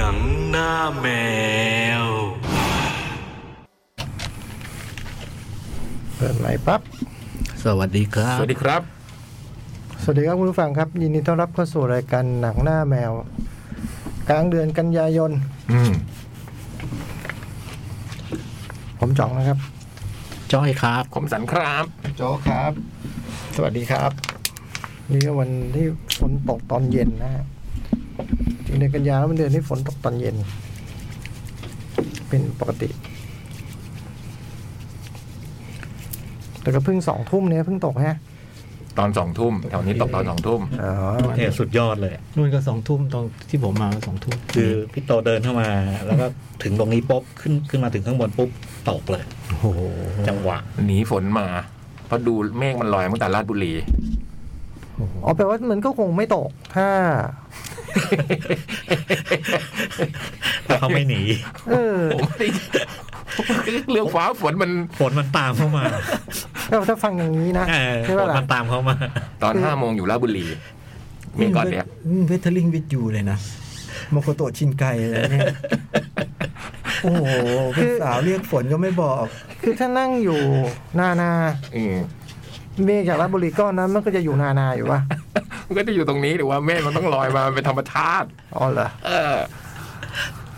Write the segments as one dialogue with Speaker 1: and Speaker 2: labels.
Speaker 1: นังหน้าแมว
Speaker 2: เปิดไมค์ปั๊บ
Speaker 3: สวัสดีครับ
Speaker 4: สวัสดีครับ
Speaker 2: สวัสดีครับคุณผู้ฟังครับ ยินดีต้อนรับเข้าสู่รายการหนังหน้าแมว กลางเดือนกันยายน
Speaker 4: อืม
Speaker 2: ผมจ่องนะครับ
Speaker 3: จ้อยครับ
Speaker 4: ผมสันครับ
Speaker 2: โจครับ สวัสดีครับ นี่ก็วันที่ฝนตกตอนเย็นนะฮะจริงเดือนกันยาแล้วมันเดือนที่ฝนตกตอนเย็น เป็นปกติ แต่ก็เพิ่งสองทุ่มเนี่ยเพิ่งตกฮะ
Speaker 4: ตอนสองทุ่มแถวนี้ตกตอนสองทุ่ม
Speaker 2: อ๋อ
Speaker 5: เนี่ยสุดยอดเลยอะ
Speaker 3: นู่นก็สองทุ่มตอนที่ผมมาสองทุ่ม
Speaker 5: คือพี่โตเดินเข้ามา แล้วก็ถึงตรงนี้ปุ๊บขึ้นขึ้นมาถึงข้างบนปุ๊บตกเลย
Speaker 3: โอ้โห
Speaker 5: จังหวะ
Speaker 4: หนีฝนมาเพราะดูเมฆมันลอยมาตั้งแต่ลาดบุรี
Speaker 2: อ๋อแปลว่ามันก็คงไม่ตก ถ้า
Speaker 5: แต่เขาไม่หนี
Speaker 2: เออ
Speaker 4: ผมไม่ได้ เรื่องฟ้าฝนมัน
Speaker 5: ฝนมันตามเข้ามา
Speaker 2: ถ้าถ้าฟังอย่างนี้นะ
Speaker 5: เออ
Speaker 2: ใช่
Speaker 5: ฝ
Speaker 2: ป่ะ
Speaker 5: น
Speaker 2: ล่ะ
Speaker 5: มันตามเข้ามา
Speaker 4: ตอนห้าโมงอยู่ลาดบุรีเมฆก้อนเนี้ย
Speaker 6: เวทเทอร์ลิงวิดยูเลยนะโมโคโตะชินไกเลยเนี่ย โอ้โหเป็นสาวเรียกฝนก็ไม่บอก
Speaker 2: คือถ้านั่งอยู่นานา
Speaker 4: อืม
Speaker 2: เมฆจากราชบุรีก้อนนั้นมันก็จะอยู่นานาอยู่ป่ะ
Speaker 4: มันก็จะอยู่ตรงนี้หรือว่าเมฆมันต้องลอยมาเป็นธรรมชาติ
Speaker 2: อ๋อเหรอ
Speaker 4: เออ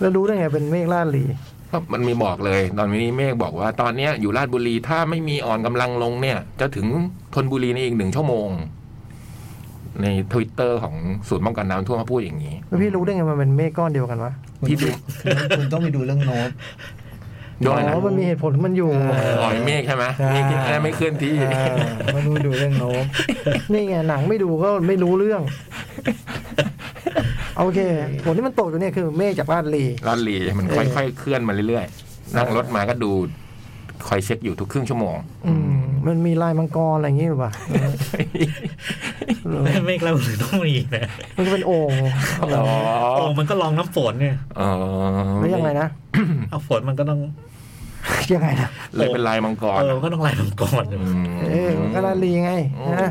Speaker 2: แล้วรู้ได้ไงเป็นเมฆลาดลี
Speaker 4: ก็มันมีบอกเลย ตอนนี้เมฆบอกว่า ตอนเนี้ยอยู่ลาดบุรีถ้าไม่มีอ่อนกำลังลงเนี่ย จะถึงธนบุรีในอีกหนึ่งชั่วโมง ในทวิตเตอร์ของศูนย์ป้องกันน้ำท่วมเขาพูดอย่างนี้
Speaker 2: แล้วพี่รู้ได้ไงมันเป็นเมฆก้อนเดียวกันวะ
Speaker 4: พี่ดู
Speaker 6: คุณต้องไปดูเรื่องโน้ต
Speaker 4: ด้วย
Speaker 2: อ๋
Speaker 4: นะ
Speaker 2: อมันมีเหตุผลมันอยู่
Speaker 6: เอ
Speaker 4: ลอยเมฆใช่ไหม
Speaker 6: ใช่
Speaker 4: เมฆที่แค่ไม่เคลื่อนที่
Speaker 6: อ่ามาดูดูเรื่องโน้ต
Speaker 2: นี่ไงหนังไม่ดูก็ไม่รู้เรื่องโอเคผลที่มันตกอยู่เนี่ยคือเมฆจากลาดลี
Speaker 4: ลอดลีมันค่อยๆเคลื่อนมาเรื่อยๆ นั่งรถมาก็ดู คอยเช็คอยู่ทุกครึ่งชั่วโมง
Speaker 2: อืม มันมีลายมังกรอะไรอย่างงี้หรือเปล่า
Speaker 5: เมฆเราหรือต้องมีนะ
Speaker 2: มันก็เป็นโอ่ง
Speaker 4: อ๋อ
Speaker 5: โอ้มันก็ลองน้ำฝนเนี่ย
Speaker 4: อ๋อ
Speaker 2: แล้วยังไงนะ
Speaker 5: เอาฝนมันก็ต้อง
Speaker 2: ยังไงนะ
Speaker 4: เลยเป็นลายมังกร
Speaker 5: เออมันก็ต้องไล่มังกร
Speaker 4: อืม
Speaker 2: เออมันก็ลาดลีไงนะ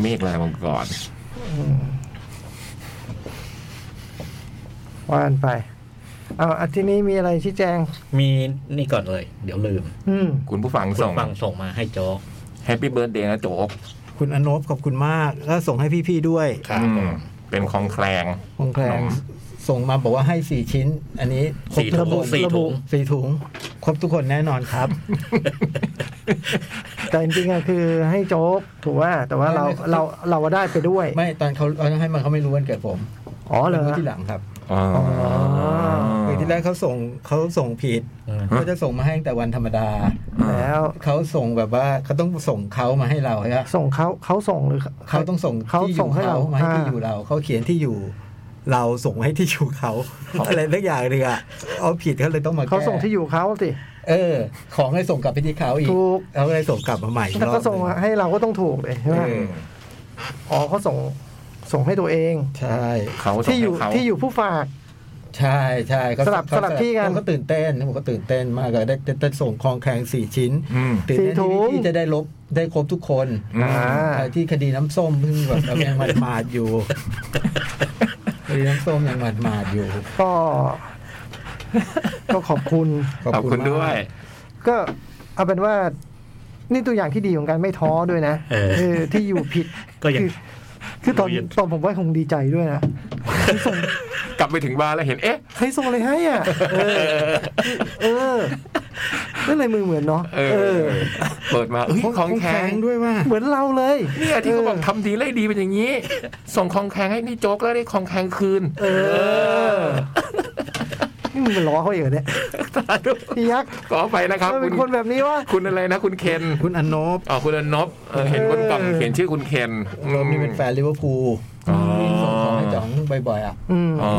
Speaker 4: เมฆลายมังกร
Speaker 2: ว่ากันไปเอาอาทิตย์นี้มีอะไรชี้แจง
Speaker 5: มีนี่ก่อนเลย เดี๋ยวลืม
Speaker 2: อืม
Speaker 4: คุณผู้ฟัง
Speaker 5: คุณ
Speaker 4: ส่ง
Speaker 5: ฟังส่งมาให้โจ๊ก
Speaker 4: แฮปปี้เบิร์ดเดย์นะโจ๊ก
Speaker 6: คุณอนบขอบคุณมาก แล้วส่งให้พี่ๆด้วย
Speaker 5: ครับ
Speaker 4: อืมเป็นของแคลง
Speaker 6: วงแคลง
Speaker 4: อืม
Speaker 6: ส่งมาบอกว่าให้สี่ชิ้น อันนี้ครบทุกคน
Speaker 5: สี่ถุงสี่ถุง
Speaker 6: สี่ถุง ครบทุกคนแน่นอนครับ
Speaker 2: แต่จริงๆอะคือให้โจ๊กถูกว่า แต่ว่าเรา
Speaker 6: ไม่ไม่
Speaker 2: เราเราได้ไปด้วย
Speaker 6: ไม่ตอนเขาเอาให้มาเขาไม่รู้วันเกิดผม
Speaker 2: อ๋อเหรอ
Speaker 6: รู้ที่หลังครับ
Speaker 4: อ๋อ
Speaker 6: คือที่แรกเขาส่งเขาส่งผิด
Speaker 5: อืม
Speaker 6: เขาจะส่งมาให้ตั้งแต่วันธรรมดา
Speaker 2: แล้ว
Speaker 6: เขาส่งแบบว่าเขาต้องส่งเขามาให้เราใช่ไหม
Speaker 2: ส่งเขาเขาส่งหรือ
Speaker 6: เขาต้องส่ง
Speaker 2: เขา
Speaker 6: ที่อยู่
Speaker 2: ส่งให้เรา
Speaker 6: มาให้ที่
Speaker 2: อ่
Speaker 6: อยู่เรา เขาเขียนที่อยู่ เราส่งให้ที่อยู่ เขา อะไรสักอย่างเลยอ่ะเอาผิดเขาเลยต้องมาแก้
Speaker 2: เขาส่งที่อยู่เขาสิ
Speaker 6: เออ ของเลยส่งกลับไปที่เขาอีก
Speaker 2: ถูก
Speaker 6: เขาเลยส่งกลับมาใหม่อีก
Speaker 2: แต่
Speaker 6: รอบ
Speaker 2: ก็ส่ง
Speaker 6: หนึ่
Speaker 2: ให้เราก็ต้องถูกเลยใช่ไหม
Speaker 4: อืม
Speaker 2: อ๋อเขาส่งส่งให้ตัวเอง
Speaker 6: ใช่
Speaker 4: เขาส่ง
Speaker 2: ที่อยู่
Speaker 4: ให้เขา
Speaker 2: ที่อยู่ผู้ฝาก
Speaker 6: ใช่ใช่เขา
Speaker 2: สลับ
Speaker 6: เขา
Speaker 2: สลับที่กัน
Speaker 6: เขาตื่นเต้นผมก็ตื่นเต้นมากเลยได้ได้ได้ส่งคลองแคลงสี่ชิ้น
Speaker 4: อืม
Speaker 6: ตื่นเต้น
Speaker 2: สี่ถุ
Speaker 6: ที่
Speaker 2: ง
Speaker 6: พี่จะได้ลบได้ครบทุกคน
Speaker 4: อ่า
Speaker 6: เอ่อที่คดีน้ำส้มเพิ่งแบบเรายังหมาดมาดๆอยู่ คดีน้ำส้มยังหมาดมาดๆอยู่
Speaker 2: ก็ ก็ขอบคุณ
Speaker 4: ขอบคุณด้วย
Speaker 2: ก็เอาเป็นว่า นี่ตัวอย่างที่ดีของการไม่ท้อด้วยนะ
Speaker 5: เออ
Speaker 2: เออที่อยู่ผิด
Speaker 5: ก็ยัง
Speaker 2: คือคือตอน
Speaker 5: เรายัง
Speaker 2: ตอนผมว่าคงดีใจด้วยนะส่ง
Speaker 4: กลับไปถึงบ้านแล้วเห็นเอ๊ะ
Speaker 2: ใครส่งอะไรให้อ่ะ เออ เออนั่นเลยมือเหมือนเนาะ
Speaker 4: เออ เปิดมาเอ้ยของแข็ง
Speaker 6: ด้วยว่า
Speaker 2: เหมือนเราเลย
Speaker 4: เนี่ยที่เขาบอกทำดีไล่ดีเป็นอย่างนี้ ส่งของแข็งให้นี่โจ๊กแล้วได้ของแข็งคืน
Speaker 2: เออนี่มึงไปล้อเขาอีกเหรอเนี่ยพี่ยักษ์
Speaker 4: ขอไปนะครับ
Speaker 2: ทำไมเป็
Speaker 4: คุ
Speaker 2: น
Speaker 4: ณ
Speaker 2: คนแบบนี้วะ
Speaker 4: คุณอะไรนะคุณเคน
Speaker 6: คุณอนบ
Speaker 4: อ๋อคุณอนบเออเห็นคนกล่องเขียนชื่อคุณเคน
Speaker 6: อนบนี่เป็นแฟนลิเวอร์พูล
Speaker 4: อ๋อ
Speaker 6: ส่งของให้จ๋องบ่อยๆอ่ะ
Speaker 2: อืม
Speaker 4: อ๋อ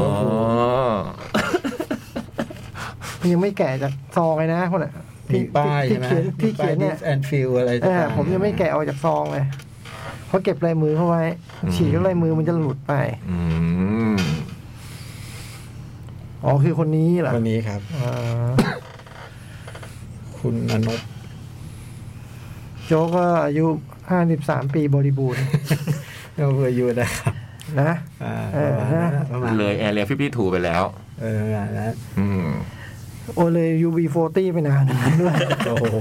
Speaker 2: มันยังไม่แก่จากซองเลยนะคนน่ะ
Speaker 6: มี
Speaker 2: ที่
Speaker 6: ป้าย
Speaker 2: ที่
Speaker 6: ใช่ไหม
Speaker 2: ที่เขียนที่เขียนเนี่ย
Speaker 6: แอนฟิลอะไร
Speaker 2: เอ
Speaker 6: ต่า
Speaker 2: อง
Speaker 6: ๆ
Speaker 2: ผมยังไม่แก่ออกจากซองเลยเขาเก็บลายมือเขาไว้ ฉีกแล้วลายมือมันจะหลุดไป
Speaker 4: อืม
Speaker 2: อ๋อคือคนนี้เหรอ
Speaker 6: วันนี้ครับ
Speaker 2: อ๋อ
Speaker 6: คุณอนบ
Speaker 2: โจ๊กก็อายุ 53 ปีบริบูรณ์
Speaker 6: เราเบอร์ยูนะครับ
Speaker 7: นะ
Speaker 6: อ่า
Speaker 7: เออ
Speaker 6: ประมาณนั้นประมาณ
Speaker 4: เลยแอร์เรียฟิฟตี้ถูไปแล้ว
Speaker 6: เออประมาณนั้น
Speaker 4: อืม
Speaker 2: โอเลย UB40 ไปนาน ด้วย
Speaker 7: โอ้โห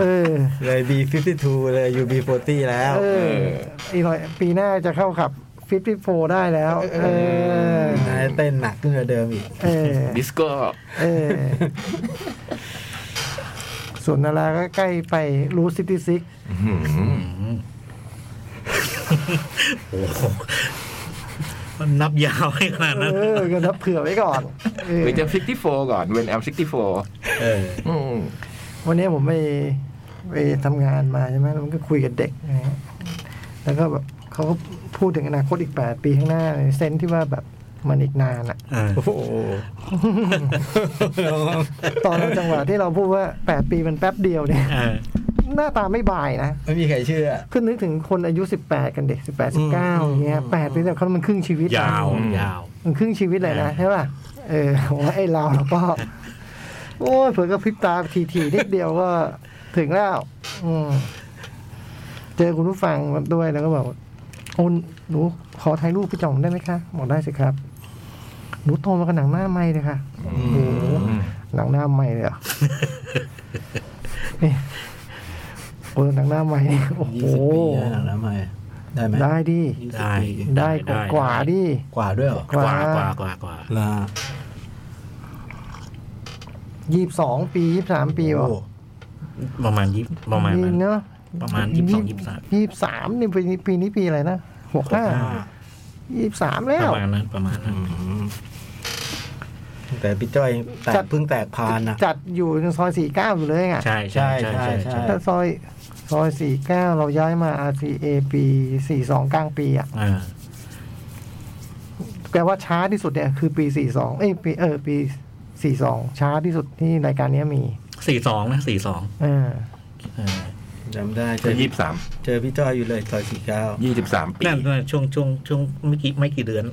Speaker 2: เออ
Speaker 7: เลย B52 เลย UB40 แล้ว
Speaker 2: เอออีกหน่อยปีหน้าจะเข้าขับ 54 ได้แล้ว เออ
Speaker 6: น่าจะเต้นหนักขึ้นกว่าเดิมอีก
Speaker 2: เออ
Speaker 4: ดิสโก้
Speaker 2: เออ ส่วนนาราก็ใกล้ไปรูซิตี้ซิก
Speaker 5: โอ้โห มันนับยาวให้ขนาด
Speaker 2: เอ
Speaker 5: นั้น
Speaker 2: อ ก็นับเผื่อไว้ก่อนเออ
Speaker 4: หรือจะ 64 ก่อนเวนแอม64
Speaker 5: เออ
Speaker 4: อืม
Speaker 2: วันนี้ผมไปไปทำงานมาใช่ไหมแล้วมันก็คุยกับเด็กนะฮะแล้วก็แบบเขาก็พูดถึงอนาคตอีกแปดปีข้างหน้าในเซนส์ที่ว่าแบบมันอีกนานอะ
Speaker 5: อ่า
Speaker 6: โอ้โห
Speaker 2: ตอนจังหวะที่เราพูดว่า 8 ปีมันแป๊บเดียวเนี่ย
Speaker 5: อ่า
Speaker 2: หน้าตาไม่บายนะ
Speaker 6: ไม่มีใครเชื่อ
Speaker 2: ขึ้นนึกถึงคนอายุ 18 กันเด็ก18 19เงี้ย8ปีแต่เขามันครึ่งชีวิตนะ
Speaker 5: ยาว
Speaker 6: ยาว
Speaker 2: มันครึ่งชีวิตเลยนะใช่ป่ะเออผมว่าไอ้เรา เราก็ โอ้ยเผื่อกระพริบตาทีทีๆนิดเดียวก็ถึงแล้ว อืมเจอคุณผู้ฟังด้วยแล้วก็บอกว่าโอนหนูขอถ่ายรูปพี่จ่องได้ไหมคะบอกได้สิครับ หนูโตมากับหนังหน้าไม่เลยค่ะ หนังหน้าใหม่ เลยเหรอ นี่เออหนังหน้าใหม่นี่โอ้โห
Speaker 6: ยี่สิบปีแล้วหนังแล้วไหมได้ไหม
Speaker 2: ได้ดิ
Speaker 6: 20ปี
Speaker 2: ได้กว่าดิ
Speaker 6: กว่าด้วยเหรอก ก
Speaker 2: ว่า
Speaker 6: กว่ากว่ากว่าละ
Speaker 2: ยี่สองปียี่สามปีวะ
Speaker 6: โอ้
Speaker 5: ประมาณยี่ประมาณ
Speaker 2: จ
Speaker 5: นั้
Speaker 2: ริ
Speaker 5: น
Speaker 2: งเนาะ
Speaker 5: ประมาณ22
Speaker 2: ยี่สามนี่ปีนี้ปีนี้ปีอะไรนะหกห้ายี่สามแล้
Speaker 5: ป
Speaker 2: ว
Speaker 5: ระมาณนั้นประมาณนั้น
Speaker 6: แต่พี่จ้อยแต
Speaker 2: จั
Speaker 6: ก
Speaker 2: ด
Speaker 6: เพิ่งแตกพานอ่ะ
Speaker 2: จัดอยู่ในซอยสี่เก้าอยู่เลยไง
Speaker 5: ใช่ใช่ใช่
Speaker 6: ใช่
Speaker 5: ใช่
Speaker 6: ใช่
Speaker 5: ใช่
Speaker 2: ถ้าซอยซอยสี่เก้าเราย้ายมา RCA ปีสี่สองกลางปีอ่ะ
Speaker 5: อ่า
Speaker 2: แปลว่าช้าที่สุดเนี่ยคือปีสี่สองเอ้ยปีเออปีสี่สองช้าที่สุดที่รายการเนี้ยมี
Speaker 5: สี่สองนะสี่สอง
Speaker 2: เออ
Speaker 6: เออจำได้เจ
Speaker 4: ก็
Speaker 6: อ
Speaker 4: ยี่สิบสาม
Speaker 6: เจอพี่จ้อยอยู่เลยซอยสี่เก้า
Speaker 4: ยี่สิบสามปี
Speaker 5: นั่นนั่นช่วงช่วงช่วงไม่กี่ไม่กี่เดือน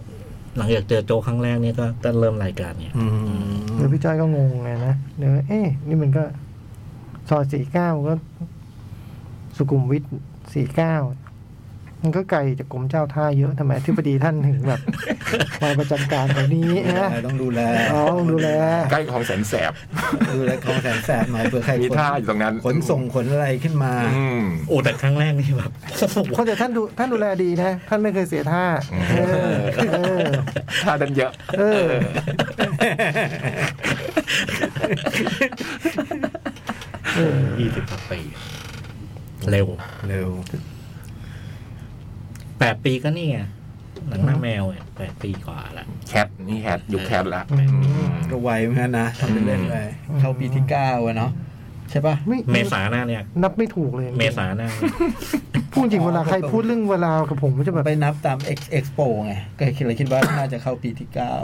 Speaker 5: หลังจากเจอโจครั้งแรกเนี่ยก็ตั้งเริ่มรายการเนี่ย
Speaker 2: หรือพี่จ้อยก็งงไงนะเดี๋ยวเอ๊ะนี่มันก็ซอยสี่เก้าก็ สุขุมวิทสี่เก้ามันก็ไกลจากกรมเจ้าท่าเยอะทำไมที่พดีท่านถึงแบบ มาประจำการแบบนี้นะ
Speaker 6: ต้องดูแล
Speaker 2: อ๋อดูแล
Speaker 4: ใกล้ของแสนแสบ
Speaker 6: ดูแลของแสนแสบหน่อยเผื่อใคร
Speaker 4: มี
Speaker 6: ขน
Speaker 4: ท่าอยู่ตรงนั้น
Speaker 6: ขนส่งขนอะไรขึ้นมา
Speaker 4: อืม
Speaker 5: โอ้แต่ครั้งแรกนี่แบบ
Speaker 2: คนแต่ท่านดูท่านดูแลดีนะ ท่านไม่เคยเสียท่า เออ เออ
Speaker 4: ท่าดันเยอะ
Speaker 2: เออ
Speaker 5: ยี่สิบกว่าปี เร็ว
Speaker 6: เร็ว
Speaker 5: แปดปีก็นี่ไงหนังหน้าแมวเนี่ยแปดปีกว่าละ
Speaker 4: แคทนี่แคทยุคแคทละ
Speaker 2: อืม
Speaker 4: อืม
Speaker 6: ก็ไวเหมือนกันนะทำเป็นเล่นไปเข้าปีที่เก้าอะเนาะใช่ป่ะ
Speaker 2: ไม่
Speaker 5: เมษาหน้าเนี่ย
Speaker 2: นับไม่ถูกเลย
Speaker 5: เมษาหน้าเนี่ย
Speaker 2: พูดจริงเวลาใครพูดเรื่องเวลากับผมก็จะแบบ
Speaker 6: ไปนับตาม X Expo ไง ก็คิดเลยคิดว่าน่าจะเข้าปีที่เก้า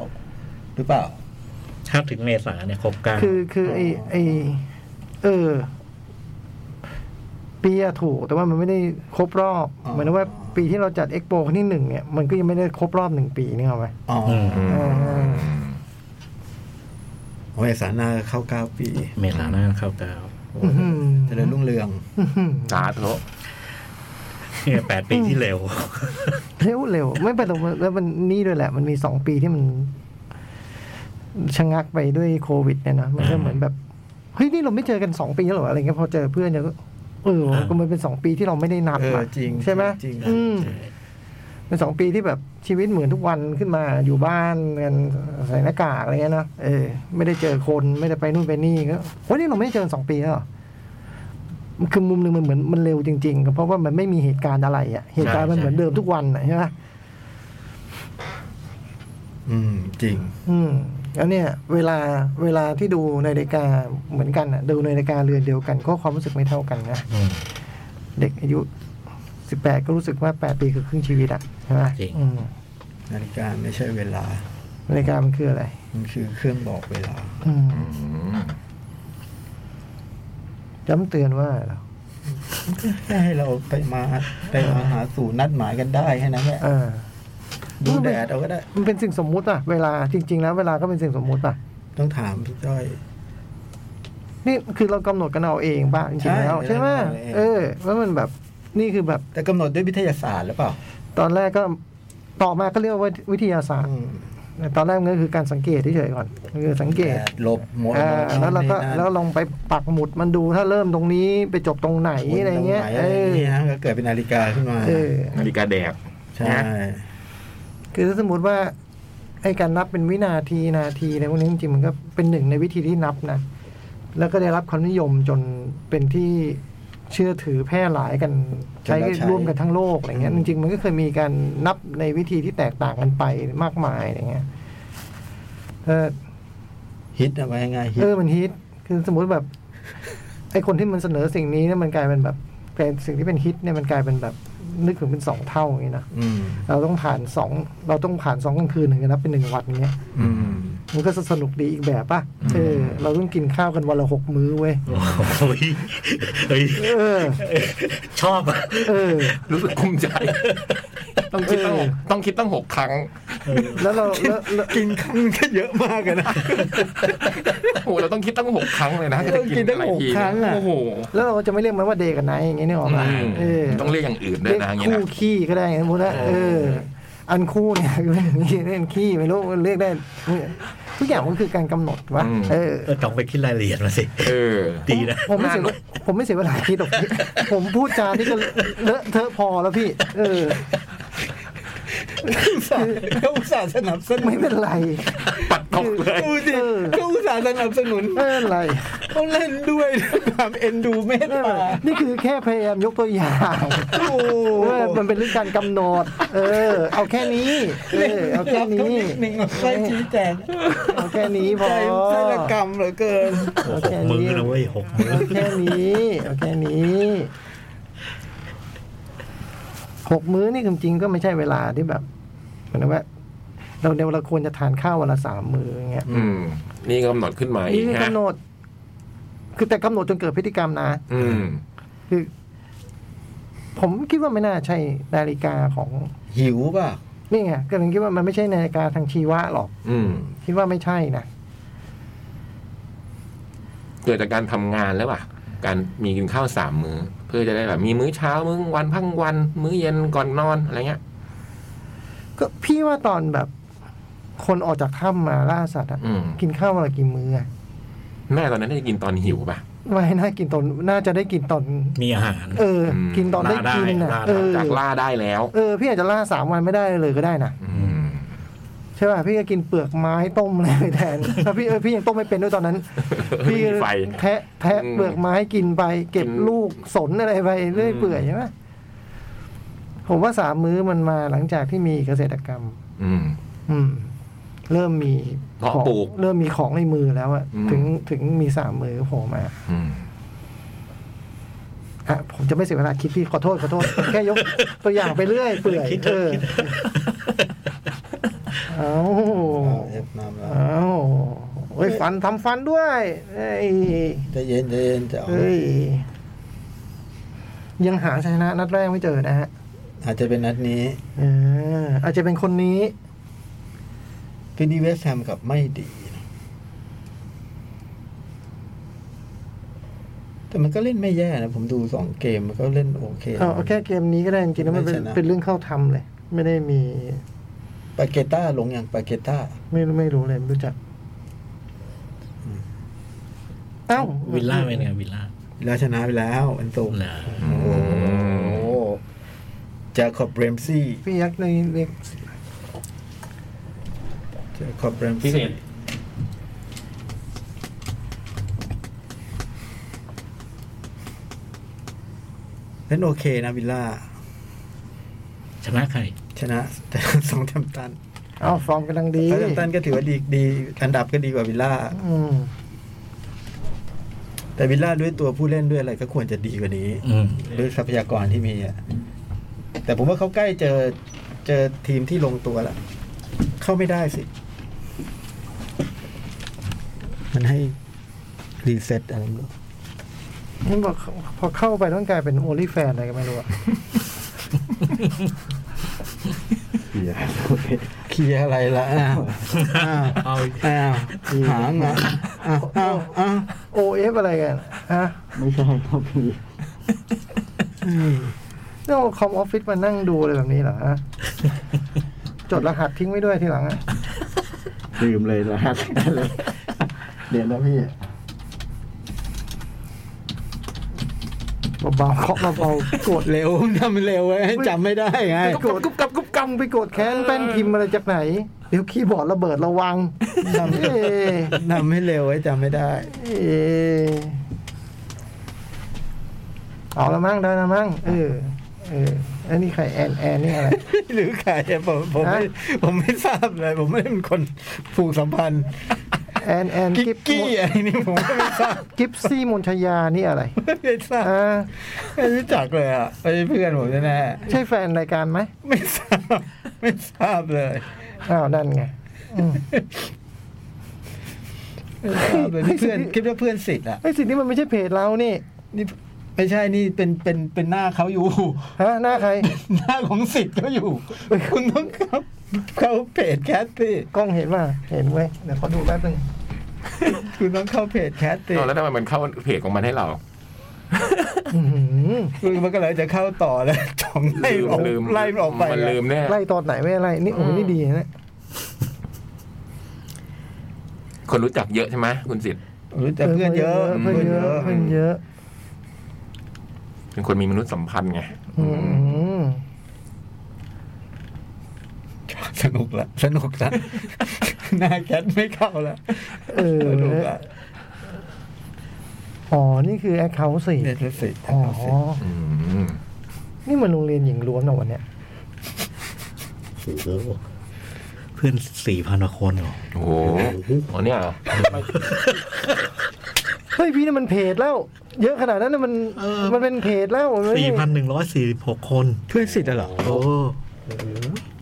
Speaker 6: หรือเปล่า
Speaker 5: ถ้าถึงเมษาเนี่ยครบกลาง
Speaker 2: คือคือไอไอเออ ปีอะถูก แต่ว่ามันไม่ได้ครบรอบ
Speaker 6: อ๋อ
Speaker 2: เหมือนว่าปีที่เราจัดเอ็กโปครั้งที่หนึ่งเนี่ยมันก็ยังไม่ได้ครบรอบหนึ่งปีนี่เอาไหม
Speaker 6: อ๋อ
Speaker 5: ม
Speaker 4: อืม
Speaker 2: เออ
Speaker 6: โอ้ยสานาเข้าเก้าปี
Speaker 5: เมษาหน้าเข้ากลาง
Speaker 2: อื้อหือ
Speaker 6: เจะเริญรุ่งเรือง
Speaker 4: สาธุ
Speaker 5: เนี่ยแปดปีที่เร็ว
Speaker 2: เร็วเร็วไม่เป็นไรแล้วมันนี่ด้วยแหละ มันมีสองปีที่มันชะงักไปด้วยโควิดเนี่ยนะมันก็เหมือนแบบเฮ้ยนี่เราไม่เจอกันสองปีแล้วเหรออะไรเงี้ยพอเจอเพื่อนเนี่ยก็เออก็มันเป็นสองปีที่เราไม่ได้นับ
Speaker 6: เออ
Speaker 2: อะ
Speaker 6: จริง
Speaker 2: ใช่ไหม
Speaker 6: จริง
Speaker 2: อืม เป็นสองปีที่แบบชีวิตเหมือนทุกวันขึ้นมาอยู่บ้านกันใส่หน้ากากอะไรเงี้ยเนอะเออไม่ได้เจอคนไม่ได้ไปนู่นไปนี่ก็วันนี้เราไม่ได้เจอกันสองปีแล้วเหรอคือมุมหนึ่งมันเหมือนมันเร็วจริงๆ เพราะว่ามันไม่มีเหตุการณ์อะไรอะเหตุการณ์มันเหมือนเดิมทุกวันอะใช่ไหม
Speaker 6: อืม จริง
Speaker 2: อืม แล้วเนี่ย เวลาเวลาที่ดูในรายการเหมือนกันอะดูในรายการเรือนเดียวกันก็ความรู้สึกไม่เท่ากันนะ
Speaker 5: อืม
Speaker 2: เด็กอายุสิบแปดก็รู้สึกว่าแปดปีคือครึ่งชีวิตอะใช่ไหม
Speaker 5: จริง
Speaker 2: อืม
Speaker 6: นาฬิกาไม่ใช่เวลา
Speaker 2: รายการมันคืออะไร
Speaker 6: มันคือเครื่องบอกเวลา
Speaker 2: อืม
Speaker 4: อืม
Speaker 2: ย้ำเตือนว่าเหรอ
Speaker 6: แค่ให้เราไปมาไปมาหาสู่นัดหมายกันได้แค่นั้นแหละ
Speaker 2: เออ
Speaker 6: ดูแดดเอาก็ได้
Speaker 2: มันเป็นสิ่งสมมุติป่ะ เวลาจริง ๆ แล้วเวลาก็เป็นสิ่งสมมุติป่ะ
Speaker 6: ต้องถามพี่จ้อย
Speaker 2: นี่คือเรากำหนดกันเอาเองป่ะ จริงๆแล้ว
Speaker 6: ใช่
Speaker 2: ใช่ไหม
Speaker 6: เรากำหนดเอาเอง
Speaker 2: เออว่ามันแบบนี่คือแบบ
Speaker 6: แต่กำหนดด้วยวิทยาศาสตร์หรือเปล่า
Speaker 2: ตอนแรกก็ ต่อมาก็เรียกว่าวิทยาศาสตร์
Speaker 6: อืม
Speaker 2: ตอนแรกมันก็คือการสังเกตเฉยๆก่อนคือสังเกต
Speaker 6: แปดลบหมด
Speaker 2: อ่าแล้วเราก็
Speaker 6: นี่นั่น
Speaker 2: แล้วลองไปปักหมุดมันดูถ้าเริ่มตรงนี้ไปจบตรงไหน
Speaker 6: หมุน
Speaker 2: อะไรเงี้ย
Speaker 6: ตร
Speaker 2: เอ
Speaker 6: ไหน
Speaker 2: อ
Speaker 6: อะไรเงี้ยฮะก็เกิดเป็นนาฬิกาขึ้นมา
Speaker 2: เออ
Speaker 4: นาฬิกาแดก
Speaker 6: ใช่
Speaker 4: นะ
Speaker 2: คือถ้าสมมติว่าไอการนับเป็นวินาทีนาทีในพวกนี้จริงๆมันก็เป็นหนึ่งในวิธีที่นับนะ แล้วก็ได้รับความนิยมจนเป็นที่เชื่อถือแพร่หลายกันใช้ร่วมกันทั้งโลกอะไรเงี้ยจริงๆมันก็เคยมีการนับในวิธีที่แตกต่างกันไปมากมายอะไรเงี้ยเออ
Speaker 6: ฮิตเอาไว้ง่ายๆฮิต
Speaker 2: เออ มันฮิต คือสมมุติแบบ ไอคนที่มันเสนอสิ่งนี้เนี่ยมันกลายเป็นแบบเป็นสิ่งที่เป็นฮิตเนี่ยมันกลายเป็นแบบ นึกถึงเป็นสองเท่าอย่างนี้นะ
Speaker 6: อืม
Speaker 2: เราต้องผ่านสอง เราต้องผ่านสองกลางคืนถึงจะนับเป็นหนึ่งวันเงี้ย
Speaker 4: อืม
Speaker 2: มันก็สนุกดีอีกแบบป่ะ เออ เราต้องกินข้าวกันวันละหกมื้อเว้ย
Speaker 5: โอ้โหเฮ้ย
Speaker 2: เออ
Speaker 5: ชอบอะ
Speaker 2: เออ
Speaker 4: รู้สึกภูมิใจ ต้องคิดต้อง
Speaker 2: เออ
Speaker 4: ต้องคิดต้องหกครั้ง
Speaker 2: แล้วเราแล้วแล้ว
Speaker 6: กินครั้งก็เยอะมากอะนะ
Speaker 4: โอ้โหเราต้องคิดตั้งหกครั้งเลยนะจะกิน
Speaker 6: ต้องกินตั้ง
Speaker 4: อะไร
Speaker 6: หก
Speaker 4: ที
Speaker 6: ครั้งอะ
Speaker 4: โอ้โห
Speaker 2: แล้วเราจะไม่เรียกมันว่าเดย์กับไนท์อย่างเงี้ยนึกออกป่ะ
Speaker 4: อืม
Speaker 2: เออ
Speaker 4: ต้องเรียกอย่างอื่นด้ว
Speaker 2: เรีย
Speaker 4: ย
Speaker 2: ก
Speaker 4: นะอย่างเงี้ย
Speaker 2: คู่
Speaker 4: นะ
Speaker 2: ขี้ก็ได้สมมติว่าเออ อันคู่เนี่ยคือเล่นขี้ไม่รู้เรียกได้ ทุกอย่างมันคือการกำหนดว่าเออ
Speaker 5: เออต้องไปคิดรายละเอียดมาสิ
Speaker 4: เออ
Speaker 5: ดีนะ
Speaker 2: ผมไม่เสีย
Speaker 4: นั่น
Speaker 2: ผมไม่เสียเวลาคิดหรอกพี่ผมพูดจานี่ก็เลอะเทอะพอแล้วพี่ เออ
Speaker 6: อุตส่าห์ก็อุตส่าห์สนับสนุน
Speaker 2: ไม่เป็นไร
Speaker 4: ปัดตกเลย
Speaker 6: ดูสิ
Speaker 2: เออ
Speaker 6: ก็อุตส่าห์สนับสนุน
Speaker 2: ไม่เป็นไร
Speaker 6: เขาเล่นด้วยด้วยความเอ็นดูเมต
Speaker 2: ไม่เป็น
Speaker 6: ตา
Speaker 2: ไรนี่คือแค่พยายามยกตัวอย่าง
Speaker 6: โอ้
Speaker 2: ว่ามันเป็นเรื่องการกำหนด เออ เอาแค่นี้เออเอาแค่นี้
Speaker 6: รับเขานิดหนึ่งใส่ชี้แจง
Speaker 2: เอาแค่นี้พอ
Speaker 6: ใส่ใส่ละกรรมเหลือเกิน
Speaker 5: โอ้โหหกมือนะเว้ยหกมือ
Speaker 2: เอาแค่นี้เอาแค่นี้หกมื้อนี่จริงๆก็ไม่ใช่เวลาที่แบบเหมือนว่า เราเดียวเราควรจะทานข้าววันละสามมื้ออย่างเงี้ย
Speaker 4: อืม นี่กำหนดขึ้นมาอี
Speaker 2: นี่คื
Speaker 4: ก
Speaker 2: อก
Speaker 4: ฮะ
Speaker 2: กำหนด คือแต่กำหนดจนเกิดพฤติกรรมนะ
Speaker 4: อืม
Speaker 2: คือ ผมคิดว่าไม่น่าใช่นาฬิกาของ
Speaker 6: หิวป่ะ
Speaker 2: นี่ไงก็เลยคิดว่ามันไม่ใช่นาฬิกาทางชีวะหรอก
Speaker 4: อืม
Speaker 2: คิดว่าไม่ใช่นะ
Speaker 4: เกิดจากการทำงานแล้วป่ะ การมีกินข้าวสามมื้อ เพื่อจะได้แบบมีมื้อเช้า มื้อกลางวันพังวัน มื้อเย็นก่อนนอนอะไรเงี้ย
Speaker 2: ก็พี่ว่าตอนแบบ คนออกจากถ้ำมาล่าสัตว์อะ
Speaker 4: อืม
Speaker 2: กินข้าววันละกี่มื้ออะ
Speaker 4: แม่ตอนนั้นน่าจะกินตอนหิวป่ะ
Speaker 2: ไม่น่ากินตอนน่าจะได้กินตอน
Speaker 5: มีอาหาร
Speaker 2: เออ
Speaker 4: อืม
Speaker 2: กินตอนได้
Speaker 5: ล่าได้
Speaker 2: กินนะ
Speaker 5: ล่าได้
Speaker 2: เออ
Speaker 4: จากล่าได้แล้ว
Speaker 2: เออ พี่อาจจะล่าสามวันไม่ได้เลยก็ได้นะ
Speaker 4: อืม
Speaker 2: ใช่ป่ะพี่ก็กินเปลือกไม้ต้มอะไรไปแทนแล้วพี่เออพี่ยังต้มไม่เป็นด้วยตอนนั้น พี่
Speaker 4: ไม่มีไฟ
Speaker 2: แทะแทะ
Speaker 4: อืม
Speaker 2: เปลือกไม้กินไป เก็บ
Speaker 4: กิน
Speaker 2: ลูกสนอะไรไปเรื่อยเปื่อยใช่ไหมผมว่าสามมื้อมันมาหลังจากที่มีเกษตรกรรม
Speaker 4: อืม
Speaker 2: อืม เริ่มมี
Speaker 4: เพาะ
Speaker 2: ของ
Speaker 4: ปลูก
Speaker 2: เริ่มมีของในมือแล้วอะ
Speaker 4: อืม
Speaker 2: ถึงถึงมีสามมื้อโผล่มา
Speaker 4: อืม
Speaker 2: อ่ะผมจะไม่เสียเวลาคิดพี่ขอโทษขอโทษ แค่ยก ตัวอย่างไปเรื่อยเปื่อย
Speaker 5: คิดเถ
Speaker 2: เอ
Speaker 5: อะ
Speaker 2: อ
Speaker 5: คิดเถอะ
Speaker 2: เอา
Speaker 6: เอฟน้ำแล้ว
Speaker 2: เอาเฮ้ยฟันทำฟันด้วยเอ้ย
Speaker 6: ใจะเย็นใจะเย็นจะเอา
Speaker 2: เอ้ยยังหาชยชนะนัดแรกไม่เจอนะฮะ
Speaker 6: อาจจะเป็นนัดนี้
Speaker 2: เอออาจจะเป็นคนนี้
Speaker 6: คืนนี้เวสแฮมกับไม่ดีนะแต่มันก็เล่นไม่แย่นะ ผมดูสองเกมมันก็เล่นโอเค
Speaker 2: เอาเอาแค่เกมนี้ก็ได้จริงๆแล้วมันเป็น
Speaker 6: ไม่ชนะ
Speaker 2: เป็นเรื่องเข้าทำเลย ไม่ได้มี
Speaker 6: ปาเกต้าลงอย่างปาเกต้า
Speaker 2: ไม่รู้ไม่รู้เลยไม่รู้จักเอ้า
Speaker 5: วิลล่าเป็นไงวิลล่า
Speaker 6: แล้วชนะไปแล้ว อันตุก
Speaker 5: เหรอ
Speaker 6: โอ้โหแจคอบเรมซี่
Speaker 2: พี่ยักษ์ในเล็ก
Speaker 6: แจคอบเรม
Speaker 4: พิเศ
Speaker 6: ซี่
Speaker 4: ษ
Speaker 6: เล่นโอเคนะวิลล่า
Speaker 5: ชนะใคร
Speaker 6: ชนะ สองแทมตัน
Speaker 2: เอาฟอร์มกำลังดี
Speaker 6: สองแทมตันก็ถือว่าดีดี อันดับก็ดีกว่าวิลล่า
Speaker 2: อืม
Speaker 6: แต่วิลล่าด้วยตัวผู้เล่นด้วยอะไรก็ควรจะดีกว่านี้
Speaker 5: อืม
Speaker 6: ด้วยทรัพยากรที่มีอะแต่ผมว่าเขาใกล้เจอเจอทีมที่ลงตัวแล้ว เข้าไม่ได้สิ มันให้รีเซ็ตอะไรไม่รู้
Speaker 2: นี่บอกพอเข้าไปต้องกลายเป็นโอลิแฟนอะไรก็ไม่รู้อะ
Speaker 6: เคลียร์เคลียร์อะไรละอ้าวอ้าว
Speaker 5: เอา
Speaker 6: อ้าวหางอ่ะอ้าวอ้าวอ้าว
Speaker 2: โอเอฟอะไรกันฮะ
Speaker 8: ไม่ใช่ครับพี่
Speaker 2: นี่เอาคอมออฟฟิศมานั่งดูอะไรแบบนี้เหรอฮะ จดรหัสทิ้งไว้ด้วยทีหลังอะ
Speaker 9: ลืมเลยนะฮะ เดี๋ยวนะพี่
Speaker 2: เบาๆเคาะเบาๆโกรธ
Speaker 6: เร็ว ทำเร็วไว้ให้จำไม่ได้ไง
Speaker 2: ไปโกรธกุบกับกุบกังไปโกรธแค้นแป้นพิมพ์อะไรจากไหน เดี๋ยวคีย์บอร์ดระเบิดระวั ง
Speaker 6: ทำ
Speaker 2: เอ๊ะ
Speaker 6: ทำให้เร็วไว้จำไม่ได้
Speaker 2: เอ๊ะเอาละมั้งได้ละมั้งเออเออแล้วนี่ใครแอนแอนนี่อะไร
Speaker 6: หรือใครอะผมผมไม่
Speaker 2: ฮะ
Speaker 6: ผมไม่ทราบเลย ผมไม่ได้เป็นคนผูกสัมพันธ์
Speaker 2: แอนแอน
Speaker 6: กิ๊
Speaker 2: กิ๊
Speaker 6: ก
Speaker 2: บ
Speaker 6: กี้อะไรนี่ผมก็ไม่ทราบ
Speaker 2: กิฟซี่มนชยานี่อะไร
Speaker 6: ไม่ได้ทราบ
Speaker 2: อ่า
Speaker 6: ไม่รู้จักเลยอ่ะไม่ใช่เพื่อนผมแน่
Speaker 2: ใช่แฟนรายการไหม
Speaker 6: ๆไม่ทราบไม่ทราบเลย
Speaker 2: อ้าวนั่นไง
Speaker 6: ไม่ทราบเลยนี่เพื่ อนคิดว่าเพื่อนสิทธิ์อ่ะ
Speaker 2: ไอ้สิ่งนี้มันไม่ใช่เพจเรานี่
Speaker 6: นี่ไม่ใช่นี่เป็นเป็นเป็นหน้าเขาอยู่
Speaker 2: ฮะหน้าใคร
Speaker 6: หน้าของสิทธิ์เขาอยู่ คุณต้องครับเข้าเพจแคสสิ
Speaker 2: กล้องเห็นป่ะเห็นเว้ยเดี๋ยวขอดูแป๊บนึง
Speaker 6: คุณต้องเข้าเพจแคสสิ
Speaker 4: เอาแล้วทำไมมันเข้าเพจของมันให้เรา
Speaker 2: อื้อหือ
Speaker 6: คุณมันก็เลยจะ เข้าต่อแล้วจ่องไล่
Speaker 4: ลืม
Speaker 6: ออก
Speaker 4: ลืม
Speaker 6: ไล่ออกไป
Speaker 4: มันลืมแน่
Speaker 2: ไล่ตอนไหนไม่ไล่นี่โอ้โหนี่ดีนะ
Speaker 4: คนรู้จักเยอะใช่ไหมคุณสิทธิ์
Speaker 6: รู้จักเพื่อนเยอะ
Speaker 2: เพื่อนเยอะเพื่อนเยอะ
Speaker 4: เป็นคนมีมนุษยสัมพันธ์ไง
Speaker 2: อื้อหือ
Speaker 6: สนุกละ สนุกละหน้าแคทไม่เข้าละ
Speaker 2: เออ
Speaker 6: สนุกละ
Speaker 2: อ๋อ นี่คือแอคเคาท์สี่
Speaker 6: เนี่ยรู้สิทธิ์
Speaker 2: อ๋อ
Speaker 6: รู้สิทธิ์
Speaker 4: อืม
Speaker 2: นี่มันโรงเรียนหญิงล้วนเหรอวันเนี้ย
Speaker 5: โอ้โหเพื่อนสี่พันคนเหรอ
Speaker 4: โอ้โหอ๋อเนี่ยเหรอ
Speaker 2: เฮ้ยพี่นี่มันเพจแล้ว เยอะขนาดนั้นนะมัน
Speaker 5: เออ
Speaker 2: มันเป็นเพจแล้วมันไม่
Speaker 5: สี่
Speaker 2: ได้
Speaker 5: พันหนึ่งร้อยสี่สิบหกคน
Speaker 6: เพื่อนสิทธิ์อะเหรอ
Speaker 5: โอ้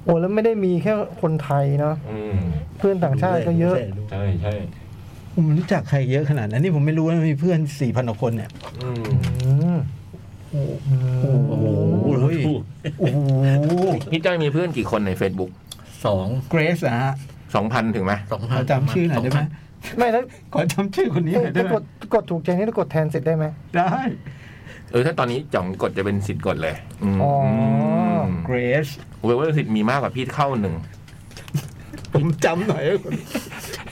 Speaker 2: โอ้แล้วไม่ได้มีแค่คนไทยเนาะ
Speaker 4: อืม
Speaker 2: เพื่อนต่างชาติก็เยอะ
Speaker 4: ใช่ใช่
Speaker 6: ผมรู้จักใครเยอะขนาดนั้นนี่ผมไม่รู้นะมีเพื่อนสี่พันคนเนี่ย
Speaker 4: อืม
Speaker 2: อืม
Speaker 5: โอ้โห
Speaker 6: โอ้โห
Speaker 4: พี่จ้อยมีเพื่อนกี่คนใน Facebook
Speaker 5: สอง
Speaker 6: เกรซอะฮะ
Speaker 4: สองพันถึงไหม
Speaker 5: สอง
Speaker 6: ข
Speaker 5: พั
Speaker 6: อน จำชื่อหน่อยได้ไหม
Speaker 2: ไม่แล้ว
Speaker 6: ขอจำชื่อคนนี้หน่อยได้
Speaker 2: ถ้า
Speaker 6: ไหม
Speaker 2: กดกดถูกใจนี่ต้องกดแทนเสร็จได้ไหม
Speaker 6: ได้
Speaker 4: เออถ้าตอนนี้จ่องกดจะเป็นสิทธิ์กดเลยอืม
Speaker 2: อ๋อ
Speaker 6: เกรซ
Speaker 4: ผมว่าสิทธิ์มีมากกว่าพี่เข้าหนึ่ง
Speaker 6: ผมจำหน่อยให้คุณ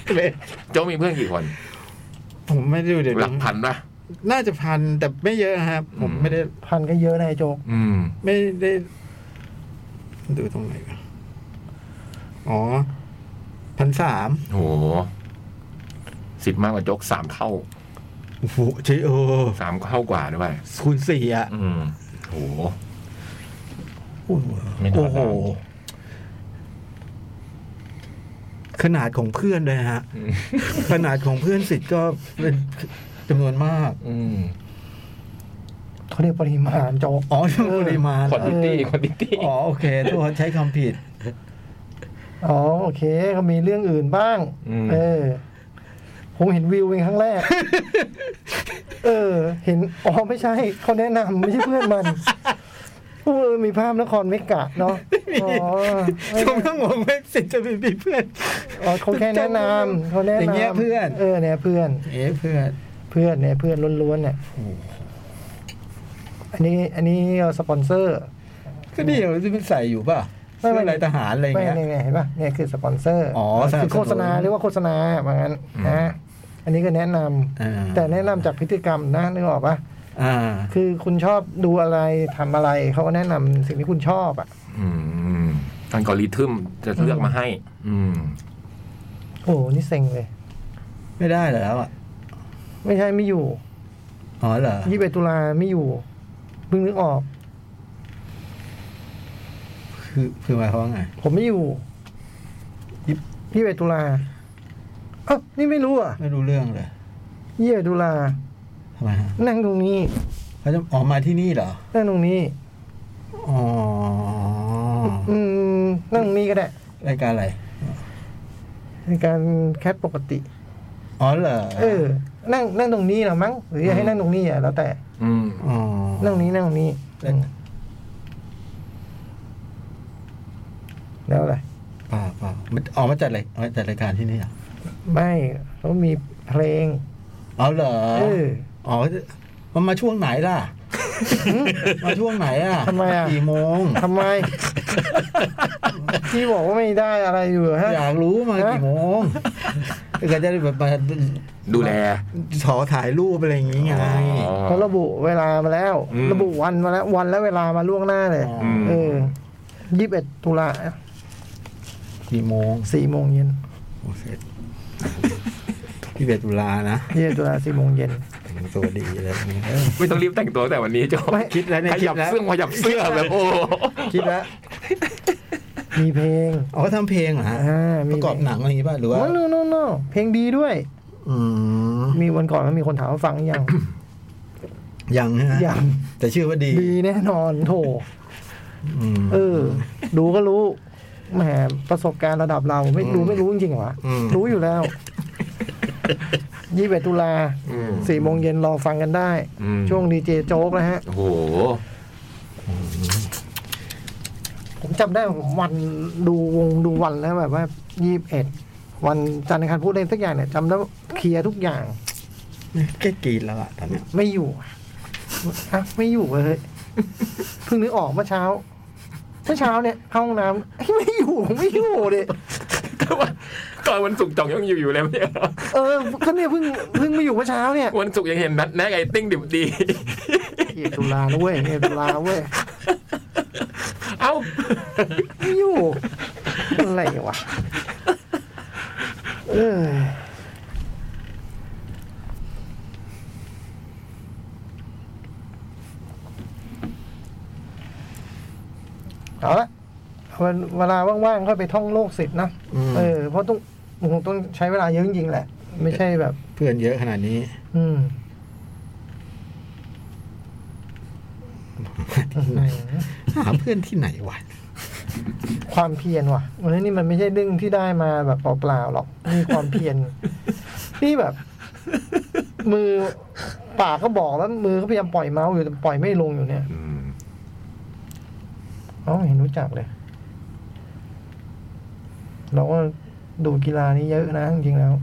Speaker 6: เกรซ
Speaker 4: โจ้มีเพื่อนกี่คน
Speaker 6: ผมไม่ได้ดูเดี๋ยว
Speaker 4: หลักพันปะ
Speaker 6: น่าจะพันแต่ไม่เยอะครับ ผม
Speaker 4: อืม
Speaker 6: ไม่ได้
Speaker 2: พันก็เยอะนะไอ้โจก
Speaker 4: อืม
Speaker 6: ไม่ได้ ดูตรงไหนกันอ๋อพันสาม
Speaker 4: โหสิทธิ์มากกว่าโจ๊กสามเท่า
Speaker 6: โอ้โหใช่เออ
Speaker 4: สามเท่ากว่าด้วย
Speaker 6: คูณสี่อ่ะ
Speaker 4: อืมโห
Speaker 6: โอ้โห
Speaker 4: ไม่ธรรมดา
Speaker 6: โอ้โหขนาดของเพื่อนเลยฮะ ขนาดของเพื่อนสิทธิ์ก็เป็นจำนวนมาก
Speaker 4: อืม
Speaker 2: เขาเรียกปริมาณโจก
Speaker 6: อ๋อเรื่องปริมาณ
Speaker 4: คอน
Speaker 6: เหร
Speaker 4: ดิ
Speaker 6: อ
Speaker 4: ตี้คอนดิตี้
Speaker 6: อ๋อโอเคโทษใช้คำผิด
Speaker 2: อ๋อ โอเคก็มีเรื่องอื่นบ้าง เออ ผมเห็นวิวเป็นครั้งแรก เออ เห็น อ๋อ ไม่ใช่ เขาแนะนำไม่ใช่เพื่อน มันเออมีภาพนครเมกะเนาะ อ๋อไม่
Speaker 6: ผมก็งงว่าสิทธิ์จะมีเพื่อน
Speaker 2: อ๋อเขาแค่แนะนำเขาแนะนำ
Speaker 6: อย่างเงี้ยเพื่อน
Speaker 2: เออเนี่ยเพื่อน
Speaker 6: เอ๊ะเพื่อน
Speaker 2: เพื่อนเนี่ยเพื่อนล้วนๆเนี่ยอันนี้ อันนี้สปอนเซอร์
Speaker 6: ก็นี่เราจะเป็นใส่อยู่ป่ะ
Speaker 2: ไม่ไม่
Speaker 6: เสื้อลายทหารอะไรอย่าง
Speaker 2: ไม่
Speaker 6: เงี้ย
Speaker 2: เนี่ยเนี่ยเห็นป่ะเนี่ยคือสปอนเซอร์
Speaker 6: อ๋อสนับสนุน
Speaker 2: คือโฆษณาเรียกว่าโฆษณาว่างั้นนะอันนี้ก็แนะนำ
Speaker 6: อ่า
Speaker 2: แต่แนะนำจากพฤติกรรมนะนึกออกปะ
Speaker 6: อ่า
Speaker 2: คือคุณชอบดูอะไรทำอะไรเขาก็แนะนำสิ่งที่คุณชอบอ่ะ
Speaker 4: อืมอัลกอริทึมจะเลือกมาให้ อืม
Speaker 2: โอ้นี่เซ็งเลย
Speaker 6: ไม่ได้เหรอแล้วอ่ะ
Speaker 2: ไม่ใช่ไม่อยู่
Speaker 6: อ๋อเหรอ
Speaker 2: ยี่สิบเอ็ดตุลาไม่อยู่เพิ่งนึกออก
Speaker 6: คือคือหมายความว่าไง
Speaker 2: ผมไม่อยู่
Speaker 6: ยี่สิบ
Speaker 2: ยี่สิบเอ็ดตุลาเอ้านี่ไม่รู้เหรอ่ะ
Speaker 6: ไม่รู้เรื่องเลย
Speaker 2: ยี่สิบเอ็ดตุลา
Speaker 6: ทำไมฮะ
Speaker 2: นั่งตรงนี้
Speaker 6: เขาจะออกมาที่นี่เหรอ
Speaker 2: นั่งตรงนี้
Speaker 6: อ๋อ
Speaker 2: อืมนั่งตรงนี้ก็ได้
Speaker 6: รายการอะไร
Speaker 2: ในการแคปปกติ
Speaker 6: อ๋อเหรอ
Speaker 2: เออ นั่งนั่งตรงนี้เหรอมั้ง หรืออยากให้นั่งตรงนี้อ่ะ แล้วแต่
Speaker 4: อืม
Speaker 6: อ๋อ
Speaker 2: นั่งนี้นั่งตรงนี้
Speaker 6: แล้ว
Speaker 2: อืมแล้วอะไร
Speaker 6: เปล่าเปล่ามันออกมาจัดอะไรออกมาจัดรายการที่นี่เหรอ
Speaker 2: ไม่เขามีเพลง
Speaker 6: อ๋อเหรอ
Speaker 2: เออ
Speaker 6: อ๋อ มันมาช่วงไหนล่ะ มาช่วงไหนอ่ะ
Speaker 2: ทำไมอะ
Speaker 6: กี่โมง
Speaker 2: ทำไม ที่บอกว่าไม่ได้อะไรอยู่เหรอฮะ
Speaker 6: อยากรู้มากี่โมงก็จะได้แบบมา
Speaker 4: ดูแล
Speaker 7: ขอถ่ายรูปอะไรอย่างงี้ไง
Speaker 2: เขาระบุเวลามาแล้ว
Speaker 4: อืม
Speaker 2: ระบุวันมาแล้ว วันและเวลามาล่วงหน้าเลย
Speaker 4: อืม
Speaker 2: เออยี่สิบเอ็ดตุลา
Speaker 6: กี่โมง
Speaker 2: สี่โมงเย็น
Speaker 7: โอเค
Speaker 6: พี่เบตุลานะ
Speaker 2: ยี่สิบเอ็ดตุลาสี่โมงเย็น
Speaker 6: ตัวดีอะไรอย่างเงี้ย
Speaker 4: ไม่ต้องรีบแต่งตัวแต่วันนี้โจ
Speaker 2: ไม่
Speaker 6: คิดแล้วเนี่ย
Speaker 4: ขยับ
Speaker 6: คิดแล้ว
Speaker 4: เสื้อขยับเสื้อแบบโอ้
Speaker 6: คิดแล้ว
Speaker 2: มีเพลง
Speaker 6: อ๋อทำเพลงเหรอฮะ
Speaker 2: อ่า
Speaker 6: ป
Speaker 2: มี
Speaker 6: ระกอบหนังอะไรอย่างงี้ป่ะหรือว่า
Speaker 2: โน่โน่โน่เพลงดีด้วย
Speaker 6: อืม
Speaker 2: มีวันก่อนก็มีคนถามว่าฟังยัง
Speaker 6: ยังฮะ
Speaker 2: ยัง
Speaker 6: แต่ชื่อว่าดี
Speaker 2: ดีแน่นอนโถ
Speaker 6: อืม
Speaker 2: เออ ดูก็รู้แหมประสบการณ์ระดับเราไม่รู้ไม่รู้จริงๆหรอ
Speaker 6: ม
Speaker 2: รู้อยู่แล้วยี่สิบเอ็ดตุลา
Speaker 4: อืม
Speaker 2: สี่โมงเย็นรอฟังกันได้
Speaker 4: อืม
Speaker 2: ช่วงดีเจโจ๊กนะฮะ
Speaker 4: โอ้โห
Speaker 2: ผมจำได้ผมวันดูวงดูวันแล้วแบบว่ายี่สิบเอ็ดวันจันทร์อังคารพูดเล่นสักอย่างเนี่ยจำได้ว่าเคลียร์ทุกอย่าง
Speaker 6: แค่กรีดแล้วอะตอนเนี้ย
Speaker 2: ไม่อยู่อ่ะไม่อยู่เลยเพิ่งนึกออกเมื่อเช้าเมื่อเช้าเนี่ยเข้าห้องน้ำเฮ้ยไม่อยู่ไม่อยู่เลย
Speaker 4: ก่อนวันศุกร์จ่องยังอยู่อยู่เลยเนี่ย
Speaker 2: เออก็เนี่ยเพิ่งเพิ่งไม่อยู่เมื่อเช้าเนี่ย
Speaker 4: วันศุกร์ยังเห็นนัดแนะไอ้ติ้งดิบดี
Speaker 2: เอ็ดตุลานะเว้ยเอ็ดตุลาเว้ย
Speaker 4: เอ้า
Speaker 2: ไม่อยู่อะไรวะเออเอาละวันเวลาว่างๆค่อยไปท่องโลกสิทธ์นะ
Speaker 6: ม
Speaker 2: เออเพราะต้องคงต้องใช้เวลาเยอะจริงๆแหละ ไม่ใช่แบบ
Speaker 6: เพื่อนเยอะขนาดนี้
Speaker 2: อื ม
Speaker 6: หาเพื่อนที่ไหนวะ
Speaker 2: ความเพียรว่ะเออนี่มันไม่ใช่เรื่องที่ได้มาแบบเปล่าๆหรอกมีความเพียรนี่แบบ มือปากก็บอกแล้วมือก็พยายามปล่อยเมาส์อยู่แต่ปล่อยไม่ลงอยู่เนี่ยอ๋อเห็นรู้จักเลย เราก็ดูกีฬานี้เยอะนะจริงๆแล้ว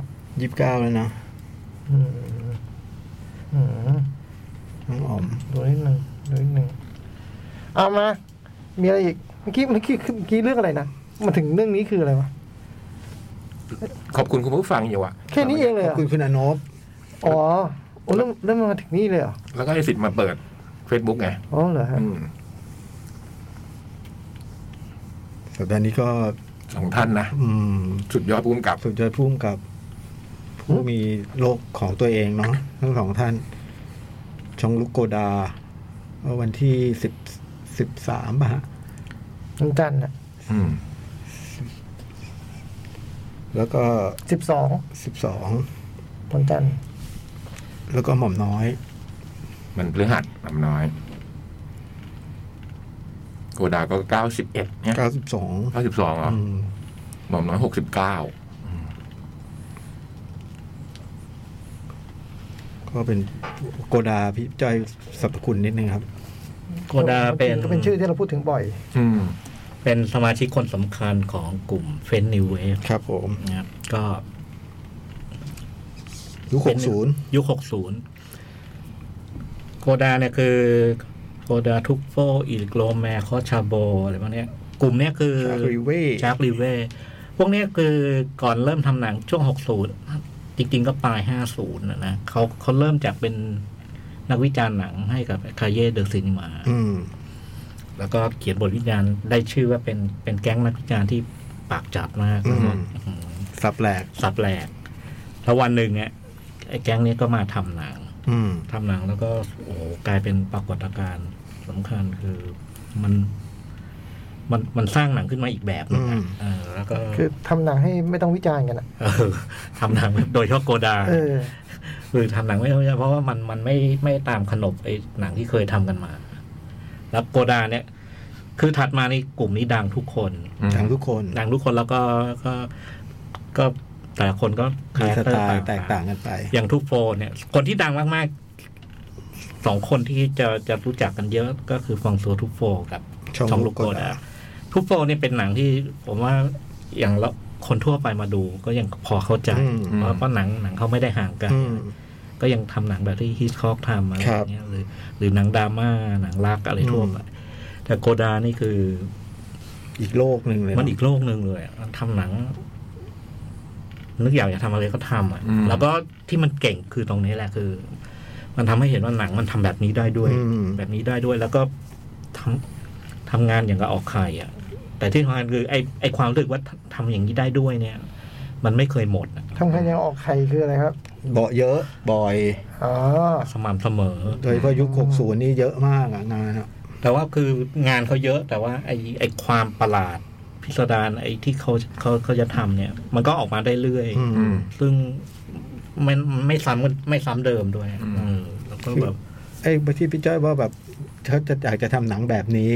Speaker 6: ยี่สิบเก้าแล้วเนาะ
Speaker 2: อืมอืม
Speaker 6: น้องอ๋อม
Speaker 2: ดูนิดหนึ่งดูนิดหนึ่งเอามา มีอะไรอีกเมื่อกี้เมื่อกี้เมื่อกี้เรื่องอะไรนะมาถึงเรื่องนี้คืออะไรวะ
Speaker 4: ขอบคุณคุณผู้ฟังอยู่อะ
Speaker 2: แค่นี้เองเลย
Speaker 6: ข
Speaker 2: เห
Speaker 6: อ
Speaker 2: ร
Speaker 6: บ
Speaker 2: อ
Speaker 6: คุณคุณอนบ
Speaker 2: อ๋อโอ้เรื่องเรื่องมันมาถึงนี่เลยเหรอ
Speaker 4: แล้วก็ให้สิทธิ์มาเปิด Facebook ไง
Speaker 2: อ๋อเหรอฮะ
Speaker 4: อืม
Speaker 6: สัปดาห์นี้ก็
Speaker 4: สองท่านนะ
Speaker 6: อืม
Speaker 4: สุดยอดภูมิกับ
Speaker 6: สุดยอดพุ่มกับ ผู้มีโลกของตัวเองเนาะทั้งสองท่าน ชองลุกโกดาเมื่อวันที่สิบสิบสามป่ะฮะ
Speaker 2: วันจันทร์อ่ะ
Speaker 4: อืม
Speaker 6: แล้วก็
Speaker 2: สิบสอง
Speaker 6: สิบสอง
Speaker 2: วันจันทร์
Speaker 6: แล้วก็หม่อมน้อย
Speaker 4: มันพฤหัสลำน้อย โกดาก็เก้าสิบเอ็ดเนี่ย
Speaker 6: เก้าสิบสอง
Speaker 4: เก้าสิบสองเหรอหม่อมน้อยหกสิบเก้า
Speaker 6: ก็เป็นโกดาพี่จอยสรรพคุณนิดนึงครับ
Speaker 5: โกดาเป็น
Speaker 2: ก็เป็นชื่อที่เราพูดถึงบ่อย
Speaker 4: อืม
Speaker 5: เป็นสมาชิกคนสำคัญของกลุ่มเฟนนิวเวฟ
Speaker 6: ครับผม
Speaker 5: นะครับก็
Speaker 6: ยุคหกศูนย์
Speaker 5: ยุคหกศูนย์โกดาเนี่ยคือโกดาทุกโฟอีลโกลแมคอชาโบอะไรพวกเนี้ยกลุ่มเนี้ยคือ
Speaker 6: ชาคริเว่
Speaker 5: ชาร์คลีเว่พวกเนี้ยคือก่อนเริ่มทำหนังช่วง 60 จริง ๆ ก็ปลาย 50นะนะเขาเขาเริ่มจากเป็นนักวิจารณ์หนังให้กับคาเย่เดอะซินิมา
Speaker 6: อืม
Speaker 5: แล้วก็เขียนบทวิจารณ์ได้ชื่อว่าเป็นเป็นแก๊งนักวิจารณ์ที่ปากจัดมาก
Speaker 6: อืม
Speaker 5: แล้วก็อื้อหือ
Speaker 6: สับแหลก
Speaker 5: สับแหลกแล้ววันหนึ่งเนี่ยไอ้แก๊งเนี้ยก็มาทำหนัง
Speaker 6: อืม
Speaker 5: ทำหนังแล้วก็โอ้โหกลายเป็นปรากฏการณ์สำคัญคือมันมันมันสร้างหนังขึ้นมาอีกแบบหนึง
Speaker 6: อื
Speaker 5: อะ
Speaker 6: ม
Speaker 5: เออแล้วก็
Speaker 2: คือทำหนังให้ไม่ต้องวิจารณ์กันอ่ะ
Speaker 5: เออทำหนังโดยเฉพาะโกดา
Speaker 2: เออ
Speaker 5: คือทำหนังไม่ใช่เพราะว่ามันมันไม่ไม่ตามขนบไอ้หนังที่เคยทำกันมา แล้วโกดาเนี่ย คือถัดมาในกลุ่มนี้ดังทุกคน
Speaker 6: ทั้งทุกคน
Speaker 5: ดังทุกคนแล้วก็ก็ก็แต่ละคนก็คา
Speaker 6: มี
Speaker 5: แรค
Speaker 6: ส
Speaker 5: เตอ
Speaker 6: ไต
Speaker 5: ร์
Speaker 6: ล์แตกต่างกันไป
Speaker 5: อย่างทุกโฟนเนี่ย คนที่ดังมากๆสองคนที่จะจะรู้จักกันเยอะก็คือฟองซัวทุกโฟกับ
Speaker 6: ช่อง
Speaker 5: ช่อง
Speaker 6: ลู
Speaker 5: ลู
Speaker 6: ก
Speaker 5: ก
Speaker 6: ก
Speaker 5: ก
Speaker 6: ด
Speaker 5: ด
Speaker 6: อะ
Speaker 5: อะทุกโฟเนี่ยเป็นหนังที่ผมว่าอย่างละคนทั่วไปมาดูก็ยังพอเข้าใจ
Speaker 6: อืม
Speaker 5: เพราะเพราะหนังหนังเขาไม่ได้ห่างกัน
Speaker 6: อืม
Speaker 5: ก็ยังทำหนังแบบที่ฮิตคอกทำอะไร
Speaker 6: ค
Speaker 5: อ
Speaker 6: รับ
Speaker 5: ย่างเงี้ยหรือหรือหนังดราม่าหนังรักอะไรทั่วไปแต่โกดานี่คือ
Speaker 6: อีกโลกหนึ่งเลยเะ
Speaker 5: มันอีกโลกหนึ่งเลยอะมันทำหนัง นึกอยากจะทำอะไรก็ทำอ่ะ
Speaker 4: อืม
Speaker 5: แล้วก็ที่มันเก่งคือตรงนี้แหละคือ มันทำให้เห็นว่าหนังมันทำแบบนี้ได้ด้วย
Speaker 6: อืม
Speaker 5: แบบนี้ได้ด้วย แล้วก็ทำทำงานอย่างกับออกไข่อ่ะ แต่ที่สำคัญคือไอไอความรู้สึกว่าทำอย่างนี้ได้ด้วยเนี่ย มันไม่เคยหมดอะ
Speaker 2: ทำกันยังออกไข่คืออะไรครับ
Speaker 6: เบาะเยอะบ่อย
Speaker 2: อ๋อ
Speaker 5: สม่ำเสมอ
Speaker 6: โดยเฉพาะยุค60นี่เยอะมากอะงานอะ
Speaker 5: แต่ว่าคืองานเขาเยอะแต่ว่าไอไอความประหลาด พิสดารไอที่เขาเขาเขาจะทำเนี่ย มันก็ออกมาได้เรื่อย
Speaker 6: อืม
Speaker 4: อืม
Speaker 5: ซึ่งมันไม่ซ้ำกันไม่ซ้ำเดิมด้วย
Speaker 4: อืม
Speaker 5: เออแล้วก็แบบ
Speaker 6: ไอ้ที่พี่จ้อยว่าแบบเขาจะอยากจะทำหนังแบบนี้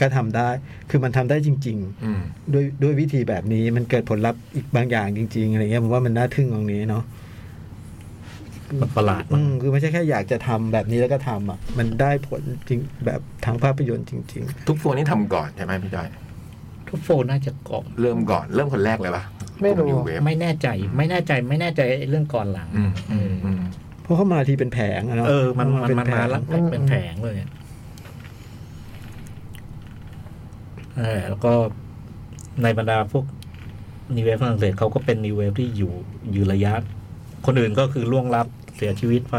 Speaker 6: ก็ทำได้ คือมันทำได้จริง
Speaker 4: อืม
Speaker 6: ๆ ด้วยด้วยวิธีแบบนี้มันเกิดผลลัพธ์อีกบางอย่างจริง ๆอะไรเงี้ยผมว่ามันน่าทึ่งตรงนี้เนาะ
Speaker 5: มันประหลาด
Speaker 6: อื
Speaker 5: มาก
Speaker 6: มคือไม่ใช่แค่อยากจะทำแบบนี้แล้วก็ทำอ่ะ มันได้ผลจริงแบบทางภาพยนตร์จริง
Speaker 4: ทุกโฟนนี่ทำก่อนใช่ไหมพี่จอย
Speaker 5: ทุกโฟนน่าจะกรอบ
Speaker 4: เริ่มก่อน เริ่มคนแรกเลยปะ
Speaker 2: ไม่รู้
Speaker 4: กลุ่ยูเวฟ
Speaker 5: ไม่แน่ใจ ไม่แน่ใจไม่แน่ใจไอ้เรื่องก่อนหลัง
Speaker 4: อืมอืมอืม
Speaker 6: ๆ เพราะเข้ามาทีเป็นแผงะเนาะ
Speaker 5: เออ มันมัน
Speaker 6: เป็
Speaker 5: มัน
Speaker 6: แผ
Speaker 5: มาง แล้วเป็นแผงเลยเออแล้วก็ในบรรดาพวกนิเวศฝรั่งเศสเขาก็เป็นนิเวศที่อยู่อยู่ระยะ คนอื่นก็คือล่วงลับเสียชีวิตไป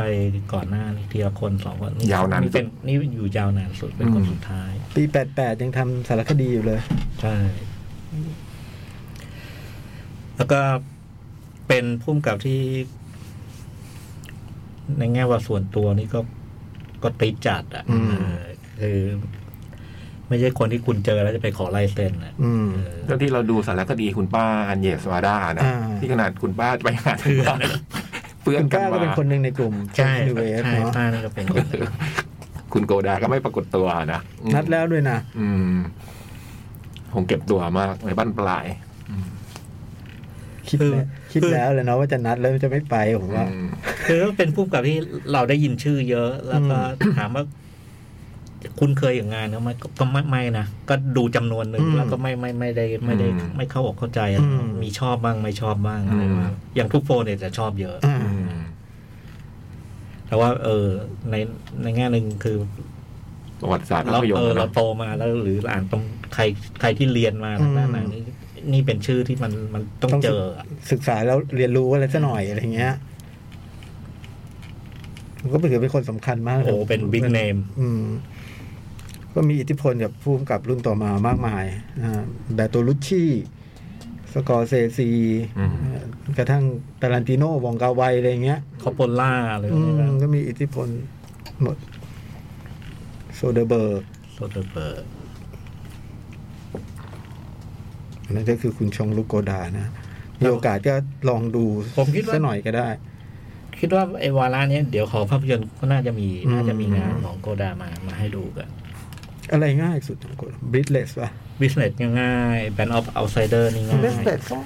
Speaker 5: ก่อนหน้านี้ทีละคนสองคนนี่เป็นนี่อยู่ยาวนานสุดเป็นคนสุดท้าย
Speaker 6: ปี 88 ยังทำสารคดีอยู่เลย
Speaker 5: ใช่ แล้วก็เป็นพุ่มกับที่ ในแง่ว่าส่วนตัวนี่ก็ก็ติดจัดอ่ะ
Speaker 6: อืม
Speaker 5: เออคือไม่ใช่คนที่คุณเจอแล้วจะไปขอลายเซ็นอ่ะ
Speaker 6: อืม
Speaker 5: เออ
Speaker 4: ก็ที่เราดูสารคดีคุณป้าอันเยสวาดานะ
Speaker 6: อ่า
Speaker 4: ที่ขนาดคุณป้าไปหาเพื่อนเพื่อน
Speaker 6: คุณ
Speaker 4: กัน
Speaker 6: ป้าก็
Speaker 4: มา
Speaker 6: เป็นคนหนึ่งในกลุ่ม
Speaker 5: ใช่
Speaker 6: นิเวศ
Speaker 5: ใช่
Speaker 6: เนาะ
Speaker 5: ป้านี่ก็เป็นคน
Speaker 4: คุณโกดาก็ไม่ปรากฏตัวนะอืม
Speaker 6: นัดแล้วด้วยนะ
Speaker 4: อืมคงเก็บตัวมากในบ้านปลาย
Speaker 6: คิด
Speaker 5: คือ
Speaker 6: แล้วคิด
Speaker 5: คือ
Speaker 6: แล้วเลยเนาะว่าจะนัดแล้วจะไม่ไปผมว่า
Speaker 4: อืม
Speaker 5: คือเป็นพุ่มกับที่เราได้ยินชื่อเยอะ แล้วก็ถามว่าคุณเคยอย่างงานเขาไหมก็ก็ไม่ไม่นะก็ดูจำนวนหนึ่ง
Speaker 6: อืม
Speaker 5: แล้วก็ไม่ไม่ไม่ได้ไม่ได้ไม่เข้าอกเข้าใจอะ
Speaker 6: อืม
Speaker 5: มีชอบบ้างไม่ชอบบ้างอะไรบ้างอย่างทุกโฟนเนี่ยจะชอบเยอะ
Speaker 6: อ่า
Speaker 4: อืม
Speaker 5: แต่ว่า เออ ในในแง่หนึ่งคือ
Speaker 4: ประวัติศาสตร์ภา
Speaker 5: เรา
Speaker 4: พยนต
Speaker 5: เอ
Speaker 4: ร์
Speaker 5: อ
Speaker 4: นะ
Speaker 5: เราโตมาแล้ว หรืออ่านตรงใครใครที่เรียนมา
Speaker 6: อืม
Speaker 5: ทางด้านนั้นนี่นี่เป็นชื่อที่มันมันต้องเจออะ
Speaker 6: ศึกษาแล้วเรียนรู้อะไรซะหน่อยอะไรเงี้ยผมก็ถือเป็นคนสำคัญมาก
Speaker 5: โอ้เป็น big name
Speaker 6: อืม ก็มีอิทธิพลกับผู้กำกับรุ่นต่อมามากมายอ่าแบร์โตลุชชี่สกอร์เซซี
Speaker 4: อืม
Speaker 6: กระทั่งตารันติโนวองกาไวอะไรเงี้ย
Speaker 5: คอปโปล่าอะไร
Speaker 6: อื
Speaker 5: นี่
Speaker 6: ม
Speaker 5: นะ
Speaker 6: ก็มีอิทธิพลหมดโซเดอร์เบิร์ก
Speaker 5: โซเดอร์เบิร์ก
Speaker 6: อันนั่นก็คือคุณชองลุกโกดานะมีโอกาสก็ลองดู
Speaker 5: ผมคิดว่า
Speaker 6: ซะหน่อยก็ได้
Speaker 5: คิดว่าไอ้วาระเนี้ยเดี๋ยวขอภาพยนตร์ก็น่าจะมี
Speaker 6: อืม
Speaker 5: น่าจะมีงานของโกดามามาให้ดูกัน
Speaker 6: อะไรง่ายสุดของโกดบริดเลสป่ะ
Speaker 5: บิสเนสง่ายๆ Band of Outsider นี่ง่าย
Speaker 2: เบสเตดก็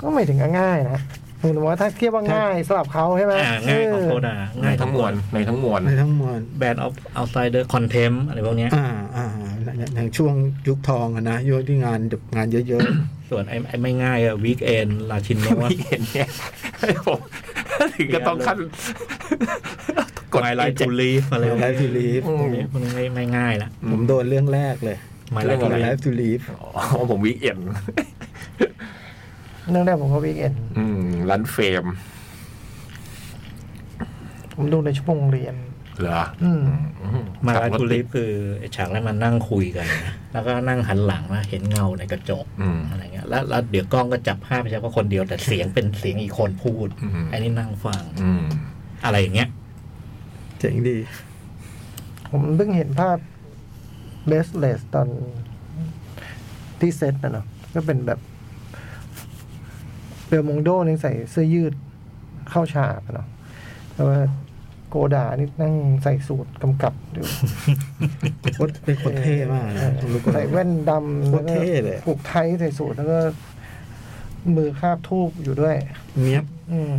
Speaker 2: ก็ไม่ถึงกับง่ายนะหรือว่าถ้าเทียบว่าง่ายสำหรับเขาใช่ไหม
Speaker 5: อ่าง่ายของโกดา
Speaker 4: ใน
Speaker 5: ง่าย
Speaker 4: ทั้งมวลในทั้งมวล
Speaker 6: ในทั้งมวล
Speaker 5: Band of Outsider Contempt อะไรพวกเนี้ย
Speaker 6: อ่าอ่าอย่างช่วงยุคทองอะนะยุคที่งานแบบงานเยอะ
Speaker 5: ส่วนไอ้ไอ้ไม่ง่ายอะ Weekend ลาชินโนว
Speaker 4: พี่เห็นเนี่ย ผมถึงก็ต้องขั้น กด
Speaker 5: My Life to Live
Speaker 6: ๆ
Speaker 5: อะไรพวก
Speaker 6: ไล
Speaker 5: เนี้ย
Speaker 6: ฟ์ทูลีฟ
Speaker 4: อื
Speaker 5: พว
Speaker 4: ม
Speaker 5: กนี้พวกนี้ไม่ไม่ง่ายละ
Speaker 6: ผมโดนเรื่องแรกเลย
Speaker 5: My
Speaker 4: เรื่อง
Speaker 5: Life
Speaker 4: อะ
Speaker 5: to
Speaker 4: ไร
Speaker 6: ไล
Speaker 5: Live
Speaker 6: ฟ์ทูลีฟ
Speaker 4: อ๋อผมวิกเอ็น
Speaker 2: เรื่องแรกผมก็วิกเอน
Speaker 4: อืมรันเฟรม
Speaker 2: ผมดูในชั่วโมงเรียน
Speaker 4: เหรอ
Speaker 2: อืม
Speaker 4: อืม
Speaker 5: My Life to Live คือไอ้ฉากแรกมันนั่งคุยกันนะแล้วก็นั่งหันหลังนะเห็นเงาในกระจก
Speaker 4: อืม
Speaker 5: อะไรเงี้ยแล้วแล้วเดี๋ยวกล้องก็จับภาพไม่ใช่ว่าคนเดียวแต่เสียงเป็นเสียงอีกคนพูด
Speaker 4: อืม
Speaker 5: อันนี้นั่งฟัง
Speaker 4: อืม
Speaker 5: อะไรอย่างเงี้ย
Speaker 6: เจ๋งดี
Speaker 2: ผมเพิ่งเห็นภาพเบสเลสตอนที่เซตนะเนาะก็เป็นแบบเบลมงโดนี่ใส่เสื้อยืดเข้าฉากอะเนาะแต่ว่าโกดานี่นั่งใส่สูตรกำกับอยู่
Speaker 6: โคตรเป็นคนเท่มากนะชองลุกโก
Speaker 2: ใส่
Speaker 6: ดา
Speaker 2: แว่นดำ
Speaker 6: โค
Speaker 2: แล้วก็
Speaker 6: ตรเท่เลย
Speaker 2: ผูกไทยใส่สูตรแล้วก็ มือคาบทูบอยู่ด้วย
Speaker 6: เนี้ยบ
Speaker 2: อืม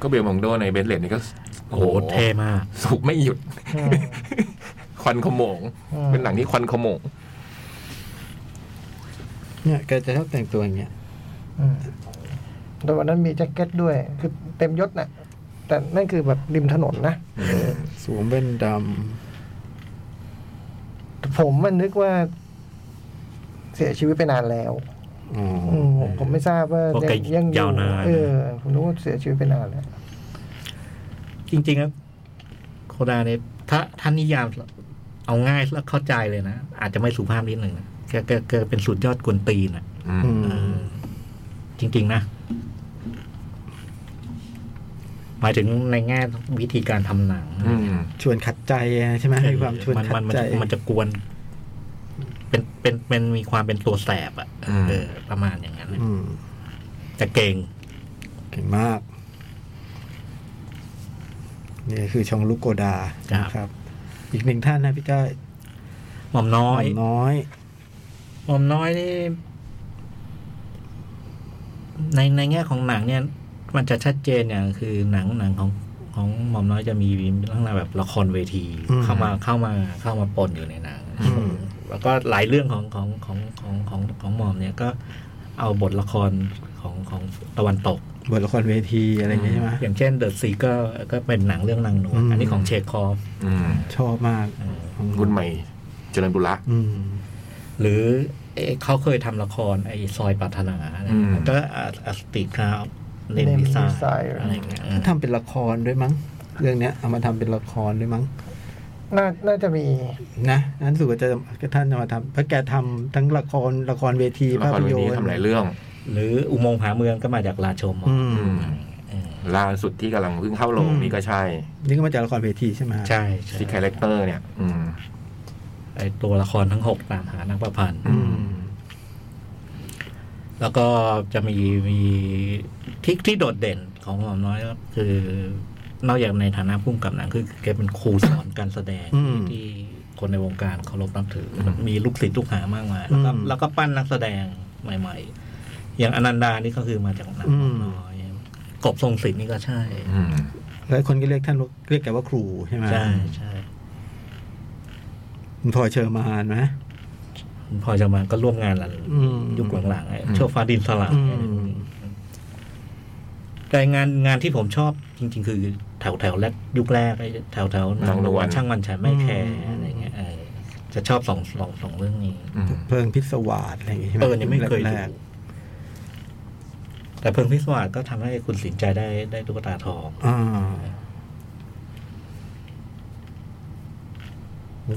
Speaker 4: ก็เบลมองโดในเบนเลนนี่ก็
Speaker 5: โอ้โหเท่มาก
Speaker 4: สูบไม่หยุด
Speaker 2: อืม
Speaker 4: ควันขโมง
Speaker 2: อืม
Speaker 4: เป็นหนังที่ควันขโมง
Speaker 6: เนี่ยแกจะชอบแต่งตัวอย่างเงี้ย
Speaker 2: อืมแต่วันนั้นมีแจ็คเก็ตด้วย คือเต็มยศน่ะ แต่นั่นคือแบบริมถนนนะ
Speaker 6: สวมแว่นด
Speaker 2: ผมมันนึกว่า เสียชีวิตไปนานแล้ว
Speaker 6: อ๋อ
Speaker 2: อืมผมผมไม่ทราบว่า
Speaker 5: เพราะแก
Speaker 2: ยังอย
Speaker 5: าวนาน
Speaker 2: เออผมรู้ว่าเสียชีวิตไปนานแล้ว
Speaker 5: จริงๆครับโคดาเนี่ยถ้าท่านนิยามเอาง่ายแล้วเข้าใจเลยนะ อาจจะไม่สุภาพนิดหนึ่งนะแกแกแกเป็นสุดยอดกวนตีนอ่ะ
Speaker 4: อืม
Speaker 6: อืม
Speaker 5: จริง ๆ นะ หมายถึงในแง่วิธีการทำหนัง
Speaker 4: อืม
Speaker 6: ชวนขัดใจใช่ไหมให้ความชวน
Speaker 5: มัน
Speaker 6: ขั
Speaker 5: มั
Speaker 6: ด
Speaker 5: นมัน
Speaker 6: ใจ
Speaker 5: จะมันจะกวน เป็นเป็นเป็นมีความเป็นตัวแสบอ่ะเออ ประมาณอย่างนั้นน่ะ
Speaker 6: อืม
Speaker 5: แต่เก่ง
Speaker 6: เก่งมาก นี่คือชองลูกโกดา
Speaker 5: ครับ
Speaker 6: นะครับ อีกหนึ่งท่านนะพี่ก้อย
Speaker 5: หม่อมน้
Speaker 6: ห
Speaker 5: อ
Speaker 6: ม่อย มน้อย
Speaker 5: หม่อมน้อยนี่ในในแง่ของหนังเนี่ย มันจะชัดเจนอย่างคือหนังหนังของของหม่อมน้อยจะมีลักษณะแบบละครเวที
Speaker 6: อืม
Speaker 5: เข้ามาเข้ามาเข้ามาปนอยู่ในหนัง
Speaker 6: อืม
Speaker 5: แล้วก็หลายเรื่องของของของของของของหม่อมเนี่ยก็เอาบทละครของของตะวันตก
Speaker 6: บทละครเวทีอะไรอย่างเงี้ยใช่ไหม
Speaker 5: อย่างเช่นเดอะซีก็ก็เป็นหนังเรื่องนางนวล
Speaker 6: อืม
Speaker 5: อันนี้ของเชคคอฟ
Speaker 4: อืม
Speaker 6: ชอบมาก
Speaker 5: อืม
Speaker 6: อื
Speaker 4: รุ่นใหม่ เจริญบุระ
Speaker 6: อืม
Speaker 5: หรือเอ๊ะเขาเคยทำละครไอ้ซอยปรารถนาเนี่ย
Speaker 4: อืม
Speaker 5: ก็อ่ะอัสติคราวเน
Speaker 2: Name
Speaker 5: มิซา
Speaker 2: Desire
Speaker 5: อะไรอย่างเงี้ย
Speaker 6: ทำเป็นละครด้วยมั้ง เรื่องเนี้ยเอามาทำเป็นละครด้วยมั้ง
Speaker 2: น่าน่าจะมี
Speaker 6: นะนั้นสุดจะท่านจะมาทำเพราะแกทำทั้งละครละครเวที
Speaker 4: ละ
Speaker 6: ภา
Speaker 4: ค
Speaker 6: พ
Speaker 4: รเวย ที
Speaker 6: นตร์
Speaker 4: ทำหลายเรื่อง
Speaker 5: หรืออุโมงค์ผาเมืองก็มาจากราชม
Speaker 6: อืม
Speaker 4: อืมล่าสุดที่กำลังเพิ่งเข้าโรงนี่ก็ใช่
Speaker 6: นี่ก็มาจากละครเวทีใช่ไหม
Speaker 5: ใช่ใช่
Speaker 4: ที่คาแรคเตอร์เนี่ย อืม
Speaker 5: ไอตัวละครทั้งหกตามหานักประพันธ์
Speaker 6: อืม
Speaker 5: แล้วก็จะมีมีที่ที่โดดเด่นของหม่อมน้อยก็คือ นอกจากในฐานะผู้กำกับหนังคือแกเป็นครูสอนการแสดง
Speaker 6: อืม
Speaker 5: ที่คนในวงการเคารพนับถืออ
Speaker 4: ม
Speaker 5: มีลูกศิษย์ลูกหามากมายแล้วก็
Speaker 6: อืม
Speaker 5: แล้วก็ปั้นนักแสดงใหม่ ๆ อย่างอนันดานี่ก็คือมาจากหนังหม่อมน้อยกบทรงศิษย์นี่ก็ใช่
Speaker 4: อืม
Speaker 6: แล้วคนก็เรียกท่านว่าเรียกแกว่าครูใช่ไหม
Speaker 5: ใช่ใช่
Speaker 6: คุณพลอยเชอร์มานไหม
Speaker 5: คุณพลอยจะมาก็ร่วมงานกัน
Speaker 6: อืม
Speaker 5: ยุคหลังๆไอ้
Speaker 4: อืม
Speaker 5: โชคฟ้าดินสลาย
Speaker 6: อืม
Speaker 5: อะไรพวกนี้แต่งานงานที่ผมชอบจริง ๆ คือแถวแถวๆแรกยุคแรกไอ้แถวแถวๆนางนวลช่างมันฉันไม่แคร์อะไรเงี้ยเออจะชอบสองสองสองเรื่องนี้
Speaker 4: อืม
Speaker 6: เพลิงพิศวาสอะไรอย่างงี้ใช่ไหม
Speaker 5: เออเนี่ยไม่เคย
Speaker 6: แร
Speaker 5: ดู
Speaker 6: ก
Speaker 5: แต่เพิ่งพิศวาสก็ทำให้คุณสินใจได้ได้ตุ๊กตาทอง
Speaker 6: ๆอ่า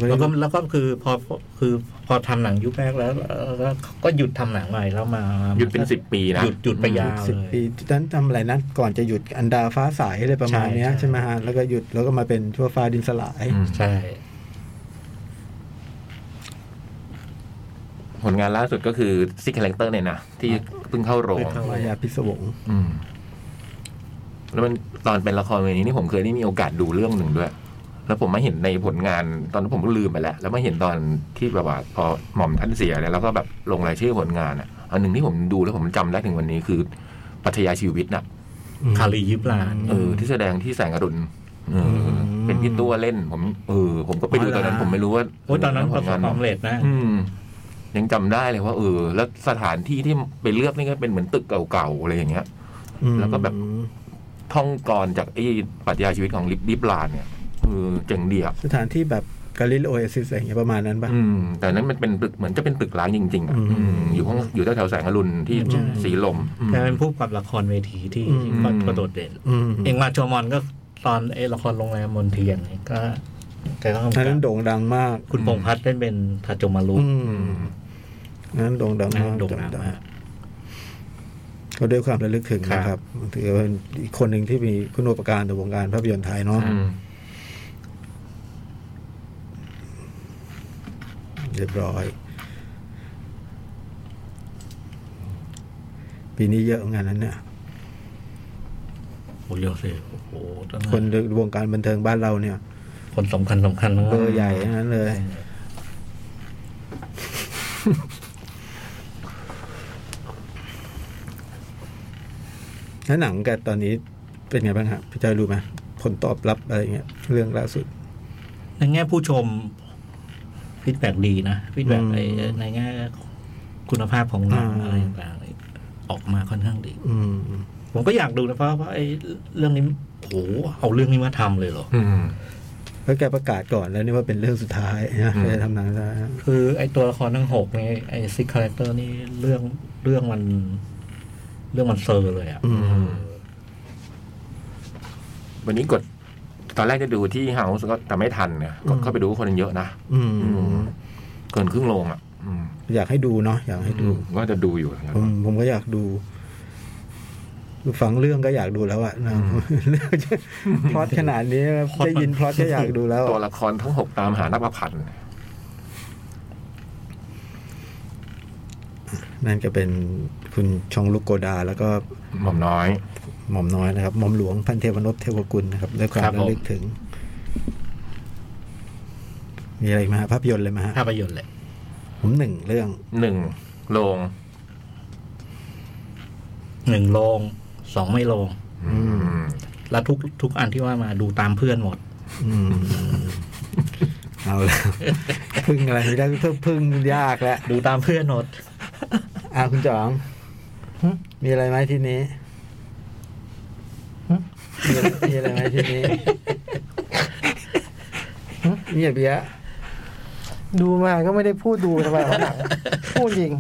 Speaker 5: แล้วก็แล้วก็คือพอคือพอทำหนังยุคแรกแล้วแล้วก็ก็หยุดทำหนังใหม่แล้วมา
Speaker 4: หยุดเป็นสิบปีนะ
Speaker 5: หยุดหยุดไปยาว
Speaker 6: สิบ
Speaker 5: เลย
Speaker 6: ปีนั้นทำอะไรนะก่อนจะหยุดอันดาฟ้าสายอะไรประมาณเนี้ย
Speaker 5: ใช่
Speaker 6: ใช่ไหมฮะแล้วก็หยุดแล้วก็มาเป็นชั่วฟ้าดินสลาย
Speaker 4: อืม
Speaker 5: ใช่
Speaker 4: ผลงานล่าสุดก็คือซิกคาแรคเตอร์เนี่ยนะที่เพิ่งเข้าโรง
Speaker 5: เพิ่งเข้
Speaker 6: มายาพิศวง
Speaker 4: อืม แล้วมันตอนเป็นละครเวทีนี่ผมเคยได้มีโอกาสดูเรื่องหนึ่งด้วย แล้วผมมาเห็นในผลงานตอนนั้นผมก็ลืมไปแล้ว แล้วมาเห็นตอนที่แบบว่าพอหม่อมท่านเสียเนี่ยแล้วก็แบบลงรายชื่อผลงานอ่ะอันหนึ่งที่ผมดูแล้วผมจำได้ถึงวันนี้คือปรัชญาชีวิตน่ะ
Speaker 5: คารียิปลาน
Speaker 4: เออที่แสดงที่แสงอรุณเอออเป็นพี่ตัวเล่น ผมเออ ผมก็ไปดูตอนนั้นผมไม่รู้ว่า
Speaker 5: โอ้ยตอนนั้นประสบความสำเร็จนะ
Speaker 4: อืม ยังจำได้เลยว่าเออ แล้วสถานที่ที่ไปเลือกนี่ก็เป็นเหมือนตึกเก่าๆอะไรอย่างเงี้ย แล้วก็แบบ ท่องกรจากไอ้ปรัชญาชีวิตของลิบลิบลานเนี่ยเออเจ๋งดีอ่ะ
Speaker 6: สถานที่แบบกาลิโอเอซิสอะไรอย่างเงี้ยประมาณนั้นป่ะ
Speaker 4: อืม แต่นั้นมันเป็นตึกเหมือนจะเป็นตึกร้างจริงๆอะ
Speaker 6: อืม
Speaker 4: อืมอยู่ห้องอยู่แถวๆแสงอรุณที่
Speaker 5: ใช่
Speaker 4: สีลมอืม
Speaker 5: แกเป็นผู้กำกับละครเวทีที่
Speaker 6: อืม
Speaker 5: ก็กระโดดเด่น
Speaker 6: อืม
Speaker 5: เองมาโจมอนก็ตอนเอละครโรงแรมมนเทียนเนี่ยก็แกก็กำ
Speaker 6: อันนั้น
Speaker 5: กับ
Speaker 6: โด่งดังมาก
Speaker 5: คุณพงษ์พัฒน์เล่นเป็นทาโจมารุ
Speaker 6: อืมอันนั้นโด่งดัง
Speaker 5: นะ
Speaker 6: มาก
Speaker 5: โด่งดังมาก
Speaker 6: ก็ด้วยความระลึกถึง
Speaker 5: ครับ
Speaker 6: นะครับถือว่าอีกคนหนึ่งที่มีคุณอุปการต่อวงการภาพยนตร์ไทยเนาะ
Speaker 4: อืม
Speaker 6: เรียบร้อย ปีนี้เยอะเหมือนกันนั้นเนี่ย
Speaker 5: โอ้ยเซโอ้โหตั้งแต่
Speaker 6: คนในวงการบันเทิงบ้านเราเนี่ย
Speaker 5: คนสำคัญสำคัญมาก
Speaker 6: เบอร์ใหญ่ทั้งนั้นเลย แล้วหนังแกตอนนี้เป็นไงบ้างฮะพี่จอยรู้ไหมผลตอบรับอะไรเงี้ยเรื่องล่าสุด
Speaker 5: ในแง่ผู้ชมฟีดแบ็ดีนะฟีดแบ็
Speaker 6: อืม
Speaker 5: ไอ้ในแง่คุณภาพของหนัง
Speaker 6: อ่า
Speaker 5: อะไรต่างๆเนี่ยออกมาค่อนข้างดี
Speaker 6: อืม
Speaker 5: ผมก็อยากดูนะเพราะว่าไอ้เรื่องนี้โอ้โหเอาเรื่องนี้มาทำเลยเหรอ
Speaker 4: อืม
Speaker 6: แล้วแกประกาศก่อนแล้วนี่ว่าเป็นเรื่องสุดท้ายนะ
Speaker 4: อืม
Speaker 6: แกทำหนังแล้ว
Speaker 5: คือไอตัวละครทั้งหกในไอซิกคาแรคเตอร์นี่เรื่องเรื่องมัน เรื่องมันเซอร์เลยอ่ะ
Speaker 6: อืม
Speaker 4: วันนี้กด ตอนแรกจะดูที่เฮาส์ก็แต่ไม่ทันเนี่ยกดเข้าไปดูคนเยอะนะ
Speaker 6: อืม
Speaker 4: เกินครึ่งโรงอ่ะ อืม
Speaker 6: อยากให้ดูเนาะอยากให้ดู
Speaker 4: ว่าจะดูอยู่เหมือนกัน
Speaker 6: ผมผมก็อยากดูฟังเรื่องก็อยากดูแล้วอะนะเรื่องจะ พล็อตขนาดนี้นะได้ยินพล็อตก็อยากดูแล้ว
Speaker 4: ตัว
Speaker 6: อะ
Speaker 4: ละครทั้งหกตามหานักประพันธ์
Speaker 6: นั่นก็เป็นคุณชองลุกโกดา แล้วก็
Speaker 4: หม่อมน้อย
Speaker 6: หม่อมน้อยนะครับหม่อมหลวงพันเทพนพเทวกุลนะครับด้วยความ
Speaker 5: ครับผม
Speaker 6: ระลึกถึง มีอะไรอีกไหมฮะภาพยนตร์เลยไหมฮะ
Speaker 5: ภาพยนตร์แหละ
Speaker 6: ผมหนึ่งเรื่อง
Speaker 4: หนึ่งโรง
Speaker 5: หนึ่งโรงสองไม่โรง
Speaker 4: อืม
Speaker 5: แล้วทุกทุกอันที่ว่ามาดูตามเพื่อนหมด
Speaker 6: อืม เอาแล้วพึ่งอะไรไม่ได้เพิ่มพึ่งยากแล้ว
Speaker 5: ดูตามเพื่อนหม ด
Speaker 6: อ่ะคุณจ๋อง
Speaker 2: หึ
Speaker 6: มีอะไรไหมทีนี้มีมีอะไรไหมทีนี้หึเงียบเยอะ
Speaker 2: ดูมาก็ไม่ได้พูดดูทำไมวะ หนังพูดจริง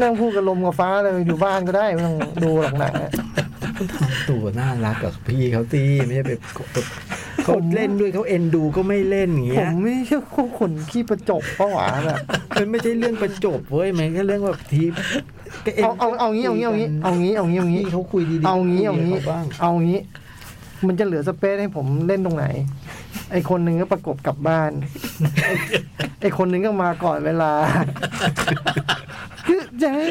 Speaker 2: นั่งพูดกับลมกับฟ้าเลยอยู่บ้านก็ได้ไม่ต้องดูหลังหนังอะ
Speaker 6: ตัวน่ารักกับพี่เขาตีไม่ใช่ไปเขาเล่นด้วยเขาเอ็นดูก็ไม่เล่นอย่าง
Speaker 2: ผ
Speaker 6: เงี้
Speaker 2: ม
Speaker 6: ย
Speaker 2: ไม่ใช่พวกคนขี้ประจบปะหวาแบบ
Speaker 6: มันไม่ใช่เรื่องประจบเว้ยมันก็เรื่องแบบทีก็น
Speaker 2: เอาเอาเอางี้เอางี้เอางี้เอางี้เอางี้เอางี้
Speaker 6: พี่เขาคุยดีๆ
Speaker 2: เอางี้เอางี้
Speaker 6: คุยกับขบ้าง
Speaker 2: เอางี้ มันจะเหลือสเปซให้ผมเล่นตรงไหน ไอคนหนึ่งก็ประกบกลับ บ้าน ไอคนหนึ่งก็มาก่อนเวลา คือจะให้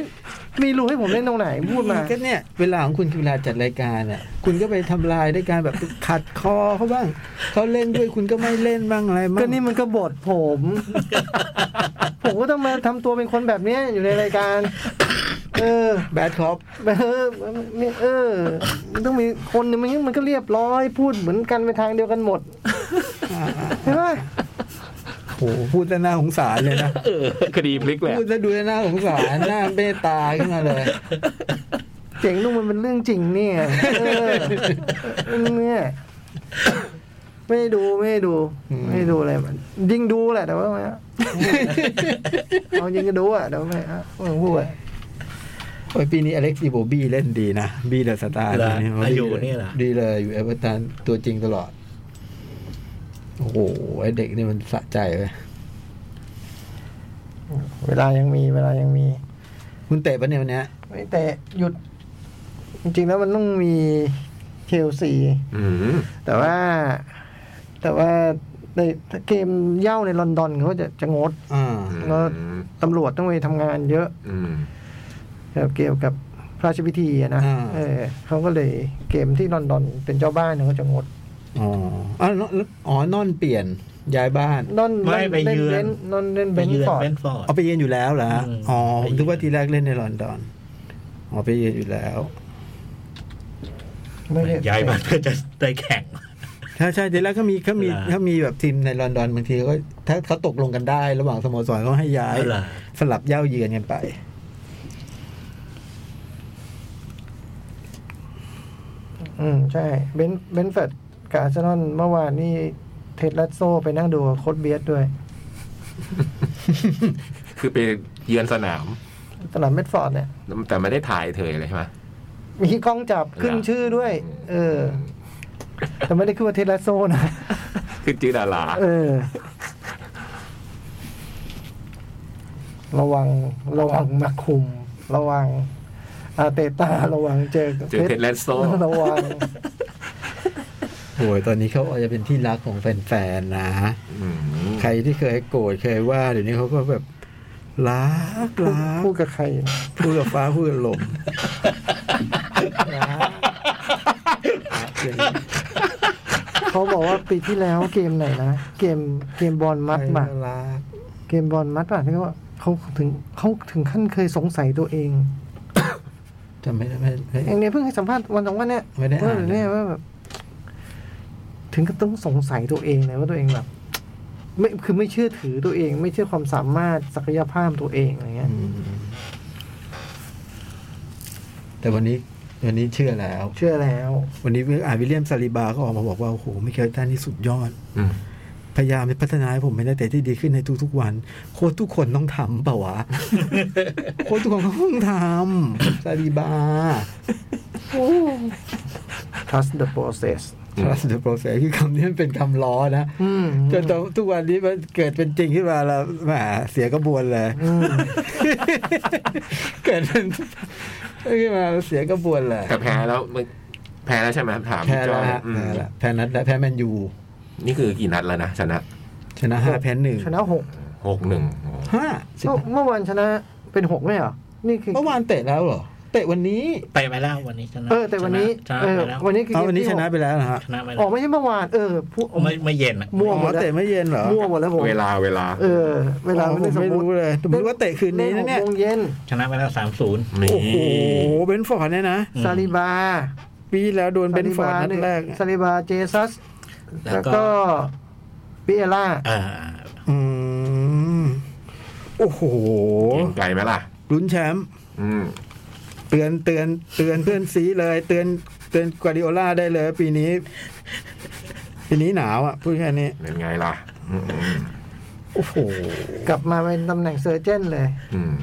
Speaker 2: มีรูให้ผมเล่นตรงไหนพูดมา
Speaker 6: ก็เนี่ยเวลาของคุณคือเวลาจัดรายการอ่ะ คุณก็ไปทำลายด้วยการแบบขัดคอเขาบ้างเขาเล่นด้วยคุณก็ไม่เล่นบ้างอะไรบ้าง
Speaker 2: ก็นี่มันก็บทผม ผมก็ต้องมาทำตัวเป็นคนแบบเนี้ยอยู่ในรายการ เออ
Speaker 6: แบดคอป
Speaker 2: เออเออ มันต้องมีคนหนึ่งมันมันก็เรียบร้อย พูดเหมือนกันไปทางเดียวกันหมด ใช่ไหม
Speaker 6: โหพูดแล้วน่าสงสารเลยนะ
Speaker 4: เออ คดีพลิกแหละ
Speaker 6: พูดแล้วดูแล้วน่าสงสารหน้าเมตตาขึ้นมาเลย
Speaker 2: เจ๋งนุ่งมันเป็นเรื่องจริงเนี่ยเออเนี่ยไม่ได้ดูไม่ได้ดู
Speaker 6: อืม
Speaker 2: ไม่ได้ดูอะไรมันยิงดูแหละแต่ว่า ไม่เอายิงก็ดูอ่ะแต่ว่าไม่เอาไม่ต้องพูดอะ
Speaker 6: โอ้ยปีนี้อเล็กซ์ดีโบบี้เล่นดีนะบี้เดอะสตาร์
Speaker 5: เหรอ
Speaker 6: ปี
Speaker 5: อายุ
Speaker 6: ดีล
Speaker 5: เนี่ยเหรอ
Speaker 6: ดีเลยอยู่เอเวอร์ตันตัวจริงตลอด โอ้โหไอ้เด็กนี่มันสะใจเลย
Speaker 2: เวลายังมีเวลายังมี
Speaker 6: คุณเตะปะเนี่ยวันเนี้ย
Speaker 2: ไม่แต่หยุด จริงๆแล้วมันต้องมีเทลซี
Speaker 4: อืม
Speaker 2: แต่ว่าแต่ว่าในถ้าเกมเหย่าในลอนดอนเขาจะจะงด
Speaker 6: อ่า
Speaker 2: แล้ว ตำรวจต้องไปทำงานเยอะ
Speaker 4: อืม
Speaker 2: เกี่ยวกับพระราชพิธีอะนะเออเขาก็เลยเกมที่ลอนดอนเป็นเจ้าบ้านเนี่ยเขาจะงด
Speaker 6: อ๋ออ๋อแล้วอ๋อนอนเปลี่ยนย้ายบ้าน
Speaker 2: นอน
Speaker 5: ไม่
Speaker 2: เล่น
Speaker 5: ไป
Speaker 2: เล่น
Speaker 5: เยือน
Speaker 2: เบนซ์นอนเล่นเบ
Speaker 5: ไป
Speaker 2: น
Speaker 5: ยืน
Speaker 2: ฟอร์ด
Speaker 5: เบนฟอร์ด
Speaker 6: เอาไปเยือนอยู่แล้วเหรอฮะ
Speaker 5: อืม
Speaker 6: อ๋อผมนึกว่าทีแรกเล่นในลอนดอน อ๋อไปเยือนอยู่แล้ว
Speaker 2: ไม่ได้
Speaker 5: ย้ายมาเพื่อจะได้แข่ง
Speaker 6: ใช่ใช่ทีแรกก็มีก็มี
Speaker 5: เหรอ
Speaker 6: ถ้ามีแบบทีมในลอนดอนบางทีก็ถ้าเขาตกลงกันได้ ระหว่างสโมสรก็ให้ย้าย
Speaker 5: เอาล่ะ
Speaker 6: สลับเย้าเยือนกันไป
Speaker 2: อืมใช่เบนเบนฟอร์ดกับอาร์เซนอลเมื่อวานนี่เท็ดลัตโซไปนั่งดูกับโค้ดเบียสด้วย
Speaker 4: คือไปเยือนสนาม
Speaker 2: สนามเบนฟอร์ดเนี่ย
Speaker 4: แต่ไม่ได้ถ่ายเธอเลยใช่ไหม
Speaker 2: มีกล้องจับขึ้น
Speaker 4: เหรอ
Speaker 2: ชื่อด้วย เออ แต่ไม่ได้ขึ้นว่าเท็ดลัตโซนะ
Speaker 4: คือจื้อดารา
Speaker 2: เออ ระวังระวังมาคุม ระวัง อาเตต้าระวังเจอกับ
Speaker 4: เจอเท็ดแลนโซ
Speaker 2: ระวัง
Speaker 6: โอ้ยตอนนี้เขาอาจจะเป็นที่รักของแฟนๆนะ
Speaker 4: อืม
Speaker 6: ใครที่เคยโกรธเคยว่าเดี๋ยวนี้เขาก็แบบรัก
Speaker 2: พูด
Speaker 6: รัก
Speaker 2: พูดกับใครนะ
Speaker 6: พูดกับฟ้าพูดกับลมรัก
Speaker 2: เขาบอกว่าปีที่แล้วเกมไหนนะเกมเกมบอลมัดป่ะ
Speaker 6: ใครรัก
Speaker 2: เกมบอลมัดป่ะที่เขาว่าเขาถึงเขาถึงขั้นเคยสงสัยตัวเอง
Speaker 6: จำไม่ได้ไม่ไม่
Speaker 2: อย่างเนี้ยเพิ่งให้สัมภาษณ์วันสองวันเนี้ย
Speaker 6: ไม่ได้อ่าน
Speaker 2: ว่าเนี่ยว่าแบบถึงก็ต้องสงสัยตัวเองเลยว่าตัวเองแบบ ไม่คือไม่เชื่อถือตัวเอง ไม่เชื่อความสามารถศักยภาพตัวเองอะไรเงี้ย
Speaker 6: อืมแต่วันนี้ อันนี้เชื่อแล้ว
Speaker 2: เชื่อแล้ว
Speaker 6: วันนี้อาวิลเลียมซาลิบาก็ออกมาบอกว่า โอ้โหมิเคิลตันนี่สุดยอด
Speaker 4: อืม
Speaker 6: พยายามจะพัฒนาให้ผมเป็นนักเตะที่ดีขึ้นในทุกๆวัน โค้ชทุกคนต้องทำเปล่า วะ โค้ชทุกคนเขาต้องทำซาลิบา
Speaker 2: trust the process
Speaker 6: trust the process คือคำนี้มันเป็นคำล้อนะ
Speaker 2: อืม
Speaker 6: จนทุกวันนี้มันเกิดเป็นจริงขึ้นมาแล้วแหมเสียกระบวนเลย
Speaker 2: อืม
Speaker 6: เกิดเป็นขึ้นมาเสียกระบวนเลย
Speaker 4: แต่แพ้แล้วมึงแพ้แล้วใช่ไหมถาม
Speaker 6: แพ้
Speaker 4: พี่จ
Speaker 6: แล้
Speaker 4: อ
Speaker 6: วย ฮะ
Speaker 4: อืม
Speaker 6: แพ้แล้วแพ้นัดแล้วแพ้แมนยู
Speaker 4: นี่คือกี่นัดแล้วนะชนะ
Speaker 6: ชนะห้า
Speaker 2: หก
Speaker 6: แพ้หนึ่ง
Speaker 2: ชนะหก
Speaker 4: หกหนึ่ง
Speaker 6: ห้าสิบ
Speaker 2: เอ้าเมื่อวานชนะเป็นหกไหมเหรอนี่คือ
Speaker 6: เมื่อวานเตะแล้วเหรอ เตะวันนี้
Speaker 5: ไปไปแล้ววันนี้ชนะ
Speaker 2: เออแต่วันนี้
Speaker 5: ชนะ
Speaker 2: เอ
Speaker 5: ช
Speaker 2: อ
Speaker 5: นะไปแล้ว
Speaker 2: วันนี้คือ
Speaker 6: เอาวันนี้
Speaker 2: ที่
Speaker 6: ชนะ
Speaker 2: หก
Speaker 6: ไปแล้วนะฮะ
Speaker 5: ชนะไปแล้
Speaker 2: อ๋อ
Speaker 5: ว
Speaker 2: ไม่ใช่เมื่อวานเออผู้
Speaker 5: ไม่ไม่เย็นอะ
Speaker 2: มั่ว
Speaker 6: อ๋อเตะไม่เย็นเหรอ
Speaker 2: มั่วหมดแล้วผม
Speaker 4: เวลาเวลา
Speaker 2: เออ เวลา
Speaker 6: อ๋อผมไม่
Speaker 2: สติ
Speaker 6: รู้เลยผมนึกว่าเตะคืนนี้นะเนี่ย
Speaker 2: ล่หกโมงเย็น
Speaker 5: ชนะไปแล้วสามศูนย์
Speaker 4: นี่
Speaker 6: โอ้โห เบนฟอร์ดเนี่ยนะ
Speaker 2: ซาลิบา
Speaker 6: ปีที่แล้วโดนเบนฟอร์
Speaker 2: ซา
Speaker 6: ดนั
Speaker 2: ลิ
Speaker 6: ด
Speaker 2: บา
Speaker 6: แรก
Speaker 2: ซาลิบาเจซัส
Speaker 5: แล้วก็
Speaker 2: แล้วก็ปิเอล่า
Speaker 5: อ่า
Speaker 6: อืมโอ้โห
Speaker 4: เก่งไกลไหมล่ะ
Speaker 6: ลุ้นแชมป์
Speaker 4: อืม
Speaker 6: เตือนเตือนเตือนเพื่อนซีเลย เตือนเตือนกัวดิโอล่าได้เลย ปีนี้ ปีนี้หนาวอ่ะพูดแค่นี้
Speaker 4: เป็นไงล่ะ อืม
Speaker 6: โอ้โห
Speaker 2: กลับมาเป็นตำแหน่งเซอร์เจนเลย
Speaker 4: อืม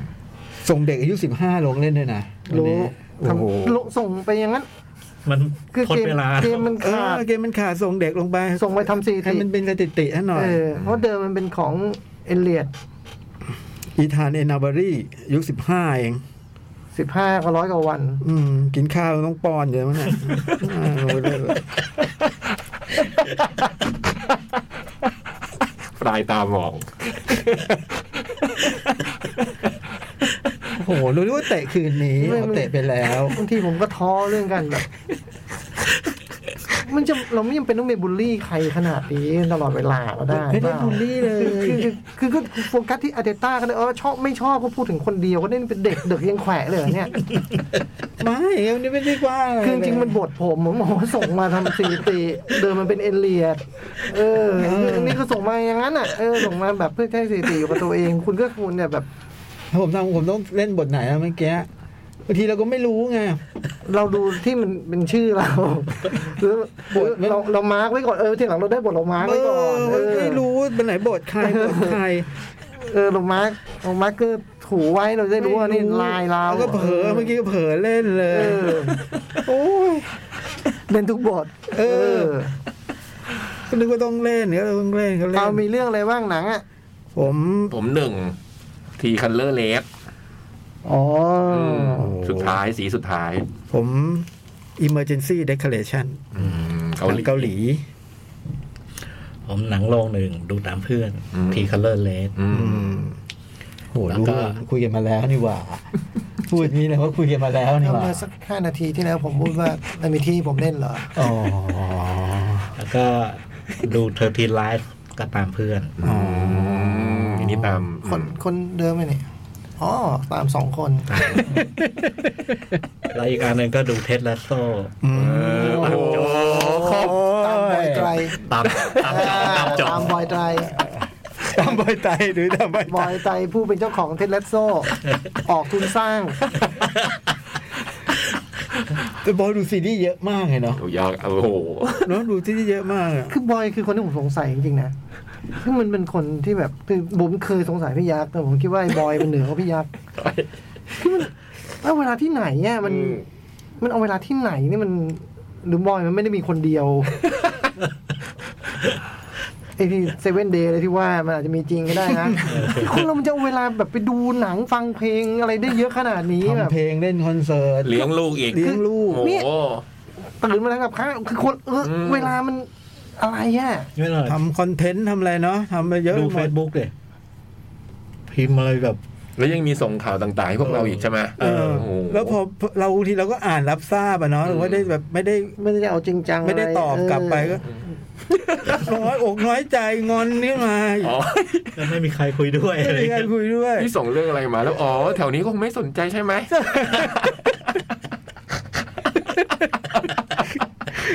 Speaker 6: ส่งเด็กอายุสิบห้าลงเล่นด้วยนะวัน
Speaker 2: รู้
Speaker 6: นี้
Speaker 2: ท
Speaker 6: โอ้โห
Speaker 2: ำลงส่งไปอย่างนั้น
Speaker 5: มัน
Speaker 2: คือ
Speaker 5: ทด
Speaker 2: เกม
Speaker 5: เวลา
Speaker 2: เกมมัน
Speaker 6: เอ
Speaker 2: ขา
Speaker 6: อ
Speaker 2: ด
Speaker 6: เกมมันขาดส่งเด็กลงไป
Speaker 2: ส่งไปทำสถิติ
Speaker 6: ให้มันเป็นสถิติให้หน่อย
Speaker 2: เออเพราะเดิมมันเป็นของเอเลียด
Speaker 6: อีธานเอนาบารีอายุสิบห้าเอง
Speaker 2: สิบห้าก็ร้อยกว่าวัน
Speaker 6: อืม กินข้าวต้องป้อนเยอะมั้งเนี่ยอ่ารู้เรื่องเลย
Speaker 4: ปลายตามอง
Speaker 6: โอ้โหรู้ว่าเตะคืนนี้
Speaker 2: ไม่
Speaker 6: เอาเตะไปแล้ว
Speaker 2: บางทีผมก็ท้อเรื่องกันแบบ มันจะเราไม่จำเป็นต้องไปบูลลี่ใครขนาดนี้ตลอดเวลาก็ได้
Speaker 6: ไม่ได้บูลลี่เลย
Speaker 2: คือคือคือก็โฟกัสที่อาร์เตต้าก็ได้เออชอบไม่ชอบก็พูดถึงคนเดียวก็ได้เป็นเด็กเด็กยังแขวะเลยเหรอเนี่ย
Speaker 6: ไม่วันนี้ไม่ได้ว่าะไ
Speaker 2: คือจริงๆมันบทผมผมบอกว่าส่งมาทำสีตี เดิมมันเป็นเอเลียดเออคืออันนี้ก็ส่งมาอย่างนั้นอ่ะเออส่งมาแบบเพื่อให้สีตีอยู่กับตัวเอง คุณก็คุณเนี่ยแบบ
Speaker 6: ถ้าผมทำผมต้องเล่นบทไหนอะเมื่อกี้บางทีเราก็ไม่รู้ไง
Speaker 2: เราดูที่มันเป็นชื่อ เราหรือบ
Speaker 6: ทมัน
Speaker 2: เราเรามาร์กไว้ก่อนเออทีหลังเราได้บทเรามาร์ก
Speaker 6: เอ
Speaker 2: ไว้ก่อน
Speaker 6: อ
Speaker 2: เออ
Speaker 6: ไม่รู้เป็นไหนบทใครบทใคร
Speaker 2: เออเรามาร์กเรามาร์กก็ถูไว้เราจะได้รู้ว่านี่ลายเรา
Speaker 6: แล้วก็เผลอเมื่อกี้ก็เผลอเล่นเล
Speaker 2: เอยอ
Speaker 6: โอ้ย
Speaker 2: เป็นทุกบท
Speaker 6: เออ ก็นึกว่าต้องเล่นก็ต้องเล่นก็เล่
Speaker 2: เรา
Speaker 6: น
Speaker 2: มีเรื่องอะไรบ้างหนังอ่ะ
Speaker 6: ผม
Speaker 4: ผมหนึ่ง ทีคันเลอร์เลส
Speaker 2: อ๋อ
Speaker 4: สุดท้ายสีสุดท้าย
Speaker 6: ผม emergency declaration
Speaker 4: อืมเกาหลี
Speaker 6: เกาหลี
Speaker 5: ผมหนังโรงหนึ่งดูตามเพื่อน
Speaker 4: อืม
Speaker 5: ทีคัลเลอร์เลส
Speaker 4: อืม
Speaker 6: โห
Speaker 5: แล้ว
Speaker 6: รู้
Speaker 5: ก็
Speaker 6: ว่าคุยกันมาแล้วนี่ หว่า พูดอย่างนี้เลยว่าคุยกันมาแล้วนี่หว่า
Speaker 2: เมื่อสักห้านาทีที่แล้วผมพูดว่ามันมีที่ผมเล่นเหรอ
Speaker 6: อ๋อ
Speaker 5: แล้วก็ดูเทอร์ทีไลฟ์ก็ตามเพื่อน
Speaker 6: อ๋อ
Speaker 4: อืมอันนี้ตาม
Speaker 2: คนคนเดิมไหมเนี่ยอ๋อตามสองคน
Speaker 5: แล้วอีกอันหนึ่งก็ดูเท็ดแลสโซ
Speaker 6: อืม
Speaker 4: โอ้โหครบ
Speaker 2: ตามบอยไตร
Speaker 5: ตามตามจอตามจอ
Speaker 2: ตามบอยไตร
Speaker 6: ตามใบไตหรือตามใบบ ไต
Speaker 2: อยไตรผู้เป็นเจ้าของเทสเลสโซ ออกทุนสร้าง
Speaker 6: แต่บอยดูซีรีส์เยอะมากเลยเนาะ
Speaker 4: โอ้ยากโอ้โห
Speaker 6: เนาะดูซีรีส์เยอะมากอะ
Speaker 2: คือบอยคือคนที่ผมสงสัยจริงๆนะคือมันเป็นคนที่แบบคือผมเคยสงสัยพี่ยักษ์แต่ผมคิดว่าไอ้บอยมันเหนือกว่าพี่ยักษ์คือมันเอาเวลาที่ไหนเนี่ยมัน
Speaker 4: อืม
Speaker 2: มันเอาเวลาที่ไหนนี่มันหรือบอยมันไม่ได้มีคนเดียวไอที่เซเว่นเดย์อะไรที่ว่ามันอาจจะมีจริงก็ได้นะคนเรามันจะเอาเวลาแบบไปดูหนังฟังเพลงอะไรได้เยอะขนาดนี้แบบ
Speaker 6: ทำเพลงเล่นคอนเสิร์ต
Speaker 4: เลี้ยงลูกอีก
Speaker 6: เลี้ยงลูก
Speaker 4: โอ้
Speaker 2: เนี่ย
Speaker 4: โห
Speaker 2: ตื่นมาแล้วกับข้าวคือคนเอออ
Speaker 4: ม
Speaker 2: เวลามันอะไรอ่ะ
Speaker 5: ไม่หน่อย
Speaker 6: ทำคอนเทนต์ทำอะไรเนาะทำไปเยอะ
Speaker 5: ดู
Speaker 6: หม
Speaker 5: เฟ
Speaker 6: ด
Speaker 5: ซบุ๊กเลยพิมพ์อะไรแบบ
Speaker 4: แล้วยังมีส่งข่าวต่างๆให้พวกเราอีกใช่ไหม
Speaker 6: เออ
Speaker 4: โโห
Speaker 6: แล้วพอเราบางทีเราก็อ่านรับทราบอะเนาะหรือว่าได้แบบไม่ได้
Speaker 2: ไม่ได้จะเอาจริงจัง
Speaker 6: ไม่ได้
Speaker 2: ะร
Speaker 6: ตอบกลับไป
Speaker 2: เอ
Speaker 6: ก็
Speaker 2: อ
Speaker 6: น้อยอกน้อยใจงอนนี่มา
Speaker 4: อ๋ อ
Speaker 5: ก็ไม่มีใครคุยด้วย
Speaker 6: ไม่
Speaker 5: อะไร
Speaker 6: มีใคร
Speaker 5: เงี้ย
Speaker 6: คุยด้วย
Speaker 4: ที่ส่งเรื่องอะไรมา แล้วอ๋อ แถวนี้ก็คงไม่สนใจใช่ไหม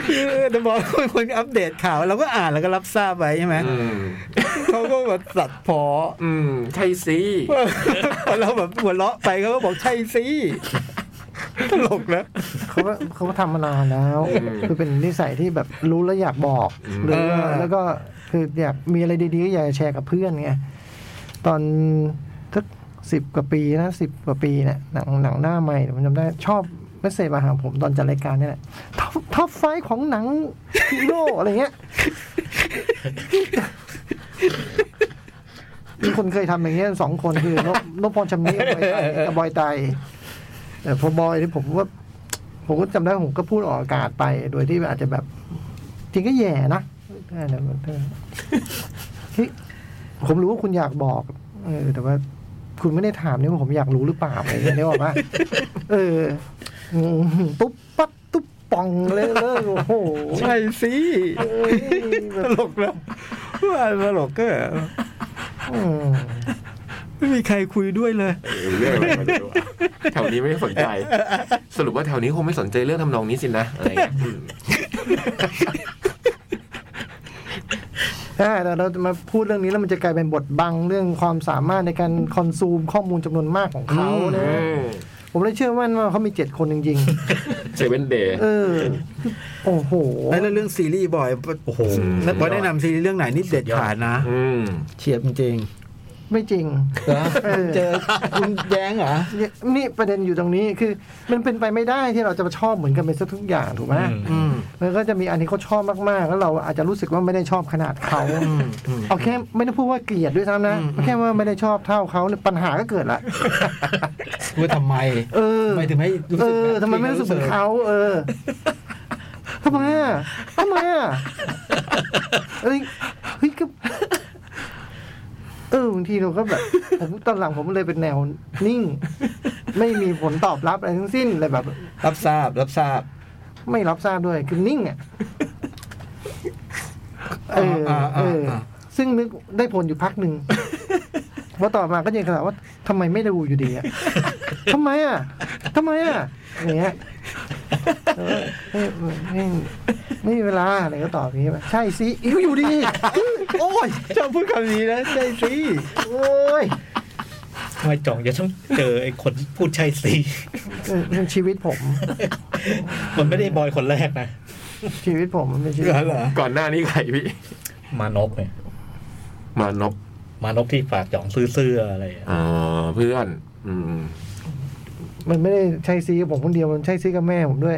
Speaker 6: คือแต่บอกว่าคนอัปเดตข่าวเราก็อ่านแล้วก็รับทราบไปใช่ไหม
Speaker 4: อืม
Speaker 6: เขาก็แบบตัดพอ
Speaker 4: อืม ใช่สิ
Speaker 6: พอเราแบบหัวเราะไปเขาก็บอกใช่สิ ตลกนะ
Speaker 2: เขาก็เขาก็ทำมานานแล้ว คือเป็นนิสัยที่แบบรู้แล้วอยากบอก หรือว่าแล้วก็คืออยากมีอะไรดีๆก็อยากจะแชร์กับเพื่อนไงตอนสักสิบกว่าปีนะสิบกว่าปีเนี่ยหนังหนังหน้าใหม่เนี่ยผมจำได้ชอบเมสเซจมาหาผมตอนจัดรายการเนี่ยแหละท็อปท็อปไฟว์ของหนังฮีโร่อะไรเงี้ยมีคนเคยทำอย่างเงี้ยสองคนคือนพนพพรชำนิกับบอยไตกับบอยไต แต่พอบอยนี่ผมว่า ผมก็จำได้ผมก็พูดออกอากาศไป โดยที่อาจจะแบบ จริงก็แย่นะ ได้แล้วมันก็เฮ้ยผมรู้ว่าคุณอยากบอกเออแต่ว่า คุณไม่ได้ถามนี่ว่าผมอยากรู้หรือเปล่าอะไรอย่างเงี้ยได้บอกว่าเอออืมตุ๊บปั๊บตุ๊บป่องเลยเลิกโอ้โห
Speaker 6: ใช่สิ
Speaker 2: เอ้ยแบ
Speaker 6: ต
Speaker 2: บ
Speaker 6: ลกนะว่าตลกก็
Speaker 2: อืม
Speaker 6: ไม่มีใครคุยด้วยเลย
Speaker 4: เรื่องอะไรไม่รู้อะแถวนี้ไม่สนใจ สรุปว่าแถวนี้คงไม่สนใจเรื่องทำนองนี้สินะอะไรเงี้ยอืม
Speaker 2: อ่าแต่เราจะมาพูดเรื่องนี้แล้วมันจะกลายเป็นบทบังเรื่องความสามารถในการคอนซูมข้อมูลจำนวนมากของเขานะ ผมเลยเชื่อมั่นว่าเขามีเจ็ดคนจริง
Speaker 4: เซเว่นเดย์
Speaker 2: ๆ เออ โอ้โห
Speaker 7: แล้วเรื่องซีรีส์บ่อย
Speaker 5: โอ้โห
Speaker 7: แล้วพอได้นำซีรีส์เรื่องไหนนี่เด็ดขาดนะ เฉียบจริง
Speaker 2: ไม่จริง เออ
Speaker 7: เจอคุณแย้งเหรอ
Speaker 2: นี่ประเด็นอยู่ตรงนี้คือ มันเป็นไปไม่ได้ที่เราจะมาชอบเหมือนกันไปซะทุกอย่างถูกไหม
Speaker 5: อืม
Speaker 7: อืม
Speaker 2: มันก็จะมีอันที่เขาชอบมากๆ แล้วเราอาจจะรู้สึกว่าไม่ได้ชอบขนาดเขา
Speaker 7: อืมอืม
Speaker 2: เอาแค่ไม่ได้พูดว่าเกลียดด้วยซ้ำนะ
Speaker 7: อืม
Speaker 2: แค่ว่าไม่ได้ชอบเท่าเขาเนี่ยปัญหาก็เกิดละ
Speaker 7: ว่าทำไม
Speaker 2: เออ
Speaker 7: ทำไมถึงไม่รู้
Speaker 2: เอ
Speaker 7: สึก
Speaker 2: อ
Speaker 7: แบบ
Speaker 2: ทำไมไม่รู้สึกเหมือนเขาเออทำไมอะทำไมอะเอ้ยเฮ้ยก็เออบางทีเราก็แบบผมตอนหลังผมเลยเป็นแนวนิ่ง ไม่มีผลตอบรับอะไรทั้งสิ้นเลยแบบ
Speaker 7: รับทราบรับทราบ
Speaker 2: ไม่รับทราบด้วยคือนิ่ง อ่ะเออ
Speaker 7: อ่าอ่าอ่า
Speaker 2: เออ ซึ่งนึกได้ผลอยู่พักหนึ่งว่าต่อมาก็ยังถามว่าทำไมไม่ดูอยู่ดี อ่ะทำไมอ่ะทำไมอ่ะอย่างเงี้ยเออไม่ไม่ไม่มีเวลาอะไรก็ตอบอย่างนี้ไปใช่สิอิ๊วอยู่ดี
Speaker 7: โอ้ยชอบพูดคำนี้นะใช่สิ
Speaker 2: โอ้ย
Speaker 5: ทำไมจ่องจะต้องเจอไอ้คนพูดใช่สิ
Speaker 2: เออเป็นชีวิตผม
Speaker 5: มันไม่ได้บอยคนแรกนะ
Speaker 2: ชีวิตผมมันเป็นชีวิต
Speaker 7: เหรอเหรอ
Speaker 4: ก่อนหน้านี้ใครพี่
Speaker 5: มานพเนี่ย
Speaker 4: มานพ
Speaker 5: มานพที่ฝากจ่องซื้อเสื้ออะไรอะ
Speaker 4: อ๋อเพื่อน อืม
Speaker 2: มันไม่ได้ใช่ซีกับผมคนเดียวมันใช่ซีกับแม่ผม ด้วย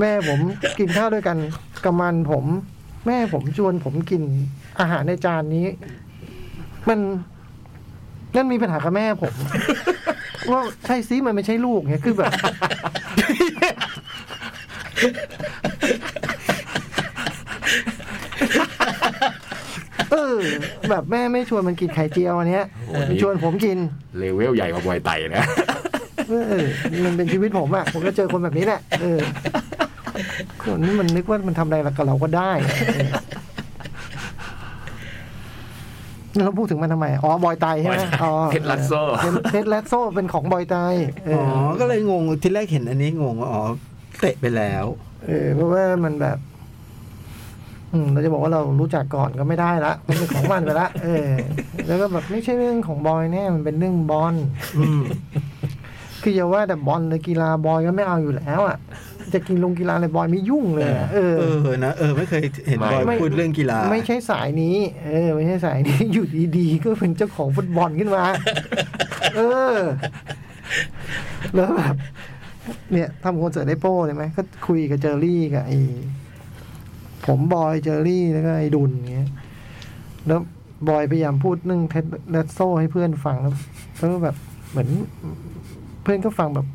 Speaker 2: แม่ผมกินข้าวด้วยกันกับมันผม แม่ผมชวนผมกินอาหารในจานนี้ มันนั่นมีปัญหากับแม่ผม ว่าใช่ซิมันไม่ใช่ลูกเนี่ยคือแบบ เออ แบบแม่ไม่ชวนมันกินไข่เจียวอันเนี้ย
Speaker 4: โอ้โห
Speaker 2: ชวนผมกิน
Speaker 4: เลเวลใหญ่กว่าบอยไตนะ
Speaker 2: เออ มันเป็นชีวิตผมอ่ะ ผมก็เจอคนแบบนี้แหละ เออ คนนี้มันนึกว่ามันทำอะไรกับเราก็ได้เออแล้วเราพูดถึงมันทำไม อ๋อ บอยไตใช่ไหมอ๋อ
Speaker 4: เท็ดลัสโซ่
Speaker 2: เป็นเท็ดลัสโซเป็นของบอยไตเอ
Speaker 7: อ๋อ
Speaker 2: อ
Speaker 7: ก็เลยงงทีแรกเห็นอันนี้งงว่าอ๋อเตะไปแล้ว
Speaker 2: เออ เพราะว่ามันแบบ อืม เราจะบอกว่าเรารู้จักก่อนก็ไม่ได้ละ มันเป็นของมันไปละ เออ แล้วก็แบบไม่ใช่เรื่องของบอยแน่ มันเป็นเรื่องบอล
Speaker 7: อืม
Speaker 2: คืออย่าว่าแต่บอลเลยกีฬาบอยก็ไม่เอาอยู่แล้วอ่ะ จะกินลงกีฬาอะไรบอยไม่ยุ่งเลยอะเออ
Speaker 7: เออนะเออไม่เคยเห็นบอย
Speaker 2: ไม่
Speaker 7: พูดเรื่องกีฬา
Speaker 2: ไม่ใช่สายนี้ เออ ไม่ใช่สายนี้ อยู่ดีๆ ก็เป็นเจ้าของฟุตบอลขึ้นมา เออ แล้วแบบเนี่ยทำคอนเสิร์ตไอโป้เลยไหมก็คุยกับเจอรี่กับไอผมบอยเจอรี่แล้วก็ไอดุลเงี้ย แล้วบอยพยายามพูดเรื่องเท็ดแลสโซ่ให้เพื่อนฟังแล้วแล้วก็แบบเหมือน เพื่อนก็ฟังแบบ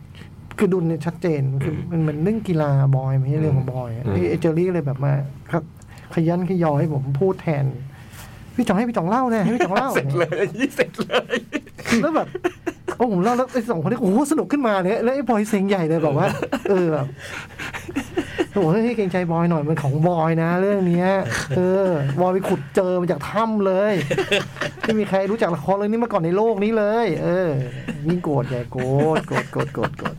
Speaker 2: คือดุลเนี่ยชัดเจนคือมันเหมือนเรื่องกีฬาบอยไม่ใช่เรื่องของบอยอะ
Speaker 4: อืม
Speaker 2: ไอ้ไอเจอรี่ก็เลยแบบมาครับ ขยันขยอให้ผมพูดแทน พี่จ่องให้พี่จ่องเล่าเลยให้พี่จ่องเล่า
Speaker 4: เสร็จเลยเสร็จเลย
Speaker 2: แล้วแบบโอ้ผมเล่าแล้วไอ้สองคนนี้โอ้โหสนุกขึ้นมาเลยแล้วไอ้บอยเซ็งใหญ่เลยแบบว่า เออแบบโอ้โหให้ยเกรงใจบอยหน่อยมันของบอยนะ เรื่องเนี้ ย เออบอยไปขุดเจอมาจากถ้ำเลย ไม่มีใครรู้จักละครเรื่องนี้มาก่อนในโลกนี้เลย เออ ยิ่งโกรธใหญ่โกรธโกรธโกรธโกรธโกรธ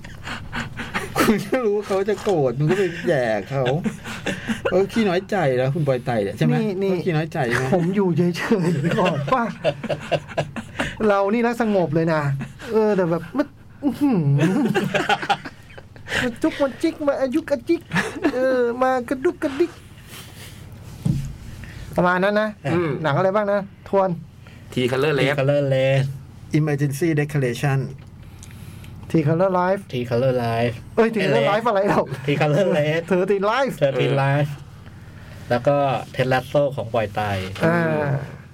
Speaker 7: คุณก็รู้ว่าเขาจะโกรธมันก็ไปแย่เขาเออขี้น้อยใจแล้วคุณบอยไตเนี่ยใช่ไหม
Speaker 2: นี่นี่
Speaker 7: เขาขี้น้อยใจใช่ไหม
Speaker 2: ผมอยู่เฉย ๆก่อนป้าเรานี่รักสงบเลยนะเออแต่แบบมัน อื้อหือมันจุกมันจิกมาอายุกระจิก เออ มากระดุกกระดิก ประมาณนั้นนะ
Speaker 4: อืม
Speaker 2: หนังอะไรบ้างนะ ทวน
Speaker 4: ทีคัลเลอร์เล
Speaker 5: ที
Speaker 4: ฟ
Speaker 5: คัลเลอร์เลส
Speaker 6: Emergency Declaration
Speaker 2: ทีคัลเลอร์ไลฟ์
Speaker 5: ทีคัลเลอร์ไลฟ์
Speaker 2: เอ้ยทีคัลเลอร์ไลฟ์อะไรหรอก
Speaker 5: ทีคัลเลอร์เลส
Speaker 2: เธอทีไลฟ์
Speaker 5: เทอร์ทีไลฟ์แล้วก็เทนลัสโซของบอยไตาย
Speaker 2: อ่า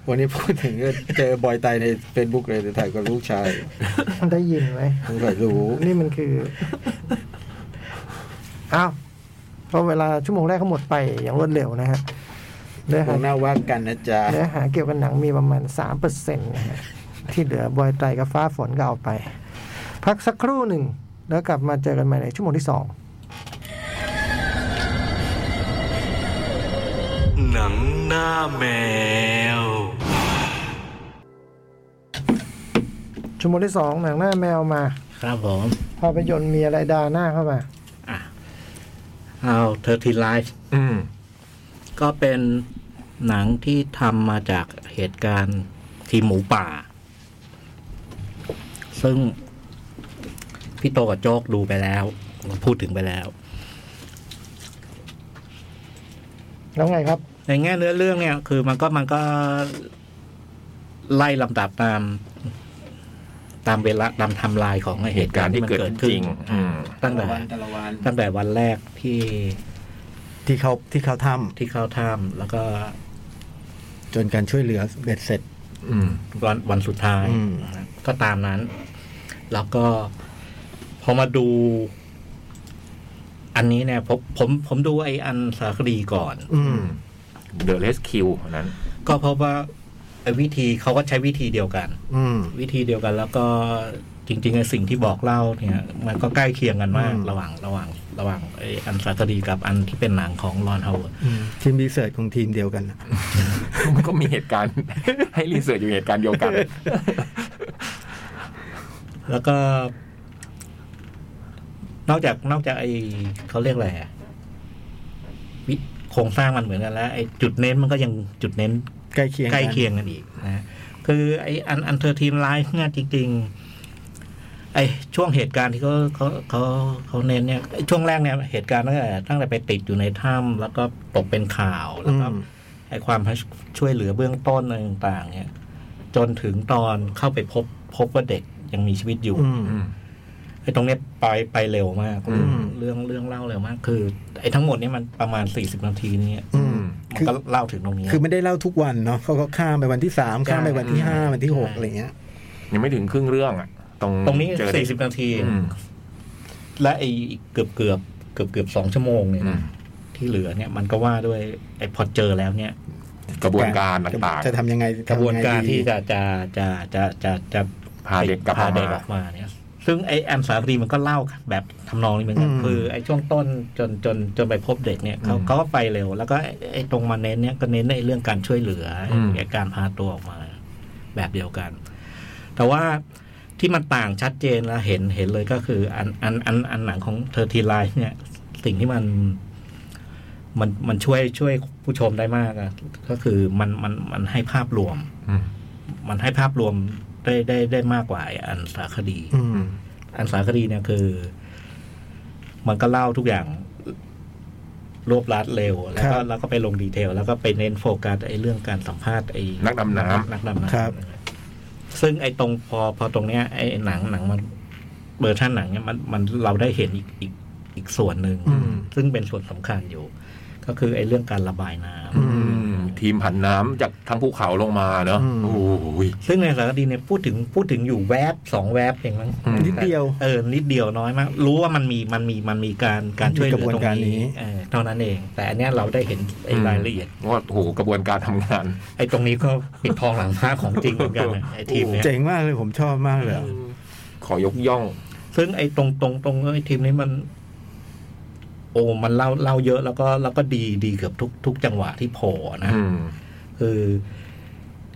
Speaker 6: วันนี้พูดถึงก็เจอบอยตายใน Facebook เลยแต่ถ่ายกับลูกชาย
Speaker 2: มันได้ยินไหม
Speaker 6: สงสัยรู้
Speaker 2: นี่มันคือ อ้าวเพราะเวลาชั่วโมงแรกก็หมดไปอย่างรวดเร็วนะฮะเนื้อ
Speaker 6: ต
Speaker 2: หาร
Speaker 6: หน้าว่ากันนะจ๊ะ
Speaker 2: เนื้อหาเกี่ยวกับหนังมีประมาณสามเปอร์เซ็นต์นะฮะ ที่เหลือบอยไตรกับฟ้าฝนก็เอาไป พักสักครู่หนึ่ง แล้วกลับมาเจอกันใหม่ในชั่วโมงที่สอง
Speaker 1: หนังหน้าแมว
Speaker 2: ชั่วโมงที่สองหนังหน้าแมวมา
Speaker 5: ครับผม
Speaker 2: ภาพยนตร์มีอะไรดาหน้าเข้ามา
Speaker 5: เอาเทอร์ทีไลฟ์
Speaker 4: อืม
Speaker 5: ก็เป็นหนังที่ทำมาจากเหตุการณ์ทีมหมูป่า ซึ่งพี่โตกับโจ๊กดูไปแล้ว พูดถึงไปแล้ว
Speaker 2: แล้วไงครับ
Speaker 5: ในแง่เนื้อเรื่องเนี่ยคือมันก็มันก็ไล่ลำดับตาม ตามเวลาตามไทำลายของไอ้
Speaker 4: เหตุการณ์ที่
Speaker 5: มัน
Speaker 4: เกิดขึ้นจริง อืม
Speaker 5: ตั้งแต่ตั้งแต่วันแรกที่
Speaker 7: ที่เขาที่เขาท
Speaker 5: ที่เข้าถ้ำแล้วก็
Speaker 7: ำจนการช่วยเหลือเบ็ดเสร็จ
Speaker 4: อืม
Speaker 5: วันวันสุดท้าย
Speaker 7: อืม
Speaker 5: ก็ตามนั้น แล้วก็พอมาดู อันนี้เนี่ยผมผมผมดูไอ้อันสารคดีก่อน
Speaker 7: อื
Speaker 4: อื
Speaker 7: ม
Speaker 4: ม The Rescue อันนั้น
Speaker 5: ก็เพราะว่าไอ้วิธีเขาก็ใช้วิธีเดียวกัน
Speaker 7: อืม
Speaker 5: วิธีเดียวกันแล้วก็จริงๆไอ้สิ่งที่บอกเล่าเนี่ย มันก็ใกล้เคียงกันมาก
Speaker 7: อืม
Speaker 5: ระหว่างระหว่างระหว่างไอ้อันสารคดีกับอันที่เป็นหนังของรอนฮาวเวิร์ด
Speaker 7: อืมทีมรีเสิร์ชของทีมเดียวกันน่ะ
Speaker 4: มันก็มีเหตุการณ์ ให้รีเสิร์ชอยู่เหตุการณ์เดียวกัน
Speaker 5: แล้วก็ นอกจากนอกจากไอ้เขาเรียกอะไรอะวิโครงสร้างมันเหมือนกันแล้วไอ้จุดเน้นมันก็ยังจุดเน้น
Speaker 7: ใกล้เคียงกัน
Speaker 5: ใกล้เคียงกันอีกนะ คือไออันอันเธอทีมไลฟ์เนี่ยจริง ๆ ไอช่วงเหตุการณ์ที่เขาเขาเขาเขาเน้นเนี่ยไอ้ช่วงแรกเนี่ยเหตุการณ์ตั้งแต่ตั้งแต่ไปติดอยู่ในถ้ำแล้วก็ตกเป็นข่าวแล้ว
Speaker 7: อื
Speaker 5: ก็
Speaker 7: ม
Speaker 5: ไอความช่วยเหลือเบื้องต้นอะไรต่าง ๆ เนี่ย จนถึงตอนเข้าไปพบพบว่าเด็กยังมีชีวิตอยู่
Speaker 7: อืม
Speaker 4: อืม
Speaker 5: ไอ้ตรงเนี้ยไปไปเร็วมาก
Speaker 4: อืม
Speaker 5: เรื่องเรื่องเล่าเร็วมาก คือ ไอ้ทั้งหมดเนี่ยมันประมาณสี่สิบนาทีเนี่ย
Speaker 7: อืม
Speaker 5: มัน
Speaker 7: คือ
Speaker 5: ก็เล่าถึงตรงนี้
Speaker 7: คือไม่ได้เล่าทุกวันเนาะเขาก็ข้ามไปวันที่สามข้ามไปวันที่ห้าวันที่หกอะไรเงี้ย
Speaker 4: ยังไม่ถึงครึ่งเรื่องอ่ะ ตรง
Speaker 5: ตรงนี้
Speaker 4: เจอ
Speaker 5: สี่สิบนาที
Speaker 4: อืม
Speaker 5: และไอ้เกือบเกือบเกือบเกือบสองชั่วโมงเนี่ย
Speaker 4: อื
Speaker 5: นะ
Speaker 4: ม
Speaker 5: ที่เหลือเนี่ยมันก็ว่าด้วยไอ้พอเจอแล้วเนี่ย
Speaker 4: กระบวนการต่าง
Speaker 7: จะทำยังไง
Speaker 5: กระบวนกา
Speaker 7: ำยั
Speaker 5: ร
Speaker 7: งไงดี
Speaker 5: ที่จะจะจะจะจะจะ
Speaker 4: พาเด็กกลับ
Speaker 5: พาเด็ก
Speaker 4: มา
Speaker 5: ออกมาเนี่ย ซึ่งไอ้แอมสารคดีมันก็เล่าแบบทำนองนี้เหมือนกันคือไอ้ช่วงต้นจนจนจนไปพบเด็กเนี่ยเขาเขาก็ไปเร็ว แล้วก็ไอ้ไอ้ตรงมาเน้นเนี่ยก็เน้นในเรื่องการช่วยเหลืออไอ้การพาตัวออกมา แบบเดียวกัน แต่ว่าที่มันต่างชัดเจนและเห็นเห็นเลยก็คือ อันอันอันอันหนังของเธอทีไลฟ์เนี่ย สิ่งที่มัน มันมันช่วยช่วยผู้ชมได้มากอะก็คือมันมันมันให้ภาพรวม
Speaker 4: ๆอืม
Speaker 5: มันให้ภาพรวมได้ได้ได้มากกว่าไอ้อันสารคดี
Speaker 7: อืม
Speaker 5: อันสารคดีเนี่ยคือ มันก็เล่าทุกอย่างรวบรัดเร็ว แล้ว
Speaker 7: ค
Speaker 5: ก็
Speaker 7: รับ
Speaker 5: แล้วก็ไปลงดีเทล แล้วก็ไปเน้นโฟกัสไอ้เรื่องการสัมภาษณ์ไอ้
Speaker 4: นักดำน้ำ
Speaker 5: นักดำน้ำ
Speaker 7: ครับ
Speaker 5: ซึ่งไอ้ตรงพอพอตรงเนี้ยไอ้หนังหนังมันเวอร์ชันหนังเนี่ยมันมันเราได้เห็นอีกอีกอีกส่วนหนึ่ง
Speaker 7: อืม
Speaker 5: ซึ่งเป็นส่วนสำคัญอยู่ ก็คือไอ้เรื่องการระบายน้ำ
Speaker 7: อื
Speaker 4: อื
Speaker 7: ม
Speaker 4: ม ทีมผันน้ำจากทางภูเขาลงมาเนอะ
Speaker 7: อืม
Speaker 4: โอ้ย
Speaker 5: ซึ่งในสารคดีเนี่ยพูดถึงพูดถึงอยู่แวบสองแวบเองมั้ง
Speaker 4: อืม
Speaker 7: นิดเดียว
Speaker 5: เออนิดเดียวน้อยมาก รู้ว่ามันมีมันมีมันมีการการช่วยเหลือ
Speaker 7: มีกระ
Speaker 5: ตรง
Speaker 7: บวนการนี้
Speaker 5: นี้เออเท่านั้นเอง แต่อันเนี้ยเราได้เห็นไอ้รายละเอียด
Speaker 4: ว่าโอ้โหกระบวนการทำงาน
Speaker 5: ไอ้ตรงนี้ก็ปิดทองหลังพระของจริงเหมือน กันนะไอ้ทีมเนี้ย
Speaker 7: เจ๋งมากเลยผมชอบมากเลยอะ
Speaker 4: ขอยกย่อง
Speaker 5: ซึ่งไอ้ตรงตรงตรงไอ้ทีมนี้มัน โอ้มันเล่าเล่าเยอะแล้วก็แล้วก็ดีดีเกือบทุกทุกจังหวะที่โผล่นะ
Speaker 4: อืม
Speaker 5: คือ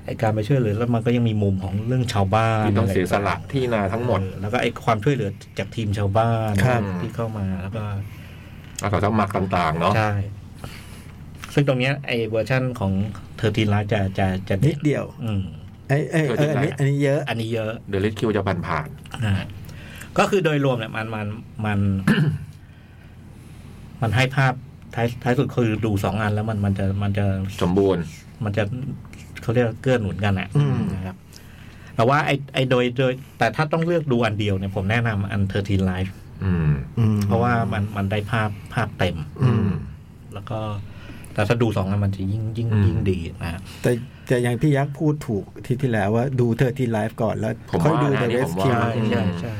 Speaker 5: ไอ้การไปช่วยเหลือแล้วมันก็ยังมีมุมของเรื่องชาวบ้าน
Speaker 4: ที่ต้อง
Speaker 5: ะไร
Speaker 4: เสียสละ
Speaker 5: างๆ
Speaker 4: ที่นาทั้งหมด
Speaker 5: เออแล้วก็ไอ้ความช่วยเหลือจากทีมชาวบ้านที่เข้ามาแล้วก็
Speaker 4: อาสาสมัครต่าง ๆ เนาะ
Speaker 5: ใช่ซึ่งตรงเนี้ยไอ้เวอร์ชั่นของเธอทีนไลจะจะจะ
Speaker 7: นิดเดียว
Speaker 5: อืม
Speaker 7: ไอ้ไอ้เอออันนี้อันนี้เยอะ
Speaker 5: อันนี้เยอะ
Speaker 4: เดลิสคิวจะผ่านผ่าน
Speaker 5: นะ ก็คือโดยรวมเนี่ยมันมันมัน มันให้ภาพท้ายท้ายสุดคือดูสองอันแล้วมันมันจะมันจะ
Speaker 4: สมบูรณ์
Speaker 5: มันจะเขาเรียกว่าเกื้อหนุนกันอ่ะ
Speaker 7: อืม
Speaker 5: นะครับ แต่ว่าไอ้ไอ้โดยโดย แต่ถ้าต้องเลือกดูอันเดียวเนี่ยผมแนะนำอันเทอร์ทีนไลฟ์
Speaker 4: อืม
Speaker 7: อืม
Speaker 5: เพราะว่ามันมันได้ภาพภาพเต็ม
Speaker 4: อืม
Speaker 5: แล้วก็ แต่ถ้าดูสองอันมันจะยิ่งยิ่ง
Speaker 4: อืม
Speaker 5: ยิ่งดีนะฮะ
Speaker 7: แต่แต่อย่างพี่ยักษ์พูดถูกที่ที่แล้วว่าดูเธอที่ไลฟ์ก่อนแล้ว
Speaker 4: ผม
Speaker 7: ค่อย
Speaker 4: ว่า
Speaker 7: ดู
Speaker 4: นะ
Speaker 7: เด
Speaker 4: นี่
Speaker 7: เว
Speaker 4: ผ
Speaker 7: ส
Speaker 4: ม
Speaker 7: คิว
Speaker 4: ว่า
Speaker 5: ใช่ใช่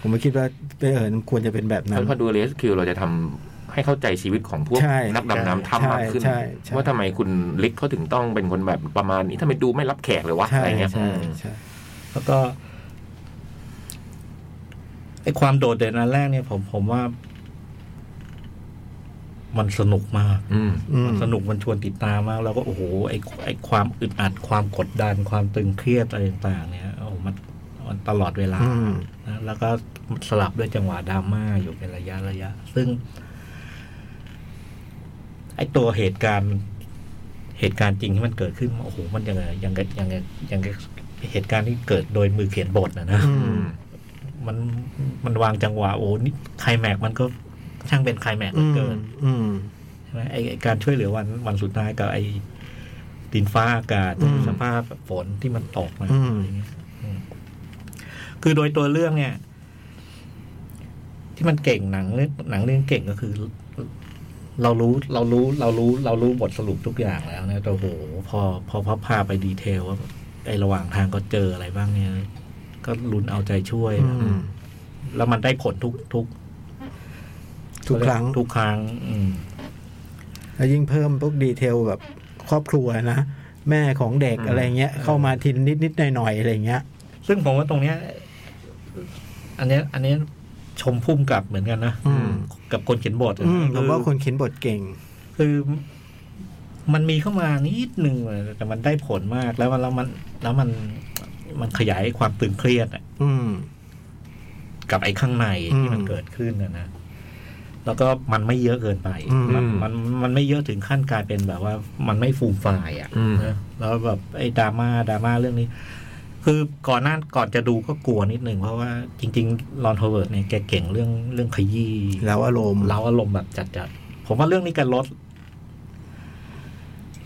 Speaker 7: ผมไม่คิดว่าเออมันควรจะเป็นแบบ
Speaker 4: เพ
Speaker 7: นั้น
Speaker 4: ราะพอดูเรสคิวเราจะทำให้เข้าใจชีวิตของพวก
Speaker 7: ใช่
Speaker 4: นักดำน้ำถ้ำมากขึ้น
Speaker 7: ใช่ใช่
Speaker 4: ว่าทำไมคุณลิกเขาถึงต้องเป็นคนแบบประมาณนี้ทำไมดูไม่รับแขกเลยวะ
Speaker 7: ใช่
Speaker 4: อะไรเงี้ย
Speaker 7: ใช่ใช่
Speaker 5: แล้วก็ไอ้ความโดดเด่นอันแรกเนี่ย ผมผมว่า มันสนุกมาก
Speaker 4: อืม
Speaker 7: อืม
Speaker 5: สนุกมันชวนติดตามมาก แล้วก็โอ้โหไอ้ไอ้ความอึดอัดความกดดัน ความตึงเครียดอะไรต่างๆเนี่ยโอ้โหมันมันตลอดเวลา
Speaker 7: อืม
Speaker 5: นะแล้วก็สลับด้วยจังหวะดราม่าอยู่เป็นระยะระยะ ซึ่ง ไอ้ตัวเหตุการณ์เหตุการณ์จริงที่มันเกิดขึ้นโอ้โหมันยังไงยังไงยังไงยังไงเหตุการณ์ที่เกิดโดยมือเขียนบทนะนะ
Speaker 7: อืม
Speaker 5: มันมันวางจังหวะโอ้นี่ไคลแม็กซ์มันก็ช่างเป็นไคลแม็กซ์เห
Speaker 7: อื
Speaker 5: ลื
Speaker 7: ม
Speaker 5: อเกิน
Speaker 7: อืม
Speaker 5: ใช่ไหมไอ้ไอ้การช่วยเหลือวันวันสุดท้ายกับไอ้ดินฟ้าอากาศ
Speaker 7: อืม
Speaker 5: สภาพฝนที่มันตกมา
Speaker 7: อืม
Speaker 5: คือโดยตัวเรื่องเนี่ย ที่มันเก่งหนังเรื่องหนังเรื่องเก่งก็คือ เรารู้เรารู้เรารู้เรารู้บทสรุปทุกอย่างแล้วนะแต่โอ้โหพอพอพับพาไปดีเทลว่าไอ้ระหว่างทางก็เจออะไรบ้างเนี่ย ก็ลุ้นเอาใจช่วยนะ
Speaker 7: อืม
Speaker 5: แล้วมันได้ผลทุกทุก
Speaker 7: ทุกครั้ง
Speaker 5: ทุกครั้ง อืม
Speaker 7: แล้วยิ่งเพิ่มพวกดีเทลแบบครอบครัวนะ แม่ของเด็กอะไรเงี้ย เข้ามาทีนิดนิดหน่อยหน่อยๆอะไรเงี้ย
Speaker 5: ซึ่งผมว่าตรงเนี้ย อันเนี้ย อันเนี้ยชมพุ่มกลับเหมือนกันนะ
Speaker 7: อืม
Speaker 5: กับคนเขียนบทอะ
Speaker 7: อืมผมว่า
Speaker 5: อ
Speaker 7: คนเขียนบทเก่ง
Speaker 5: คือมันมีเข้ามานิดนึงเลยแต่มันได้ผลมากแล้วมันแล้วมันแล้วมันมันขยายความตึงเครียดอะ
Speaker 7: อืม
Speaker 5: กับไอ้ข้างในที่มัน
Speaker 7: อืม
Speaker 5: เกิดขึ้นนะนะแล้วก็มันไม่เยอะเกินไป
Speaker 7: อืม
Speaker 5: มันมันมันไม่เยอะถึงขั้นกลายเป็นแบบว่า มันไม่ฟูมฟายอ่ะ
Speaker 4: อืม
Speaker 5: นะแล้วแบบไอ้ดราม่าดราม่าเรื่องนี้ คือก่อนหน้าก่อนจะดูก็กลัวนิดหนึ่งเพราะว่าจริงๆรอนโฮเวิร์ดเนี่ยแกเก่งเรื่องเรื่องขยี้
Speaker 7: แล้วอารมณ์
Speaker 5: เล้าอารมณ์แบบจัดๆ ผมว่าเรื่องนี้แการลด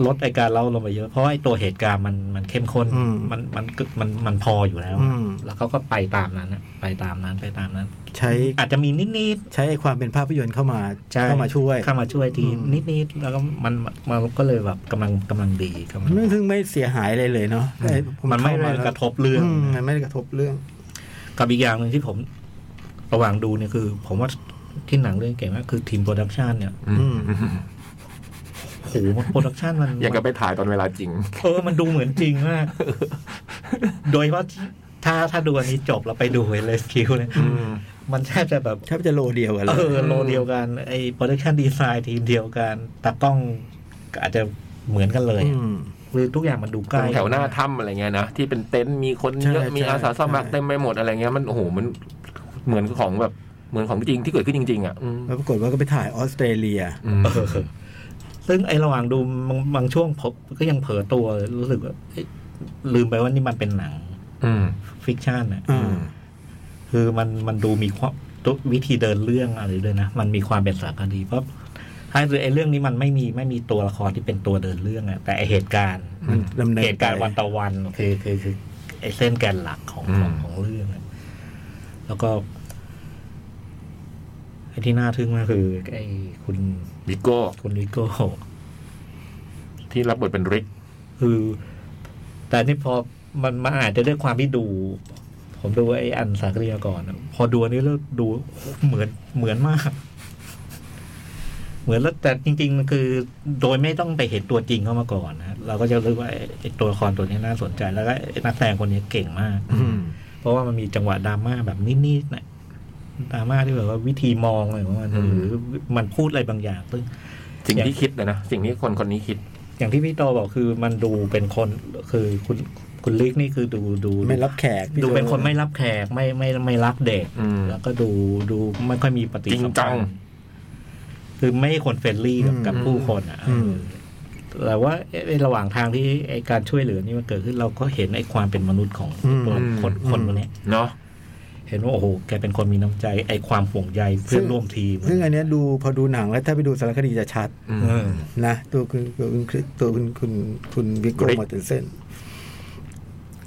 Speaker 5: ลดไอการเล้าอารมณ์ไปเยอะ เพราะว่าไอตัวเหตุการณ์มันมันเข้มข้น
Speaker 7: อืม
Speaker 5: มันมันมันมันพออยู่แล้ว
Speaker 7: อืม
Speaker 5: แล้วเขาก็ไปตามนั้นอะไปตามนั้นไปตามนั้น
Speaker 7: ใช้
Speaker 5: อาจจะมีนิดๆ
Speaker 7: ใช้ไอ้ความเป็นภาพยนตร์เข้ามา
Speaker 5: ใช่
Speaker 7: เข้ามาช่วย
Speaker 5: เข้ามาช่วยที
Speaker 7: อืม
Speaker 5: นิดๆแล้วก็มันมันก็เลยแบบกำลังกำลังดีกำลัง
Speaker 7: ซึ่งไม่เสียหายอะไรเลยเนาะอ้ผ
Speaker 5: มันไม่ได้
Speaker 7: เข้าาแล้ว
Speaker 5: กระทบเรื่อง
Speaker 7: มมันไม่ได้กระทบเรื่อง
Speaker 5: กับอีกอย่างหนึ่งที่ผมระหว่างดูเนี่ยคือ ผมว่าที่หนังเรื่องเก่งมากคือทีมโปรดักชันเนี่ย
Speaker 7: อืม
Speaker 5: โหมันโปรดักชันมัน
Speaker 4: อยากจะไปถ่ายตอนเวลาจริง
Speaker 5: เออมันดูเหมือนจริงมาก โดยเฉพาะที่ถ้าถ้าดูอันนี้จบเราไปดูเลสคิวเนี่ยมันแทบจะแบบ
Speaker 7: แทบจะโลเดียวกันเล
Speaker 5: เอย อโลเดียวกันไอ้โปรดักชันดีไซน์ทีมเดียวกันตากล้องก็อาจจะเหมือนกันเลย
Speaker 7: อืม
Speaker 5: คือทุกอย่างมันดูใก
Speaker 4: ตร
Speaker 5: ล้
Speaker 4: งแถวหน้าถ้ำอะไรเงี้ยนะ ที่เป็นเต็นท์มีคนเยอะ
Speaker 7: ใช่
Speaker 4: มีอาสาสมัคร
Speaker 7: ใช่
Speaker 4: เต็มไปหมดอะไรเงี้ยมันโอ้โหมันเหมือนของแบบเหมือนของจริงที่เกิดขึ้นจริง ๆ อ่ะอืม
Speaker 7: แล้วปรากฏว่าก็ไปถ่ายออสเตรเลีย
Speaker 4: อืม
Speaker 5: เออซึ่งไอ้ระหว่างดูบางบางช่วงผมก็ยังเผลอตัวรู้สึกว่าเอ๊ะลืมไปว่านี่มันเป็นหนัง
Speaker 4: อืม
Speaker 5: ฟิกชันอ่ะ
Speaker 7: อืม
Speaker 5: คือมันมันดูมีความตัววิธีเดินเรื่องอะไรด้วยนะ มันมีความเป็นสารคดีเพราะท้ายสุดไอ้เรื่องนี้มันไม่มีไม่มีตัวละครที่เป็นตัวเดินเรื่องอ่ะแต่ไอ้เหตุการณ์
Speaker 7: มันดำเนิน
Speaker 5: เหตุการณ์
Speaker 7: ไป
Speaker 5: วันต่อวันคือคือคือไอ้เส้นแกนหลักของ
Speaker 4: อืม
Speaker 5: ของของเรื่องอะแล้วก็ไอ้ที่น่าทึ่งมากคือไอ้คุณ
Speaker 4: บิโก้
Speaker 5: คุณวิโก้
Speaker 4: ที่รับบทเป็นริก
Speaker 5: คือ แต่นี่พอมันมาอาจจะด้วยความที่ดู ผมดูไอ้อันสากเรียก่อนอะพอดูอันนี้แล้วดูเหมือนเหมือนมาก เหมือนแล้วแต่จริงๆมันคือ โดยไม่ต้องไปเห็นตัวจริงเข้ามาก่อนนะเราก็จะรู้ว่าไอ้ไอ้ตัวละครตัวนี้น่าสนใจแล้วก็ไอ้นักแสดงคนนี้เก่งมาก
Speaker 7: อืม
Speaker 5: เพราะว่ามันมีจังหวะดราม่าแบบนิดๆนะดราม่าที่แบบว่าวิธีมองอะไรของมัน
Speaker 4: อืม
Speaker 5: หรือมันพูดอะไรบางอย่างซึ่ง
Speaker 4: สิ่งที่คิดนะนะสิ่งที่คนคนนี้คิด
Speaker 5: อย่างที่พี่โตบอกคือมันดูเป็นคนคือคุณคุณลิกนี่คือดูดู
Speaker 7: ไม่รับแขกพี่
Speaker 5: ดูเป็น
Speaker 7: โจ้
Speaker 5: คนไม่รับแขกไม่ไม่ไม่รับเด็ก
Speaker 4: อืม
Speaker 5: แล้วก็ดูดูไม่ค่อยมีปฏิ
Speaker 4: จริง
Speaker 5: สัม
Speaker 4: จั
Speaker 5: พั
Speaker 4: ง
Speaker 5: นธ์คือไม่คนเฟรนลี่กับกับผู้คนอ่ะ
Speaker 7: อืม
Speaker 5: แต่ว่าไอ้ไอ้ระหว่างทางที่ไอ้การช่วยเหลือนี่มันเกิดขึ้นเราก็เห็นไอ้ความเป็นมนุษย์ของ
Speaker 7: อืม
Speaker 5: ตัวคน
Speaker 4: อืม
Speaker 5: คนคนเนี้ย
Speaker 4: เนาะ
Speaker 5: เห็นว่าโอ้โหแกเป็นคนมีน้ำใจ ไอความห่วงใยเพื่อนร่วมทีม
Speaker 6: ซึ่งอันเนี้ยดูพอดูหนังแล้วถ้าไปดูสารคดีจะชัด
Speaker 5: เออ
Speaker 6: นะตัวคุณตัวคุณคริสตัวคุณคุณคุณวิกโกมาตินเซน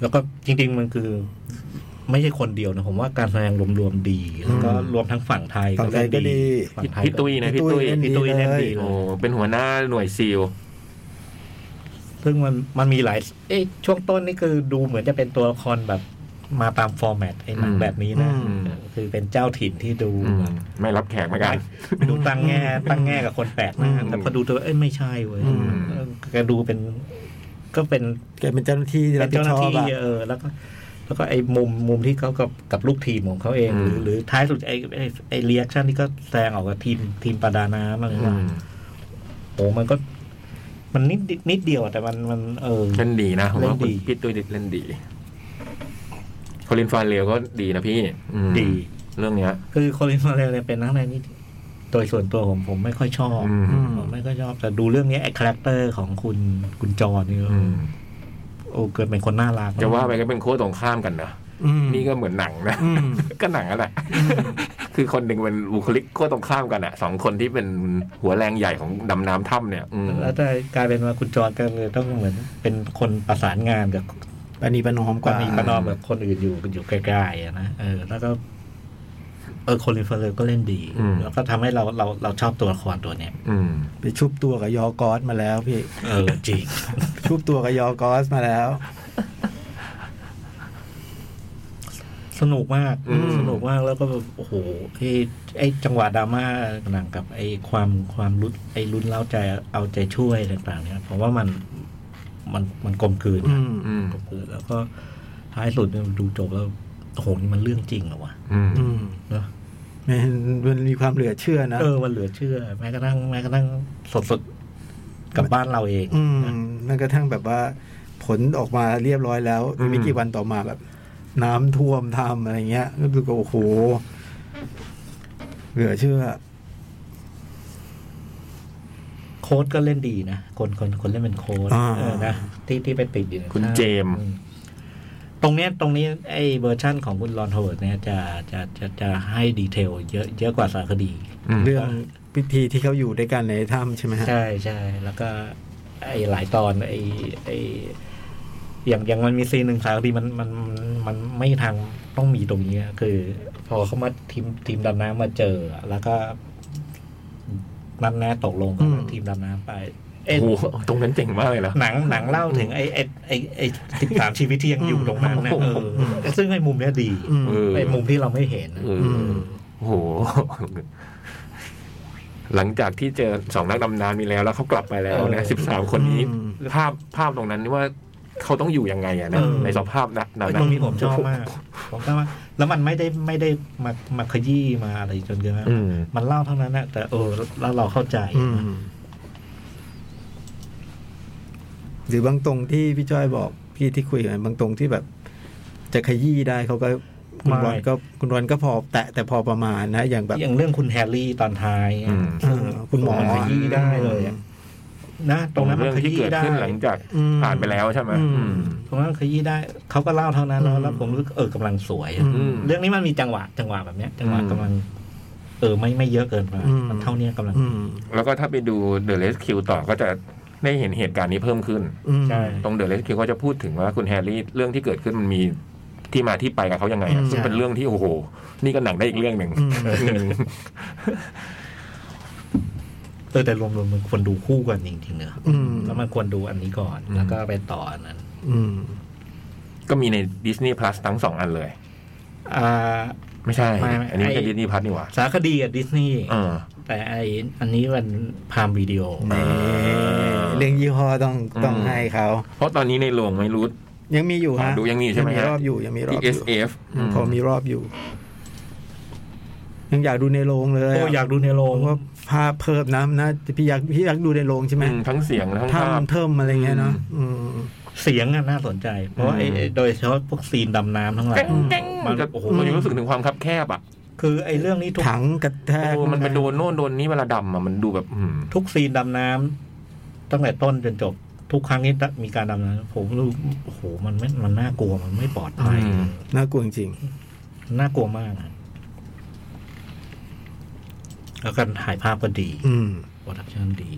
Speaker 5: แล้วก็จริง ๆ มันคือ ไม่ใช่คนเดียวนะ ผมว่าการแสดงรวมๆดี แล้วก็รวมทั้งฝั่งไทย
Speaker 6: ฝั่งใจก็ดี
Speaker 5: ฝั่งไท
Speaker 4: พี่ตุ้ยนะพี่ตุ้ย
Speaker 6: พี่
Speaker 5: พี่ตุ้ยเล่นดีเล
Speaker 4: โอ้
Speaker 5: ย
Speaker 4: เป็นหัวหน้าหน่วยซีล
Speaker 5: ซึ่งมันมันมีหลายเอ๊ะช่วงต้นนี่คือดูเหมือนจะเป็นตัวละครแบบมาตามฟอร์แมตไอ้หนัง
Speaker 4: อืม
Speaker 5: แบบนี้นะ
Speaker 6: อืม
Speaker 5: คือเป็นเจ้าถิ่นที่ดู
Speaker 4: อืมไม่รับแขกเหมือนกัน
Speaker 5: ดูตั้งแง่ตั้งแง่กับคนแปลกหน้า
Speaker 6: อืม
Speaker 5: แต่พอดูตัวเอ้ยไม่ใช่เว้ย
Speaker 6: อืม
Speaker 5: เออแก็ดูเป็น ก็เป็น
Speaker 6: แกเป็นเจ้าหน้าที่ที่รั
Speaker 5: เป็
Speaker 6: บผิด
Speaker 5: นเจ้า
Speaker 6: ชอบ
Speaker 5: หน้าที่
Speaker 6: อะ
Speaker 5: เออแล้วก็แล้วก็ไอ้มุมมุมที่เขากับกับลูกทีมของเขาเอง
Speaker 4: อืม
Speaker 5: หรือหรือท้ายสุดไอ้ไอ้ไอ้เรียกชั่นที่ก็แสดงออกกับทีมทีมประดาน้ำอะไร
Speaker 4: อื
Speaker 5: ต่าม งโอ้มันก็ มันนิดนิดเดียวอะแต่มันมันเออ
Speaker 4: เล่นดีนะผมว่า
Speaker 5: เล่นดี
Speaker 4: พี่ตุ้ยเล่นดีคอลินฟาเรลก็ดีนะพี่อืม
Speaker 5: ดี
Speaker 4: เรื่องเนี้ย
Speaker 5: คือโคลินฟาเรลเนี่ยเป็นนักแสดงที่โดยส่วนตัวผมผมไม่ค่อยชอบ
Speaker 4: อืม
Speaker 5: ผมไม่ค่อยชอบ แต่ดูเรื่องนี้ไอ้คาแรคเตอร์ของคุณคุณจอห์นนี่
Speaker 4: อืม
Speaker 5: โอ้เกิดเป็นคนน่ารัก
Speaker 4: จะว่าไปก็เป็นโค้ดตรงข้ามกันเนอะนี่ก็เหมือนหนังนะ ก็หนังอะแหละคือคนหนึ่งเป็นบุคลิกโค้ดตรงข้ามกันอะสองคนที่เป็นหัวแรงใหญ่ของดำน้ำถ้ำเนี่ย อืม
Speaker 5: แล้วแต่กลายเป็นว่าคุณจอห์นก็เลยต้องเหมือนเป็นคนประสานงานกับ
Speaker 6: ปณีประนอม
Speaker 5: ค
Speaker 6: ก
Speaker 5: น
Speaker 6: ว่า
Speaker 5: นี้ประนอมกับคนอื่นอยู่อยู่ใกล้ๆอะนะเออ แล้วก็ เออโคลินฟาเรลก็เล่นดี
Speaker 4: อืม
Speaker 5: แล้วก็ทำให้เราเราเราชอบตัวละครตัวเนี้ย
Speaker 4: อืม
Speaker 6: ไปชุบตัวกับยอกอสมาแล้วพี่
Speaker 5: เออจริง
Speaker 6: ชุบตัวกับยอกอสมาแล้ว
Speaker 5: สนุกมาก
Speaker 4: อืม
Speaker 5: สนุกมากแล้วก็แบบโอ้โหไอ้ไอ้จังหวะดราม่าหนังกับไอ้ความความรุนไอ้รุนเล้าใจเอาใจช่วยต่างๆ เนี่ยผมว่ามันมันมันกลมกลืน
Speaker 6: อื
Speaker 5: นะ
Speaker 6: ม
Speaker 4: อืม
Speaker 5: กลมกลืนแล้วก็ท้ายสุดเนี่ยดูจบแล้วโอ้โหนี่มันเรื่องจริงเหรอวะ
Speaker 4: อืม
Speaker 6: อืม
Speaker 5: เนอะ
Speaker 6: มันมันมีความเหลือเชื่อนะ
Speaker 5: เออมันเหลือเชื่อ แม้กระทั่งแม้กระทั่งสดๆกับบ้านเราเอง
Speaker 6: อืมนั่นกระทั่งแบบว่า ผลออกมาเรียบร้อยแล้ว
Speaker 4: อืม
Speaker 6: ไม่กี่วันต่อมาแบบ น้ำท่วมทำอะไรเงี้ยรู้สึกว่าโอ้โห เหลือเชื่อ
Speaker 5: โค้ดก็เล่นดีนะคนคนคนเล่นเป็นโค้ด
Speaker 6: อ่า
Speaker 5: เออนะที่ที่ไปติดอยู่ใน
Speaker 4: คุณ
Speaker 5: ภาพ
Speaker 4: เจมส์
Speaker 5: ตรงเนี้ยตรงนี้ไอ้เวอร์ชั่นของคุณรอนโฮเวิร์ดเนี่ยจะจะจะจะให้ดีเทลเยอะเยอะกว่าสารคดี
Speaker 4: อืม
Speaker 6: เรื่องพิธีที่เขาอยู่ด้วยกันในถ้ำใช่ไหมฮะ
Speaker 5: ใช่ใช่แล้วก็ไอ้หลายตอนไอ้ไอ้อย่างอย่างมันมีซีนหนึ่งสารคดีมันมันมันมันไม่ทางต้องมีตรงเนี้ยคือ พอเขามาทีมทีมดำน้ำมาเจอ แล้วก็นัดแน่ตกลงกั
Speaker 6: อื
Speaker 5: บ
Speaker 6: ม
Speaker 5: ทีมดำน้ำไปเอ้
Speaker 4: โอ้โหตรงนั้นเจ๋งมากเลยนะ
Speaker 5: หนังหนังเล่าถึงไอ้ไอ้ไอ้ไอ้สิบสามชีวิตที่ยังอยู่ตรงนั้นนะเออซึ่งไอ้มุมเนี้ยดี
Speaker 6: อืม
Speaker 4: เออ
Speaker 5: ไอ้มุมที่เราไม่เห็นนะ
Speaker 4: เออ
Speaker 6: อื
Speaker 4: อ
Speaker 6: ม
Speaker 4: โอ้โห หลังจากที่เจอสองนักดำน้ำนี้แล้ว แล้วเขากลับมาแล้วนะ
Speaker 5: เอ
Speaker 4: สิ
Speaker 5: อ
Speaker 4: บสามคนนี้
Speaker 6: อืม
Speaker 4: ภาพภาพตรงนั้นนี่ว่าเขาต้องอยู่ยังไงอะนะ
Speaker 5: เออ
Speaker 4: ในสภาพนะนั้น
Speaker 5: ตรงนี้ผมชอบมาก ผมชอบมากแล้วมันไม่ได้ไม่ได้มามาขยี้มาอะไรจนเกินไป
Speaker 4: อืม
Speaker 5: มันเล่าเท่านั้นนะแต่เออแล้วเราเข้าใจ
Speaker 6: อืมหรือบางตรงที่พี่จ้อยบอกพี่ที่คุยกันบางตรงที่แบบ จะขยี้ได้เขาก็คุณรอนก็คุณรอนก็พอแตะแต่พอประมาณนะ อย่างแบบ
Speaker 5: อย่างเรื่องคุณแฮร์รี่ตอนท้าย
Speaker 4: อืม
Speaker 6: เออคุณหมอ
Speaker 5: มันขยี้ได้เลยอะนะต
Speaker 4: ตร
Speaker 5: รง
Speaker 4: ง
Speaker 5: นั้นมั
Speaker 4: เรื่
Speaker 5: น
Speaker 4: อง
Speaker 5: ข
Speaker 4: ที่
Speaker 5: ยี้
Speaker 4: เกิด
Speaker 5: ได้
Speaker 4: ขึ้นหลังจาก
Speaker 6: อืม
Speaker 4: ผ่านไปแล้วใช่ไหม
Speaker 6: อืม
Speaker 4: อืม
Speaker 5: ตรงนั้นมันขยี้ได้เขาก็เล่าเท่านั้นแล้ว
Speaker 6: อืม
Speaker 5: แล้วผมรู้สึกเออกำลังสวยอะ
Speaker 6: อืม
Speaker 5: เรื่องนี้มันมีจังหวะจังหวะแบบเนี้ย จังหวะ
Speaker 4: อืม
Speaker 5: กำลัง เออไม่ไม่เยอะเกินไป
Speaker 6: อืม
Speaker 5: มันเท่าเนี้ยกำลัง
Speaker 6: อืม
Speaker 4: แล้วก็ถ้าไปดู The Rescue ต่อก็จะได้เห็นเหตุการณ์นี้เพิ่มขึ้น
Speaker 6: อืม
Speaker 5: ใช่
Speaker 4: ตรง The Rescue ก็จะพูดถึงว่าคุณแฮร์รี่เรื่องที่เกิดขึ้นมันมีที่มาที่ไปกับเขายังไงอะ
Speaker 6: อืม
Speaker 4: ซึ่งเป็นเรื่องที่โอ้โห นี่ก็หนังได้อีกเรื่องหนึ่ง
Speaker 6: อืม
Speaker 4: อืม
Speaker 5: เออแต่รวมๆมันควรดูคู่กันจริงๆเนอะ
Speaker 6: อืม
Speaker 5: แล้วมันควรดูอันนี้ก่อน
Speaker 4: อืม
Speaker 5: แล้วก็ไปต่ออันนั้น
Speaker 6: อืม
Speaker 4: ก็มีใน Disney Plus ทั้งสองอันเลย
Speaker 5: อ่า
Speaker 4: ไม่ใช่
Speaker 5: ไม่ไม่
Speaker 4: อันนี้ไม่ใช่
Speaker 5: ไอ้
Speaker 4: Disney Plus นี่หว่า
Speaker 5: สารคดีกับดิสนีย์
Speaker 4: เออ
Speaker 5: แต่ไออันนี้มันพามวิดีโอ
Speaker 6: นี่เรื่องยี่ห้อต้องต้อง
Speaker 4: อืม
Speaker 6: ให้เขา
Speaker 4: เพราะตอนนี้ในโรงไม่รู้
Speaker 6: ยังมีอยู่ฮะ
Speaker 4: ดูยังมีอยู่ใช่ไหมฮะ
Speaker 6: รอบอยู่ยังมีรอบ
Speaker 4: ที่
Speaker 6: อยู่
Speaker 4: SF อืม
Speaker 6: พอมีรอบอยู่ ยังอยากดูในโรงเลย
Speaker 5: โอ้
Speaker 6: อะ
Speaker 5: อยากดูในโร
Speaker 6: ผ
Speaker 5: ง
Speaker 6: มว่าภาพเพิ่มน้ำนะพี่อยากพี่อยากดูในโรงใช่ไหม
Speaker 4: อืมทั้งเสียงทั้ง
Speaker 6: ถ้า
Speaker 4: ภาพ
Speaker 6: มันเพิ่มอะไรเงี้ยเนาะอืม
Speaker 5: เสียงอะน่าสนใจ เพราะว่าไอ้
Speaker 4: อืม
Speaker 5: ไอ้โดยเฉพาะพวกซีนดำน้ำทั้งหลาย
Speaker 4: แก้งแก้ง
Speaker 5: มัน
Speaker 4: จะโอ้
Speaker 5: โอ้
Speaker 4: โห
Speaker 5: โห
Speaker 4: มันยังรู้สึกถึงความคับแคบอ่ะ
Speaker 5: คือไอ้เรื่องนี้ทุก
Speaker 6: ถังกระแทก
Speaker 4: โอ้มันไปโดนโน่นโดนนี้เวลาดำอ่ะมันดูแบบ อืม
Speaker 5: ทุกซีนดำน้ำตั้งแต่ต้นจนจบ ทุกครั้งที่มีการดำน้ำผมรู้โอ้โหมันไม่มันน่ากลัวมันไม่ปลอดภัย
Speaker 4: อืม
Speaker 6: น่ากลัวจริง
Speaker 5: น่ากลัวมากนะแล้วการถ่ายภาพก็ดี
Speaker 6: อืม
Speaker 5: โปรดักชันดี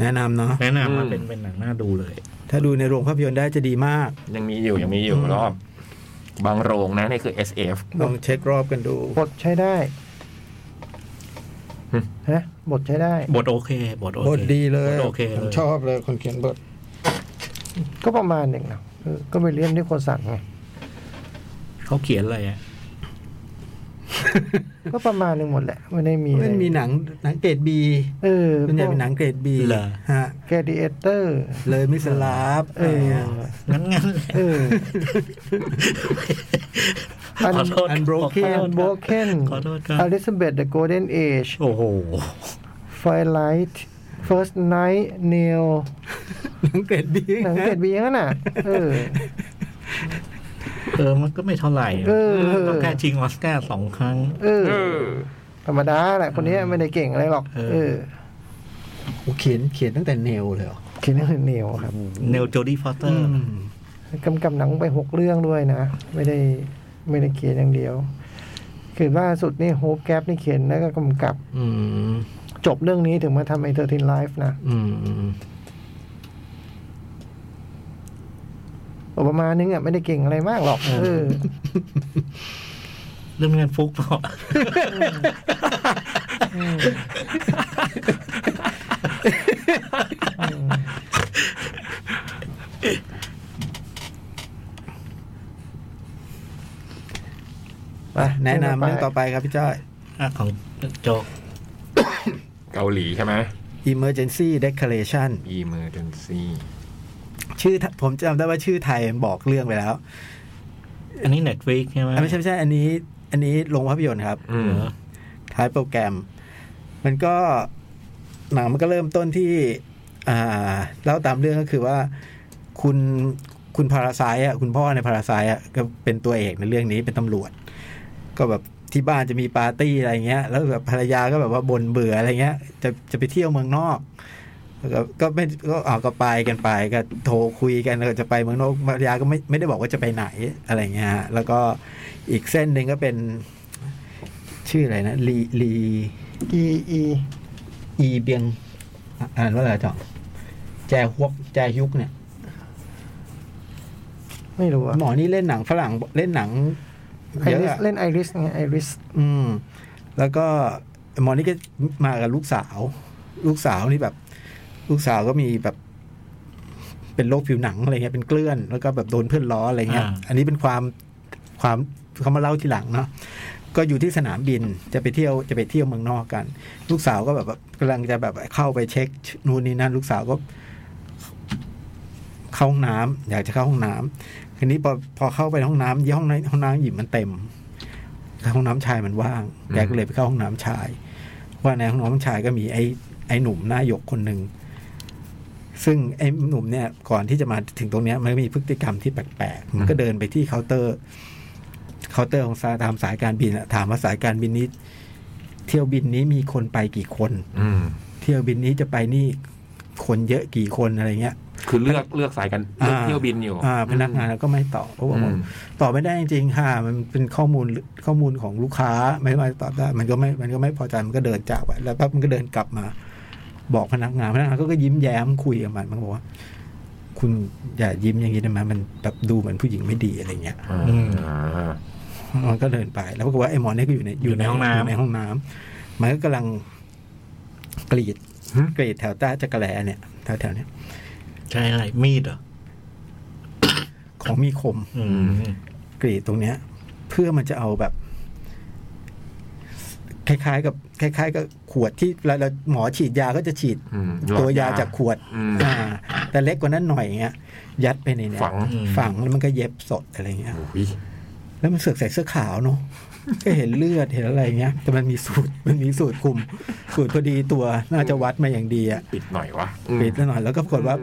Speaker 6: แนะนำเนาะ
Speaker 5: แนะนำ
Speaker 4: อื
Speaker 5: มา
Speaker 4: ม
Speaker 5: เป็นเป็นหนังน่าดูเลย
Speaker 6: ถ้าดูในโรงภาพยนตร์ได้จะดีมาก
Speaker 4: ยังมีอยู่ยังมีอยู่รอบ บางโรงนะนี่คือ SF
Speaker 6: ลองเช็ครอบกันดู
Speaker 2: บทใช้ได้
Speaker 4: หึ
Speaker 2: ฮะบทใช้ได้
Speaker 5: บทโอเค บทโอเค
Speaker 6: บทดีเลย
Speaker 5: บทโอเค
Speaker 6: ผม
Speaker 5: เลย
Speaker 6: ชอบเลยคนเขียนบท
Speaker 2: ก็ประมาณหนึ่งนะเออก็ไปเรียนที่โคสั่งไง
Speaker 5: เขาเขียนอะไรอะ
Speaker 2: ก็ประมาณหนึ่งหมดแหละไม่ได้มีอะไร
Speaker 6: มันมีหนังหนังเกรดบี
Speaker 2: เออ
Speaker 6: ส่วนใหญ่เป็นหนังเกรดบี
Speaker 5: เหรอ
Speaker 6: ฮะ
Speaker 2: แกดิเอเตอร์
Speaker 6: เลยมิสลาฟ
Speaker 2: เออ
Speaker 5: งั้นงั้นแหละ
Speaker 2: เออ อัน
Speaker 5: ขอโทษ
Speaker 6: Unbroken
Speaker 5: ขอโทษ
Speaker 2: โบเคน
Speaker 5: ขอโทษครับ
Speaker 2: อลิซาเบธเดอะโกลเด้นเอจ
Speaker 5: โอ้โห
Speaker 2: ไฟไลท์เฟิร์สไนท์เนล
Speaker 6: หนังเกรดบี
Speaker 2: หนังเกรดบีงั้นน่ะ เออ
Speaker 5: เออ มันก็ไม่เท่าไหร่
Speaker 2: เออ
Speaker 5: ต้องแค่ชิงออสการ์สองครั้ง
Speaker 2: เออ
Speaker 4: เออ
Speaker 2: ธรรมดาแหละคนนี้ไม่ได้เก่งอะไรหรอก
Speaker 5: เออ
Speaker 2: เออ
Speaker 6: โอ้เขียนเขียนตั้งแต่เนวเลยเหรอ
Speaker 2: เขียนเรื่องเนลครับ
Speaker 5: เนลโจดี้ฟอสเตอ
Speaker 6: อื
Speaker 5: ร์
Speaker 6: ม
Speaker 2: กำกับหนังไปหกเรื่องด้วยนะ ไม่ได้ไม่ได้เขียนอย่างเดียว คือล่าสุดนี่โฮปแก p นี่เขียนแล้วก็กำกับ
Speaker 6: อืม
Speaker 2: จบเรื่องนี้ถึงมาทำไอเทอร์ทินไลฟ์นะ
Speaker 6: อืม
Speaker 2: ประมาณนึงอ่ะไม่ได้เก่งอะไรมากหรอก เออ
Speaker 5: เรื่องเงินฟุกเปล่า
Speaker 2: ไป
Speaker 6: แนะนำเรื่องต่อไปครับพี่จ้อย
Speaker 5: อ่ะของโจก
Speaker 4: เกาหลีใช่ไหม
Speaker 6: Emergency Declaration
Speaker 4: Emergency
Speaker 6: ชื่อผมจำได้ว่าชื่อไทยบอกเรื่องไปแล้ว
Speaker 5: อันนี้เน็ตฟิกใช่ไหม
Speaker 6: อ่ะไม่ใช่ไม่ใช่อันนี้ อันนี้โรงภาพยนตร์ครับ
Speaker 4: อืม
Speaker 5: เหรอ
Speaker 6: ท้ายโปรแกรม มันก็หนังมันก็เริ่มต้นที่ อ่าเล่าตามเรื่องก็คือว่าคุณคุณพาราไซอ่ะคุณพ่อในพาราไซอ่ะก็เป็นตัวเอกในเรื่องนี้เป็นตำรวจ ก็แบบที่บ้านจะมีปาร์ตี้อะไรเงี้ย แล้วแบบภรรยาก็แบบว่าบ่นเบื่ออะไรเงี้ย จะจะไปเที่ยวเมืองนอกก็ก็ไม่ก็ออกก็ไปกันไปก็โทรคุยกันแล้วก็จะไปเมืองนอกภรรยาก็ไม่ไม่ได้บอกว่าจะไปไหนอะไรเงี้ยฮะแล้วก็อีกเส้นหนึ่งก็เป็น ชื่ออะไรนะลีลี
Speaker 2: อีอี
Speaker 6: อีเบียงอ่ะอ่านว่าอะไรจ่องแจฮวกแจฮยุกเนี่ย
Speaker 2: ไม่รู้อะ
Speaker 6: หมอนี่เล่นหนังฝรั่งเล่นหนัง
Speaker 2: ไอ
Speaker 6: เยอะ
Speaker 2: ริส
Speaker 6: อะ
Speaker 2: เล่นไอริสไงไอริส
Speaker 6: อืม แล้วก็หมอนี่ก็มากับลูกสาว ลูกสาวนี่แบบ ลูกสาวก็มีแบบ เป็นโรคผิวหนังอะไรเงี้ยเป็นเกลื่อน แล้วก็แบบโดนเพื่อนล้ออะไรเงี้ย อันนี้เป็นความความเขามาเล่าทีหลังเนาะก็อยู่ที่สนามบินจะไปเที่ยวจะไปเที่ยวเมืองนอกกัน ลูกสาวก็แบบว่ากำลังจะแบบเข้าไปเช็คนู่นนี่นั่นลูกสาวก็ เข้าห้องน้ำอยากจะเข้าห้องน้ำทีนี้พอพอเข้าไปห้องน้ำยี่ห้องน้ำห้องน้ำหญิงมันเต็มห้องน้ำชายมันว่าง
Speaker 4: อืม
Speaker 6: แกก็เลยไปเข้าห้องน้ำชาย ว่าในห้องน้ำชายก็มีไอ้ไอ้หนุ่มหน้าหยกคนหนึ่งซึ่งไอ้หนุ่มเนี่ย ก่อนที่จะมาถึงตรงเนี้ยมันก็มีพฤติกรรมที่แปลกๆมันก็เดินไปที่เคาน์เตอร์เคาน์เตอร์ของสายตามสายการบินอะถามว่าสายการบินนี้ เที่ยวบินนี้มีคนไปกี่คน
Speaker 4: อืม
Speaker 6: เที่ยวบินนี้จะไปนี่คนเยอะกี่คนอะไรเงี้ย
Speaker 4: คือเลือกเลือกสายกันเลือก
Speaker 6: อ่า
Speaker 4: เที่ยวบินอยู่
Speaker 6: อ่าพนักงานก็ไม่ตอบเขาบอกว่า
Speaker 4: อืม
Speaker 6: ตอบไม่ได้จริงๆ ค่ะ มันเป็นข้อมูลข้อมูลของลูกค้าไม่มาตอบได้ มันก็ไม่มันก็ไม่พอใจมันก็เดินจากไปแล้วปั๊บมันก็เดินกลับมา บอกพนักงานพนักงานก็ก็ยิ้มแย้มคุยกับมันมันก็บอกว่า คุณอย่ายิ้มอย่างนี้ได้ไหมมันแบบดูเหมือนผู้หญิงไม่ดีอะไรเงี้ย
Speaker 4: อ่า
Speaker 6: มันก็เดินไป แล้วปรากฏว่าไอ้หมอเนี่ยก็อยู่ใน
Speaker 5: อยู่ในห้องน้ำ
Speaker 6: ยู่ในห้องน้ำมันก็กำลังกรีด
Speaker 4: หึ
Speaker 6: กรีดแถวใต้จักรแลเนี่ยแถวแถวๆเนี้ย
Speaker 5: ใช่อะไรมีดเหรอ
Speaker 6: ของมีคม
Speaker 5: อืม
Speaker 6: กรีดตรงเนี้ย เพื่อมันจะเอาแบบ คล้ายๆ กับ คล้าย ๆ กับขวดที่เราเราหมอฉีดยาก็จะฉีด
Speaker 4: อืม
Speaker 6: ตัวยา
Speaker 4: หลอดยา
Speaker 6: จากขวด
Speaker 4: อืม
Speaker 6: อ่า แต่เล็กกว่านั้นหน่อยอย่างเงี้ย ยัดไปในเนี้ย
Speaker 4: ฝัง
Speaker 5: อืม
Speaker 6: ฝังแล้วมันก็เย็บสดอะไรเงี้ย
Speaker 4: โอ้ย
Speaker 6: แล้วมันเสือกใส่เสื้อขาวเนาะ ก็เห็นเลือดเห็นอะไรเงี้ย แต่มันมีสูตร มันมีสูตรคุม สูตรพอดีตัว น่าจะวัดมาอย่างดีอะ
Speaker 4: ปิดหน่อยวะอืม
Speaker 6: ปิดแล้วหน่อย แล้วก็ปรากฏว่า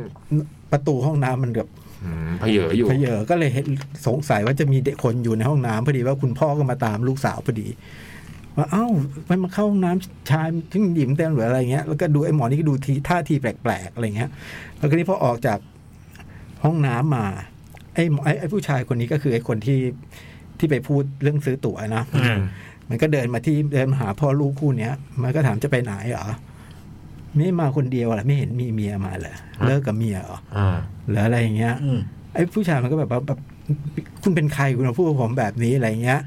Speaker 6: ประตูห้องน้ำมันแบบ
Speaker 4: อืมเพเยออยู่
Speaker 6: เพเยอก็เลยเห็นสงสัยว่าจะมีเด็กคนอยู่ในห้องน้ำพอดีว่าคุณพ่อก็มาตามลูกสาวพอดี ว่าเอ้า มันมาเข้าห้องน้ำชายทึ่งหญิมเต็มหรืออะไรเงี้ย แล้วก็ดูไอ้หมอนี่ก็ดูทีท่าทีแปลกๆอะไรเงี้ย แล้วก็นี่พอออกจากห้องน้ำมา ไอ้หมอไอ้ไอ้ผู้ชายคนนี้ก็คือไอ้คนที่ที่ไปพูดเรื่องซื้อตั๋วนะ
Speaker 5: อืม
Speaker 6: มันก็เดินมาที่เดินมาหาพ่อลูกคู่เนี้ย มันก็ถามจะไปไหนเหรอไม่มาคนเดียวเหรอไม่เห็นมีเมียมาเลยเลิกกับเมียเหรอ
Speaker 5: อ่า
Speaker 6: หรืออะไรอย่างเงี้ย
Speaker 5: อืม
Speaker 6: ไอ้ผู้ชายมันก็แบบว่าแบบคุณเป็นใครคุณมาพูดกับผมแบบนี้อะไรเงี้ย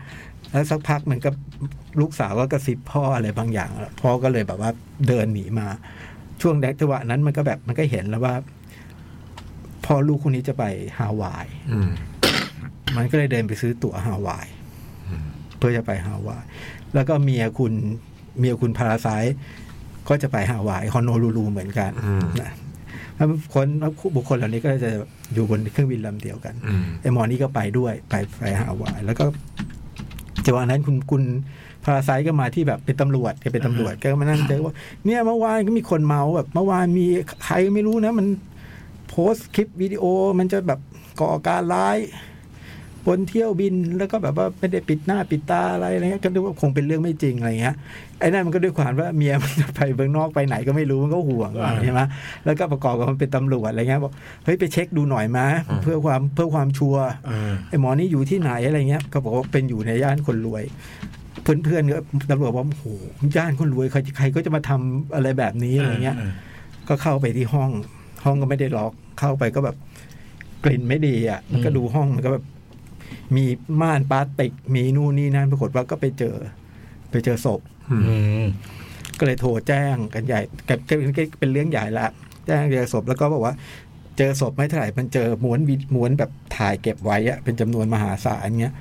Speaker 6: แล้วสักพักมันก็ลูกสาวก็กระซิบพ่ออะไรบางอย่างแล้วพ่อก็เลยแบบว่าเดินหนีมา ช่วงแดกจังหวะนั้นมันก็แบบมันก็เห็นแล้วว่าพ่อลูกคนนี้จะไปฮาวาย
Speaker 4: อืม
Speaker 6: มันก็เลยเดินไปซื้อตั๋วฮาวาย เพื่อจะไปฮาวาย แล้วก็เมียคุณเมียคุณพาราไซต์ก็จะไปฮาวายฮอนโนลูลูเหมือนกัน
Speaker 4: อืม
Speaker 6: นะแล้วคนบุคคลเหล่านี้ก็จะอยู่บนเครื่องบินลำเดียวกัน
Speaker 4: อืม
Speaker 6: ไอ้หมอนี่ก็ไปด้วยไปไปหาวาย แล้วก็จังหวะนั้นคุณคุณพาราไซต์ก็มาที่แบบเป็นตำรวจแกเป็นตำรวจแกก็มานั่งเจอว่าเนี่ยเมื่อวานก็มีคนเมาแบบเมื่อวานมีใครไม่รู้นะ มันโพสต์คลิปวิดีโอมันจะแบบก่อการร้ายบนเที่ยวบินแล้วก็แบบว่าไม่ได้ปิดหน้าปิดตาอะไรอะไรเงี้ยก็ดูว่าคงเป็นเรื่องไม่จริงอะไรเงี้ยไอ้นั่นมันก็ด้วยความว่าเมียมันจะไปเบืองนอกไปไหนก็ไม่รู้มันก็ห่วง
Speaker 5: อ่า
Speaker 6: ใช่ไหมแล้วก็ประกอบกับมันเป็นตำรวจอะไรเงี้ยบอกเฮ้ยไปเช็คดูหน่อยมาเพื่อความเพื่อความชัวร์
Speaker 5: อ่า
Speaker 6: ไอ้หมอนี่อยู่ที่ไหนอะไรเงี้ยก็บอกว่าเป็นอยู่ในย่านคนรวย เพื่อนๆก็ตำรวจบอกว่าโอ้โหย่านคนรวยใครใครก็จะมาทำอะไรแบบนี้อะไรเงี้ย ก็เข้าไปที่ห้อง ห้องก็ไม่ได้ล็อกเข้าไปก็แบบกลิ่นไม่ดีอ่ะ
Speaker 5: อืม
Speaker 6: ก็ดูห้องมันก็แบบ มีม่านพลาสติก มีนู่นนี่นั่นปรากฏว่าก็ไปเจอ ไปเจอศพ
Speaker 5: อืม
Speaker 6: ก็เลยโทรแจ้งกันใหญ่ก็ก็ก็เป็นเรื่องใหญ่ละแจ้งเจอศพแล้วก็บอกว่า เจอศพไม่เท่าไหร่มันเจอม้วนวิดม้วนแบบถ่ายเก็บไว้อะเป็นจำนวนมหาศาลเงี้ย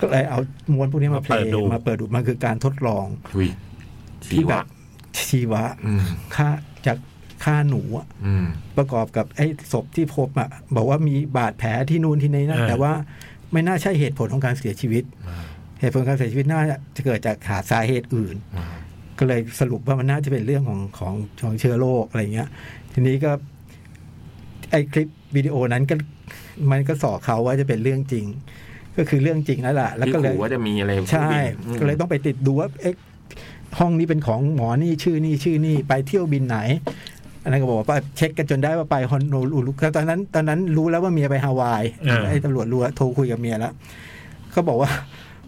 Speaker 6: ก็เลยเอาม้วนพวกนี้มาเพลย์มาเปิดดูมันคือการทดลอง
Speaker 4: อุ้ย
Speaker 6: ที่แบบชีวะ
Speaker 4: อืม
Speaker 6: ค่าจากค่าหนูอะ
Speaker 4: อืม
Speaker 6: ประกอบกับไอ้ศพที่พบอ่ะบอกว่ามีบาดแผลที่นู่นที่นี่นั่น
Speaker 5: อ่า
Speaker 6: แต่ว่าไม่น่าใช่เหตุผลของการเสียชีวิต
Speaker 4: อ่า
Speaker 6: เหตุผลการเสียชีวิตน่าจะเกิดจากหาสาเหตุอื่น
Speaker 4: อืม
Speaker 6: ก็เลยสรุปว่ามันน่าจะเป็นเรื่องของของของเชื้อโรคอะไรเงี้ย ทีนี้ก็ไอ้คลิปวิดีโอนั้นก็มันก็สอเขาว่าจะเป็นเรื่องจริง ก็คือเรื่องจริงนั่นแหละแล้วก็เลย
Speaker 4: ที่ขู่ว่าจะมีอะไร
Speaker 6: ใช่
Speaker 4: อืม
Speaker 6: ก็เลยต้องไปติดดูว่าเอ๊ะห้องนี้เป็นของหมอนี่ชื่อนี่ชื่อนี่ไปเที่ยวบินไหน อันนั้นก็บอกว่าเช็คกันจนได้ว่าไปฮอนโนลูลูแล้วตอนนั้น ตอนนั้นรู้แล้วว่าเมียไปฮาวาย
Speaker 5: อ่า
Speaker 6: ไอ้ตำรวจรู้แล้วโทรคุยกับเมียแล้ว ก็บอกว่า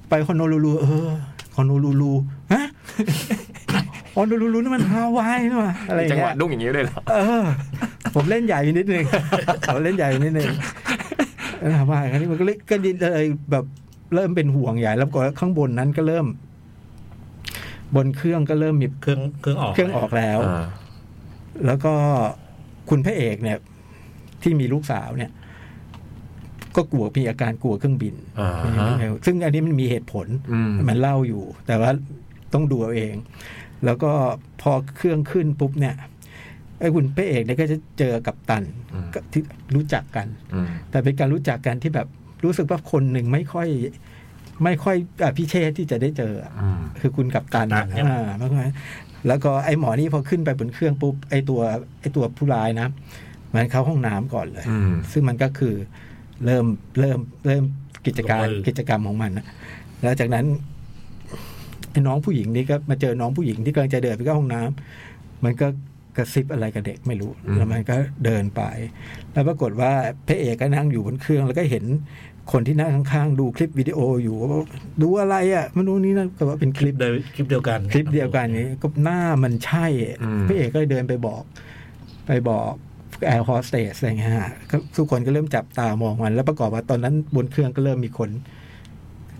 Speaker 6: ไปฮอนโนลูลูเออฮอนโนลูลูฮะฮอนโนลูลูนั่นมันฮาวายนี่หว่าอะไรอ
Speaker 4: มี
Speaker 6: ย่า
Speaker 4: จั
Speaker 6: ง
Speaker 4: งห
Speaker 6: เงี้
Speaker 4: วะ
Speaker 6: ย
Speaker 4: ดุ้งอย่างนี้เลยเหรอ
Speaker 6: เออ ผมเล่นใหญ่ไปนิดนึง ผมเล่นใหญ่ไปนิดนึงเออฮาวายครั้นี้มันก็เลยก็เลยแบบเริ่มเป็นห่วงใหญ่แล้วก็ข้างบนนั้นก็เริ่ม บนเครื่องก็เริ่มมี
Speaker 5: เครื่องเครื่องออก
Speaker 6: เครื่องออกแล้ว
Speaker 4: อ่า
Speaker 6: แล้วก็คุณพระเอกเนี่ย ที่มีลูกสาวเนี่ย ก็กลัวมีอาการกลัวเครื่องบิน
Speaker 4: อ่าฮะ
Speaker 6: ซึ่งอันนี้มันมีเหตุผล
Speaker 4: อืม
Speaker 6: มันเล่าอยู่ แต่ว่าต้องดูเอาเอง แล้วก็พอเครื่องขึ้นปุ๊บเนี่ยไอ้คุณพระเอกเนี่ยก็จะเจอกับตันก็ที่รู้จักกัน
Speaker 4: อืม
Speaker 6: แต่เป็นการรู้จักกันที่แบบรู้สึกว่าคนหนึ่งไม่ค่อย ไม่ค่อยอภิเชษที่จะได้เจอ
Speaker 4: อืม
Speaker 6: คือคุณกับตัน
Speaker 5: กัปตันครับ
Speaker 6: อ่าแล้วไงแล้วก็ไอ้หมอนี่พอขึ้นไปบนเครื่องปุ๊บไอ้ตัวไอ้ตัวผู้ร้ายนะ มันเข้าห้องน้ำก่อนเลย
Speaker 4: อืม
Speaker 6: ซึ่งมันก็คือเริ่มเริ่มเริ่มกิจการ
Speaker 5: ลงมือ
Speaker 6: กิจกรรมของมันนะแล้วจากนั้นไอ้น้องผู้หญิงนี่ก็มาเจอน้องผู้หญิงที่กำลังจะเดินไปเข้าห้องน้ำมันก็กระซิบอะไรกับเด็กไม่รู้
Speaker 4: อืม
Speaker 6: แล้วมันก็เดินไป แล้วปรากฏว่าพระเอกก็นั่งอยู่บนเครื่อง แล้วก็เห็นคนที่นั่งข้างๆ ดูคลิปวิดีโออยู่ก็บอกดูอะไรอ่ะไมันรู้นี่นั่นก็ว่าเป็นคลิป
Speaker 5: เดียวคลิปเดียวกัน
Speaker 6: คลิปเดียวกันนี้ก็หน้ามันใช่
Speaker 4: อืม
Speaker 6: พี่เอกก็เลยเดินไปบอก ไปบอกแอร์โฮสเตสอะไรเงี้ยฮะก็ทุกคนก็เริ่มจับตามองมันแล้วประกอบว่าตอนนั้นบนเครื่องก็เริ่มมีคน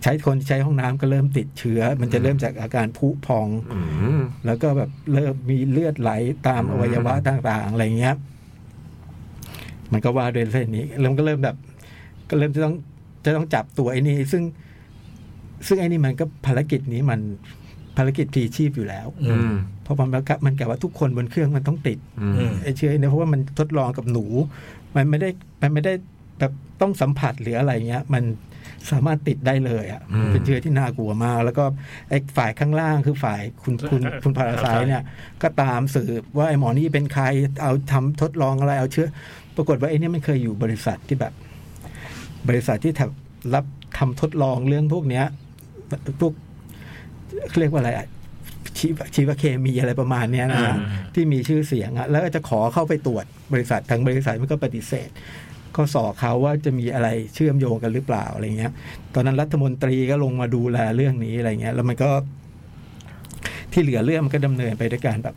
Speaker 6: ใช้คนใช้ห้องน้ำก็เริ่มติดเชื้อ มันจะเริ่มจากอาการผุพอง
Speaker 4: อืม
Speaker 6: แล้วก็แบบเริ่มมีเลือดไหลตามอวัยวะต่างๆอะไรเงี้ย มันก็ว่าด้วยเส้นนี้แล้วมันก็เริ่มแบบ ก็เริ่มจะต้องจะต้องจับตัวไอ้นี่ซึ่ง ซึ่งไอ้นี่มันก็ภารกิจนี้มันภารกิจพลีชีพอยู่แล้ว
Speaker 5: อื
Speaker 4: อื
Speaker 5: ม
Speaker 4: ม
Speaker 6: เพราะมันก็มันกะว่าทุกคนบนเครื่องมันต้องติด
Speaker 4: อืม
Speaker 5: อืม
Speaker 6: ไอ้เชื้อเนี่ยเพราะว่ามันทดลองกับหนู มันไม่ได้มันไม่ได้แบบต้องสัมผัสหรืออะไรเงี้ย มันสามารถติดได้เลยอ่ะ
Speaker 4: อืม
Speaker 6: เป็นเชื้อที่น่ากลัวมาก แล้วก็ไอ้ฝ่ายข้างล่างคือฝ่ายคุณคุณคุณพาราไซต์เนี่ย ก็ตามสืบว่าไอ้หมอนี่เป็นใครเอาทำทดลองอะไรเอาเชื้อ ปรากฏว่าไอ้เนี่ยมันเคยอยู่บริษัทที่แบบ บริษัทที่ทำรับทำทดลองเรื่องพวกเนี้ยพวกเรียกว่าอะไรอะชีวชีวเคมีอะไรประมาณเนี้ยนะฮะ
Speaker 5: อ่า
Speaker 6: ที่มีชื่อเสียงอะแล้วก็จะขอเข้าไปตรวจบริษัททางบริษัทมันก็ปฏิเสธ ก็สอบเขาว่าจะมีอะไรเชื่อมโยงกันหรือเปล่าอะไรเงี้ย ตอนนั้นรัฐมนตรีก็ลงมาดูแลเรื่องนี้อะไรเงี้ย แล้วมันก็ ที่เหลือเรื่องมันก็ดำเนินไปด้วยการแบบ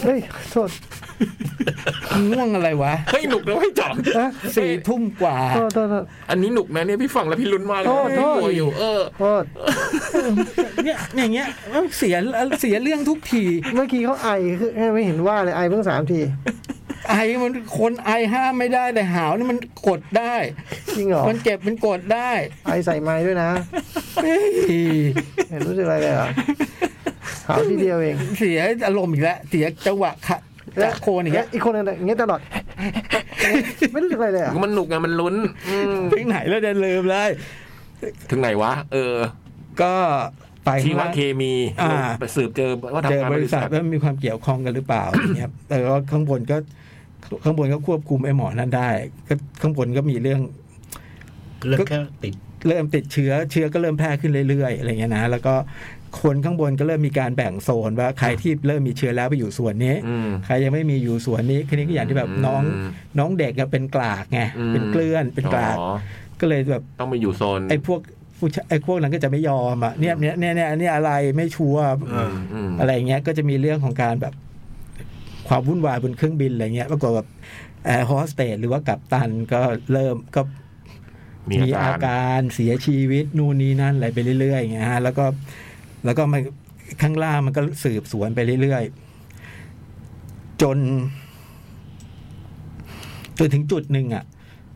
Speaker 2: เฮ้ยโทษ
Speaker 6: ง่วงอะไรวะ
Speaker 4: เฮ้ยหนุกนะให้ยจ่อง
Speaker 2: ฮะ
Speaker 6: สี่ทุ่มกว่า
Speaker 2: โทษโทษโทษ
Speaker 4: อันนี้หนุกนะเนี่ยพี่ฟังแล้วพี่ลุ้นมากเลย
Speaker 2: โทษ
Speaker 4: พี่
Speaker 2: โทษ
Speaker 4: กลัวอยู่ เออ
Speaker 2: โทษ
Speaker 6: เนี่ยอย่างเงี้ยเสียเสียเรื่องทุกที
Speaker 2: เมื่อกี้เขาไอคือไม่เห็นว่าเลยไอเพิ่งสามที
Speaker 6: ไอมันคนไอห้ามไม่ได้แต่หาวนี่มันกดได้
Speaker 2: จริงเหรอ
Speaker 6: มันเจ็บมันกดได้
Speaker 2: ไอใส่ไม้ด้วยนะ
Speaker 6: เฮ้ย
Speaker 2: เห็นรู้สึกอะไรเลยเหรอหาวที่เดียวเอง
Speaker 6: เสียอารมณ์อีกแล้วเสียจังหวะขะจะโคนอีก
Speaker 2: แล้
Speaker 6: แล้ว ว
Speaker 2: อีกคนนึงอย่างเงี้ยต ลอด ไม่รู้สึกอะไรเลยเหรอ่ะ
Speaker 4: มันหนุกไงมันลุ้นอืม
Speaker 6: ไปไหนแล้วเดินลืมเลย
Speaker 4: ถึงไหนวะ เออ
Speaker 6: ก็ไป
Speaker 4: ชี
Speaker 6: ข้าง
Speaker 4: ว
Speaker 6: ล่าง
Speaker 4: เคมี
Speaker 6: อ่า
Speaker 4: ไปสืบเจอว่า
Speaker 6: เจอง
Speaker 4: ทำาน
Speaker 6: บบ ริ
Speaker 4: ริ
Speaker 6: ษั
Speaker 4: ษั
Speaker 6: ท
Speaker 4: ท
Speaker 6: ว่ามีความเกี่ยวข้องกันหรือเปล่าอย่างเงี้ยครับแต่ว่าข้างบนก็ข้างบนก็ควบคุมไอ้หมอนั่นได้ ก็ข้างบนก็มีเรื่อง
Speaker 5: เรื่องแค่ติด
Speaker 6: เริ่มติดเชื้อเชื้อก็เริ่มแพร่ขึ้นเรื่อยๆอะไรเงี้ยนะแล้วก็คนข้างบนก็เริ่มมีการแบ่งโซนว่าใครที่เริ่มมีเชื้อแล้วไปอยู่ส่วนนี้
Speaker 4: อืม
Speaker 6: ใครยังไม่มีอยู่ส่วนนี้คือนี้ก็อย่างที่แบบน้อง
Speaker 4: อืม
Speaker 6: น้องเด็กอะเป็นกลากไง
Speaker 4: อืม
Speaker 6: เป็นเกลื่อนเป็นกลาก
Speaker 4: อ๋อ
Speaker 6: ก็เลยแบบ
Speaker 4: ต้องไปอยู่โซน
Speaker 6: ไอ้พวกผู้ชายไอ้พวกนั้นก็จะไม่ยอมอ่ะเนี่ยเนี่ยเนี่ยเนี่ยเนี่ยอะไรไม่ชัวร์
Speaker 5: อื
Speaker 4: อืมอืม
Speaker 6: อะไรเงี้ยก็จะมีเรื่องของการแบบความวุ่นวายบนเครื่องบินอะไรเงี้ยปรากฏแบบแอร์โฮสเตสหรือว่ากัปตันก็เริ่มก็
Speaker 4: มี
Speaker 6: มี
Speaker 4: อา
Speaker 6: อา
Speaker 4: การ
Speaker 6: การเสียชีวิตนู่นนี่นั่นอะไรไปเรื่อยๆอย่างเงี้ยฮะแล้วก็แล้วก็มันข้างล่างมันก็สืบสวนไปเรื่อยๆจนจนถึงจุดหนึ่งอะ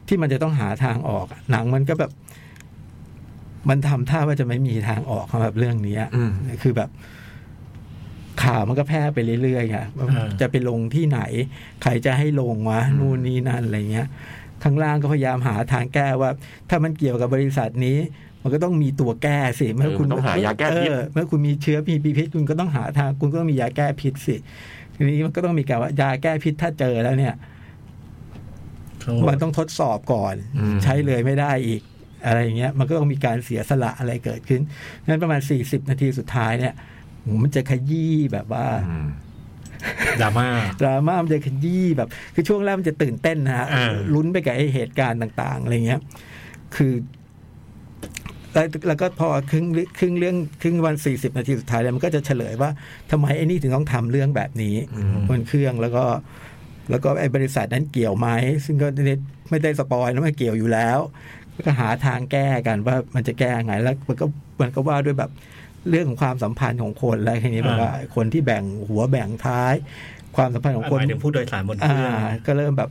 Speaker 6: ที่มันจะต้องหาทางออกอะหนังมันก็แบบ มันทำท่าว่าจะไม่มีทางออกสำหรับเรื่องเนี้ย
Speaker 4: อืม
Speaker 6: คือแบบ ข่าวมันก็แพร่ไปเรื่อยๆค่ะว่า
Speaker 5: อ่า
Speaker 6: จะไปลงที่ไหน ใครจะให้ลงวะนู่นนี่นั่นอะไรเงี้ย ข้างล่างก็พยายามหาทางแก้ว่า ถ้ามันเกี่ยวกับบริษัทนี้ มันก็ต้องมีตัวแก้สิเมื่อ
Speaker 4: เออ
Speaker 6: คุณ
Speaker 4: มันต้องหายาแก้พิษ
Speaker 6: เออเมื่อคุณมีเชื้อพีพิษคุณก็ต้องหาทางคุณก็ต้องมียาแก้พิษสิทีนี้มันก็ต้องมีการว่ายาแก้พิษถ้าเจอแล้วเนี่ย
Speaker 5: ทั้งหมด
Speaker 6: มันต้องทดสอบก่อน
Speaker 4: อืม
Speaker 6: ใช้เลยไม่ได้อีก อะไรอย่างเงี้ย มันก็ต้องมีการเสียสละอะไรเกิดขึ้นนั้นประมาณ 40 นาทีสุดท้ายเนี่ยโหมันจะขยี้แบบว่า
Speaker 4: อืม
Speaker 5: ดราม่า
Speaker 6: ดราม่ามันจะขยี้แบบ คือช่วงแรกมันจะตื่นเต้นนะฮะ
Speaker 5: อ่า
Speaker 6: ลุ้นไปกับไอ้เหตุการณ์ต่าง ๆ อะไรเงี้ย คือแล้วแล้วก็พอครึ่งครึ่งเรื่องครึ่งวันสี่สิบนาทีสุดท้ายแล้วมันก็จะเฉลยว่าทำไมไอ้นี่ถึงต้องทำเรื่องแบบนี้บนเครื่องแล้วก็ แล้วก็ไอ้บริษัทนั้นเกี่ยวไหมซึ่งก็ไม่ได้สปอยนะมันเกี่ยวอยู่แล้ว ก็หาทางแก้กันว่ามันจะแก้ไงแล้วมันก็มันก็ว่าด้วยแบบเรื่องของความสัมพันธ์ของคนแล้วทีนี้แบบว่าคนที่แบ่งหัวแบ่งท้าย ความสัมพันธ์ของคน
Speaker 5: หมายถึงผู้โดยสารบนเครื่อง
Speaker 6: อ่าก็เริ่มแบบ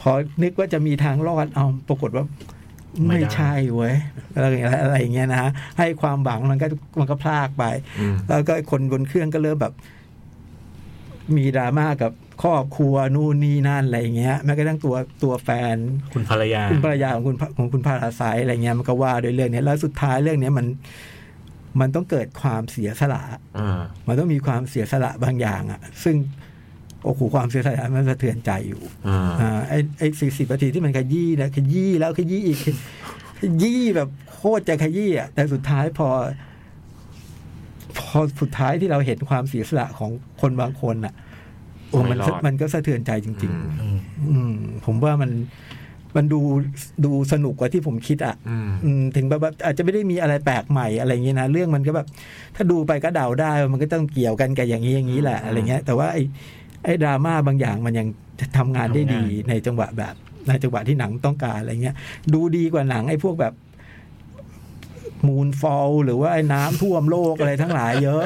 Speaker 6: พอนึกว่าจะมีทางรอดเอาปรากฏว่า
Speaker 5: ไม่
Speaker 6: ไม่
Speaker 5: ได้
Speaker 6: ใช่เว้ยอะไรอย่างเงี้ยอะไรอย่างเงี้ยนะฮะให้ความหวังมันก็มันก็พลากไป
Speaker 4: อืม
Speaker 6: แล้วก็คนบนเครื่องก็เริ่มแบบ มีดราม่ากับครอบครัวนู่นนี่นั่นอะไรอย่างเงี้ยแม้กระทั่งตัวตัวแฟน
Speaker 5: คุณภรรยา
Speaker 6: คุณภรรยาของคุณพของคุณพาราไซอะไรเงี้ยมันก็ว่าด้วยเรื่องเนี้ยแล้วสุดท้ายเรื่องเนี้ยมัน มันต้องเกิดความเสียสละ
Speaker 4: อ่า
Speaker 6: มันต้องมีความเสียสละบางอย่างอะซึ่งโอ้โหความเสียสละมันสะเทือนใจอยู่
Speaker 4: อ่า
Speaker 6: อ่าไอ้ไอ้สี่สิบนาทีที่มันขยี้นะขยี้แล้วขยี้อีกขยี้แบบโคตรจะขยี้อะแต่สุดท้ายพอ พอสุดท้ายที่เราเห็นความเสียสละของคนบางคนอะโอ้มัน
Speaker 4: ไม่รอด
Speaker 6: มันก็สะเทือนใจจริง ๆ
Speaker 5: อืม
Speaker 6: อืมผมว่ามันมันดูดูสนุกกว่าที่ผมคิดอ่ะ
Speaker 4: อืม
Speaker 6: อืมถึงแบบว่าอาจจะไม่ได้มีอะไรแปลกใหม่อะไรอย่างเงี้ยนะเรื่องมันก็แบบ ถ้าดูไปก็เดาได้ว่ามันก็ต้องเกี่ยวกันกับอย่างนี้อย่างนี้แหละอะไรเงี้ย แต่ว่าไอ้ไอ้ดราม่าบางอย่างมันยังทำงานได้ดี
Speaker 5: ทำงาน
Speaker 6: ในจังหวะแบบในจังหวะที่หนังต้องการอะไรเงี้ย ดูดีกว่าหนังไอ้พวกแบบมูนฟอลหรือว่าไอ้น้ำท่วมโลกอะไรทั้งหลายเยอะ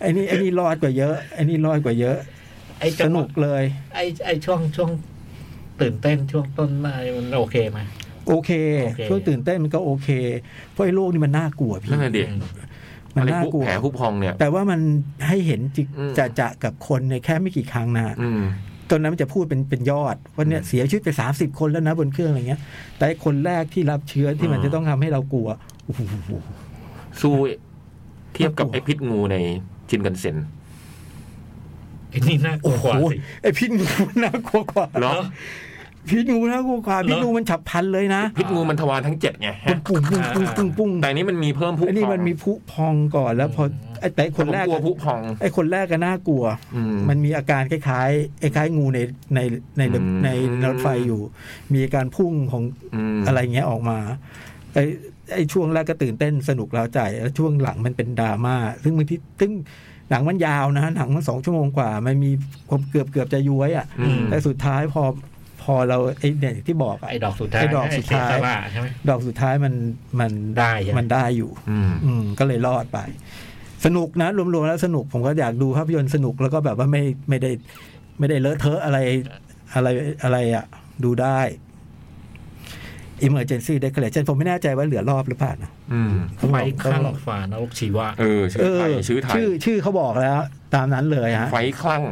Speaker 6: ไอ้นี่ไอ้นี่รอดกว่าเยอะไอ้นี่รอดกว่าเยอะ
Speaker 5: ไอ้จั
Speaker 6: ส
Speaker 5: งห
Speaker 6: นุ
Speaker 5: วะ
Speaker 6: กเลย
Speaker 5: ไอ้ไอ้ช่วงช่วงตื่นเต้นช่วงต้นไม้มันโอเคไหม
Speaker 6: โอเค
Speaker 5: โอเค
Speaker 6: ช่วงตื่นเต้นมันก็โอเค เพราะไอ้โลกนี่มันน่ากลัวพี่
Speaker 4: นั่นแหละดิ
Speaker 6: มัน
Speaker 4: อะไร
Speaker 6: น่า
Speaker 4: พุ
Speaker 6: กลัว
Speaker 4: แผลผู้พองเนี่ย
Speaker 6: แต่ว่ามันให้เห็นจิ
Speaker 4: อืม
Speaker 6: จะจะกับคนในแค่ไม่กี่ครั้งนะ
Speaker 4: อืม
Speaker 6: ตอนนั้นมันจะพูดเป็นเป็นยอดว่าเนี่ยเสียชีวิตไปสามสิบคนแล้วนะบนเครื่องอะไรเงี้ย แต่ไอ้คนแรกที่รับเชื้อที่มัน
Speaker 4: อืม
Speaker 6: จะต้องทำให้เรากลัวโอ้โห
Speaker 4: สู้เทียบกับ
Speaker 6: น่ากลัว
Speaker 4: ไอ้พิษงูในชินกันเซ็น
Speaker 5: ไอ้นี่น่ากลัวกว่าสิ
Speaker 6: ไอพิษงูน่ากลัวกว่า
Speaker 4: เหรอ
Speaker 6: พิษงูน่ากลัวกว่าพิษ
Speaker 5: เหรอ
Speaker 6: งูมันฉับพลันเลยนะ
Speaker 4: พิษงูมันทวารทั้งเจ็ดไงฮะ
Speaker 6: ปุ้งปุ้งปุ้งปุ้งปุ้ง
Speaker 4: แต่อันนี้มันมีเพิ่มผู้
Speaker 6: ไอ้นี่มันมีผุพองก่อนแล้วพอไอ้แต่ไอ้
Speaker 4: ค
Speaker 6: คน น
Speaker 4: แร
Speaker 6: แร
Speaker 4: ก
Speaker 6: ก
Speaker 4: กลัวผู้พอง
Speaker 6: ไอ้คนแรกก็น่ากลัว
Speaker 4: อืม
Speaker 6: มันมีอาการคล้ายๆคล้ายๆงูในในใน
Speaker 4: อืม
Speaker 6: ในรถไฟอยู่ มีอาการพุ่งของ
Speaker 4: ม
Speaker 6: อะไรเงี้ยออกมาไอ้ไอ้ช่วงแรกก็ตื่นเต้นสนุกแล้วใจ แล้วช่วงหลังมันเป็นดราม่าซึ่งบางทีซึ่งหนังมันยาวนะหนังมันสองชั่วโมงกว่า มันมีความเกือบเกือบจะย้วยอ่ะ
Speaker 4: อืม
Speaker 6: แต่สุดท้ายพอพอเราไอ้เนี่ยที่บอกอะ
Speaker 5: ไอ้ดอกสุดท้าย
Speaker 6: ไอ้ดอกสุดท้าย
Speaker 5: ไอ้เซซาร่ใช่ไหม
Speaker 6: ดอกสุดท้ายมันมัน
Speaker 5: ได้ใช่ไหม
Speaker 6: มันได้อยู่
Speaker 4: อืม
Speaker 6: อืมก็เลยรอดไป สนุกนะรวมๆแล้วสนุกผมก็อยากดูภาพยนตร์สนุกแล้วก็แบบว่าไม่ไม่ได้ ไม่ได้เลอะเทอะอะไรอะไรอะไรอะดูได้ Emergency Declaration ผมไม่แน่ใจว่าเหลือรอบหรือเปล่านะ
Speaker 4: อืม
Speaker 5: ไฟข้างฝานรกชีวะ
Speaker 4: เออ ชื่อไทย
Speaker 6: เ
Speaker 4: ชื่อไทย
Speaker 6: ชื่อชื่อเขาบอกแล้ว ตามนั้นเลยฮะ
Speaker 4: ไฟคลั่ง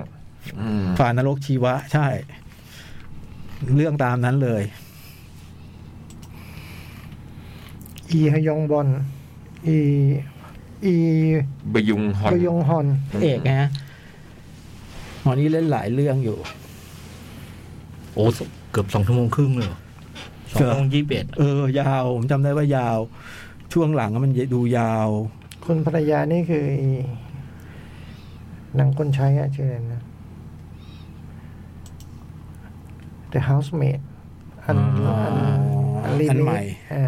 Speaker 4: อืม
Speaker 6: ฝ่านรกชีวะ ใช่ เรื่องตามนั้นเลย
Speaker 2: อีฮยองบอลอีอี
Speaker 4: บยุงฮอน
Speaker 2: กยองฮอน
Speaker 6: เอกนะฮะหมอนี่เล่นหลายเรื่องอยู่
Speaker 5: โอ้สเกือบสองชั่วโมงครึ่งเลยเหรอสองชั่วโมงยี่สิบเอ็ด
Speaker 6: เออ ยาวผมจำได้ว่ายาว ช่วงหลังมันดูยาว
Speaker 2: คุณภรรยานี่คืออีหนังคนใช้อะชื่ออะไรนะ The Housemaid อัน
Speaker 6: อ๋อ
Speaker 2: อันอันรี
Speaker 6: อัน
Speaker 2: เม
Speaker 6: ใหม่
Speaker 2: คอ่า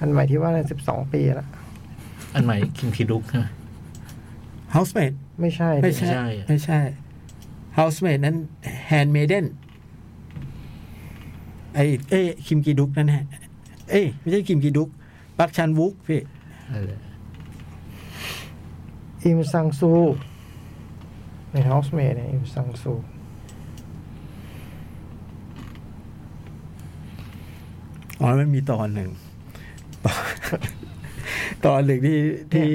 Speaker 2: อันใหม่ที่ว่าในสิบสองปีละ
Speaker 5: อันใหม่คิมคิดุกใช่ไหม
Speaker 6: Housemaid
Speaker 2: ไม่ใช่ดิ
Speaker 6: ไม่ใช่
Speaker 5: ไม่ใช่
Speaker 6: ไม่ใช่ Housemaid นั้น Handmaiden ไอ้เอ้ยคิมกีดุกนั่นแหละเอ้ยไม่ใช่คิมกีดุกปักชันวุกพี่
Speaker 5: เออ
Speaker 2: อิมซังซู ใน Housemaid เนี่ยอิมซังซู
Speaker 6: อ๋อ มันมีตอนหนึ่ง ตอนตอนหนึ่งที่ที่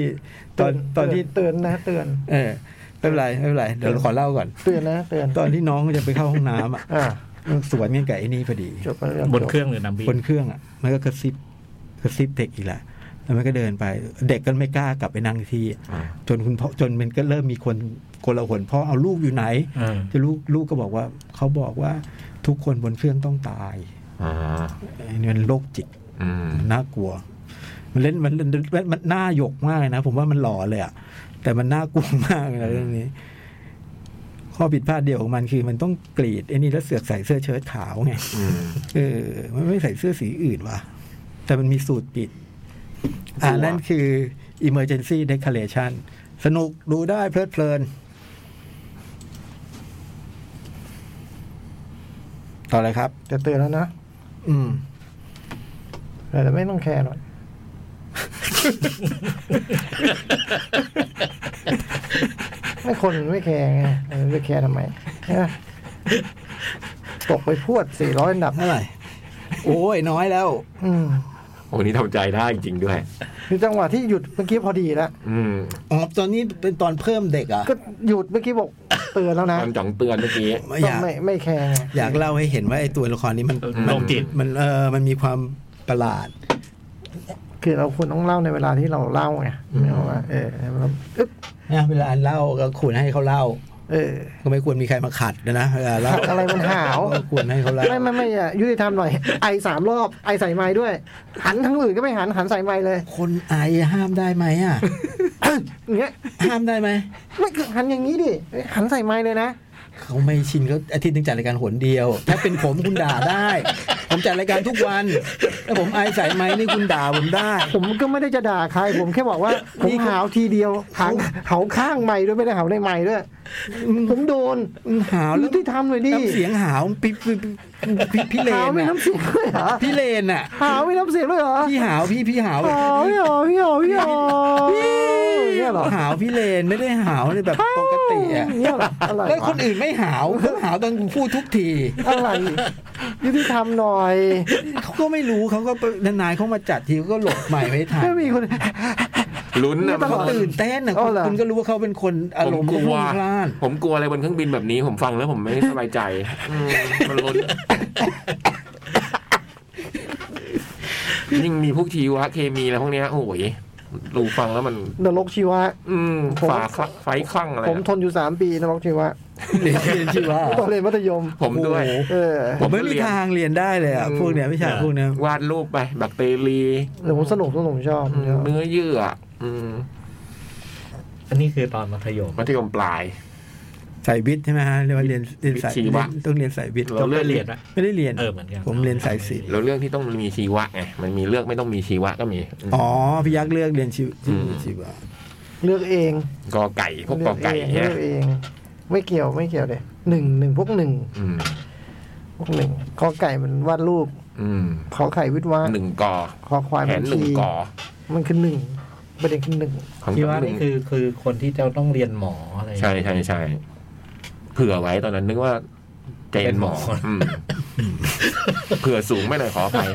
Speaker 6: ตอนตอนที่
Speaker 2: เตือนนะเตือน
Speaker 6: เออไม่เป็นไรไม่เป็นไร เดี๋ยวเราขอเล่าก่อน
Speaker 2: เตือนนะเตือน
Speaker 6: ตอนที่น้องจะไปเข้าห้องน้ำอ่ะ
Speaker 2: อ่า
Speaker 6: สวนกันกับไอ้นี่พอดี
Speaker 2: จบไปเรื่อง
Speaker 5: บน
Speaker 2: จ
Speaker 5: เครื่องหรือนำบิน
Speaker 6: บนเครื่องอ่ะ มันก็กระซิบกระซิบเด็กอีกแหละแล้วมันก็เดินไป เด็กก็ไม่กล้ากลับไปนั่งที่
Speaker 4: อ่า
Speaker 6: จนคุณพ่อจนมันก็เริ่มมีคนโกลาหลพ่อเอาลูกอยู่ไหน
Speaker 5: เออ
Speaker 6: จะลูกลูกก็บอกว่า เขาบอกว่าทุกคนบนเครื่องต้องตาย
Speaker 4: อ่า
Speaker 6: ไอ้นี่มันโรคจิต
Speaker 4: อืม
Speaker 6: น่ากลัว มันเล่นมันมันมันมันน่าหยกมากเลยนะ ผมว่ามันหล่อเลยอะแต่มันน่ากลัวมากเลยนะเรื่องนี้ ข้อผิดพลาดเดียวของมันคือ มันต้องกรีดไอ้นี่แล้วเสือกใส่เสื้อเชิ้ตขาวไง
Speaker 4: อืม
Speaker 6: เออมันไม่ใส่เสื้อสีอื่นว่ะ แต่มันมีสูตรปิด อ่า
Speaker 4: ตัว
Speaker 6: นั่นคือ emergency declaration สนุกดูได้เพลิดเพลิน ต่อเลยครับ
Speaker 2: จะเตือนแล้วนะ
Speaker 6: อืม
Speaker 2: แต่เราไม่ต้องแคร์หรอกไม่คนไม่แคร์ไงเออไม่แคร์ทำไมใช่ไหมตกไปพวดสี่ร้อยอันดับ
Speaker 6: เท่าไหร่ โอ้ย น้อยแล้ว
Speaker 2: อืม
Speaker 4: โอ้นี่ทำใจได้จริงๆด้วย
Speaker 2: คือจังหวะที่หยุดเมื่อกี้พอดีแล้ว
Speaker 4: อืม
Speaker 6: อ๋อ ตอนนี้เป็นตอนเพิ่มเด็กเหรอ่ะ
Speaker 2: ก็หยุดเมื่อกี้บอกเตือนแล้วนะ
Speaker 4: ตอนจ่องเตือนเมื่อกี้
Speaker 2: ก็
Speaker 6: อยาก
Speaker 2: ไม่ไม่แคร์ไง
Speaker 6: อยากเล่าให้เห็นว่าไอ้ตัวละครนี้มัน
Speaker 5: โรคจิต
Speaker 6: มันเออมันมีความประหลาด
Speaker 2: คือเราควรต้องเล่าในเวลาที่เราเล่าไงไม่เอาว่าเออเราอึ๊บ
Speaker 6: นะเวลาเล่าก็ควรให้เขาเล่า
Speaker 2: เออ
Speaker 6: ก็ไม่ควรมีใครมาขัดนะนะเวลาเล่า
Speaker 2: ขัดอะไรมันหาว
Speaker 6: ก็ควรให้เขาเล่า
Speaker 2: ไม่ไม่ไม่อ่ะยุติธรรมหน่อย ไอสามรอบไอใส่ไม้ด้วย หันทั้งอื่นก็ไม่หันหันใส่ไม้เลย
Speaker 6: คนไอห้ามได้ไหมอ่ะ
Speaker 2: อย่างเงี้ย
Speaker 6: ห้ามได้ไหม
Speaker 2: ไม่คือหันอย่างนี้ดิหันใส่ไม้เลยนะ
Speaker 6: เขาไม่ชินเขาอาทิตย์หนึงจัดรายการหนเดียว ถ้าเป็นผมคุณด่าได้ ผมจัดรายการทุกวันถ้าผมไอใส่ไหมนี่คุณด่าผมได้
Speaker 2: ผมก็ไม่ได้จะด่าใคร ผมแค่บอกว่าผมหาวทีเดียวหางหาวข้างไม้ด้วยไม่ได้หาวในไม้ด้วยผมโดน
Speaker 6: หาวแล้
Speaker 2: ยุ
Speaker 6: ว
Speaker 2: ติธรรมหน่อยดิ
Speaker 6: น้ำเสียงหาวพี่พี่พี่พี่เล
Speaker 2: หาวน ไม่
Speaker 6: อะ
Speaker 2: น้ำเสียงด้วยเหรอ
Speaker 6: พี่เลนอ่ะ
Speaker 2: หาวไม่น้ำเสียงด้วยเหรอ
Speaker 6: พี่หาวพี่พี่หาว
Speaker 2: หาวไม่หาวไม่หาวไม่หาวอย่างเงี้ยเหรอ
Speaker 6: หาวพี่เลนไม่ได้หาวเลยแบบปกติอ่ะ
Speaker 2: อย่างเงี้ยเหรออะไร
Speaker 6: แล้วคน
Speaker 2: วะ
Speaker 6: อื่นไม่หาวเขาหาวตอนกูพูดทุกที
Speaker 2: อะไรยุติธรรมหน่อย
Speaker 6: เขาก็ไม่รู้เขาก็นานๆเขามาจัดทีเขาก็หลบใหม่ไม่ทัน
Speaker 2: ไม่มีคน
Speaker 4: ลุ้นนะ
Speaker 2: ไม่ตลอ
Speaker 6: เขา
Speaker 2: ด
Speaker 6: ตื่นเต้นนะ
Speaker 2: อ๋อเหรอ
Speaker 6: คุณก็รู้ว่าเขาเป็นคนอา
Speaker 4: ผ
Speaker 6: ร
Speaker 4: ม
Speaker 6: มณ์
Speaker 4: ก
Speaker 6: พ
Speaker 4: ลัว
Speaker 6: ลุ่งพล่าน
Speaker 4: ผมกลัวอะไรบนเครื่องบินแบบนี้ ผมฟังแล้วผมไม่สบายใจอืมมันลุ้น ยิ่งมีพวกชีวะเคมีอะไรพวกเนี้ย โอ้ยดูฟังแล้วมัน
Speaker 2: นรกชีวะ
Speaker 4: อืม
Speaker 2: ผม
Speaker 4: ฝาคลักไฟคลั่งอะไร
Speaker 2: ผม
Speaker 4: อะ
Speaker 2: ทนอยู่สามปีนรกชีวะ
Speaker 6: เรียนเรียนชีวะ
Speaker 2: ตอนเรียนมัธยม
Speaker 4: ผมด้วย
Speaker 2: เออ
Speaker 6: ผมไม่
Speaker 4: ผมก็
Speaker 6: มี
Speaker 4: เรียน
Speaker 6: ทางเรียนได้เลยอ่ะ
Speaker 4: อืม
Speaker 6: พวกเนี้ยวิชา
Speaker 5: ใช่
Speaker 6: พวกเนี้ยว
Speaker 4: าดรูปไปแบคทีเรีย
Speaker 2: หรือผมสนุกสนุกผมชอบผมชอบ
Speaker 4: เนื้อเยื่ออืม
Speaker 5: อันนี้คือตอนมัธยม
Speaker 4: มัธยมปลาย
Speaker 6: สายวิทย์ใช่ไหมฮะเรียกว่าเรียนเรียนสาย
Speaker 4: ชีวะ
Speaker 6: เรียนต้องเรียนสายวิทย์
Speaker 4: เราเลือก
Speaker 5: เรี
Speaker 4: เรีย
Speaker 5: ยน
Speaker 4: น
Speaker 5: ไหม
Speaker 6: ไม่ได้เรียน
Speaker 5: เออเหมือนกัน
Speaker 6: ผมเรียนสายศิลป์
Speaker 4: เราเลือกที่ต้องมีชีวะไงมันมีเลือกไม่ต้องมีชีวะก็มีม
Speaker 6: อ๋อพี่ยักษ์เลือกเรียนชีว
Speaker 4: อืม
Speaker 6: ชีวะ
Speaker 2: เลือกเอง
Speaker 4: กอไก่พวกกอไก่
Speaker 2: เลืเอง
Speaker 4: เนี่ย
Speaker 2: เลือกเอง ไม่เกี่ยวไม่เกี่ยวเลยหนึ่งหนึ่งพวกหนึ่ง
Speaker 4: อืม
Speaker 2: พวกหนึ่งขอไก่มันวาดรูป
Speaker 4: อืม
Speaker 2: ขอไข่วิทย์วาด
Speaker 4: หนึ่งกอ
Speaker 2: ขอควาย
Speaker 4: แผ
Speaker 2: มัน
Speaker 4: นหนึ่
Speaker 2: ที
Speaker 4: งกอ
Speaker 2: มันคือหนึ่งประเด็นคือหนึ่ง
Speaker 4: ของ
Speaker 5: ที่ว่า
Speaker 4: ห
Speaker 5: นี่
Speaker 4: นึ่ง
Speaker 5: คือคือคนที่จะต้องเรียนหมออะไรอย่าง
Speaker 4: ใช่
Speaker 5: เงี้ย
Speaker 4: ใช่ใช่เผื่อไว้ตอนนั้นนึกว่าเจนหมอ
Speaker 5: เป็นหมออื
Speaker 4: มเผื่อสูงไม่เลยขออภัย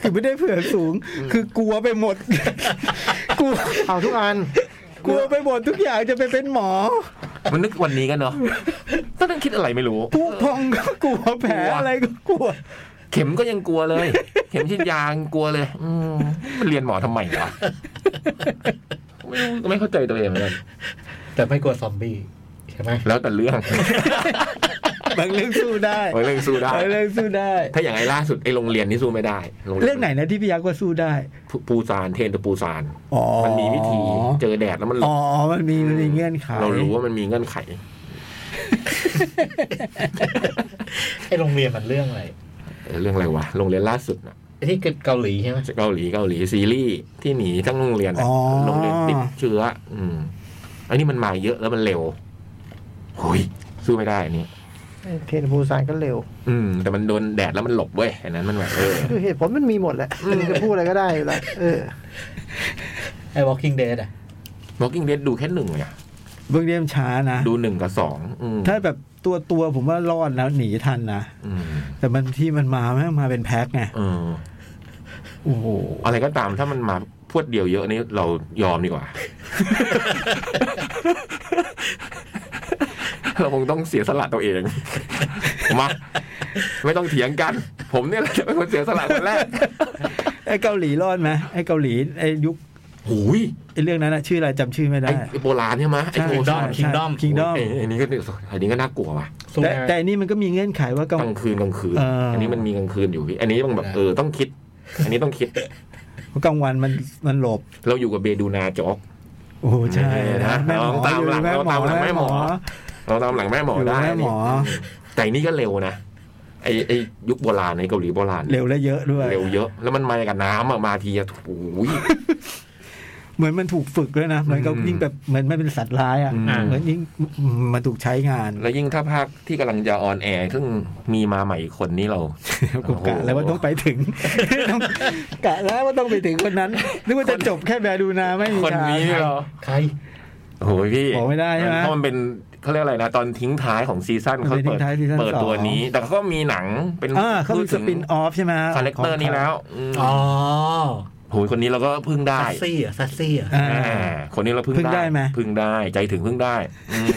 Speaker 6: คือไม่ได้เผื่อสูง คือกลัวไปหมด กลัว
Speaker 2: เอาทุกอัน
Speaker 6: กลัวไปหมดทุกอย่างจะไปเป็นหมอ
Speaker 4: มันนึกวันนี้กันเนาะตอนนั้นคิดอะไรไม่รู้
Speaker 6: ผู้พองก็กลัวแผล
Speaker 4: กลัว
Speaker 6: อะไรก็กลัว
Speaker 4: เข็มก็ยังกลัวเลย เข็มฉีดยายังกลัวเลย
Speaker 2: อืม
Speaker 4: มันเรียนหมอทำไมวะไม่รู้ไม่เข้าใจตัวเองเหมือนกัน
Speaker 5: แต่ไม่กลัวซอมบี้ใช่ไหม
Speaker 4: แล้วแต่เรื่อง
Speaker 6: บางเรื่องสู้ได้
Speaker 4: ไว้เรื่องสู้ได้
Speaker 6: บางเรื่องสู้ได้
Speaker 4: ถ้าอย่างไอ้ล่าสุดไอ้โรงเรียนนี่สู้ไม่ได้โย
Speaker 6: เรื่องไหนนะที่พี่ยักษ์ว่าสู้ได้
Speaker 4: ปูปูซานเทรนตัวปูซาน
Speaker 6: อ๋อ
Speaker 4: มันมีวิธีเจอแดดแล้วมันหลบ
Speaker 6: อ๋อ มันมีมันมีเงื่อนไข
Speaker 4: เรารู้ว่ามันมีเงื่อนไข
Speaker 5: ไอโรงเรียนมันเรื่องอะไร
Speaker 4: เออเรื่องอะไรวะโรงเรียนล่าสุดน่ะ
Speaker 5: ไอ้ที่เกาหลีใช่ไหม
Speaker 4: เกาหลีเกาหลีซีรีส์ที่หนีทั้งโรงเรียนน่ะ
Speaker 6: อ๋อ
Speaker 4: โรงเรียนติดเชื้อ อืมอันนี้มันมาเยอะแล้วมันเร็วโอ้ยสู้ไม่ได้อันนี้
Speaker 2: เทนภูสานก็เร็ว
Speaker 4: อืมแต่มันโดนแดดแล้วมันหลบเว้ยอันนั้นมันแบบเออ
Speaker 2: คือเหตุผลมันมีหมดแหละมันจะพูดอะไรก็ได้อยู่และเออ
Speaker 5: ไอ้ Walking Dead อ่ะ
Speaker 4: Walking Dead ดูแค่หนึ่งเลยอะ
Speaker 6: เบื้องเรียมช้านะ
Speaker 4: ดูหนึ่งกับสองอืม
Speaker 6: ถ้าแบบตัวตัวผมว่ารอดแล้วหนีทันนะ
Speaker 4: อืม
Speaker 6: แต่บางที่มันมาแม่งมาเป็นแพ็คไง
Speaker 4: เออ
Speaker 6: โอ้โห
Speaker 4: อะไรก็ตามถ้ามันมาพวดเดียวเยอะนี่เรายอมดีกว่า เราคงต้องเสียสละตัวเอง มาไม่ต้องเถียงกัน ผมเนี่ยแห ละจะเป็นคนเสียสละคนแรก
Speaker 6: ไอ้เกาหลีรอดไหมไอ้เกาหลีไอ้ยุค
Speaker 4: หูย
Speaker 6: ไอ้เรื่องนั้นนะชื่ออะไรจำชื่อไม่ได้
Speaker 4: ไอ้ไอ้โบราณเนี่ยมะไอ้โบราณ
Speaker 5: Kingdom
Speaker 6: Kingdom
Speaker 4: ไอ้ไอ้นี่ก็ไอ้นี่ก็น่ากลัวว่ะ
Speaker 5: สู้
Speaker 6: แต่
Speaker 5: ได้
Speaker 6: แต่อันนี่มันก็มีเงื่อนไขว่ากลาง
Speaker 4: กลางคืนกลางคืน
Speaker 6: เอออั
Speaker 4: นนี้มันมีกลางคืนอยู่พี่อันนี้ต้องแบบ
Speaker 5: นะ
Speaker 4: เออต้องคิด อันนี้ต้องคิด
Speaker 6: กลางวันมันมันหลบ
Speaker 4: เราอยู่กับเบดูนาโจ๊อก
Speaker 6: โอ้โหใช่นะ
Speaker 4: นะ
Speaker 6: แม่หมอ
Speaker 4: เราตามหลัง
Speaker 6: อยู่
Speaker 4: เราตามหลังแม่หมอ เราตามหลังแม่หมอ
Speaker 6: อยู่
Speaker 4: ได้
Speaker 6: แม่หมอ
Speaker 4: แต่นี่ก็เร็วนะไอไอยุคโบราณในเกาหลีโบราณ
Speaker 6: เร็วและเยอะด้วย
Speaker 4: เร็วเยอะ แล้วมันมากับน้ำอะมาทีอะโอ้ย
Speaker 6: เหมือนมันถูกฝึกด้วยนะ เหมือนเขา
Speaker 4: อืม
Speaker 6: ยิ่งแบบเหมือนมันเป็นสัตว์ร้ายอ่ะ
Speaker 4: อืม
Speaker 6: เหมือนยิ่งมันถูกใช้งาน
Speaker 4: แล้วยิ่งถ้าภาคที่กำลังจะออนแอร์ซึ่งมีมาใหม่อีกคนนี้เรา
Speaker 6: กูกะแล้วว่าต้องไปถึง ต้องกะแล้วว่าต้องไปถึงคนนั้นนึกว่าจะจบแค่แบดูนาไม่มี
Speaker 4: คน
Speaker 6: ทาง
Speaker 4: นี้เหรอ
Speaker 5: ใคร
Speaker 4: โอ้ยพี่
Speaker 6: บอกไม่ได้ใช่ไหม
Speaker 4: เพราะมันเป็นเขาเรียกอะไรนะ ตอนทิ้งท้ายของซีซั่นเขา
Speaker 6: เป็นทิ้
Speaker 4: เปิด
Speaker 6: งท้ายซีซั่น
Speaker 4: เปิด
Speaker 6: สอง
Speaker 4: ตัวนี้ แต่เขาก็มีหนังเป็น
Speaker 6: อ่าเขามี
Speaker 4: พูด
Speaker 6: ส
Speaker 4: ถึง
Speaker 6: ปินออฟใช่ไหม
Speaker 4: คาแรคเตอร์นี้แล้วอืม
Speaker 5: อ๋อ
Speaker 4: โหยคนนี้เราก็เพึ่งได้
Speaker 5: ซัสซี่อ่ะซัสซี่อ่ะ
Speaker 6: อ่า
Speaker 4: อ่าคนนี้เราพึ่
Speaker 6: พึ่งได้ไหม
Speaker 4: พึ่งได้ใจถึงพึ่งได้อืม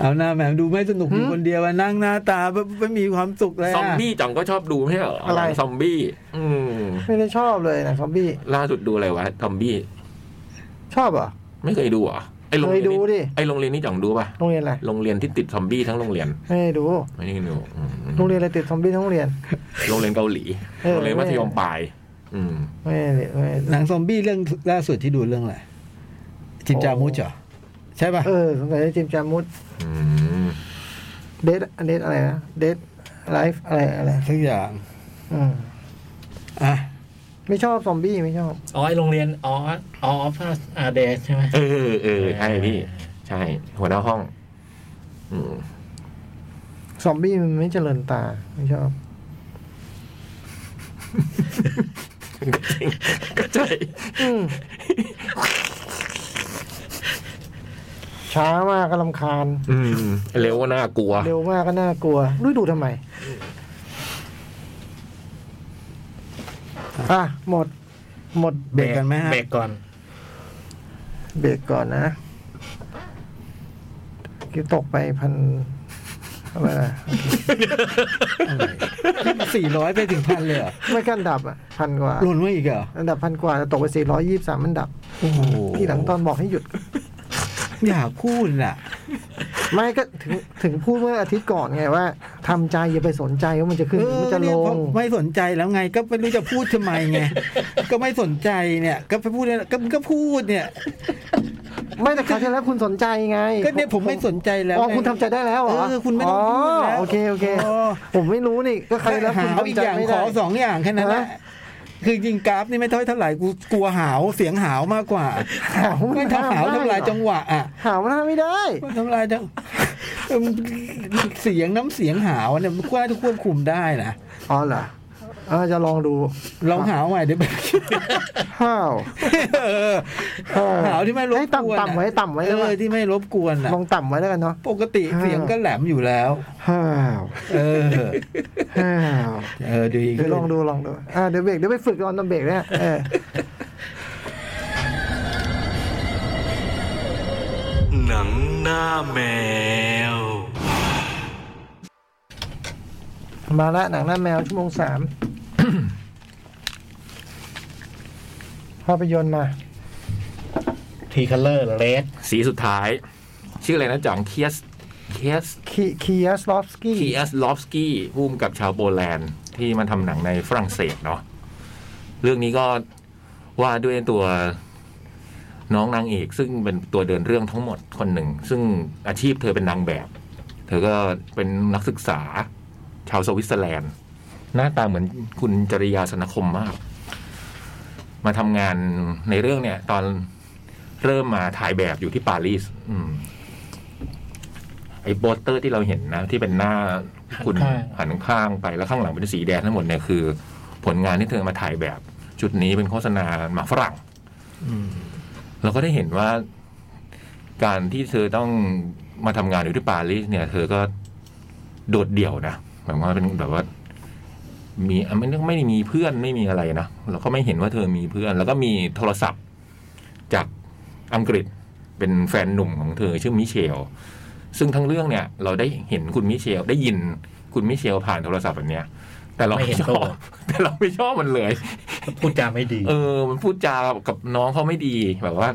Speaker 6: เอาหน้าแหมมดูไม่สนุกอยู่
Speaker 2: หืม
Speaker 6: คนเดียวอะนั่งหน้าตาแบบไม่มีความสุขเลยะ
Speaker 4: ซอมบี้จ่องก็ชอบดูไม่ใช่เหรอ
Speaker 2: อะไร
Speaker 4: ซอมบี้อืม
Speaker 2: ไม่ได้ชอบเลยนะซอมบี้
Speaker 4: ล่าสุดดูอะไรวะซอมบี้
Speaker 2: ชอบเหรอ
Speaker 4: ไม่เคยดูเหรอไอ้โรงเรียน
Speaker 2: เคยดูดิ
Speaker 4: นี่ไอ้โรงเรียนนี่จ่องดูป่ะ
Speaker 2: โรงเรียนอะไร
Speaker 4: โรงเรียนที่ติดซอมบี้ทั้งโรงเรียน
Speaker 2: ไม่ได้ดู
Speaker 4: ไม่ได้ดูอืม
Speaker 2: โรงเรียนอะไรติดซอมบี้ทั้งโรงเรียน
Speaker 4: โรงเรียนเกาหลี
Speaker 2: เออ
Speaker 4: โรงเรียนมัธยมปลายอืม
Speaker 2: ไม่ได้ไม่ได้
Speaker 6: หนังซอมบี้เรื่องล่าสุดที่ดูเรื่องอะไรจินจามุจเหรอใช่ป่ะ
Speaker 2: เออสงสัยจะจิมจามุด
Speaker 4: อืม
Speaker 2: เดทเดทอะไรนะเดทไลฟ์อะไรอะไร
Speaker 6: สักอย่าง
Speaker 2: อืม
Speaker 6: อ่ะ
Speaker 2: ไม่ชอบซอมบี้ไม่ชอบ
Speaker 5: อ๋อไอโรงเรียนอ๋ออ๋อพาสอาเดสใช่ไหม
Speaker 4: เออเออใช่พี่ ใช่ หัวหน้าห้อง อืม
Speaker 2: ซอมบี้มันไม่เจริญตา ไม่ชอบ
Speaker 4: ก็ใช่
Speaker 2: อืมช้ามากก็ลำคาญ
Speaker 4: อืมเร็วก็น่ากลัว
Speaker 2: เร็วมากก็น่ากลัวรู้ดูทำไม อ่ะ หมด หมด
Speaker 6: เบรกกันไหมฮะ
Speaker 5: เบรกก่อน
Speaker 2: เบรกก่อนนะกี่ตกไปพัน เอาไปเลย
Speaker 6: สี่ร้อยไปถึงพันเลยเหรอ
Speaker 2: ไม่กันดับอ่ะพันกว่า
Speaker 6: หล่นมาอีกเหรอ
Speaker 2: อันดับพันกว่าแต่ตกไป 423อันดับ
Speaker 6: โอ้โห
Speaker 2: ที่หลังตอนบอกให้หยุด
Speaker 6: อยากพูดน่ะ
Speaker 2: ไม่ก็ถึงถึงพูดเมื่ออาทิตย์ก่อนไงว่าทำใจอย่าไปสนใจว่ามันจะขึ้นหรือมันจะล
Speaker 6: เออเนี่ย
Speaker 2: ง
Speaker 6: พอไม่สนใจแล้วไงก็ไม่รู้จะพูดทำไมไง ก็ไม่สนใจเนี่ย ก็ไปพูดเนี่ยก็ก็พูดเนี่ย
Speaker 2: ไม่แต่คราวที่แล้วคุณสนใจไง
Speaker 6: ก็เนี่ยผมไม่สนใจแล้ว
Speaker 2: อ๋อ
Speaker 6: ไง
Speaker 2: คุณทำใจได้แล้วเหรอ
Speaker 6: เออคุณไม่ต้องพูดแล้ว
Speaker 2: โอเคโอเค
Speaker 6: อ๋อ
Speaker 2: ผมไม่รู้นี่ก็คราวที่แล้ว
Speaker 6: หา
Speaker 2: คุณ
Speaker 6: วอี
Speaker 2: ทำ
Speaker 6: ก
Speaker 2: ใจ
Speaker 6: อย่าง
Speaker 2: ไม่
Speaker 6: ข
Speaker 2: ได้
Speaker 6: อสองอย่างแค่นั้นแหละ
Speaker 2: ฮะ
Speaker 6: คือจริงกราฟนี่ไม่เท่าเท่าไหร่กูกลัวหาวเสียงหาวมากกว่า
Speaker 2: หาว
Speaker 6: ไม่ทำหาว
Speaker 2: ได้
Speaker 6: ทำลาย
Speaker 2: เหรอ
Speaker 6: จังหวะอ่ะ
Speaker 2: หามันทำไม่ได้
Speaker 6: ทำลายจังเอิ่มเสียงน้ำเสียงหาวเนี่ยกว่าจะควบคุมได้นะ
Speaker 2: อ๋อเหรอเออจะลองดู
Speaker 6: ลองหาวใหม่เดี๋ยวไป
Speaker 2: ห้าว
Speaker 6: เออ
Speaker 2: เออ
Speaker 6: หาวที่ไม่รบ
Speaker 2: ให้
Speaker 6: กวน
Speaker 2: ต่ำ
Speaker 6: อะ
Speaker 2: ต่ำไว้ต่ำไว้
Speaker 6: เอ
Speaker 2: ได้ไหม
Speaker 6: อที่ไม่รบกวนอ่ะ
Speaker 2: ลองต่ำไว้แล้วกันเนาะ
Speaker 6: ปกติ
Speaker 2: อ่า
Speaker 6: เสียงก็แหลมอยู่แล้ว
Speaker 2: ห้าว
Speaker 6: เออ
Speaker 2: ห้าว
Speaker 6: เออดี
Speaker 2: เดี๋
Speaker 6: ก็
Speaker 2: ยวลองดูลองดูอ่าเดี๋ยวเบรกเดี๋ยวไปฝึกตอนตอนเบรกเนี่ยเออ
Speaker 1: หนังหน้าแมว
Speaker 2: มาละหนังหน้าแมวชั่วโมงสาม ภาพยนตร์มา
Speaker 5: ทีคัลเลอร์เลด
Speaker 4: สีสุดท้าย ชื่ออะไรนะจ่องเคียสเคียส
Speaker 2: คีคียสลอฟสกี้
Speaker 4: เคียสลอฟสกี้ผู้กำกับชาวโปแลนด์ที่มันทำหนังในฝรั่งเศสเนาะเรื่องนี้ก็ว่าด้วยตัวน้องนางเอก ซึ่งเป็นตัวเดินเรื่องทั้งหมดคนหนึ่ง ซึ่งอาชีพเธอเป็นนางแบบ เธอก็เป็นนักศึกษาชาวสวิตเซอร์แลนด์ หน้าตาเหมือนคุณจริยาสนคมมาก มาทำงานในเรื่องเนี่ย ตอนเริ่มมาถ่ายแบบอยู่ที่ปารีสอืมไอ้โปสเตอร์ที่เราเห็นนะ ที่เป็นหน้าคุณหันข้างไปแล้วข้างหลังเป็นสีแดงทั้งหมดเนี่ยคือ ผลงานที่เธอมาถ่ายแบบ ชุดนี้เป็นโฆษณาหมากฝรั่งเราก็ได้เห็นว่าการที่เธอต้องมาทำงานอยู่ที่ปารีสเนี่ย เธอก็โดดเดี่ยวนะหมายความว่าเป็นแบบว่า มีไม่ได้ไม่ได้มีเพื่อนไม่มีอะไรนะเราก็ไม่เห็นว่าเธอมีเพื่อน แล้วก็มีโทรศัพท์จากอังกฤษเป็นแฟนหนุ่มของเธอชื่อมิเชล ซึ่งทั้งเรื่องเนี่ย เราได้เห็นคุณมิเชลได้ยินคุณมิเชลผ่านโทรศัพท์แบบเนี้ย แต่เราไม่ชอบ แต่เราไม่ชอบมันเลย
Speaker 5: พูดจาไม่ดี
Speaker 4: เออ มันพูดจากับน้องเขาไม่ดีแบบว่า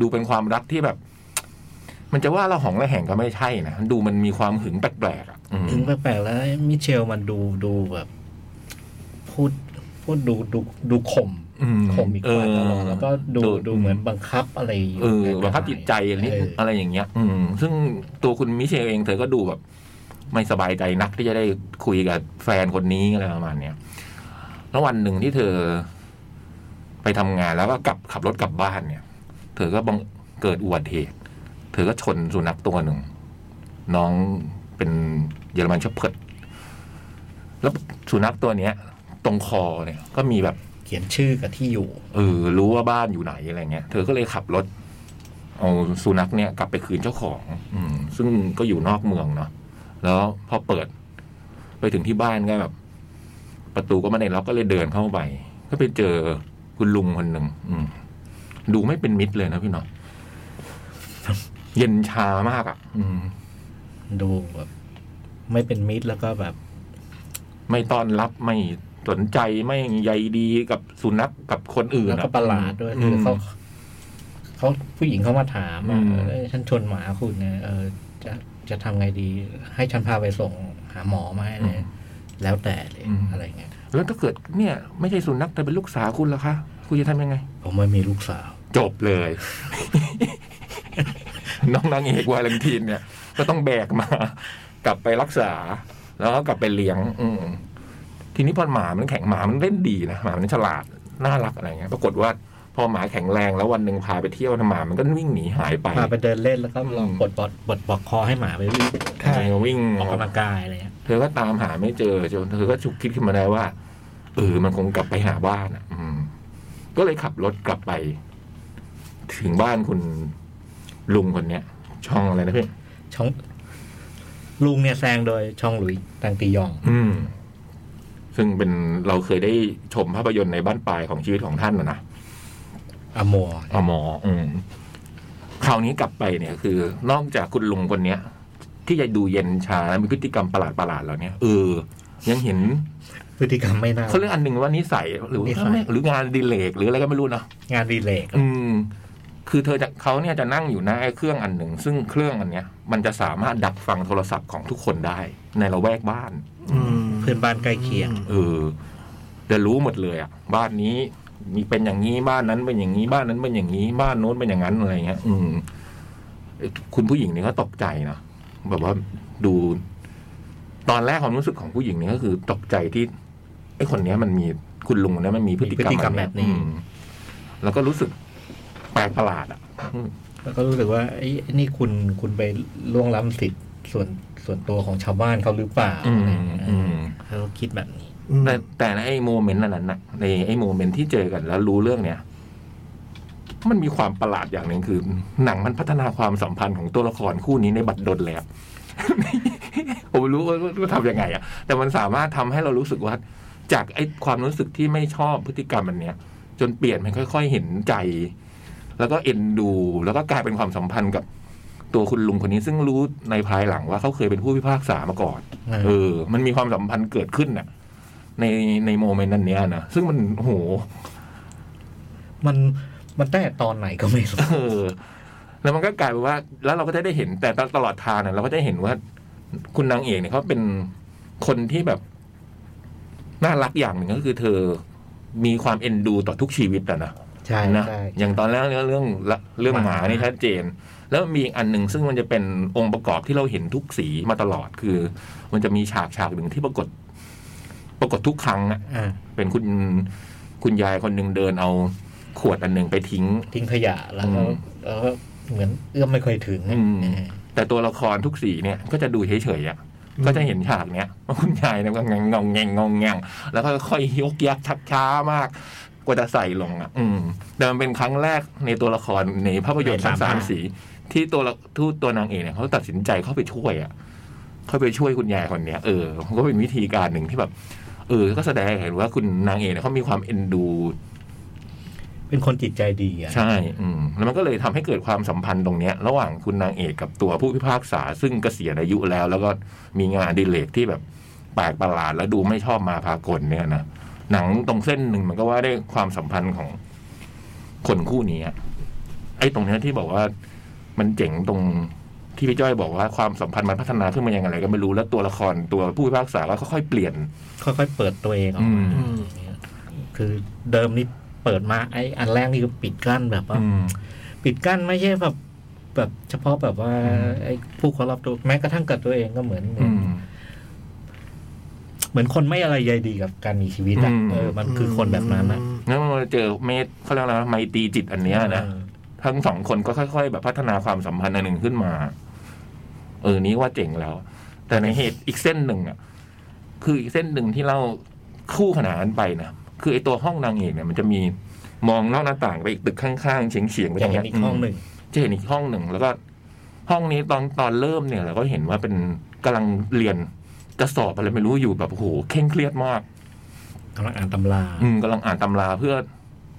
Speaker 4: ดูเป็นความรักที่แบบ มันจะว่าเราหองระแหงก็ไม่ใช่นะดูมันมีความหึงแปลกๆอ่ะอืม
Speaker 5: ถึงแปลกๆแล้วมิเชลมันดูดูแบบ พูดพูดดูดูดูข่ม
Speaker 4: อืม
Speaker 5: ข่มอีกฝ่ายตลอดแล้วก็ดู
Speaker 4: เ
Speaker 5: ดูเหมือนบังคับอะไรอยู่
Speaker 4: เออบังคับจิตใจอะไรนิด
Speaker 5: เออ
Speaker 4: อะไรอย่างเงี้ย อืม ซึ่งตัวคุณมิเชลเองเธอก็ดูแบบ ไม่สบายใจนักที่จะได้คุยกับแฟนคนนี้อะไรประมาณเนี้ยแล้ววันหนึ่งที่เธอ ไปทำงานแล้วก็กลับขับรถกลับบ้านเนี่ย เธอก็บังเกิดอุบัติเหตุ เธอก็ชนสุนัขตัวหนึ่ง น้องเป็นเยอรมันเชพเพิร์ดแล้วสุนัขตัวเนี้ย ตรงคอเนี่ย ก็มีแบบ
Speaker 5: เขียนชื่อกับที่อยู่
Speaker 4: เออรู้ว่าบ้านอยู่ไหนอะไรเงี้ย เธอก็เลยขับรถ เอาสุนัขเนี่ยกลับไปคืนเจ้าของ อืม ซึ่งก็อยู่นอกเมืองเนาะแล้วพอเปิด ไปถึงที่บ้านก็แบบ ประตูก็ไม่ได้ล็อกก็เลยเดินเข้าไป ก็ไปเจอคุณลุงคนหนึ่งอืม ดูไม่เป็นมิตรเลยนะพี่เนาะเย็นชามากอะ่ะ อืม
Speaker 5: ดูแบบ ไม่เป็นมิตรแล้วก็แบบ
Speaker 4: ไม่ต้อนรับไม่สนใจไม่ใยดีกับสุนัขกับคนอื่นอะ
Speaker 5: แล้วก็ประหลาดด้วยคืออ
Speaker 4: ม
Speaker 5: เขาเขาผู้หญิงเขามาถามว่า
Speaker 4: อืม
Speaker 5: เอ้ยฉันชนหมาคุณเนี่ยเออจะจะทำไงดี ให้ฉันพาไปส่งหาหมอไหมอะไรแล้วแต่เลยอะไรเงี้ย
Speaker 4: แล้วถ้าเกิดเนี่ย ไม่ใช่สุนัขแต่เป็นลูกสาวคุณล่ะคะ คุณจะทำยังไง
Speaker 5: ผมไม่มีลูกสาว
Speaker 4: จบเลย น้องนางเอกวาเลนทีนเนี่ย ก็ต้องแบกมา กลับไปรักษา แล้วก็กลับไปเลี้ยง อืมทีนี้พอหมามันแข็งหมามันเล่นดีนะหมามันฉลาดน่ารักอะไรเงี้ย ปรากฏว่า พอหมาแข็งแรงแล้ววันหนึ่งพาไปเที่ยวนะหมามันก็วิ่งหนีหายไป
Speaker 5: พาไปเดินเล่นแล้วก็ลอง
Speaker 4: อืม
Speaker 5: ปลดปลดปลดปลอกคอให้หมาไปวิ่ง
Speaker 4: ใช่วิ่ง
Speaker 5: ออกกำลังกายอะไรเงี้ย
Speaker 4: เธอก็ตามหาไม่เจอจนเธอก็ฉุกคิดขึ้นมาได้ว่า เออ มันคงกลับไปหาบ้านอ่ะ อืม ก็เลยขับรถกลับไป ถึงบ้านคุณลุงคนเนี้ย ช่องอะไรนะพี่
Speaker 5: ช่องลุงเนี่ยแซงโดยช่องหลุยตังตียอง
Speaker 4: อืม ซึ่งเป็นเราเคยได้ชมภาพยนตร์ในบ้านปลายของชีวิตของท่านนะนะ
Speaker 5: อโมอ
Speaker 4: อมออืม คราวนี้กลับไปเนี่ย คือ นอกจากคุณลุงคนเนี้ย ที่จะดูเย็นชาและมีพฤติกรรมประหลาดประหลาดๆเหล่านี้เออ ยังเห็น
Speaker 5: พฤติกรรมไม่น่า
Speaker 4: เขาเรื่องอันหนึ่งว่านิสัยหรือ
Speaker 5: นิสัย
Speaker 4: หรืองานอดีเลกหรืออะไรก็ไม่รู้นะ
Speaker 5: งานดีเลก
Speaker 4: อืม คือเธอจะเขาเนี่ยจะนั่งอยู่หน้าไอ้เครื่องอันหนึ่ง ซึ่งเครื่องอันเนี้ย มันจะสามารถดักฟังโทรศัพท์ของทุกคนได้ ในละแวกบ้าน
Speaker 6: อืม
Speaker 5: เพื่อนบ้านใกล้เคียง
Speaker 4: เออจะรู้หมดเลยอะบ้านนี้มีเป็นอย่างนี้บ้านนั้นเป็นอย่างนี้บ้านนั้นเป็นอย่างนี้ บ้านโน้นเป็นอย่างนั้นอะไรเงี้ย อืมเอ้ยคุณผู้หญิงนี่ก็ตกใจนะแบบว่าดู ตอนแรกความรู้สึกของผู้หญิงนี่ก็คือตกใจที่ไอ้คนเนี้ยมันมีคุณลุงคนเนี้ยมันมีพฤติกรรม
Speaker 5: มีพฤติกรรมแบบนี้
Speaker 4: อืมแล้วก็รู้สึกแปลกประหลาดอะอืม
Speaker 5: แล้วก็รู้สึกว่าไอ้ไอ้นี่คุณคุณไปล่วงล้ำสิทธิ์ส่วนส่วนตัวของชาวบ้านเขาหรือเปล่า
Speaker 4: อืม
Speaker 5: อะไรอย่างเงี้ย
Speaker 4: อืม
Speaker 5: เขาคิดแบบนี้
Speaker 4: แต่แต่ในไอ้โมเมนต์นั้นน่ะในไอ้โมเมนต์ที่เจอกันแล้วรู้เรื่องเนี้ยมันมีความประหลาดอย่างหนึ่งคือ หนังมันพัฒนาความสัมพันธ์ของตัวละครคู่นี้ในบัตรดลเลยอะ ผมไม่รู้ว่าว่าทำยังไงอะแต่มันสามารถทำให้เรารู้สึกว่า จากไอ้ความรู้สึกที่ไม่ชอบพฤติกรรมมันเนี้ยจนเปลี่ยนมันค่อย ๆ เห็นใจ แล้วก็เอ็นดู แล้วก็กลายเป็นความสัมพันธ์กับตัวคุณลุงคนนี้ซึ่งรู้ในภายหลังว่าเขาเคยเป็นผู้พิพากษามาก่อน
Speaker 5: เออ
Speaker 4: เออ มันมีความสัมพันธ์เกิดขึ้นน่ะ ในในโมเมนต์นั้นเนี้ยนะซึ่งมันโห
Speaker 5: มันมันตั้งแต่ตอนไหนก็ไม่รู้
Speaker 4: เออ แล้วมันก็กลายเป็นว่า แล้วเราก็จะได้เห็นแต่ตลอดทางน่ะเราก็ได้เห็นว่า คุณนางเอกเนี่ยเขาเป็นคนที่แบบ น่ารักอย่างหนึ่งก็คือ เธอมีความเอ็นดูต่อทุกชีวิตอะนะ
Speaker 5: ใช่
Speaker 4: นะ
Speaker 5: ใช่
Speaker 4: อย่างตอนแรกเนี่ยเรื่องละเรื่องหมา
Speaker 5: หมานี่
Speaker 4: นี่ชัดเจน แล้วมีอีกอันหนึ่งซึ่งมันจะเป็นองค์ประกอบที่เราเห็นทุกสีมาตลอดคือ มันจะมีฉากฉากหนึ่งที่ปรากฏ ปรากฏทุกครั้งอะ
Speaker 5: อ่ะ
Speaker 4: เป็นคุณคุณยายคนหนึ่งเดินเอาขวดอันหนึ่งไปทิ้ง
Speaker 5: ทิ้งขยะแล้วก็
Speaker 4: อืม
Speaker 5: แล้วก็เหมือนเอื้อมไม่ค่อยถึง
Speaker 4: อืมแต่ตัวละครทุกสีเนี่ย ก็จะดูเฉยๆอะก็จะเห็นฉากเนี้ยว่าคุณยายเนี่ยก็งงงงแงงงงแงงแล้วก็ค่อยยกยักชักช้ามาก กว่าจะใส่ลงอ่ะ อืมแต่มันเป็นครั้งแรกในตัวละครในภาพยนตร์ทั้งสามสี ที่ตัวละทูตตัวนางเอกเนี่ยเขาตัดสินใจเข้าไปช่วยอ่ะเข้าไปช่วยคุณยายคนเนี้ยเออมันก็เป็นวิธีการหนึ่งที่แบบ เออ ก็แสดงให้เห็นว่าคุณนางเอกเนี่ยเขามีความเอ็นดู
Speaker 5: เป็นคนจิตใจดีอ่ะ
Speaker 4: ใช่ อืม แล้วมันก็เลยทำให้เกิดความสัมพันธ์ตรงเนี้ย ระหว่างคุณนางเอกกับตัวผู้พิพากษา ซึ่งเกษียณอายุแล้ว แล้วก็มีงานอดิเลกที่แบบแปลกประหลาดแล้วดูไม่ชอบมาพากลเนี่ยนะ หนังตรงเส้นหนึ่งมันก็ว่าได้ความสัมพันธ์ของคนคู่นี้อะไอ้ตรงเนี้ยที่บอกว่ามันเจ๋งตรงที่พี่จ้อยบอกว่าความสัมพันธ์มันพัฒนาขึ้นมายังไงก็ไม่รู้ แล้วตัวละครตัวผู้พิพากษาก็ค่อยๆเปลี่ยน
Speaker 5: ค่อยๆเปิดตัวเองออกมา
Speaker 4: อื
Speaker 6: ม
Speaker 5: อย่างเงี้ยคือเดิมนี่เปิดมาไอ้อันแรกนี่คือปิดกั้นแบบว่า
Speaker 4: อืม
Speaker 5: ปิดกั้นไม่ใช่แบบแบบเฉพาะแบบว่า
Speaker 4: อืม
Speaker 5: ไอ้ผู้คนรอบตัวแม้กระทั่งกับตัวเองก็เหมือน
Speaker 4: อืม
Speaker 5: เหมือนคนไม่อะไรใยดีกับการมีชีวิตอะ
Speaker 4: อืม
Speaker 5: เออ มันคือคนแบบนั้นอะ
Speaker 4: งั้นมันมาเจอเมตเขาเรียกอะไรนะไมตรีจิตอันเนี้ยนะ
Speaker 5: เออ
Speaker 4: ทั้งสองคนก็ค่อยๆ แบบพัฒนาความสัมพันธ์อันหนึ่งขึ้นมา เออ นี้ว่าเจ๋งแล้ว แต่ในเหตุอีกเส้นหนึ่งอ่ะ คืออีกเส้นหนึ่งที่เราคู่ขนานกันไปนะ คือไอตัวห้องนางเอกเนี่ย มันจะมีมองนอกหน้าต่างไปอีกตึกข้างๆเฉียงๆไป
Speaker 5: อ
Speaker 4: ต
Speaker 5: ยา
Speaker 4: รง
Speaker 5: กเห็
Speaker 4: เนี้ย
Speaker 5: นอีกห้องหนึ่ง
Speaker 4: จะเห็นอีกห้องหนึ่ง แล้วก็ ห้องนี้ตอนตอนเริ่มเนี่ยเราก็เห็นว่าเป็นกำลังเรียนจะสอบอะไรไม่รู้อยู่แบบโอ้โหเคร่งเครียดมาก
Speaker 5: กำลังอ่านตำรา
Speaker 4: อืมกำลังอ่านตำราเพื่อ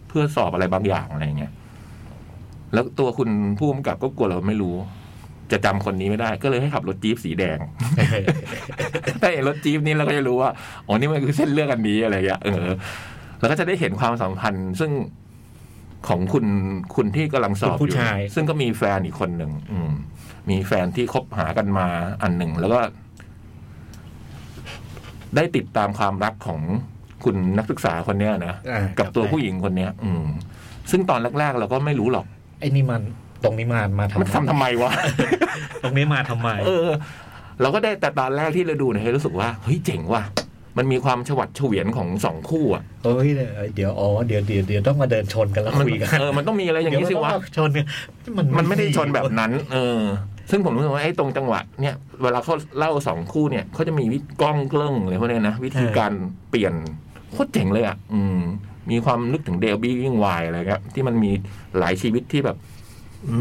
Speaker 4: เพื่อสอบอะไรบางอย่างอะไรอย่างเงี้ย แล้วตัวคุณผู้กำกับก็กลัวเราไม่รู้ จะจำคนนี้ไม่ได้ ก็เลยให้ขับรถจี๊ปสีแดง ถ้าเห็นรถจี๊ปนี้เราก็จะรู้ว่าอ๋อนี่มันคือเส้นเรื่องอันนี้อะไรอย่างเงี้ยเออแล้วก็จะได้เห็นความสัมพันธ์ ซึ่งของคุณคุณที่กำลังสอบอยู่ซึ่งก็มีแฟนอีกคนหนึ่งอืม มีแฟนที่คบหากันมาอันหนึ่งแล้วก็ ได้ติดตามความรักของคุณนักศึกษาคนเนี้ยนะ
Speaker 5: อ่า
Speaker 4: กับตัวผู้
Speaker 5: แฟน
Speaker 4: หญิงคนเนี้ย อืม ซึ่งตอนแรกๆ เราก็ไม่รู้หรอก
Speaker 5: ไอ้นี่มันตรงนี้มามาทำไม
Speaker 4: มันทำทำไมวะ
Speaker 5: ตรงนี้มาทำไม
Speaker 4: เออ เราก็ได้แต่ตอนแรกที่เราดูเนี่ยรู้สึกว่า เฮ้ยเจ๋งว่ะ มันมีความฉวัดเฉวียนของสองคู่อ่ะ
Speaker 5: เฮ้ยเดี๋ยวอ๋อเดี๋ยวเดี๋ยวเดี๋ยวต้องมาเดินชนกันแล้ว
Speaker 4: มัน
Speaker 5: คุยกัน
Speaker 4: เออ มันต้องมีอะไรอย่าง
Speaker 5: เดี๋ยว
Speaker 4: นี้
Speaker 5: มัน
Speaker 4: สิ
Speaker 5: ต้อง
Speaker 4: วะ
Speaker 5: มาชนกัน
Speaker 4: มันไม่ได้ชนแบบนั้น เออ ซึ่งผมรู้สึกว่าไอ้ตรงจังหวะเนี่ย เวลาเขาเล่าสองคู่เนี่ยเขาจะมีวิธีกล้องเกลิ้งอะไรพวกเนี้ยนะ วิธีการเปลี่ยนโคตรเจ๋งเลยอ่ะ อืม มีความนึกถึงเดลบี้วิ่งวายอะไรครับที่มันมีหลายชีวิตที่แบบ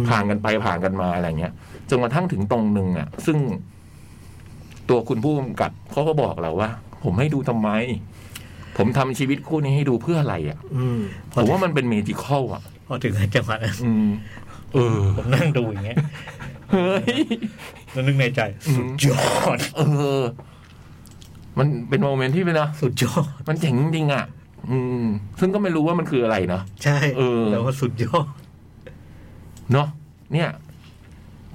Speaker 4: ผ่านกันไปผ่านกันมาอะไรเงี้ยจนกระทั่งถึงตรงหนึ่งอ่ะ ซึ่ง ตัวคุณผู้กำกับเขาก็บอกเราว่า ผมให้ดูทำไม ผมทำชีวิตคู่นี้ให้ดูเพื่ออะไรอ่ะ
Speaker 6: อืม
Speaker 4: ผมว่ามันเป็นเมจิคอลอ่ะ
Speaker 5: พอถึงจังหวะนั้น
Speaker 4: อืม เออ
Speaker 5: ผมนั่งดูอย่างเงี้ย
Speaker 4: เฮ้ย
Speaker 5: แล้วนึกในใจ สุดยอด
Speaker 4: เออ มันเป็นโมเมนต์ที่เป็นนะ
Speaker 5: สุดยอด
Speaker 4: มันเจ๋งจริงๆอ่ะ อืม ซึ่งก็ไม่รู้ว่ามันคืออะไรเนาะ
Speaker 5: ใช่
Speaker 4: เออ
Speaker 5: แต่ว่าสุดยอด
Speaker 4: เนาะเนี่ย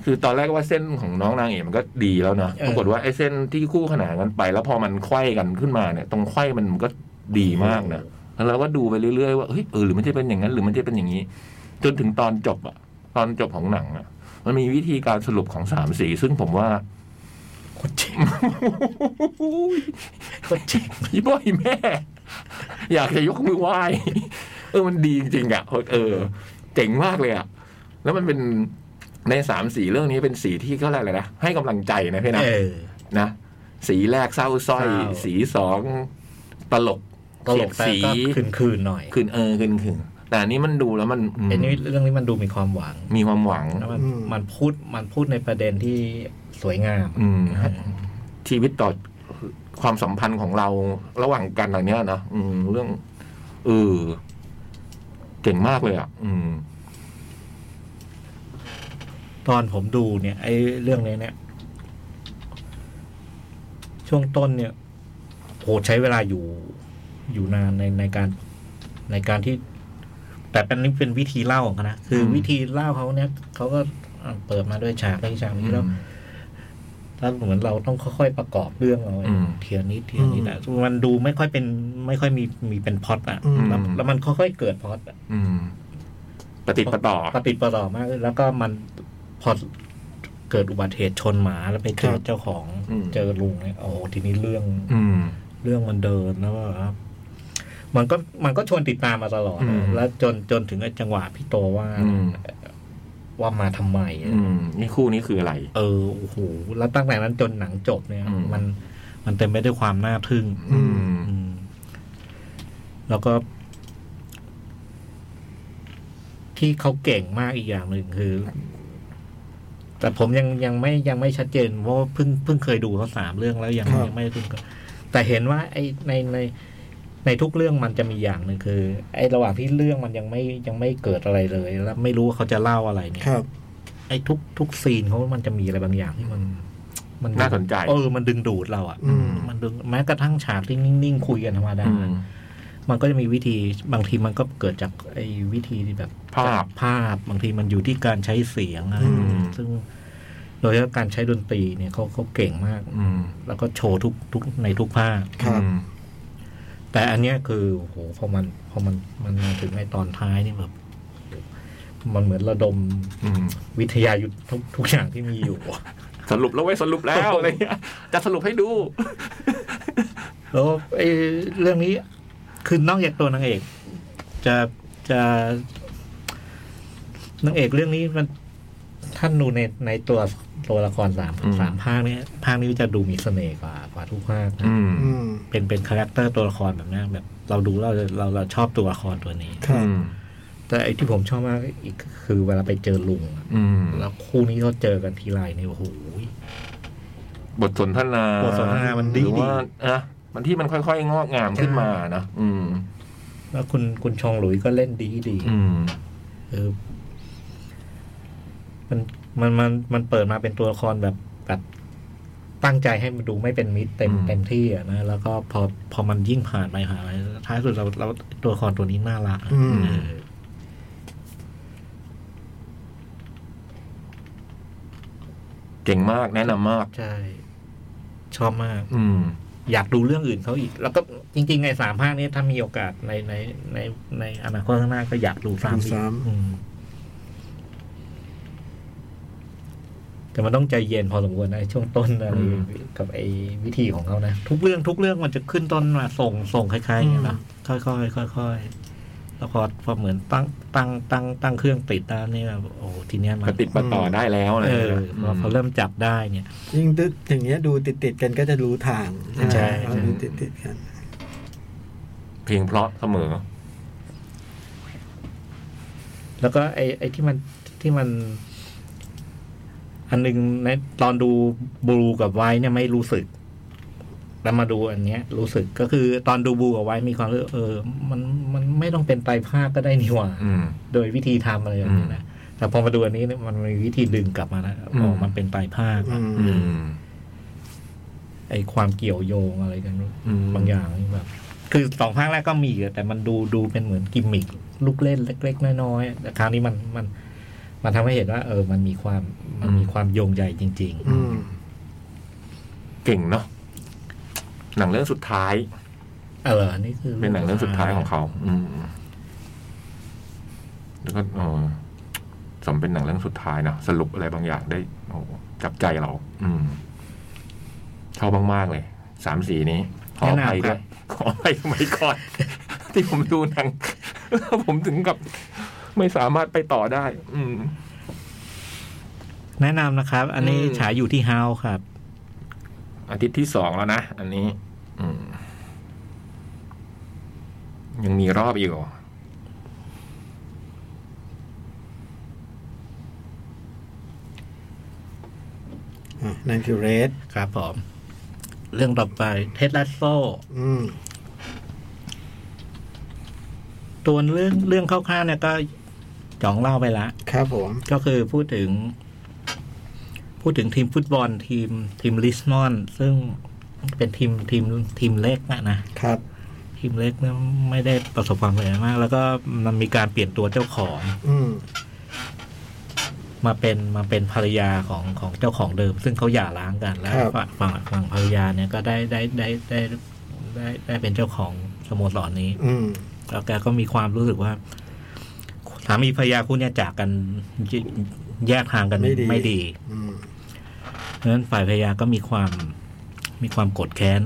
Speaker 4: คือตอนแรกว่าเส้นของน้องนางเอกมันก็ดีแล้วเนาะ
Speaker 5: เออ
Speaker 4: ปรากฏว่าไอ้เส้นที่คู่ขนานกันไป แล้วพอมันไขว้กันขึ้นมาเนี่ย ตรงไขว้มันก็ดีมากนะแล้วเราก็ดูไปเรื่อยๆว่าเฮ้ยเออหรือมันจะเป็นอย่างนั้นหรือมันจะเป็นอย่างนี้ จนถึงตอนจบอะตอนจบของหนังอะมันมีวิธีการสรุปของสามสีซึ่งผมว่า
Speaker 5: โคตรเจ๋ง
Speaker 4: โคตรเจ๋งพี่บอยแม่ อยากจะยกมือไหว้ เออมันดีจริงๆอ่ะเออ เจ๋งมากเลยอ่ะ แล้วมันเป็นในสามสีเรื่องนี้เป็นสีที่เขาเรียกอะไรนะให้กำลังใจนะพี่นะ
Speaker 5: เออ
Speaker 4: นะสีแรกเศร้าสร้อย
Speaker 5: เศร้า
Speaker 4: สีสองตลก
Speaker 5: ตลกแต่
Speaker 4: เสียด
Speaker 5: ก็
Speaker 4: สี
Speaker 5: คืนคืนๆหน่อย
Speaker 4: คืนเออคืนคืนแต่อันนี้มันดูแล้วมันอืม
Speaker 5: ไอ้นี่เรื่องนี้มันดูมีความหวัง
Speaker 4: มีความหวัง
Speaker 5: แล้วมัน
Speaker 7: อืม
Speaker 5: มันพูดมันพูดในประเด็นที่สวยงาม
Speaker 4: อืมชีวิตต่อความสัมพันธ์ของเราระหว่างกันอะไรเนี้ยนะอืม เรื่องเออเก่งมากเลยอ่ะ อืม
Speaker 5: ตอนผมดูเนี่ย ไอ้เรื่องนี้เนี่ย ช่วงต้นเนี่ยโหใช้เวลาอยู่อยู่นานในในการในการที่ แต่เป็นนี่เป็นวิธีเล่าของเขานะคืออ
Speaker 4: ม
Speaker 5: วิธีเล่าเขาเนี่ยเขาก็อ่ะเปิดมาด้วยฉากนี้ฉาก
Speaker 4: อืม
Speaker 5: นี้แล้วแล้วเหมือนเราต้องค่อยๆประกอบเรื่องเอาไว้
Speaker 4: อืม
Speaker 5: เทียนิดเทียนิดอะมันดูไม่ค่อยเป็น ไม่ค่อยมีมีเป็นพล็อตอะ
Speaker 7: อืม
Speaker 5: แล้วแล้วมันค่อยๆเกิดพล็อตอะ
Speaker 4: อืมปฏิดประต่อ
Speaker 5: ปฏิดประต่อมากเลยแล้วก็มันพอเกิดอุบัติเหตุชนหมาแล้วไปเจ
Speaker 7: ค
Speaker 5: อ
Speaker 7: รับ
Speaker 5: เจ้าของ
Speaker 4: อืม
Speaker 5: เจอลุงเนี่ยโอ้โหทีนี้เรื่อง
Speaker 4: อืม
Speaker 5: เรื่องมันเดินแล้วก็มันก็มันก็ชวนติดตามมาตลอด
Speaker 4: อืม
Speaker 5: แล้วจนจนถึงไอ้จังหวะพี่โตว่า
Speaker 4: อืม
Speaker 5: ว่ามาทำไม
Speaker 4: อืมนี่คู่นี้คืออะไร
Speaker 5: เออโอ้โหแล้วตั้งแต่นั้นจนหนังจบเนี่ย
Speaker 4: อืม
Speaker 5: มันมันเต็มไปด้วยความน่าทึ่ง
Speaker 4: อืม
Speaker 5: อืมแล้วก็ ที่เขาเก่งมากอีกอย่างหนึ่งคือ แต่ผมยังยังไม่ยังไม่ชัดเจน เพราะว่าเพิ่งเพิ่งเคยดูเขาสามเรื่องแล้วยัง
Speaker 7: ครับ
Speaker 5: ยังไม่ถึงกับแต่เห็นว่า ไอ้ในในในทุกเรื่องมันจะมีอย่างหนึ่งคือ ไอ้ระหว่างที่เรื่องมันยังไม่ยังไม่เกิดอะไรเลย แล้วไม่รู้ว่าเขาจะเล่าอะไรเนี่ย
Speaker 7: ครับ
Speaker 5: ไอ้ทุกทุกซีนเขามันจะมีอะไรบางอย่างที่มัน มัน
Speaker 4: น่าสนใจ
Speaker 5: เออมันดึงดูดเราอะ
Speaker 7: อืม
Speaker 5: มันดึงแม้กระทั่งฉากที่นิ่งๆคุยกันธรรมดา
Speaker 4: อืม
Speaker 5: มันก็จะมีวิธีบางทีมันก็เกิดจากไอ้วิธีที่แบบ
Speaker 4: ภาพ
Speaker 5: ภาพบางทีมันอยู่ที่การใช้เสียงอะไร
Speaker 4: อืม
Speaker 5: ซึ่งโดยเฉพาะการใช้ดนตรีเนี่ยเขาเขาเก่งมาก
Speaker 4: อืม
Speaker 5: แล้วก็โชว์ทุกทุกในทุกภาค
Speaker 7: ครับ
Speaker 4: อืม
Speaker 5: แต่อันเนี้ยคือโอ้โหพอมันพอมันมันมาถึงในตอนท้ายนี่แบบโอ้โหมันเหมือนระดม
Speaker 4: อืม
Speaker 5: วิทยายุทธทุกทุกอย่างที่มีอยู่
Speaker 4: สรุปแล้วไว้ยสรุปแล้วอะไรเงี้ยจะสรุปให้ดู
Speaker 5: แล้วไอ้เรื่องนี้คือนอกจากตัวนางเอก จะจะนางเอกเรื่องนี้มันท่านดูในในตัวตัวละครสาม
Speaker 4: อืม
Speaker 5: สามภาคเนี้ยภาคนี้จะดูมีเสน่ห์กว่ากว่าทุกภาคนะ
Speaker 4: อืม
Speaker 7: อืม
Speaker 5: เป็นเป็นคาแรคเตอร์ตัวละครแบบนี้แบบ เราดูแล้วเราเราเราชอบตัวละครตัวนี้
Speaker 7: ครั
Speaker 4: อื
Speaker 7: บ
Speaker 4: ม
Speaker 5: แต่ไอ้ที่ผมชอบมากอีกคือเวลาไปเจอลุงอะ
Speaker 4: อืม
Speaker 5: แล้วคู่นี้เขาเจอกันทีไรเนี่ยโอ้โห
Speaker 4: บทสนทนา
Speaker 5: บทสนทนามันดี
Speaker 4: หรือว่า
Speaker 5: ดี
Speaker 4: นะมันที่มันค่อยๆงอกงามขึ้นมานะอืม
Speaker 5: แล้วคุณคุณชองหลุยก็เล่นดีดี
Speaker 4: อืม
Speaker 5: เออมันมันมันมันเปิดมาเป็นตัวละครแบบแบบตั้งใจให้มันดูไม่เป็นมิตรเต็ม
Speaker 4: อืม
Speaker 5: เต็มที่อะนะ แล้วก็พอพอมันยิ่งผ่านไปผ่านไปท้ายสุดเราเราตัวละครตัวนี้น่ารักอะ
Speaker 7: อืม
Speaker 5: เออ
Speaker 4: เก่งมากแนะนำมาก
Speaker 5: ใช่ ชอบมาก
Speaker 4: อืม
Speaker 5: อยากดูเรื่องอื่นเขาอีก แล้วก็จริง ๆ ในสามภาคนี้ถ้ามีโอกาสในในในในอนาคตข้างหน้าก็อยากดูสาม
Speaker 7: ดู
Speaker 5: อีก
Speaker 7: ซ้ำ
Speaker 5: อืมแต่มันต้องใจเย็นพอสมควรนะไอ้ช่วงต้นอะไร
Speaker 4: อืม
Speaker 5: กับไอ้วิธีของเขานะ ทุกเรื่องทุกเรื่องมันจะขึ้นต้นมาส่งส่งคล้ายๆอย่างนี้ยนะค่อยๆค่อยๆแล้วพอพอเหมือนตั้งตั้งตั้งตั้งเครื่องติดได้เนี่ยโอ้โหทีเนี้ยมั
Speaker 4: ป
Speaker 5: น
Speaker 4: ฏิดประต่อได้แล้วอะไร
Speaker 5: เอ
Speaker 4: อ
Speaker 5: อย่าง พ
Speaker 4: เงี้
Speaker 5: อย พอเริ่มจับได้เนี่ย
Speaker 7: ยิ่งตึกอย่างเงี้ยดูติดติดๆกันก็จะรู้ทาง
Speaker 5: ใช่
Speaker 7: เอาดูติดติดๆกัน
Speaker 4: เพลงเพราะเสมอ
Speaker 5: แล้วก็ไอ้ไอ้ที่มันที่มัน อันหนึงในตอนดูบลูกับไว้เนี่ยไม่รู้สึก แล้วมาดูอันเนี้ย รู้สึกก็คือตอนดูบลูกับไว้มีความรู้สึกเออ มันมันไม่ต้องเป็นไตรภาคก็ได้นี่หว่า
Speaker 4: อืม
Speaker 5: โดยวิธีทำอะไรอย่างเงี้ยนะ แต่พอมาดูอันนี้เนี่ยมันมีวิธีดึงกลับมานะ
Speaker 4: อืม
Speaker 5: ออกมันเป็นปลายภาค
Speaker 7: อืม
Speaker 4: อืม
Speaker 5: ไอความเกี่ยวโยงอะไรกัน
Speaker 4: อืม
Speaker 5: บางอย่างนี่แบบ คือสองภาคแรกก็มีอะแต่มันดูดูเป็นเหมือนกิมมิคลูกเล่นเล็ก ๆ น้อยๆแต่คราวนี้มันมัน มันทำให้เห็นว่า เออ มันมีความมันมีความโยงใหญ่จริง
Speaker 4: อืมเก่งเนาะหนังเรื่องสุดท้าย
Speaker 5: ๆ เอออันนี่คือ
Speaker 4: เป็นหนังเรื่องสุดท้ายของเขา อืมแล้วก็เออสมเป็นหนังเรื่องสุดท้ายเนาะสรุปอะไรบางอย่างได้ โอ้โหจับใจเรา อืมชอบมากๆเลย สามสีนี้ ขออภัยด้วยขออภัยสมัยก่อน ที่ผมดูหนัง ผมถึงกับ ไม่สามารถไปต่อได้ อืม
Speaker 5: แนะนำนะครับ อันนี้
Speaker 4: อืม
Speaker 5: ฉายอยู่ที่ฮาวครับ
Speaker 4: อาทิตย์ที่สองแล้วนะ อันนี้ อืม ยังมีรอบอีกเหรอ
Speaker 7: อ่ะนั่นคือเรด
Speaker 5: ครับผมเรื่องต่อไปเท็ดลัสโซ
Speaker 7: อืม
Speaker 5: ตัวเรื่องเรื่องคร่าวๆเนี่ยก็จ่องเล่าไปละ
Speaker 7: ครับผม
Speaker 5: ก็คือพูดถึง พูดถึงทีมฟุตบอลทีมทีมลิสมอน ซึ่งเป็นทีมทีมทีมเล็กนะนะครับ ทีมเล็กเนี่ยไม่ได้ประสบความสำเร็จมาก แล้วก็มันมีการเปลี่ยนตัวเจ้าของ
Speaker 7: อืม
Speaker 5: มาเป็นมาเป็นภรรยาของของเจ้าของเดิม ซึ่งเขาหย่าร้างกันแล้ว
Speaker 7: ครับ
Speaker 5: ฝั่งฝั่งฝั่งภรรยาเนี่ยก็ได้ได้ได้ได้ได้ได้เป็นเจ้าของสโมสรนี้
Speaker 7: อืม
Speaker 5: แล้วแกก็มีความรู้สึกว่า สามีภรรยาคู่เนี่ยจากกันแยแยกทางกัน
Speaker 7: ไม่ดี
Speaker 5: ไม่ดี
Speaker 7: อืม
Speaker 5: เพราะฉะนั้นฝ่ายภรรยาก็มีความมีความโกรธแค้น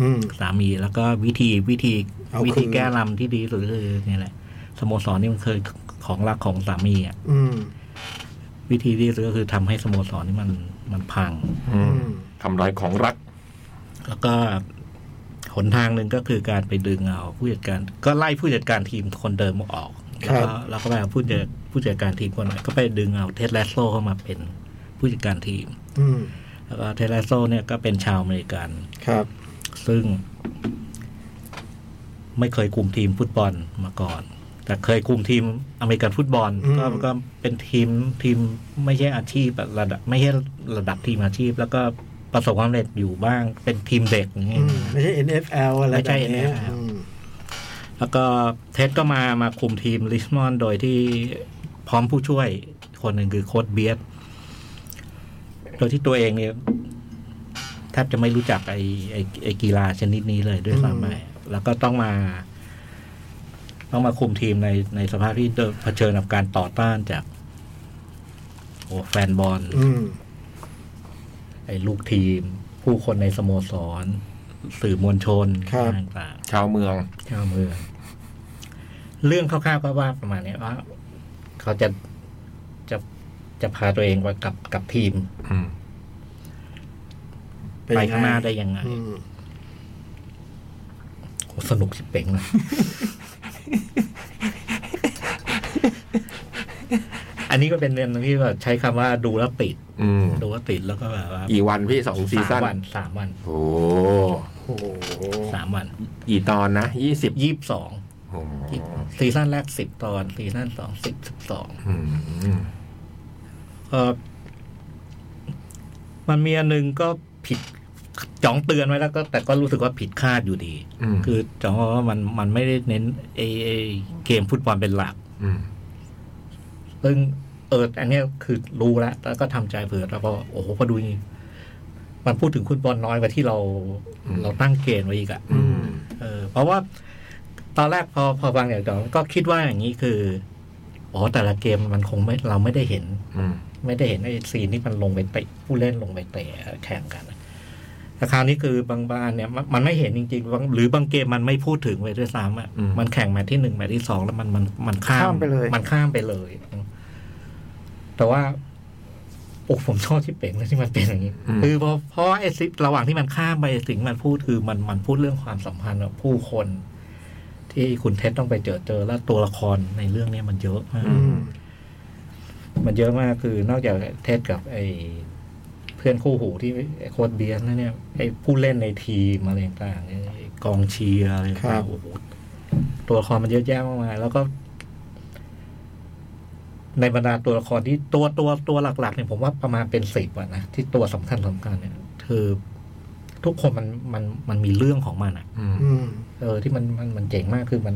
Speaker 7: อืม
Speaker 5: สามีแล้วก็วิธีวิธี
Speaker 7: เอาคืน
Speaker 5: วิธีแก้ลำที่ดีที่สุดก็คือนี่แหละสโมสรนี่มันเคยของรักของสามีอ่ะ
Speaker 7: อืม
Speaker 5: วิธีที่ดีที่สุดก็คือทำให้สโมสรนี่มันมันพัง
Speaker 4: อื
Speaker 7: อื
Speaker 4: ม
Speaker 7: ม
Speaker 4: ทำลายของรัก
Speaker 5: แล้วก็หนทางหนึ่งก็คือการไปดึงเอาผู้จัดการ ก็ไล่ผู้จัดการทีมคนเดิมออก
Speaker 7: ครับ
Speaker 5: แล้วก็แล้วก็ไปเอาผู้จัดผู้จัดการทีมคนใหม่ก็ไปดึงเอาเทสแลสโซเข้ามาเป็นผู้จัดการทีม
Speaker 7: อืม
Speaker 5: แล้วก็เทสแลสโซเนี่ยก็เป็นชาวอเมริกัน
Speaker 7: ครับ
Speaker 5: ซึ่ง ไม่เคยคุมทีมฟุตบอลมาก่อน แต่เคยคุมทีมอเมริกันฟุตบอล
Speaker 7: อืม
Speaker 5: ก็ก็เป็นทีมทีมไม่ใช่อาชีพอะระดับ ไม่ใช่ระดับทีมอาชีพ แล้วก็ประสบความสำเร็จอยู่บ้าง เป็นทีมเด็กอย่างเงี้
Speaker 7: อื
Speaker 5: ย
Speaker 7: ม ไม่ใช่ NFL อะไร
Speaker 5: ไม่ใช่
Speaker 7: แบบเนี้ย
Speaker 5: NFL
Speaker 7: อืม
Speaker 5: แล้วก็เท็ดก็มามาคุมทีมลิสมอนโดยที่พร้อมผู้ช่วยคนหนึ่งคือโค้ดเบียสโดยที่ตัวเองเนี่ยแทบจะไม่รู้จักไอไอไอกีฬาชนิดนี้เลยด้วย
Speaker 7: อืม
Speaker 5: ซ้ำไปแล้วก็ต้องมา ต้องมาคุมทีมในในสภาพที่เผชิญกับการต่อต้านจาก โอ้แฟนบอล
Speaker 7: อืม
Speaker 5: ไอ้ลูกทีม ผู้คนในสโมสร สื่อมวลชน
Speaker 7: ครับ
Speaker 5: ต่างๆ
Speaker 4: ชาวเมือง
Speaker 5: เจ้าเมืองเรื่องคร่าวๆก็ว่าประมาณเนี้ยว่า เขาจะจะจะพาตัวเองไปกับกับทีม
Speaker 4: อืม
Speaker 5: ไปข้างหน้าได้ยังไง
Speaker 7: อืม
Speaker 5: โอ้สนุกสิเป่งเลย อันนี้ก็เป็นเรื่องหนึ่งที่แบบใช้คำว่าดูแล้วติด
Speaker 4: อืม
Speaker 5: ดูแล้วติดแล้วก็แบบว่า
Speaker 4: กี่วันพี่สองซี
Speaker 5: สา
Speaker 4: ซั่
Speaker 5: มวัน
Speaker 4: น
Speaker 5: สามวัน
Speaker 4: โอ้โห
Speaker 7: โอ้โห
Speaker 5: สามวัน
Speaker 4: กี่ตอนนะยี่สิบ
Speaker 5: ยี่สิบสองซีซั่นแรกสิบตอนซีซั่นสองสิบสิบสอง เออมันมีอันหนึงก็ผิดจ้องเตือนไว้แล้วก็ แต่ก็รู้สึกว่าผิดคาดอยู่ดี
Speaker 4: คื
Speaker 5: คืออจ้องว่ามันมันไม่ได้เน้นไอไอเกมฟุตบอลเป็นหลัก
Speaker 4: ม
Speaker 5: ซึ่งเอออันเนี้ยคือรู้แล้วแล้วก็ทำใจเผื่อแล้วก็โอ้โหพอดูนี่มันพูดถึงฟุตบอลน้อยกว่าที่เรา เราตั้งเกณฑ์ไว้อีกอะ
Speaker 4: อืม
Speaker 5: เออเพราะว่าตอนแรกพอพอฟังอย่างจองก็คิดว่าอย่างนี้คืออ๋อแต่ละเกมมันคงไม่เราไม่ได้เห็น
Speaker 4: อืม
Speaker 5: ไม่ได้เห็นไอ้ซีนที่มันลงไปเตะผู้เล่นลงไปเตะแข่งกันอะแต่คราวนี้คือบางบ้านเนี่ยมันมันไม่เห็นจริงๆบางหรือบางเกมมันไม่พูดถึงเลยด้วยซ้ำอ่ะมันแข่งแมตช์ที่หนึ่งแมตช์ที่สองแล้วมันมันมันข้าม
Speaker 2: ข้ามไปเลย
Speaker 5: มันข้ามไปเลย แต่ว่าโอ้ผมชอบที่เป่งนะที่มันเป็นอย่างนี้คือพอเพราะว่าไอ้สิระหว่างที่มันข้ามไปสิ่งที่มันพูดคือมันมันพูดเรื่องความสัมพันธ์กับผู้คน ที่คุณเท็ดต้องไปเจอเจอแล้วตัวละครในเรื่องเนี้ยมันเยอะมาก
Speaker 4: อืม
Speaker 5: มันเยอะมากคือนอกจากเทสกับไอ้เพื่อนคู่หูที่ไอ้โค้ดเบียร์นั่นเนี่ยไอ้ผู้เล่นในทีมอะไรต่างๆเนี่ยไอ้กองเชียร์อะไร
Speaker 7: ครั
Speaker 5: ต่าง
Speaker 7: บ
Speaker 5: ๆโอ้โหตัวละครมันเยอะแยะมากมายแล้วก็ ในบรรดาตัวละครที่ตัวตัวตัวหลักๆเนี่ยผมว่าประมาณเป็นสิบอะนะที่ตัวสำคัญสำคัญเนี่ยคือทุกคนมันมันมันมีเรื่องของมันอะ
Speaker 4: อืม
Speaker 7: อืม
Speaker 5: เออที่มันมันมันเจ๋งมากคือมัน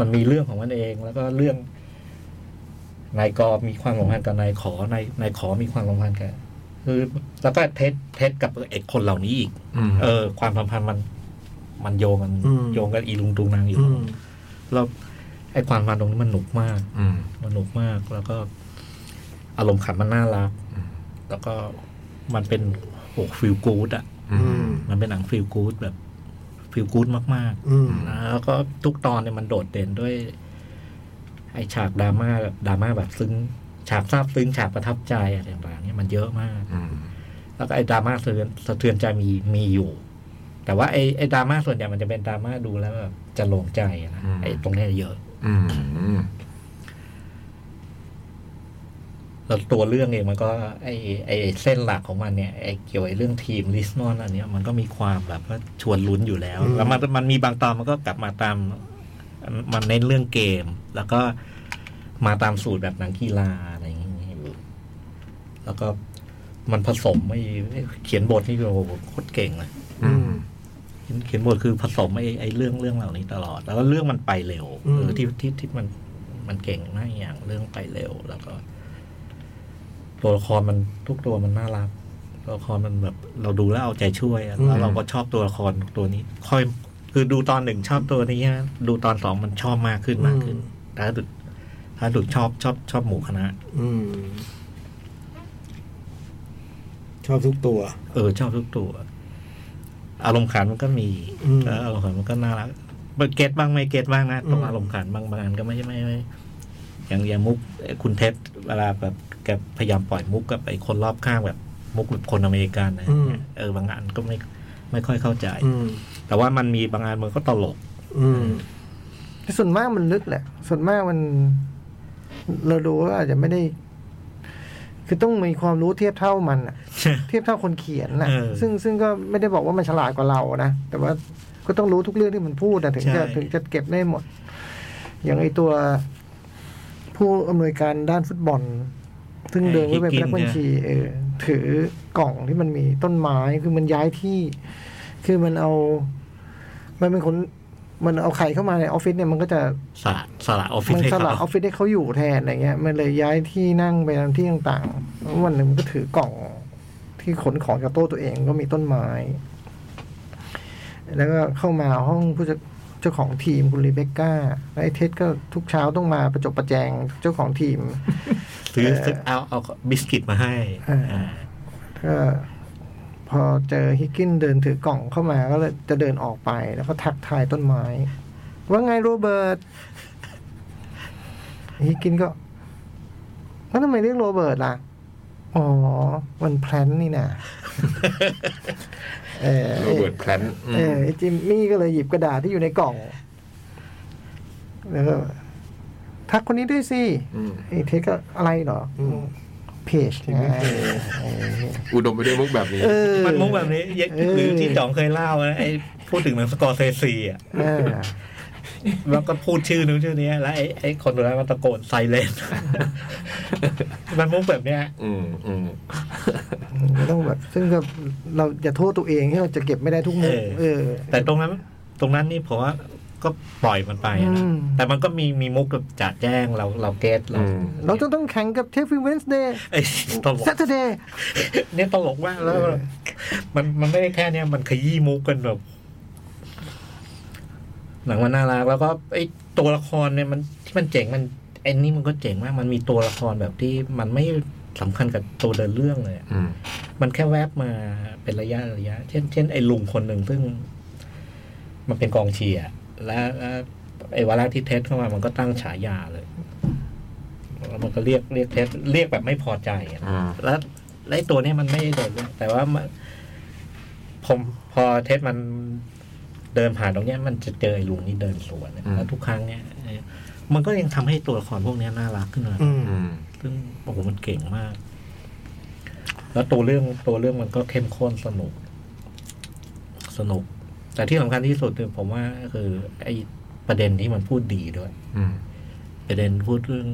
Speaker 5: มันมีเรื่องของมันเอง แล้วก็เรื่องนายกอมีความสัมพันธ์กับนายขอนายนายขอมีความสัมพันธ์กับคือ แล้วก็เท็จเท็จกับเอกคนเหล่านี้อีก
Speaker 4: อืม
Speaker 5: เออ ความสัมพันธ์มัน มันโยงกัน
Speaker 7: อืม
Speaker 5: โยงกันอีลุงตุงนางอยู่
Speaker 7: อืม
Speaker 5: แล้วไอ้ความสัมพันธ์ตรงนี้มันหนุกมาก
Speaker 4: อืม
Speaker 5: มันหนุกมากแล้วก็ อารมณ์ขันมันน่ารัก
Speaker 4: อืม
Speaker 5: แล้วก็มันเป็นโอ้ฟิลกู๊ดอ่ะ
Speaker 4: อื
Speaker 7: อื
Speaker 4: ม
Speaker 7: ม
Speaker 5: มันเป็นหนังฟิลกู๊ดแบบฟิลกู๊ดมาก
Speaker 7: อืม
Speaker 5: ๆนะแล้วก็ทุกตอนเนี่ยมันโดดเด่นด้วย ไอฉากดราม่าแบบดราม่าแบบซึ้ง ฉากซาบซึ้งฉากประทับใจอะไรต่างๆเนี่ยมันเยอะมาก
Speaker 4: อืม
Speaker 5: แล้วก็ไอ้ดราม่าสะเทือนสะเทือนใจมีมีอยู่ แต่ว่าไอ้ไอ้ดราม่าส่วนใหญ่มันจะเป็นดราม่าดูแล้วแบบจะโลงใจอะนะ
Speaker 4: อืม
Speaker 5: ไอ้ตรงเนี้ยเยอะ
Speaker 4: อืมอืม
Speaker 5: แล้วตัวเรื่องเองมันก็ไอ้ไอ้เส้นหลักของมันเนี่ยไอ้เกี่ยวไอ้เรื่องทีมลิสนอนอันเนี้ยมันก็มีความแบบว่าชวนลุ้นอยู่แล้ว แล้วมันมันมีบางตอนมันก็กลับมาตาม มันเน้นเรื่องเกม แล้วก็มาตามสูตรแบบหนังกีฬาอะไรอย่างเงี้ยแล้วก็มันผสมไม่เขียนบทนี่โอ้โหโคตรเก่งเลย
Speaker 4: อืม
Speaker 5: เขียนเขียนบทคือผสมไอ้ไอ้เรื่องเรื่องเหล่านี้ตลอด แล้วก็เรื่องมันไปเร็วเออที่ที่ที่มันมันเก่งมากอย่างเรื่องไปเร็ว แล้วก็ ตัวละครมันทุกตัวมันน่ารัก ตัวละครมันแบบ เราดูแล้วเอาใจช่วยอะแล้วเราก็ชอบตัวละครตัวนี้ ค่อยคือดูตอนหนึ่งชอบตัวนี้นะดูตอนสองมันชอบมากขึ้นมากขึ้นถ้าดุดถ้าดุดชอบชอบชอบหมู่คณะ
Speaker 7: อืมชอบทุกตัว
Speaker 5: เออชอบทุกตัว อารมณ์ขันมันก็มี
Speaker 7: อืม
Speaker 5: แล้วอารมณ์ขันมันก็น่ารักเก็ตบ้างไม่เก็ตบ้างนะตร
Speaker 7: อื
Speaker 5: ง
Speaker 7: ม
Speaker 5: อารมณ์ขันบางบางอันก็ไม่ไม่ไม่อย่างอย่างมุกเอ่อคุณเทสเวลาแบบแกพยายามปล่อยมุกกับไอ้คนรอบข้างแบบ มุกแบบคนอเมริกันนะ
Speaker 7: อืม
Speaker 5: เออบางอันก็ไม่ไม่ค่อยเข้าใจ
Speaker 7: อืม
Speaker 5: แต่ว่ามันมีบางอันมันก็ตลก
Speaker 7: อืม
Speaker 2: ส่วนมากมันลึกแหละ ส่วนมากมัน เราดูแล้วอาจจะไม่ได้ คือต้องมีความรู้เทียบเท่ามัน อะ เทียบเท่าคนเขียนนะ
Speaker 5: เออ
Speaker 2: ซึ่งซึ่งก็ไม่ได้บอกว่ามันฉลาดกว่าเรานะ แต่ว่าก็ต้องรู้ทุกเรื่องที่มันพูดนะถึงจะ
Speaker 5: ใช่
Speaker 2: ถึงจะเก็บได้หมด อย่างไอตัว ผู้อำนวยการด้านฟุตบอล ซึ่งเดินขึ้นไปเป็นนักบัญชี เออ ถือกล่องที่มันมีต้นไม้คือมันย้ายที่ คือมันเอา มันเป็นคน มันเอาไข่เข้ามาในออฟฟิศเนี่ยมันก็จะ
Speaker 5: สละสละออฟฟิศ
Speaker 2: มัน
Speaker 5: ให้
Speaker 2: ส
Speaker 5: เขา
Speaker 2: ละออฟฟิศให้เขาอยู่แทนอะไรเงี้ย มันเลยย้ายที่นั่งไปตามที่ต่างๆแล้ววันหนึ่งมันก็ถือกล่องที่ขนของจากโต๊ะตัวเองก็มีต้นไม้ แล้วก็เข้ามาห้องผู้จัดเจ้าของทีมคุณรีเบคก้าแล้วไอ้เท็ดก็ทุกเช้าต้องมาประจบประแจงเจ้าของทีม
Speaker 5: ซื้อ
Speaker 2: เออ
Speaker 5: ซื้อเอาเอาบิสกิตมาให้อ่า
Speaker 2: ก็พอเจอฮิกกินเดินถือกล่องเข้ามาก็เลยจะเดินออกไปแล้วก็ทักทายต้นไม้ ว่าไงโรเบิร์ตฮิกกินก็แล้วทำไมเรียกโรเบิร์ตล่ะ อ๋อ มันแพลนนี่นะเออ
Speaker 4: โรเบิร์ตแพลนต์อืม
Speaker 2: เออไอ้จิมมี่ก็เลยหยิบกระดาษที่อยู่ในกล่อง แล้วก็ทักคนนี้ด้วยสิ
Speaker 4: ม
Speaker 2: ไอ้เทสก็อะไรเหรอเพจไง
Speaker 4: อุดมไปด้วยมุกแบบนี้
Speaker 5: มันมุกแบบนี้
Speaker 2: เออ
Speaker 5: หรือที่จ๋องเคยเล่านะไอ้พูดถึงหนังสกอร์เซซีอ่ะ
Speaker 2: เออ
Speaker 5: แล้วก็พูดชื่อนู้นชื่อนี้แล้วไอ้ไอ้คนตัวนั้นมันตะโกนไซเล น มันมุกแบบเนี้ย
Speaker 4: อืมอืม
Speaker 2: มันก็ต้องแบบ ซึ่งก็เราจะโทษตัวเองที่เราจะเก็บไม่ได้ทุกมุมเอ
Speaker 5: เอ
Speaker 2: อ
Speaker 5: แต่ตรงนั้น ตรงนั้นนี่ผมว่าก็ปล่อยมันไปนะ
Speaker 2: อืม
Speaker 5: แต่มันก็มีมีมุกแบบจัดแจ้งเราเราเก็ตเรา
Speaker 4: อืม
Speaker 2: เราจะต้องแข่งกับเทฟวีเวนส์เดย์
Speaker 5: ไอ้ต ลก
Speaker 2: ซัตเดย์
Speaker 5: เนี่ยตลกมากแล้วมันมันมันไม่ได้แค่เนี้ยมันขยี้มุกกันแบบหนังมันน่ารักแล้วก็ไอ้ตัวละครเนี่ยมันที่มันเจ๋งมันไอ้นี่มันก็เจ๋งมากมันมีตัวละครแบบที่มันไม่สำคัญกับตัวเดินเรื่องเลยอะ
Speaker 4: อืม
Speaker 5: มันแค่แวบมาเป็นระยะระยะ เช่น เช่นไอ้ลุงคนหนึ่งซึ่ง มันเป็นกองเชียร์แล้วแล้วไอ้วาระที่เทสเข้ามามันก็ตั้งฉายาเลยแล้วมันก็เรียกเรียกเทสเรียกแบบไม่พอใจอะ
Speaker 4: อืม
Speaker 5: แล้วแล้วไอ้ตัวเนี้ยมันไม่ได้เดินด้วยแต่ว่ามันผมพอเทสมันเดินผ่านตรงเนี้ย มันจะเจอไอ้ลุงนี่เดินสวนอะแล้วทุกครั้งเนี้ยเออมันก็ยังทำให้ตัวละครพวกเนี้ยน่ารักขึ้นมา
Speaker 7: อืม
Speaker 4: อืม
Speaker 5: ซึ่งโอ้โหมันเก่งมาก แล้วตัวเรื่องตัวเรื่องมันก็เข้มข้นสนุก สนุก แต่ที่สำคัญที่สุดคือผมว่าคือ ไอ้ประเด็นที่มันพูดดีด้วย
Speaker 4: อืม
Speaker 5: ประเด็นพูดเรื่อง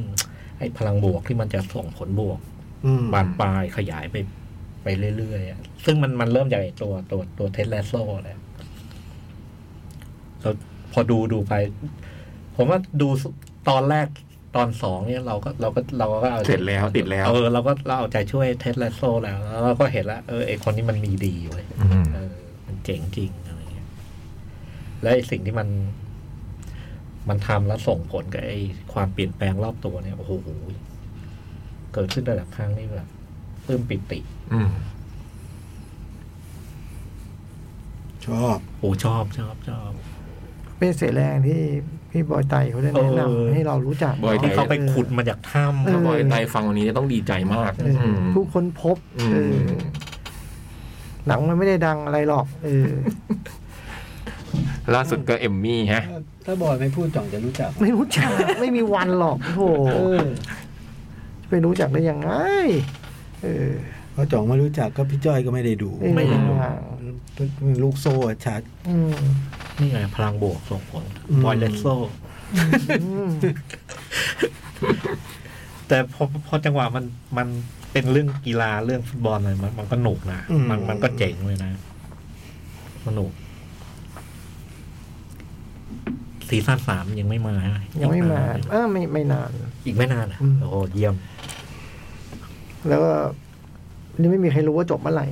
Speaker 5: ไอ้พลังบวกที่มันจะส่งผลบวก
Speaker 6: อืม
Speaker 5: บานปลายขยายไปไปเรื่อยๆอะซึ่งมันมันเริ่มจากไอ้ตัวตัวตัวเทสลาโซ่แหละแล้วพอดูดูไป ผมว่าดูตอนแรกตอนสองเนี่ยเราก็เราก็เราก็เอา
Speaker 4: เสร็จแล้วติดแล้ว
Speaker 5: เออเราก็เราเอาใจช่วยเทสลาโซ่แล้วแล้วเราก็เห็นละเออไอคนนี้มันมีดีเว้ย
Speaker 4: อืม
Speaker 5: เออมันเจ๋งจริงอะไรเงี้ย และไอ้สิ่งที่มัน มันทำแล้วส่งผลกับไอ้ความเปลี่ยนแปลงรอบตัวเนี่ย โอ้โห เกิดขึ้นระดับครั้งนี่แบบปลื้มปิติ
Speaker 4: อืม
Speaker 6: ชอบ
Speaker 5: โอ้ชอบชอบชอบ
Speaker 2: เป็นเสแรงที่พี่บอยไตเขาได้แนะนำ
Speaker 5: เออ
Speaker 2: ให้เรารู้จัก
Speaker 4: บอยไต
Speaker 5: ที่
Speaker 2: นะ
Speaker 5: เขาไปขุดมาจากถ้
Speaker 2: เอ
Speaker 4: ถ้าบอยไตฟังวันนี้จะต้องดีใจมาก
Speaker 2: เอออ
Speaker 4: ม
Speaker 2: ผู้ค้นพบ
Speaker 4: อื
Speaker 2: เออ
Speaker 4: ม
Speaker 2: หนังมันไม่ได้ดังอะไรหรอกเออ
Speaker 4: ล่าสุดก็เอมมี่ฮะ
Speaker 7: ถ้าถ้าบอยไม่พูดจ่องจะรู้จัก
Speaker 2: ไม่รู้จัก ไม่มีวันหรอกโธ่
Speaker 7: เออ
Speaker 2: ไปรู้จักได้ยังไงเออ
Speaker 7: เพราะจ่องไม่รู้จักก็พี่จ้อยก็ไม่ได้ดู
Speaker 2: เออ
Speaker 5: ไม่ได้ดู
Speaker 7: ลูกโซ่อะชาร์จ
Speaker 2: อืม
Speaker 5: ำนี่ไงพลังบวกส่งผล
Speaker 7: อืม
Speaker 5: บอยเลโซ
Speaker 2: อืม
Speaker 5: แต่พอพอจังหวะมันมันเป็นเรื่องกีฬาเรื่องฟุตบอลอะไรมันมันก็หนุกนะ
Speaker 7: อืม
Speaker 5: มันมันก็เจ๋งเลยนะมันหนุกซีซั่นสามยังไม่มา
Speaker 2: ยั
Speaker 5: ยัง
Speaker 2: ไม่มาเออไม่ไม่นาน
Speaker 5: อีกไม่นานอะ
Speaker 2: อืม
Speaker 5: โอ้โหเยี่ยม
Speaker 2: แล้วก็นี่ไม่มีใครรู้ว่าจบเมื่อไหร่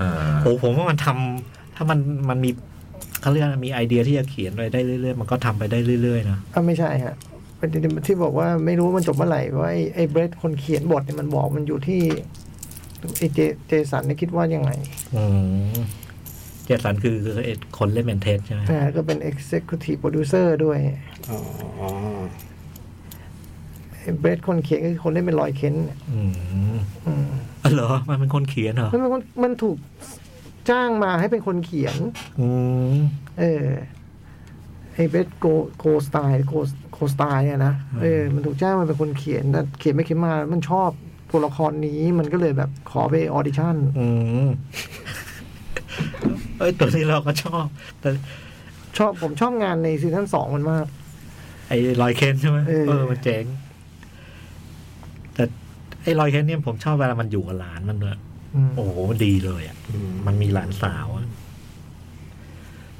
Speaker 4: อ่า
Speaker 5: โอ้ผมว่ามันทำถ้ามันมันมีเขาเรียกอะไรมีไอเดียที่จะเขียนไปได้เรื่อยๆมันก็ทำไปได้เรื่อยๆนะ
Speaker 2: อ่ะไม่ใช่ฮะประเด็นที่บอกว่าไม่รู้ว่ามันจบเมื่อไหร่เพราะไอ้ไอ้เบรดคนเขียนบทเนี่ยมันบอกมันอยู่ที่ไอ้เจเจสันเนี่ยคิดว่ายังไง
Speaker 5: อืมเจสันคือคือไอ้คนเล่นเป็นเทสใช่ไหม
Speaker 2: นะฮะก็เป็น Executive Producer ด้วย
Speaker 7: อ๋อ
Speaker 2: ไอ้เบรดคนเขียนก็คือคนเล่นเป็นลอยเค้นเนี่ย
Speaker 5: อืม
Speaker 2: อืม
Speaker 5: อ๋อเหรอมันเป็นคนเขียนเหรอ
Speaker 2: แล้วมันมันมันถูกจ้างมาให้เป็นคนเขียน
Speaker 5: อืม
Speaker 2: เออไอ้เบรดโกโกสไตล์โกโกสไตล์อะนะเออมันถูกจ้างมาเป็นคนเขียนแต่เขียนไม่เขียนมามันชอบตัวละครนี้มันก็เลยแบบขอไปออดิชั่น
Speaker 5: อืม เอ้ยตัวนี้เราก็ชอบ แต่
Speaker 2: ชอบผมชอบงานในซีซั่นสองมันมาก
Speaker 5: ไอ้ลอยเคนใช่ไหม
Speaker 2: เออ
Speaker 5: เออมันเจ๋งแต่ไอ้ลอยเคนเนี่ยผมชอบเวลามันอยู่กับหลานมันด้วย โอ้โหดีเลยอ่ะ มันมีหลานสาวอะ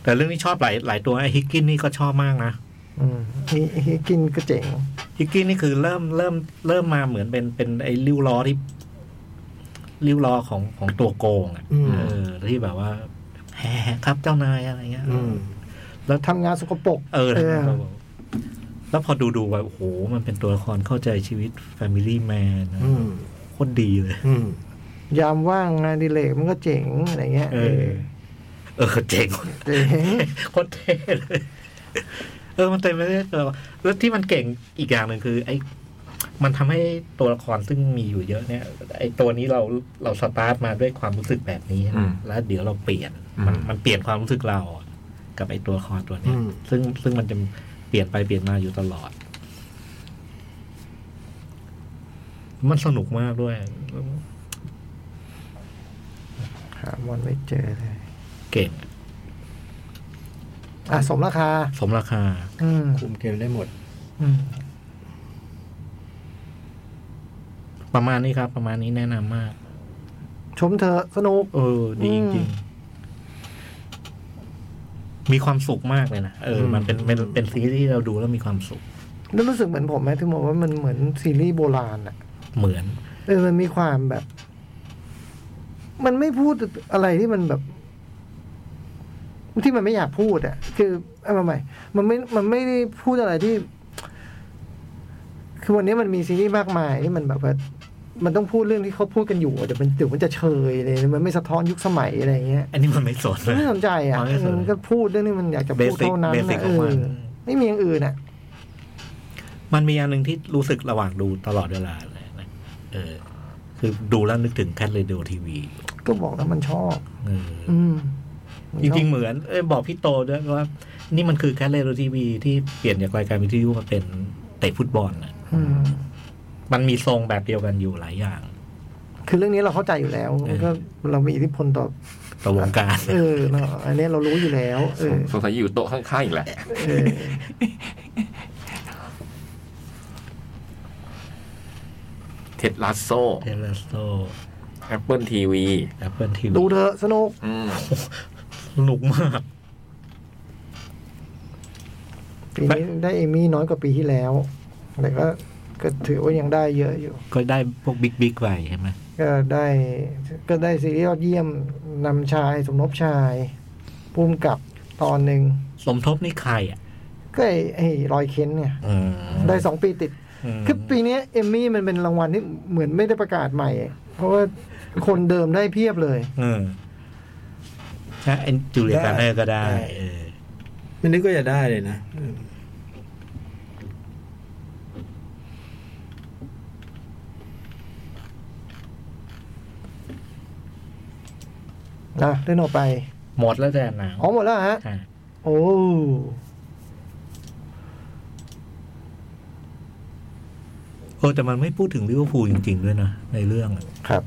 Speaker 5: แต่เรื่องนี้ชอบหลายหลายตัวไอ้ฮิกกินนี่ก็ชอบมากนะ
Speaker 2: อืมนี่นี่กินก็เจ๋ง
Speaker 5: ฮิกกินนี่คือเริ่มเริ่มเริ่มมาเหมือนเป็นเป็นไอ้ริ้วล้อที่ริ้วล้อของของตัวโกงอ่ะ
Speaker 7: อืม
Speaker 5: เออ ที่แบบว่าแห่ครับเจ้านายอะไรเงี้ย
Speaker 7: อืม
Speaker 2: ทำงานสกปรก
Speaker 5: เออแล้วพอดูดูไปโอ้โห มันเป็นตัวละครเข้าใจชีวิต Family Man นะ
Speaker 7: อืม
Speaker 5: โคตรดีเลย
Speaker 7: อืม
Speaker 2: ยามว่างงานอดิเลกมันก็เจ๋งอะไรเงี้ย
Speaker 5: เออ เออเจ๋ง
Speaker 2: เจ๋ง
Speaker 5: โคตรเท่เลย เออ มันเต็มไปด้วยตัวละครแล้วที่มันเก่งอีกอย่างหนึ่งคือ ไอ้ มันทำให้ตัวละครซึ่งมีอยู่เยอะเนี่ย ไอ้ตัวนี้เราเราสตาร์ทมาด้วยความรู้สึกแบบนี้
Speaker 4: อืม
Speaker 5: แล้วเดี๋ยวเราเปลี่ยน มัน
Speaker 4: อืม
Speaker 5: มันเปลี่ยนความรู้สึกเราอะกับไอ้ตัวละครตัวเนี้
Speaker 7: อื
Speaker 5: ย
Speaker 7: ม
Speaker 5: ซึ่งซึ่งมันจะเปลี่ยนไปเปลี่ยนมาอยู่ตลอด มันสนุกมากด้วย
Speaker 2: หามอนไม่เจอเลย
Speaker 5: เก่ง
Speaker 2: อ่ะสมราคา
Speaker 5: สมราคา
Speaker 2: อืม
Speaker 7: คุมเกมได้หมด
Speaker 2: อืม
Speaker 5: ประมาณนี้ครับ ประมาณนี้แนะนำมาก
Speaker 2: ชมเธอะสนุก
Speaker 5: เออ ดีจ
Speaker 2: อื
Speaker 5: ริ
Speaker 2: ม
Speaker 5: งๆมีความสุขมากเลยนะ เออ มันเป็นเป็นเป็นซีรีส์ที่เราดูแล้วมีความสุข
Speaker 2: แล้วรู้สึกเหมือนผมไหมที่บอกว่ามันเหมือนซีรีส์โบราณอ่ะ
Speaker 5: เหมือน
Speaker 2: เออมันมีความแบบ มันไม่พูดอะไรที่มันแบบ ที่มันไม่อยากพูดอ่ะ คือเอามาใหม่มันไม่มันไม่ได้พูดอะไรที่ คือวันนี้มันมีซีรีส์มากมายที่มันแบบว่ามันต้องพูดเรื่องที่เขาพูดกันอยู่อะเดี๋ยวมันเดี๋ยวมันจะเชยเลยมันไม่สะท้อนยุคสมัยอะไรอย่างเงี้ย
Speaker 5: อันนี้มันไม่สนเลย
Speaker 2: ไม่สนใจอ่ะ
Speaker 5: อ๋อไม่สน
Speaker 2: มันก็พูดเรื่องที่มันอยากจะพูด
Speaker 5: Basic-
Speaker 2: เท่านั้น
Speaker 5: Basic
Speaker 2: นะเอ
Speaker 5: ของมั
Speaker 2: อน ไม่มีอย่างอื่นอ่ะ
Speaker 5: มันมีอันหนึ่งที่รู้สึกระหว่างดูตลอดเวลาเลยนะ เออ คือดูแล้วนึกถึงแคทเรดิโอทีวี
Speaker 2: ก็บอกแล้วมันชอบ
Speaker 5: เออ
Speaker 2: อืม
Speaker 5: จริงๆเหมือน เอ้ยบอกพี่โตด้วยว่า นี่มันคือแคทเรดิโอทีวีที่เปลี่ยนจากรายการวิทยุมาเป็นเตะฟุตบอลนะ
Speaker 2: อืม
Speaker 5: มันมีทรงแบบเดียวกันอยู่หลายอย่าง
Speaker 2: คือเรื่องนี้เราเข้าใจอยู่แล้ว
Speaker 5: เออ
Speaker 2: มันก็เรามีอิทธิพลต่อ
Speaker 5: ต่อวงการ
Speaker 2: เออเนอะอันนี้เรารู้อยู่แล้ว เออ
Speaker 4: สงสัยอยู่โต๊ะข้างๆอีกแหละ
Speaker 2: เออ
Speaker 4: เท็ดลัสโซ
Speaker 5: เทเลสโต
Speaker 4: แอปเปิลทีวี
Speaker 5: แอปเปิลที
Speaker 2: ดูเถอะสนุก
Speaker 5: สนุกมาก
Speaker 2: ปีนี้ได้เอมี่น้อยกว่าปีที่แล้วแต่ก็ก็ถือว่ายังได้เยอะอยู่
Speaker 5: ก็ได้พวกบิ๊กบิ๊กไปใช่ไหม
Speaker 2: ก็ได้ก็ได้ซีรีส์ยอดเยี่ยมนำชายสมนบชายพุ่มกับตอนหนึ่ง
Speaker 5: สมทบนี่ใครอ่ะ
Speaker 2: ก็ไอ้ไอ้รอยเค้นเนี่ย ได้สองปีติด คือปีนี้เอมมี่มันเป็นรางวัลที่เหมือนไม่ได้ประกาศใหม่ เพราะว่าคนเดิมได้เพียบเลย
Speaker 5: อืมใช่จูเลียการ์เนอร์ก็ได้
Speaker 6: ได้
Speaker 5: เออ
Speaker 6: ไม่นึกก็จะได้เลยนะอืม
Speaker 2: นะเรื่องต่อไป
Speaker 5: หมดแล้วแต่หนัง
Speaker 2: อ๋อหมดแล้วฮะ
Speaker 5: อ่ะ
Speaker 2: โอ้
Speaker 5: โอ้แต่มันไม่พูดถึงลิเวอร์พูลจริง ๆ ด้วยนะในเรื่องอะ
Speaker 2: ครับ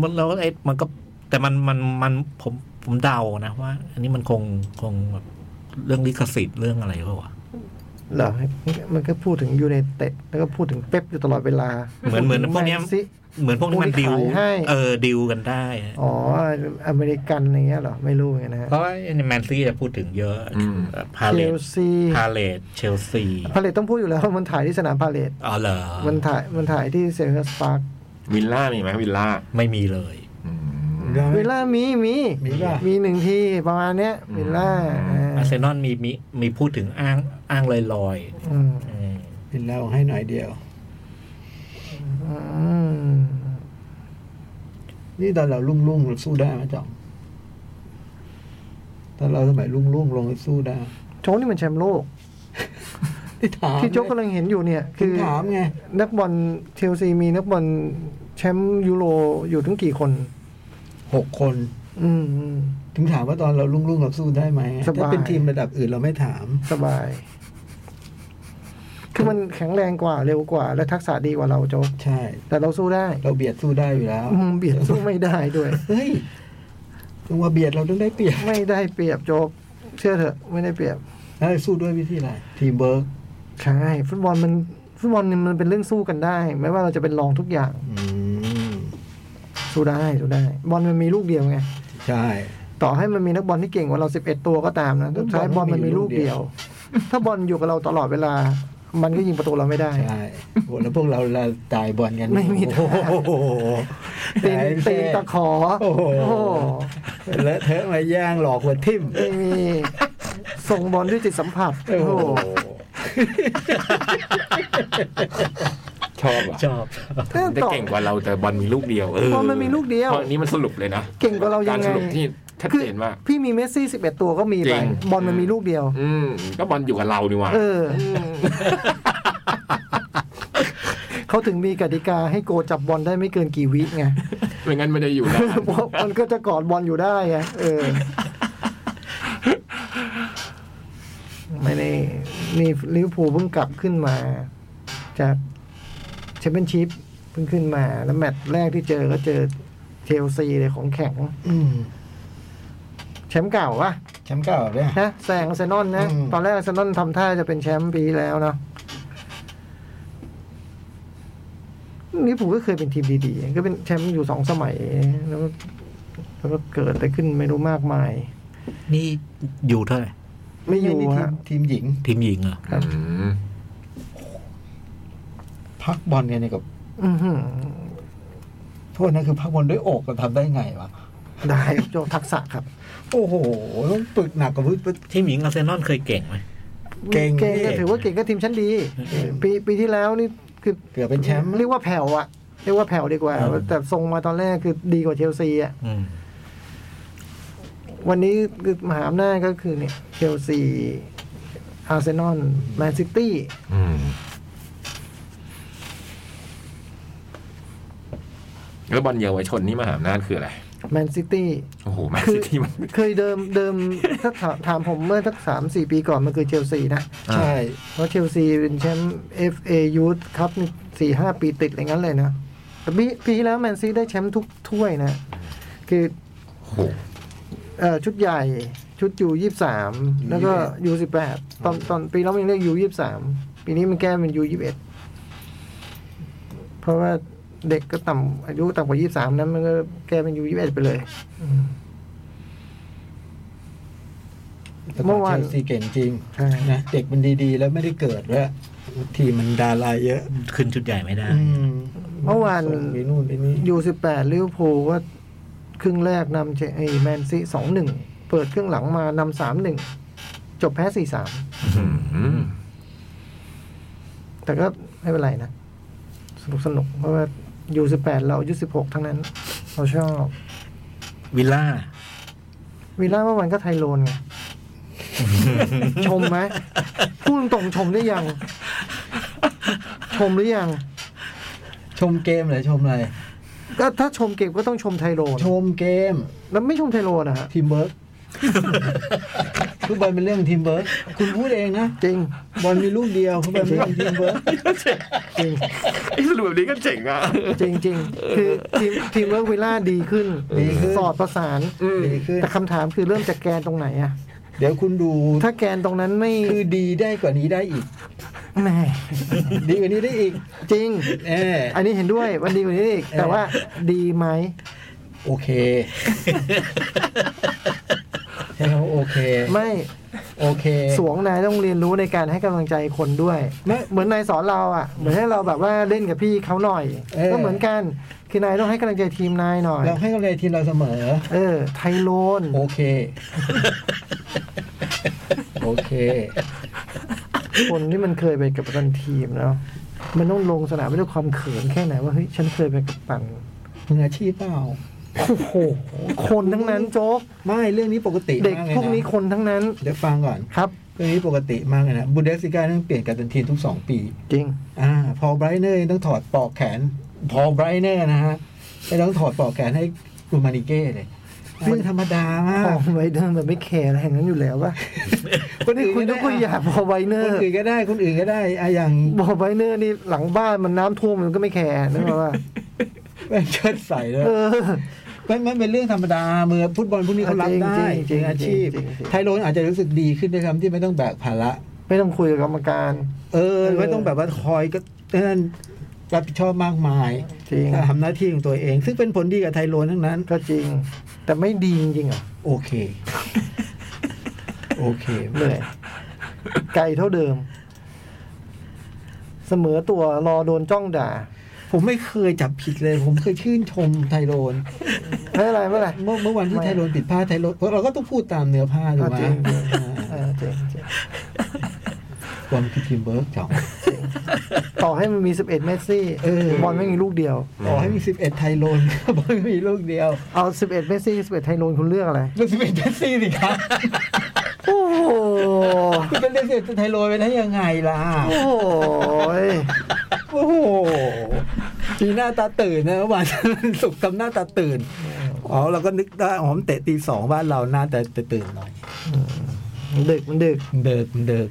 Speaker 5: มันแล้วไอ้มันก็แต่มันมันมันผมผมเดานะว่า อันนี้มันคงคงแบบเรื่องลิขสิทธิ์เรื่องอะไรเปล่าวะ
Speaker 2: เหรอมันก็พูดถึงยูไนเต็ดแล้วก็พูดถึงเป๊ปอยู่ตลอดเวลา
Speaker 5: เหมือนเหมือนพวกเนี้ย
Speaker 2: แมซิ
Speaker 5: เหมือนพวกนี้มันดิว
Speaker 2: พวกที่ขายให้
Speaker 5: เออดิวกันได้อะ
Speaker 2: อ๋อ อเมริกันอย่างเงี้ยเหรอ ไม่รู้เหมือนกันนะฮะ
Speaker 5: เพราะในแมนซี่จะพูดถึงเยอะพา
Speaker 2: เช
Speaker 5: เลต
Speaker 2: ลซี
Speaker 5: พาเลตเชลซี
Speaker 2: พาเลตต้องพูดอยู่แล้วมันถ่ายที่สนามพาเลต
Speaker 5: อ๋อเหรอ
Speaker 2: มันถ่ายมันถ่ายที่เซลเฮสปาร์ค
Speaker 4: วิลล่ามีไหมวิลล่า
Speaker 5: ไม่มีเลย
Speaker 4: อืม
Speaker 6: ได้ไหม
Speaker 2: วิลล่ามีมี
Speaker 6: มีป่ะ
Speaker 2: มีหนึ่งที่ประมาณเนี้ยวิลล่า
Speaker 4: อืม
Speaker 5: อาร์เซนอลมีมีมีพูดถึงอ้างอ้างลอยลอย
Speaker 2: อืม
Speaker 5: ๆเออ
Speaker 6: เป็นเราให้หน่อยเดียว
Speaker 2: อืม
Speaker 6: นี่ตอนเราลุ่งลุ่งๆเราสู้ได้ไหมจ่องตอนเราสมัยลุ่งลุ่งๆลงสู้ได้
Speaker 2: โจ๊กนี่มันแชมป์โลก
Speaker 6: ที่ถาม
Speaker 2: ที่โจ๊กกำลังเห็นอยู่เนี่ย
Speaker 6: คื
Speaker 2: คือ อ
Speaker 6: ถามไง
Speaker 2: นักบอลเชลซีมีนักบอลแชมป์ยูโรอยู่ถึงกี่คน
Speaker 6: หกคน
Speaker 2: อืมอืม
Speaker 6: ถึงถามว่าตอนเราลุ่งลุ่งๆเราสู้ได้ไหม
Speaker 2: สบาย
Speaker 6: ถ้าเป็นทีมระดับอื่นเราไม่ถาม
Speaker 2: สบาย คือมันแข็งแรงกว่าเร็วกว่า และทักษะดีกว่าเราโจ๊ก
Speaker 6: ใช่
Speaker 2: แต่เราสู้ได้
Speaker 6: เราเบียดสู้ได้อยู่แล้ว
Speaker 2: อืม เบียดสู้ไม่ได้ด้วย
Speaker 6: เฮ้ยต้องว่าเบียดเราต้องได้เปรียบ
Speaker 2: ไม่ได้เปรียบโจบ เชื่อเถอะ ไม่ได้เปรียบ
Speaker 6: แล้วสู้ด้วยวิธีอะไรทีมเวิร์ก
Speaker 2: ใช่ ฟุตบอลมัน ฟุตบอลเนี่ยมันเป็นเรื่องสู้กันได้ ไม่ว่าเราจะเป็นรองทุกอย่าง
Speaker 6: อืม
Speaker 2: สู้ได้ สู้ได้ บอลมันมีลูกเดียวไง
Speaker 6: ใช่
Speaker 2: ต่อให้มันมีนักบอลที่เก่งกว่าเราสิบเอ็ดตัวก็ตามนะสุดท้ายบอลมันมีลูกเดียว ถ้าบอลอยู่กับเราตลอดเวลา มันก็ยิงประตูเราไม่ได้
Speaker 6: ใช่โหแล้วพวกเราเราจ่ายบอลกัน
Speaker 2: ไม่มีทาง
Speaker 6: โอ้โห
Speaker 2: ตีน
Speaker 6: จ่าย
Speaker 2: ตีนตะขอ
Speaker 6: โอ้โห
Speaker 2: โอ้โห
Speaker 6: เลอะเทอะมาแย่งหลอกหัวทิ่ม
Speaker 2: ไม่มี ส่งบอลด้วยจิตสัมผัส
Speaker 6: โอ้
Speaker 2: โอ้
Speaker 6: โห
Speaker 2: โห
Speaker 4: ชอบอ่ะ
Speaker 5: ชอบ
Speaker 4: แต่เก่งกว่าเราแต่บอลมีลูกเดียวเออ
Speaker 2: เพราะมันมีลูกเดียว
Speaker 4: พราะอันนี้มันสรุปเลยนะ
Speaker 2: เก่งกว่าเรายังไง
Speaker 4: การสรุปที่ชัดเจนมาก
Speaker 2: คือพี่มีเมสซี่สิบเอ็ดตัวก็มีไป
Speaker 4: จริง
Speaker 2: บอลมันมีลูกเดียว
Speaker 4: อืมก็บอลอยู่กับเรานี่หว่า
Speaker 2: เอออ เขาถึงมีกติกาให้โกจับบอลได้ไม่เกินกี่วิไง
Speaker 4: ไม่งั้นไม่ได้อยู่นะ
Speaker 2: เพราะมันก็จะกอดบอลอยู่ได้ไงเออ ไม่ได้นี่ลิเวอร์พูลเพิ่งกลับขึ้นมา จากแชมเปี้ยนชิพเพิ่งขึ้นมา แล้วแมตช์แรกที่เจอก็เจอเชลซีเลยของแข็ง
Speaker 6: อืม
Speaker 2: แชมป์เก่าวะ
Speaker 6: แชมป์เก่าเนี่ย
Speaker 2: นะแซงอาร์เซนอลนะ
Speaker 6: อืม
Speaker 2: ตอนแรกอาร์เซนอลทำท่าจะเป็นแชมป์ปีที่แล้วนะนี่ผมก็เคยเป็นทีมดีๆ ก็เป็นแชมป์อยู่สองสมัย แล้วก็แล้วก็เกิดอะไรขึ้นไม่รู้มากมาย
Speaker 5: นี่อยู่เท่าไหร่
Speaker 2: ไม่อยู่
Speaker 6: นี่ที
Speaker 2: ฮะ
Speaker 6: มทีมหญิง
Speaker 5: ทีมหญิงเหรอ
Speaker 2: ครับ
Speaker 4: อืม
Speaker 6: พักบอลกันเนี่ยกับ
Speaker 2: อื้อหือ
Speaker 6: โทษนะคือพักบอลด้วยอกเราทำได้ไงวะ
Speaker 2: ได้โจทักษะครับ
Speaker 6: โอ้โหต้องฝึกหนักกว่าพื้น
Speaker 5: ทีมหญิงอาร์เซนอลเคยเก่งไหม
Speaker 6: เก่ง
Speaker 2: เก่ง
Speaker 6: นี่
Speaker 2: ก็ถือว่าเก่งก็ทีมชั้นดี ปีปีที่แล้วนี่คือ
Speaker 6: เกือบเป็นแชมป์
Speaker 2: เรียกว่าแผ่วอะเรียกว่าแผ่วดีกว่า แต่ทรงมาตอนแรกคือดีกว่าเชลซีอะ
Speaker 5: อืม
Speaker 2: วันนี้คือมหาอำนาจก็คือเนี่ยเชลซี อาร์เซนอล แมนซิตี้
Speaker 4: อืมแล้วบอลเยาวชนนี่มหาอำนาจคืออะไร
Speaker 2: แมนซิตี้
Speaker 4: โอ้โหแมน
Speaker 2: คือ
Speaker 4: ซิตี้มัน
Speaker 2: เคยเดิมเดิม ถ้าถาถามผมเมื่อสักสามสี่ปีก่อน มันคือเชลซีนะ
Speaker 6: ใช่
Speaker 2: เพราะเชลซีเป็นแชมป์เอฟเอยูธครับสี่ห้าปีติดอะไรงั้นเลยนะ แต่ปีปีที่แล้วแมนซีได้แชมป์ทุกถ้วยนะ คือ
Speaker 4: โอ้โห
Speaker 2: เอ่อชุดใหญ่ชุดยูยี่สามแล้วก็ยูสิบแปดตอนตอนปีแล้วมันยังเรียกยูยี่สามปีนี้มันแก้เป็นยูยี่สิบเอ็ดเ ราะว่าเด็กก็ต่ำอายุต่ำกว่ายี่สามนั้นมันก็แกเป็นอยู่ยี่สิบเอ็ดไปเลย
Speaker 6: แต่
Speaker 2: เมื่
Speaker 6: เมื่
Speaker 2: อวาว
Speaker 6: อาน นซีเก่งจริง
Speaker 2: ใช่
Speaker 6: นะเด็กมันดีๆ แล้วไม่ได้เกิดด้วยทีมมันดาราเยอะ
Speaker 5: ขึ้นชุดใหญ่ไม่ได้
Speaker 6: อืม
Speaker 2: เมื่อวาน
Speaker 6: ส่งไปนู่นไปนี่
Speaker 2: ยูสิบแปดลิเวอร์พูลก็ครึ่งแรกนำเจไอแมนซีสองหนึ่งเปิดครึ่งหลังมานำสามหนึ่งจบแพ้สี่สาม
Speaker 4: อืม
Speaker 2: แต่ก็ไม่เป็นไรนะ สนุกสนุกเพราะว่ายูสิบแปดเราอายุสิบหกทั้งนั้น เราชอบ
Speaker 5: วิลล่า
Speaker 2: วีล่าเมื่อวันก็ไทยโลนไง ชมไหมพูดตรงๆชมได้ยัง ชมหรือยัง
Speaker 6: ชมเกมเหรือชมอะไร
Speaker 2: ก็ถ้าชมเก็บก็ต้องชมไทยโลน
Speaker 6: ชมเกม
Speaker 2: แล้วไม่ชมไทยโลนนะฮะ
Speaker 6: ทีมเวิ ร์กฟุตบอลเป็นเรื่องทีมเวิร์กคุณพูดเองนะ
Speaker 2: จริง
Speaker 6: บอลมีลูกเดียวฟุตบอลเป็นเรื่องทีมเวิร์ก
Speaker 2: จริง
Speaker 4: ไอ้สรุปแบบนี้ก็เจ๋งอ่ะ
Speaker 2: จริงจริงๆคือทีมทีมเวิร์กวิลล่าดีขึ้น
Speaker 6: ดีขึ้น
Speaker 2: สอดประสาน
Speaker 6: ดีขึ้น
Speaker 2: แต่คำถามคือเริ่มจากแกนตรงไหนอะ
Speaker 6: เดี๋ยวคุณดู
Speaker 2: ถ้าแกนตรงนั้นไม่
Speaker 6: คือดีได้กว่านี้ได้อีก
Speaker 2: แหม
Speaker 6: ดีกว่านี้ได้อีก
Speaker 2: จริง
Speaker 6: เออ
Speaker 2: อันนี้เห็นด้วยวันดีกว่านี้อีก แต่ว่าดีไหม
Speaker 6: โอ เคใช่ครับโอเค
Speaker 2: ไม่
Speaker 6: โอเค
Speaker 2: สวงนายต้องเรียนรู้ในการให้กำลังใจคนด้วย
Speaker 6: ไม่
Speaker 2: เหมือนนายสอนเราอะเหมือนให้เราแบบว่าเล่นกับพี่เขาหน่อย
Speaker 6: เออ
Speaker 2: ก็เหมือนกันคือนายต้องให้กำลังใจทีมนายหน่อย
Speaker 6: เราให้กำลังใจทีมเราเสมอ
Speaker 2: เออ ไทยโลน
Speaker 6: โอเค โอเค
Speaker 2: คนที่มันเคยไปกับตันทีมแล้ว มันต้องลงสนามไปด้วยความเขินแค่ไหนว่าเฮ้ยฉันเคยไปกับตัน
Speaker 6: มืออาชีพเปล่า
Speaker 2: โอ้โห คนทั้งนั้นโจ๊ก
Speaker 6: ไม่เรื่องนี้ปกติ
Speaker 2: เด็ก
Speaker 6: มาลยะ
Speaker 2: พวกนี้คนทั้งนั้น
Speaker 6: เดี๋ยวฟังก่อน
Speaker 2: ครับ
Speaker 6: เรื่องนี้ปกติมากเลยนะบูเดสซิก้าต้องเปลี่ยนกับตันทีมทุกสองปี
Speaker 2: จริง
Speaker 6: อ่า พอไบรเนอร์ต้องถอดปลอกแขน พอไบรเนอร์นะฮะไม่ต้องถอดปลอกแขนให้รูมานิเก้เลยเรื่องธรรมดามา
Speaker 2: พอก ไวเนอร์มันไม่แคร์อะไรอย่างนั้นอยู่แล้วว่าคนอื่นคุณยกตัวอย่างพอไวเนอ
Speaker 6: คน
Speaker 2: ร์
Speaker 6: อื่นก็ได้คนอื่นก็ได้อะอย่าง
Speaker 2: บอไวเนอร์นี่หลังบ้านมันน้ำท่วมมันก็ไม่แคร์นึกออกว่า
Speaker 6: แม่งเชิดใส่เลย
Speaker 2: เออ
Speaker 6: มันมันเป็นเรื่องธรรมดามือฟุตบอลพวกนี้เขารับได้
Speaker 2: จริงๆจริงๆ
Speaker 6: เป็นอาชีพ
Speaker 2: จริงๆ
Speaker 6: ไทยโรนอาจจะรู้สึกดีขึ้นด้วยซ้ำที่ไม่ต้องแบกภาระ
Speaker 2: ไม่ต้องคุยกับกรรมการ
Speaker 6: เออ
Speaker 2: เออ
Speaker 6: ไม่ต้องแบบว่าคอยก็นั่นรับผิดชอบมากมาย
Speaker 2: จริง
Speaker 6: ทำหน้าที่ของตัวเอง ซึ่งเป็นผลดีกับไทยโรนทั้งนั้น
Speaker 2: ก็จริง แต่ไม่ดีจริงๆเหรอ่ะ
Speaker 6: โอเค โอเค
Speaker 2: เหนื่อยไกลเท่าเดิม เสมอตัวรอโดนจ้องด่า
Speaker 6: ผมไม่เคยจับผิดเลย ผมเคยชื่นชมไทยโรน
Speaker 2: ไม่เป็นไรไม่เป็นไร
Speaker 6: เมื่อเมื่อวันที่
Speaker 2: ไม่
Speaker 6: ไทยโรนติดผ้าไทยโรนเราก็ต้องพูดตามเนื้อผ้าถูกไหม
Speaker 2: อ่าจริง เออจริงจริง
Speaker 6: ความคิดทีมเวิร์กจ่อง
Speaker 2: ต่อให้มันมีสิบเอ็ดเมสซี่บอลไม่มีลูกเดียว
Speaker 6: ต่อให้มีสิบเอ็ดไทยโรน บอลมีลูกเดียว
Speaker 2: เอา 11 เมสซี่ 11 ไทยโลนคุณเลือกอะไร
Speaker 6: เป็นสิบเอ็ดเจสซี่สิครับ
Speaker 2: โอ้โห
Speaker 6: คุณเป็นสิบเอ็ดไทยโรนไปได้ยังไงล่ะ
Speaker 2: โอ้โหย
Speaker 6: โอ้โหทีหน้าตาตื่นนะเมื่อวัน สุกร์ทำหน้าตาตื่น อ๋อเราก็นึกได้อ๋อมนเตะตีสองบ้านเราหน้าแต่แต่ตื่นหน่อย
Speaker 2: ดึกมันดึก
Speaker 6: เดิกเดิก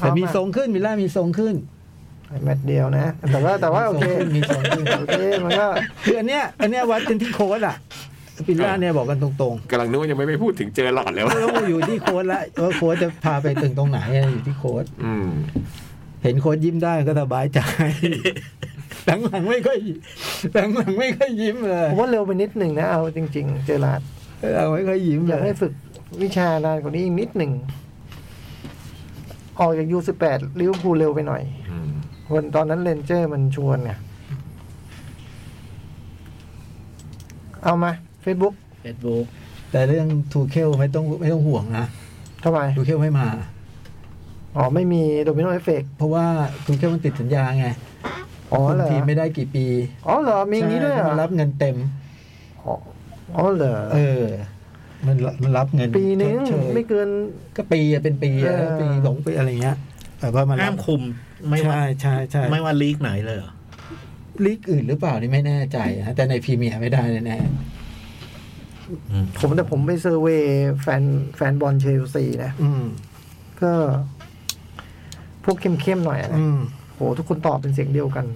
Speaker 6: แต่มีทรงขึ้นมิล่ามีทรงขึ้น
Speaker 2: เอามาแมตช์เดียวนะ แต่ว่าแต่ว่าโอเค
Speaker 6: มีทรงขึ้นมีทรง
Speaker 2: โอ
Speaker 6: ขึ้น
Speaker 2: เค มันก็
Speaker 6: คืออันเนี้ยอันเนี้ยวัดกันที่โค้ดอ่ะมิล่าเนี่ยบอกกันตรง
Speaker 4: กำลังนึกว่ายังไม่ไปพูดถึงเจอหลอดแล้ว
Speaker 6: ๆแล้วก็อยู่ที่โค้ดละว่าโค้ดจะพาไปถึงตรงไหนอะไรอยู่ที่โค้ด
Speaker 4: อืม
Speaker 6: เห็นโค้ดยิ้มได้ก็ส บายใจ หลังๆไม่ค่อยหลังๆไม่ค่อยยิ้มเล
Speaker 2: ผ
Speaker 6: ย
Speaker 2: มว่าเร็วไปนิดหนึ่งนะ เอาจริง ๆ เจอราร์ด
Speaker 6: หลังๆไม่ค่อยยิ้มเลย
Speaker 2: อากให้
Speaker 6: ย
Speaker 2: ฝึกวิชานานกว่านี้อีกนิดหนึ่ง ออกจากยู18ลิเวอร์พูลเร็วไปหน่อย
Speaker 4: อืม
Speaker 2: วันตอนนั้นเลนเจอร์มันชวนไงเอามา Facebook
Speaker 5: Facebook
Speaker 6: แต่เรื่องทูเคลไม่ต้องไม่ต้องห่วงนะ
Speaker 2: ทำไม
Speaker 6: ทูเคลไม่มา
Speaker 2: อ๋อไม่มีโดมิโนเอฟเฟก
Speaker 6: เพราะว่าทูเคลมันติดสัญญาไง
Speaker 2: อ๋อเหรอ
Speaker 6: คุมทีมไม่ได้กี่ปี
Speaker 2: อ๋อเหรอ มีอย่างนี้ด้วยเหรอ
Speaker 6: ใช่มันรับเงินเต็ม
Speaker 2: อ๋ออ๋อเหรอ
Speaker 6: เออ มันรับมันรับเงิน
Speaker 2: ปีนึง
Speaker 6: ชดเชย
Speaker 2: ไม่เกิน
Speaker 6: ก็ปีอะเป็นปีอะ
Speaker 2: เออ
Speaker 6: ปีสองปีอะไรเงี้ยแต่ว่ามัน
Speaker 5: ห้ามคุมไม่ว่า
Speaker 6: ใช่ใช่ใช่
Speaker 5: ไม่ว่าลีกไหนเลยเหรอ
Speaker 6: ลีกอื่นหรือเปล่านี่ไม่แน่ใจนะแต่ในพรีเมียร์ไม่ได้แน่
Speaker 5: อืม
Speaker 2: ผมแต่ผมไปเซอร์เวยแฟนแฟนบอลเชลซีนะ
Speaker 6: ๆอืม
Speaker 2: ก็ พวกเข้มๆหน่อยนะ
Speaker 6: อืม
Speaker 2: โหทุกคนตอบเป็นเสียงเดียวกัน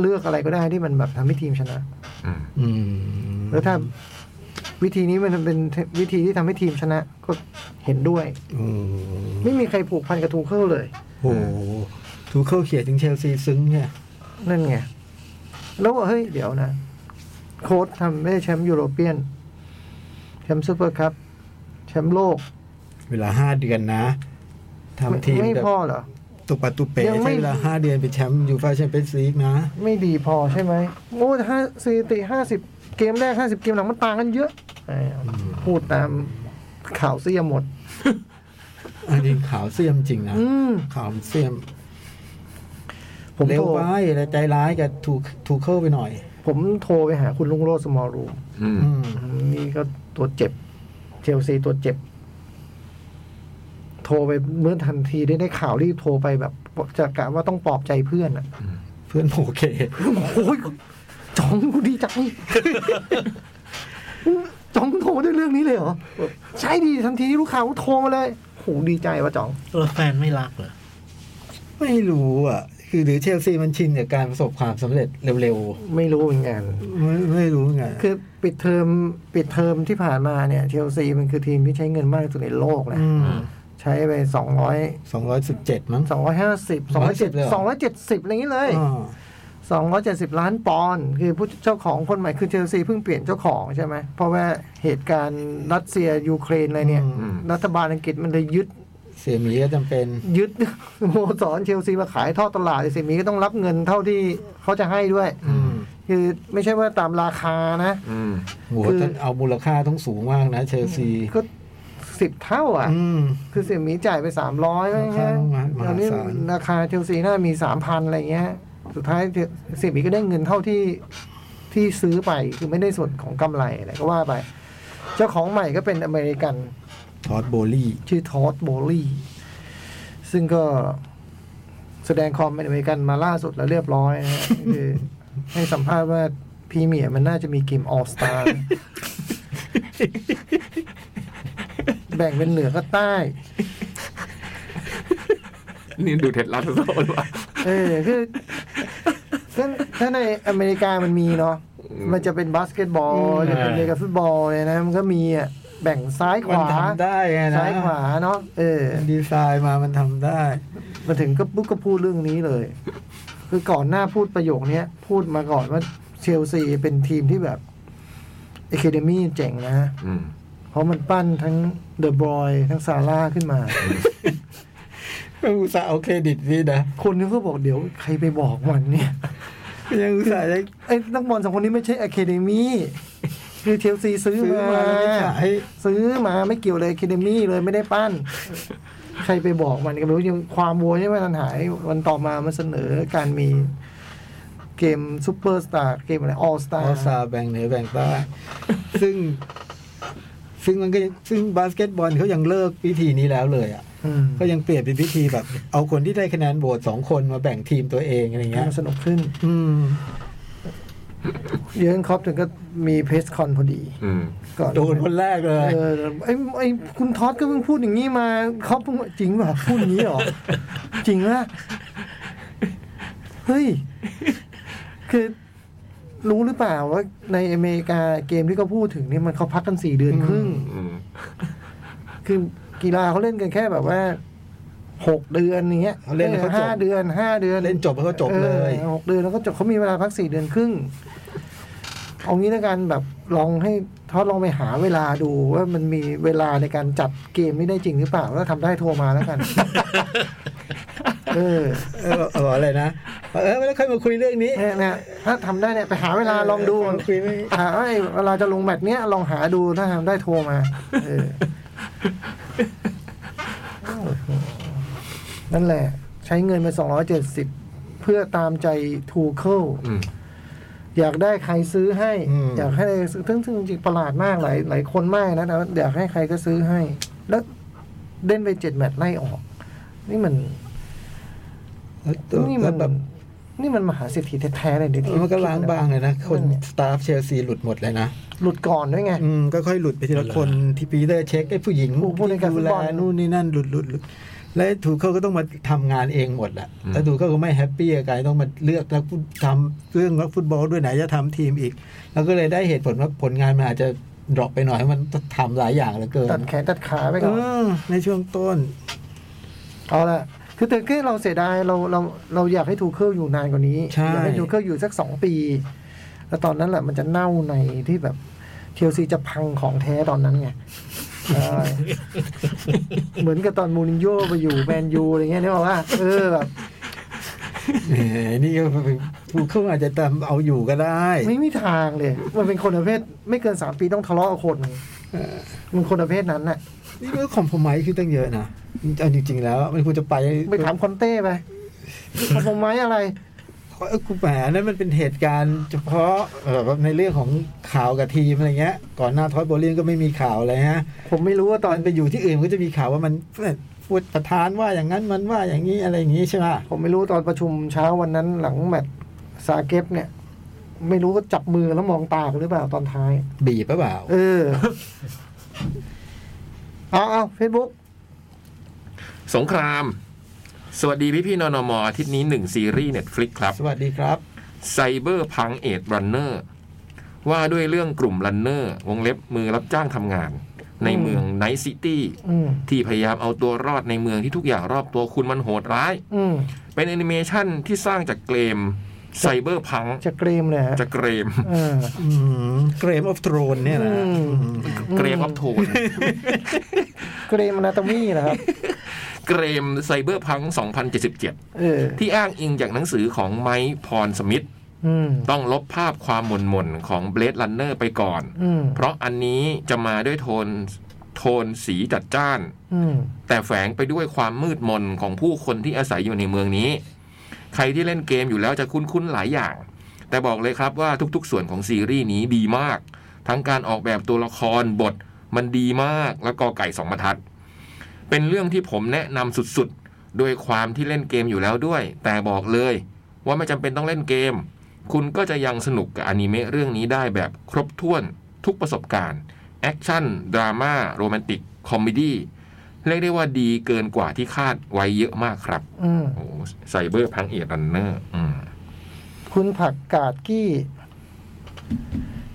Speaker 2: เลือกอะไรก็ได้ที่มันแบบทำให้ทีมชนะ
Speaker 4: อืม
Speaker 6: อืม
Speaker 2: แล้วถ้าวิธีนี้มันเป็นวิธีที่ทำให้ทีมชนะ ก็เห็นด้วย
Speaker 6: อืม
Speaker 2: ไม่มีใครผูกพันกับทูเคิลเลย
Speaker 6: โอ้โห ถูกเข้าเขียนถึงเชลซีซึ้งเนี่ย
Speaker 2: นั่นไง แล้วว่าเฮ้ย เดี๋ยวนะ โค้ดทำไม่ได้แชมป์ยูโรเปียน แชมป์ซูเปอร์คัพแชมป์โลก
Speaker 6: เวลาห้าเดือนนะทำทีม
Speaker 2: ไม่ไม่
Speaker 6: แบบ
Speaker 2: พอเหรอ
Speaker 6: ตุปะตุเป
Speaker 2: ยังไม่
Speaker 6: ใช้เวลาห้าเดือนเป็นแชมป์ยูฟ่าแชมเปี้ยนส์ลีกนะ
Speaker 2: ไม่ดีพอใช่ไหมโอ้ถ้าสถิติห้าสิบเกมแรกห้าสิบเกมหลังมันต่างกันเยอะอ่าพูดตามข่าวเสียหมด
Speaker 6: อันนี้ขาวเสียมจริงนะ
Speaker 2: อืม
Speaker 6: ขาวเสียม
Speaker 2: ผม
Speaker 6: เร็ว
Speaker 2: โทร
Speaker 6: ไปและใจร้ายกับถูกถูกเข้าไปหน่อย
Speaker 2: ผมโทรไปหาคุณลุงโรสมอลรูม
Speaker 4: อืม
Speaker 6: อืม
Speaker 2: นี่ก็ตัวเจ็บ เชลซีตัวเจ็บ โทรไปเมื่อทันทีได้ได้ข่าวรีบโทรไปแบบจะกะว่าต้องปลอบใจเพื่อนอ่ะ
Speaker 6: เพื่อนโอเค
Speaker 2: โอ้ยจองกูดีใจจองโทรมาด้วยเรื่องนี้เลยเหรอใช่ดีทันทีที่รู้ข่าวกูโทรมาเลยโหดีใจว่ะจอง
Speaker 5: แล้วแฟนไม่รักเหรอ
Speaker 6: ไม่รู้อ่ะ คือหรือเชลซีมันชินกับการประสบความสำเร็จเร็ว
Speaker 2: ไม่รู้เหมือนกัน
Speaker 6: ๆ ไม่ไม่รู้ไง
Speaker 2: คือปิดเทอมปิดเทอมที่ผ่านมาเนี่ยเชลซีมันคือทีมที่ใช้เงินมากที่สุดในโลกนะใช้ไปสองร้อย
Speaker 6: สองร้อยสิบเจ็ดมั้ง
Speaker 2: สองร้อยห้าสิบสองร้อยเจ็ด
Speaker 6: 170เลย
Speaker 2: สองร้อย
Speaker 6: เหรอ
Speaker 2: เจ็ดสิบอะไรอย่างนี้เลย
Speaker 6: อ่า
Speaker 2: สองร้อยเจ็ดสิบล้านปอนด์คือผู้เจ้าของคนใหม่คือเชลซีเพิ่งเปลี่ยนเจ้าของใช่ไหมเพราะว่าเหตุการณ์รัสเซียยูเครนอะไรเนี่ย
Speaker 4: อืม
Speaker 2: รัฐบาลอังกฤษมันเลยยึด
Speaker 6: เสียหมีก็จำเป็น
Speaker 2: ยึด สโมสรเชลซีมาขายทอดตลาดไอ้สิมีก็ต้องรับเงินเท่าที่เขาจะให้ด้วย
Speaker 6: อืม
Speaker 2: คือไม่ใช่ว่าตามราคานะ
Speaker 4: อืม
Speaker 6: โหัว
Speaker 2: คือ
Speaker 6: จะเอามูลค่าต้องสูงมากนะเชลซี
Speaker 2: ก็สิบเท่าอ่ะ
Speaker 6: อืม
Speaker 2: คือเสี่ยหมีจ่ายไปสามร้อยอะไร
Speaker 6: ราคา
Speaker 2: เงี้ย
Speaker 6: ม
Speaker 2: ต
Speaker 6: หา
Speaker 2: อนนี้
Speaker 6: มหาศาล
Speaker 2: ราคาเชลซีน่ามีสามพันอะไรเงี้ย สุดท้ายเสี่ยหมีก็ได้เงินเท่าที่ที่ซื้อไปคือไม่ได้ส่วนของกำไรอะไรก็ว่าไป เจ้าของใหม่ก็เป็นอเมริกัน
Speaker 6: ทอดโบลี่
Speaker 2: ชื่อทอสโบลี่ ซึ่งก็แสดงความเป็นอเมริกันมาล่าสุดแล้วเรียบร้อยนะฮะ คือให้สัมภาษณ์ว่าพรีเมียร์มันน่าจะมีเกมออสตา r แบ่งเป็นเหนือกับใต้
Speaker 4: นี่ดูเท็ดลัสโซ่หรือเปล่า
Speaker 2: เออคือซึ่งถ้าในอเมริกามันมีเนาะมันจะเป็นบาสเกตบอลจะเป็น
Speaker 5: อ่า
Speaker 2: เลกับฟุตบอลเนี่ยนะ มันก็มีอ่ะแบ่งซ้ายข
Speaker 6: มัน
Speaker 2: วา
Speaker 6: ทำได้ไงนะ
Speaker 2: ซ้ายขวาเนาะเออ
Speaker 6: ดีไซน์มามันทำได้
Speaker 2: มาถึงก็ปุ๊บก็พูดเรื่องนี้เลย คือก่อนหน้าพูดประโยคเนี้ย พูดมาก่อนว่าเชลซีเป็นทีมที่แบบเอเคเดมี่เจ๋งนะ
Speaker 4: อืม
Speaker 2: เพราะมันปั้นทั้งเดอะบอยทั้งซาร่าขึ้นมา
Speaker 6: ยังอุตส่าห์เอาเครดิตนี่นะ
Speaker 2: คนนึงก็บอกเดี๋ยวใครไปบอกมันเนี่ย
Speaker 6: ยังอุตส่าห์ได้
Speaker 2: ไอ้นักบอลสองคนนี้ไม่ใช่ a อ a d e m y คือเชลซีซื้อ
Speaker 6: ซื้อ
Speaker 2: มา
Speaker 6: มาแล้วไม่ขาย
Speaker 2: ซื้อมาไม่เกี่ยวเลย a อ a d e m y เลยไม่ได้ปั้น ใครไปบอกมันก็ไม่รู้ยังความวัวใช่ไหมทันหาย วันต่อมามันเสนอการมีเกมซูเปอร์สตาร์เกมอะไรออลสตา
Speaker 6: เอา
Speaker 2: ร์
Speaker 6: ซาแบ่งเหนือแบ่งใต้ซึ่ง ซึ่งมันก็ยังซึ่งบาสเกตบอลเขายังเลิกวิธีนี้แล้วเลยอ่ะก็ยังเปลี่ยนเป็นวิธีแบบ เอาคนที่ได้คะแนนโหวตสองคนมาแบ่งทีมตัวเองอะไรเงี้ย
Speaker 2: มันสนุกขึ้น
Speaker 6: อืม
Speaker 2: เยอร์เกนครอปถึงก็มีเพสคอนพอดี
Speaker 4: อืม
Speaker 2: ก่อ
Speaker 6: โดนคนแรกเลย
Speaker 2: เออไอ้ไอ้คุณท็อดก็เพิ่งพูดอย่างนี้มาเขาเพิ่งจริงป่ะพูดอย่างนี้ เหรอ จริงป่ะเฮ้ย คือรู้หรือเปล่าว่าในอเมริกาเกมที่เขาพูดถึงเนี่ยมันเขาพักกันสี่เดือนครึ่ง
Speaker 4: อืม
Speaker 2: คือกีฬาเขาเล่นกันแค่แบบว่าหกเดือนอย่างเงี้ย
Speaker 6: เขาเล่นแล้วเขาจบ
Speaker 2: ห้าเดือนห้าเดือน
Speaker 6: เล่นจบแล้วก็จบเลย
Speaker 2: ออหกเดือนแล้วก็จบเขามีเวลาพักสี่เดือนครึ่ง เอางี้แล้วกันแบบลองให้ทอดลองไปหาเวลาดูว่ามันมีเวลาในการจัดเกมไม่ได้จริงหรือเปล่าถ้าทำได้โทรมาแล้ว กัน เออ
Speaker 6: เออเอาอะไรนะเออแล้วค่อยมาคุยเรื่องนี้
Speaker 2: เนี่ยนะถ้าทำได้เนี่ยไปหาเวลาลองดู
Speaker 6: เออคุยไม่
Speaker 2: หาว่าไอ้เวลาจะลงแมตช์เนี้ยลองหาดูถ้าทำได้โทรมา เออนั่นแหละ ใช้เงินไปสองร้อยเจ็ดสิบเพื่อตามใจทูเคิล
Speaker 4: อืม
Speaker 2: อยากได้ใครซื้อให้
Speaker 6: อืม
Speaker 2: อยากให้ซื้อทั้งซึ่งจริงประหลาดมากหลายหลายคนมากนะแต่ว่าอยากให้ใครก็ซื้อให้ แล้วเล่นไปเจ็ดแมตช์ไล่ออก นี่มันนี่
Speaker 6: แล้
Speaker 2: มั
Speaker 6: วน แบบ
Speaker 2: นี่มันมหาเศรษฐีแท้ๆเลยเด็กที่
Speaker 6: มันก็ล้างบางเลยนะ คน
Speaker 2: เนี่ย
Speaker 6: สตาฟเชลซีหลุดหมดเลยนะ
Speaker 2: หลุดก่อนด้วยไง
Speaker 6: อืมก็ค่อยหลุดไปทีละคนที่ปีเตอร์เช็คไอ้ผู้หญิง
Speaker 2: ผู้ผู้ในการฟุ
Speaker 6: ที่ดู
Speaker 2: ต
Speaker 6: แล
Speaker 2: บอล
Speaker 6: นู่นนี่นั่นหลุดหลุดหลุดแล้วถูกเขาก็ต้องมาทำงานเองหมดแหละ
Speaker 4: อืม
Speaker 6: แล้วถูกเขาก็ไม่แฮปปี้กับการต้องมาเลือกแล้วทำเรื่องรักฟุตบอลด้วยไหนจะทำทีมอีก แล้วก็เลยได้เหตุผลว่าผลงานมันอาจจะดรอปไปหน่อยมันทำหลายอย่างเหลือเกิน
Speaker 2: ตัดแขนตัดขาไป
Speaker 6: เอ
Speaker 2: ก่อน
Speaker 6: อในช่วงต้น
Speaker 2: เอาละ คือแต่แค่เราเสียดายเราเราเราอยากให้ทูเคิลอยู่นานกว่านี้
Speaker 6: ใช่
Speaker 2: อยากให้ทูเคิลอยู่สักสองปี แล้วตอนนั้นแหละมันจะเน่าในที่แบบเทลซีจะพังของแท้ตอนนั้นไงใช่ เหมือนกับตอนมูรินโญ่ไปอยู่แมนยูอะไรเงี้ยนี่บอกว่าเออแบบ
Speaker 7: เอ้ยนี่ก็ผู้เข้าอาจจะตามเอาอยู่ก็ได้
Speaker 2: ไม่มีทางเลย มันเป็นคนประเภทไม่เกินสามปีต้องทะเลาะกับคนมันคนประเภทนั้นน่ะ
Speaker 7: นี่ก็คอมโพมไมซ์ขึ้นตั้งเยอะนะเอาจริง ๆ แล้วมันควรจะไป
Speaker 2: ไปถามคอนเต้ไปทำทำไมอะไร
Speaker 7: เอ้ยกูแหมอันนั้นมันเป็นเหตุการณ์ เฉพาะแบบว่าในเรื่องของข่าวกับทีมอะไรเงี้ย ก่อนหน้าทอสโบเลียนก็ไม่มีข่าวอะไรฮะ
Speaker 2: ผมไม่รู้
Speaker 7: ต
Speaker 2: ว่าต
Speaker 7: อ
Speaker 2: อน น
Speaker 7: ไปอยู่ที่อื่นมันก็จะมีข่าวว่ามันพูดประธานว่าอย่างนั้นมันว่าอย่างนี้อะไรอย่างนี้ใช่ไหม
Speaker 2: ผมไม่รู้ตอนประชุมเช้าวันนั้นหลังแมตช์ซาเก็บเนี่ย ไม่รู้ก็จับมือแล้วมองตากันหรือเปล่าตอนท้าย
Speaker 7: บีบหรือเปล่า
Speaker 2: เออ เอาเอาเฟซบุ๊ก
Speaker 4: สงคราม สวัสดีพี่พี่ๆนนมอาทิตย์นี้หนึ่งซีรีส์เน็ตฟลิกครับ
Speaker 7: สวัสดีครับ
Speaker 4: ไซเบอร์พังเอ r รันเนอร์ว่าด้วยเรื่องกลุ่มรันเนอร์วงเล็บมือรับจ้างทำงาน ในเมืองไนท์ซิตี้
Speaker 2: อืม
Speaker 4: ที่พยายามเอาตัวรอดในเมืองที่ทุกอย่างรอบตัวคุณมันโหดร้าย
Speaker 2: อืม
Speaker 4: เป็นแอนิเมชันที่สร้างจากเกมไซเบอร์พัง
Speaker 2: จะเกรมเลยฮะ
Speaker 4: จากเกม
Speaker 2: เออ
Speaker 7: อืมเกรมออฟโทรนเนี่ยนะ
Speaker 2: อืม
Speaker 7: อืม
Speaker 4: เกรมออฟโทน
Speaker 2: เกรมอนาโตมี่นะครับ
Speaker 4: เกรมไซเบอร์พัง 2077
Speaker 2: เออ
Speaker 4: ที่อ้างอิงจากหนังสือของไมค์พรสมิธ
Speaker 2: อืม
Speaker 4: ต้องลบภาพความหม่นหม่นๆของเบลด e ันเนอร์ไปก่อน
Speaker 2: อืม
Speaker 4: เพราะอันนี้จะมาด้วยโทนโทนสีจัดจ้าน
Speaker 2: อืม
Speaker 4: แต่แฝงไปด้วยความมืดมนของผู้คนที่อาศัยอยู่ในเมืองนี้ ใครที่เล่นเกมอยู่แล้วจะคุ้นๆหลายอย่าง แต่บอกเลยครับว่าทุกๆ ส่วนของซีรีส์นี้ดีมาก ทั้งการออกแบบตัวละครบท มันดีมากและกอไก่สองบรรทัด เป็นเรื่องที่ผมแนะนำสุดๆ โดวยความที่เล่นเกมอยู่แล้วด้วย แต่บอกเลยว่าไม่จำเป็นต้องเล่นเกม คุณก็จะยังสนุกกับอนิเมะเรื่องนี้ได้แบบครบถ้วนทุกประสบการณ์แอคชั่นดราม่าโรแมนติกคอมเมดี้ เรียกได้ว่าดีเกินกว่าที่คาดไว้เยอะมากครับ
Speaker 2: อืม
Speaker 4: โอ้ไซเบอร์พังเอียดรันเนอร์
Speaker 2: คุณผักกาดกี้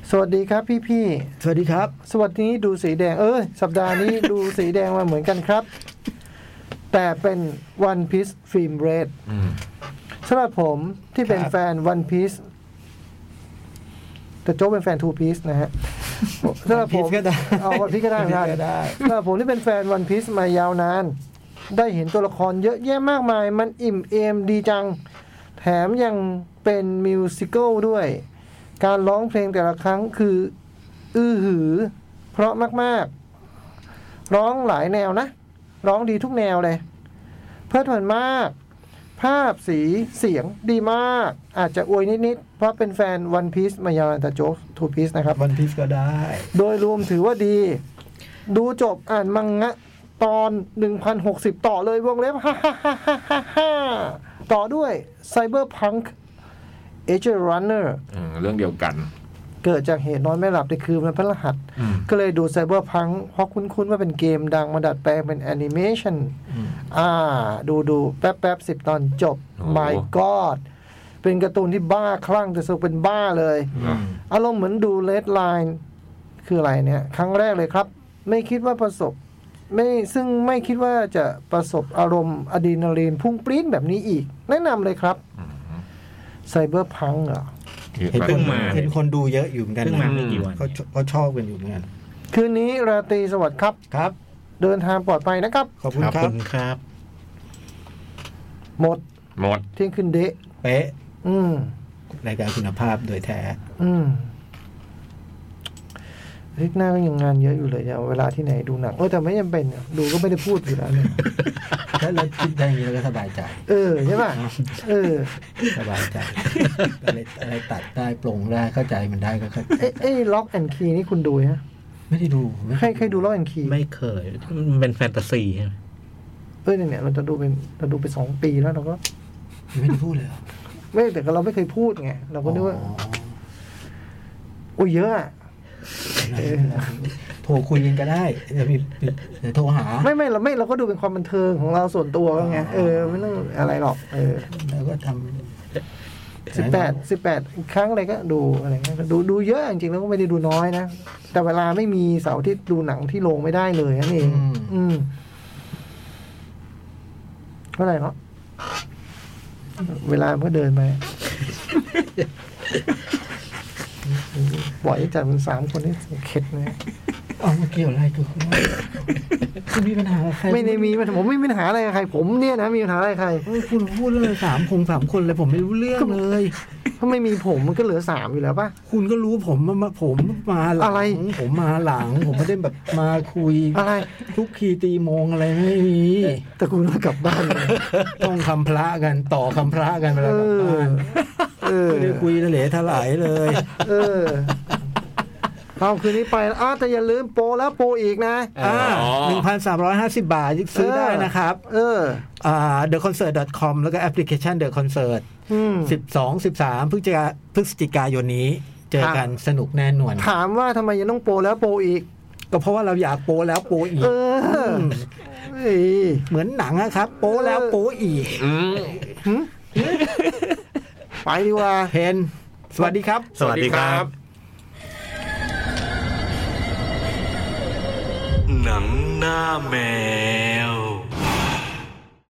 Speaker 2: สวัสดีครับพี่พี่
Speaker 7: สวัสดีครับ
Speaker 2: ๆสวัสดีดูสีแดง เอ้ย สัปดาห์นี้ ดูสีแดงมาเหมือนกันครับ แต่เป็น One Piece Film Red สำหรับผมที่เป็น
Speaker 7: ครับ
Speaker 2: แฟน One Piece แต่โจ๊กเป็นแฟน Two Piece นะฮะสำหรับผม
Speaker 7: One Piece ก็ได้
Speaker 2: เอาวันพีก็ได้
Speaker 7: One Piece
Speaker 2: ไม่ได้
Speaker 7: ก็ได้
Speaker 2: สำหรับผมที่เป็นแฟน One Piece มายาวนาน ได้เห็นตัวละครเยอะแยะมากมาย มันอิ่มเอมดีจัง แถมยังเป็นมิวสิควลด้วย การร้องเพลงแต่ละครั้งคือ อื้อหือ เพราะมาก ๆ ร้องหลายแนวนะ ร้องดีทุกแนวเลย เพลิดเพลินมาก ภาพสีเสียงดีมาก อาจจะอวยนิด ๆ เพราะเป็นแฟนวันพี e มายาวนานแต่โจ๊กทูพี e นะครับ
Speaker 7: วันพีซก็ได้
Speaker 2: โดยรวมถือว่าดี ดูจบอ่านมังงะ ตอน 1,060 ต่อเลยวงเล็บ ฮ่าฮ่าฮ่าฮ่าฮ่าต่อด้วย Cyberpunk a g e Runner
Speaker 4: เรื่องเดียวกัน
Speaker 2: เกิดจากเหตุนอนไม่หลับในคืนวันพฤหัส ก็เลยดูไซเบอร์พังเพราะคุ้นๆว่าเป็นเกมดังมาดัดแปลงเป็นแอนิเมชันอ่า ดูดูๆแป๊บแป๊บสิบๆ10 ตอนจบ
Speaker 4: โอ้โห
Speaker 2: my god เป็นการ์ตูนที่บ้าคลั่งแต่สนุกเป็นบ้าเลย อารมณ์เหมือนดูเลดไลน์คืออะไรเนี่ย ครั้งแรกเลยครับ ไม่คิดว่าประสบ ไม่ซึ่งไม่คิดว่าจะประสบอารมณ์อะดรีนาลีนพุ่งปรี๊ดแบบนี้อีก แนะนำเลยครับไซเบอร์พังเหรอ
Speaker 7: เห็น
Speaker 5: เพิ่ง
Speaker 7: คน
Speaker 5: มา
Speaker 7: เห็นคนดูเยอะอยู่เหมือนกัน
Speaker 5: เพิ่งมา
Speaker 7: นะ
Speaker 5: ไม่กี่วัน
Speaker 7: เขาเขาชอบกันอยู่เหมือนกัน
Speaker 2: คืนนี้ราตรีสวัสดิ์ครับ
Speaker 7: ครับ
Speaker 2: เดินทางปลอดภัยนะครับ
Speaker 7: ขอบคุณ
Speaker 5: ขอบ
Speaker 7: ครั
Speaker 5: คุ
Speaker 7: บ
Speaker 5: ณครับ
Speaker 2: หมด
Speaker 4: หมด
Speaker 2: เที่ยงคืนเดะ
Speaker 7: เป๊ะ
Speaker 2: อืม
Speaker 7: รายการคุณภาพโดยแท้
Speaker 2: อืมอาทิตย์หน้าก็ยังงานเยอะอยู่เลยเนี่ยเวลาที่ไหนดูหนังเออแต่ไม่จำเป็นเนี่ยดูก็ไม่ได้พูดอยู่แล้วเนี่ย
Speaker 7: แล้วเราคิดได้อย่างนี้เราก็สบายใจ
Speaker 2: เออใช่ป่ะเออ
Speaker 7: สบายใจอะไรอะไรตัดได้ปลงได้เข้าใจมันได้ก็เข้าใจ
Speaker 2: เอ้ยเอ้ล็อกแอนคีนี่คุณดูฮะ
Speaker 7: ไม่ได้ดูไม่
Speaker 2: ใครใครดูล็อกแอนคี
Speaker 5: ไม่เคย มันเป็นแฟนตาซีใช่ไหม
Speaker 2: เอ้ยเนี่ยเนี่ยเราจะดูเป็นเราดูไปสองปีแล้วเราก็
Speaker 7: ไม่ได้พูดเลยเหรอ
Speaker 2: ไม่แต่ก็เราไม่เคยพูดไงเราก็นึกว่า
Speaker 7: อ๋อ
Speaker 2: โอ้ยเยอะอะเออ
Speaker 7: โทรคุยกันก็ได้เดี๋ยวมีเดี๋ยวโทรหา
Speaker 2: ไม่ไม่เราไม่เราก็ดูเป็นความบันเทิงของเราส่วนตัวไงเออไม่ต้องอะไรหรอกเออ
Speaker 7: แล้วก็ทำ
Speaker 2: สิบแปดสิบแปดครั้งอะไรก็ดูอะไรเงี้ยดูดูเยอะจริงๆแล้วก็ไม่ได้ดูน้อยนะ แต่เวลาไม่มีเสาร์ที่ดูหนังที่โรงไม่ได้เลยนั่นเอง อืม เท่าไหร่เนาะเวลามันก็เดินไปปล่อยให้จัดเป็นสามคนนี่เข็ดนะ
Speaker 6: เอามาเกี่ยวอะไรกับคุณวะคุณมีปัญหากับใคร
Speaker 2: ไม่ได้มีมันผมไม่มีปัญหาอะไรกับใคร ผมเนี่ยนะมีปัญหาอะไรกับใคร
Speaker 6: เออคุณพูดเลยสามคงสามคนเลยผมไม่รู้เรื่องเลย
Speaker 2: ถ้าไม่มีผมมันก็เหลือสามอยู่แล้วป่ะ
Speaker 6: คุณก็รู้ผมมามาผมมาหลั
Speaker 2: อะไร
Speaker 6: งผมมาหลัง ผมไม่ได้แบบมาคุย
Speaker 2: อะไร
Speaker 6: ทุกคีตีโมงอะไรไม่มี
Speaker 2: แต่กูต้องกลับบ้านเลย
Speaker 6: ต้องคำพระกันต่อคำพระกันเว
Speaker 2: เอ
Speaker 6: ลากลับ
Speaker 2: อ
Speaker 6: บ้าน
Speaker 2: เออ
Speaker 6: ไม่ได้คุยทะเลทลายเลย
Speaker 2: เออเอาคืนนี้ไปอ้าวแต่อย่าลืมโปรแล้วโปรอีกนะ
Speaker 6: อ่าหนึ่งพันสามร้อยห้าสิบาทซื้อได้นะครับ
Speaker 2: เออ
Speaker 6: อ่า theconcert.com แล้วก็แอปพลิเคชัน The Concert
Speaker 2: อืม
Speaker 6: 12 13พฤศจิกาพฤศจิกายนนี้ เจอกันสนุกแน่นอน
Speaker 2: ถามว่าทำไมยังต้องโปรแล้วโปรอีก
Speaker 6: ก็เพราะว่าเราอยากโปแล้วโปอีก
Speaker 2: เออเฮ้ย
Speaker 6: เหมือนหนังอะครับ โปแล้วโปอีก
Speaker 4: อืม
Speaker 2: ไปดีกว่า
Speaker 6: เพน สวัสดีครับ
Speaker 5: สวัสดีครับ
Speaker 1: หนังหน้าแมว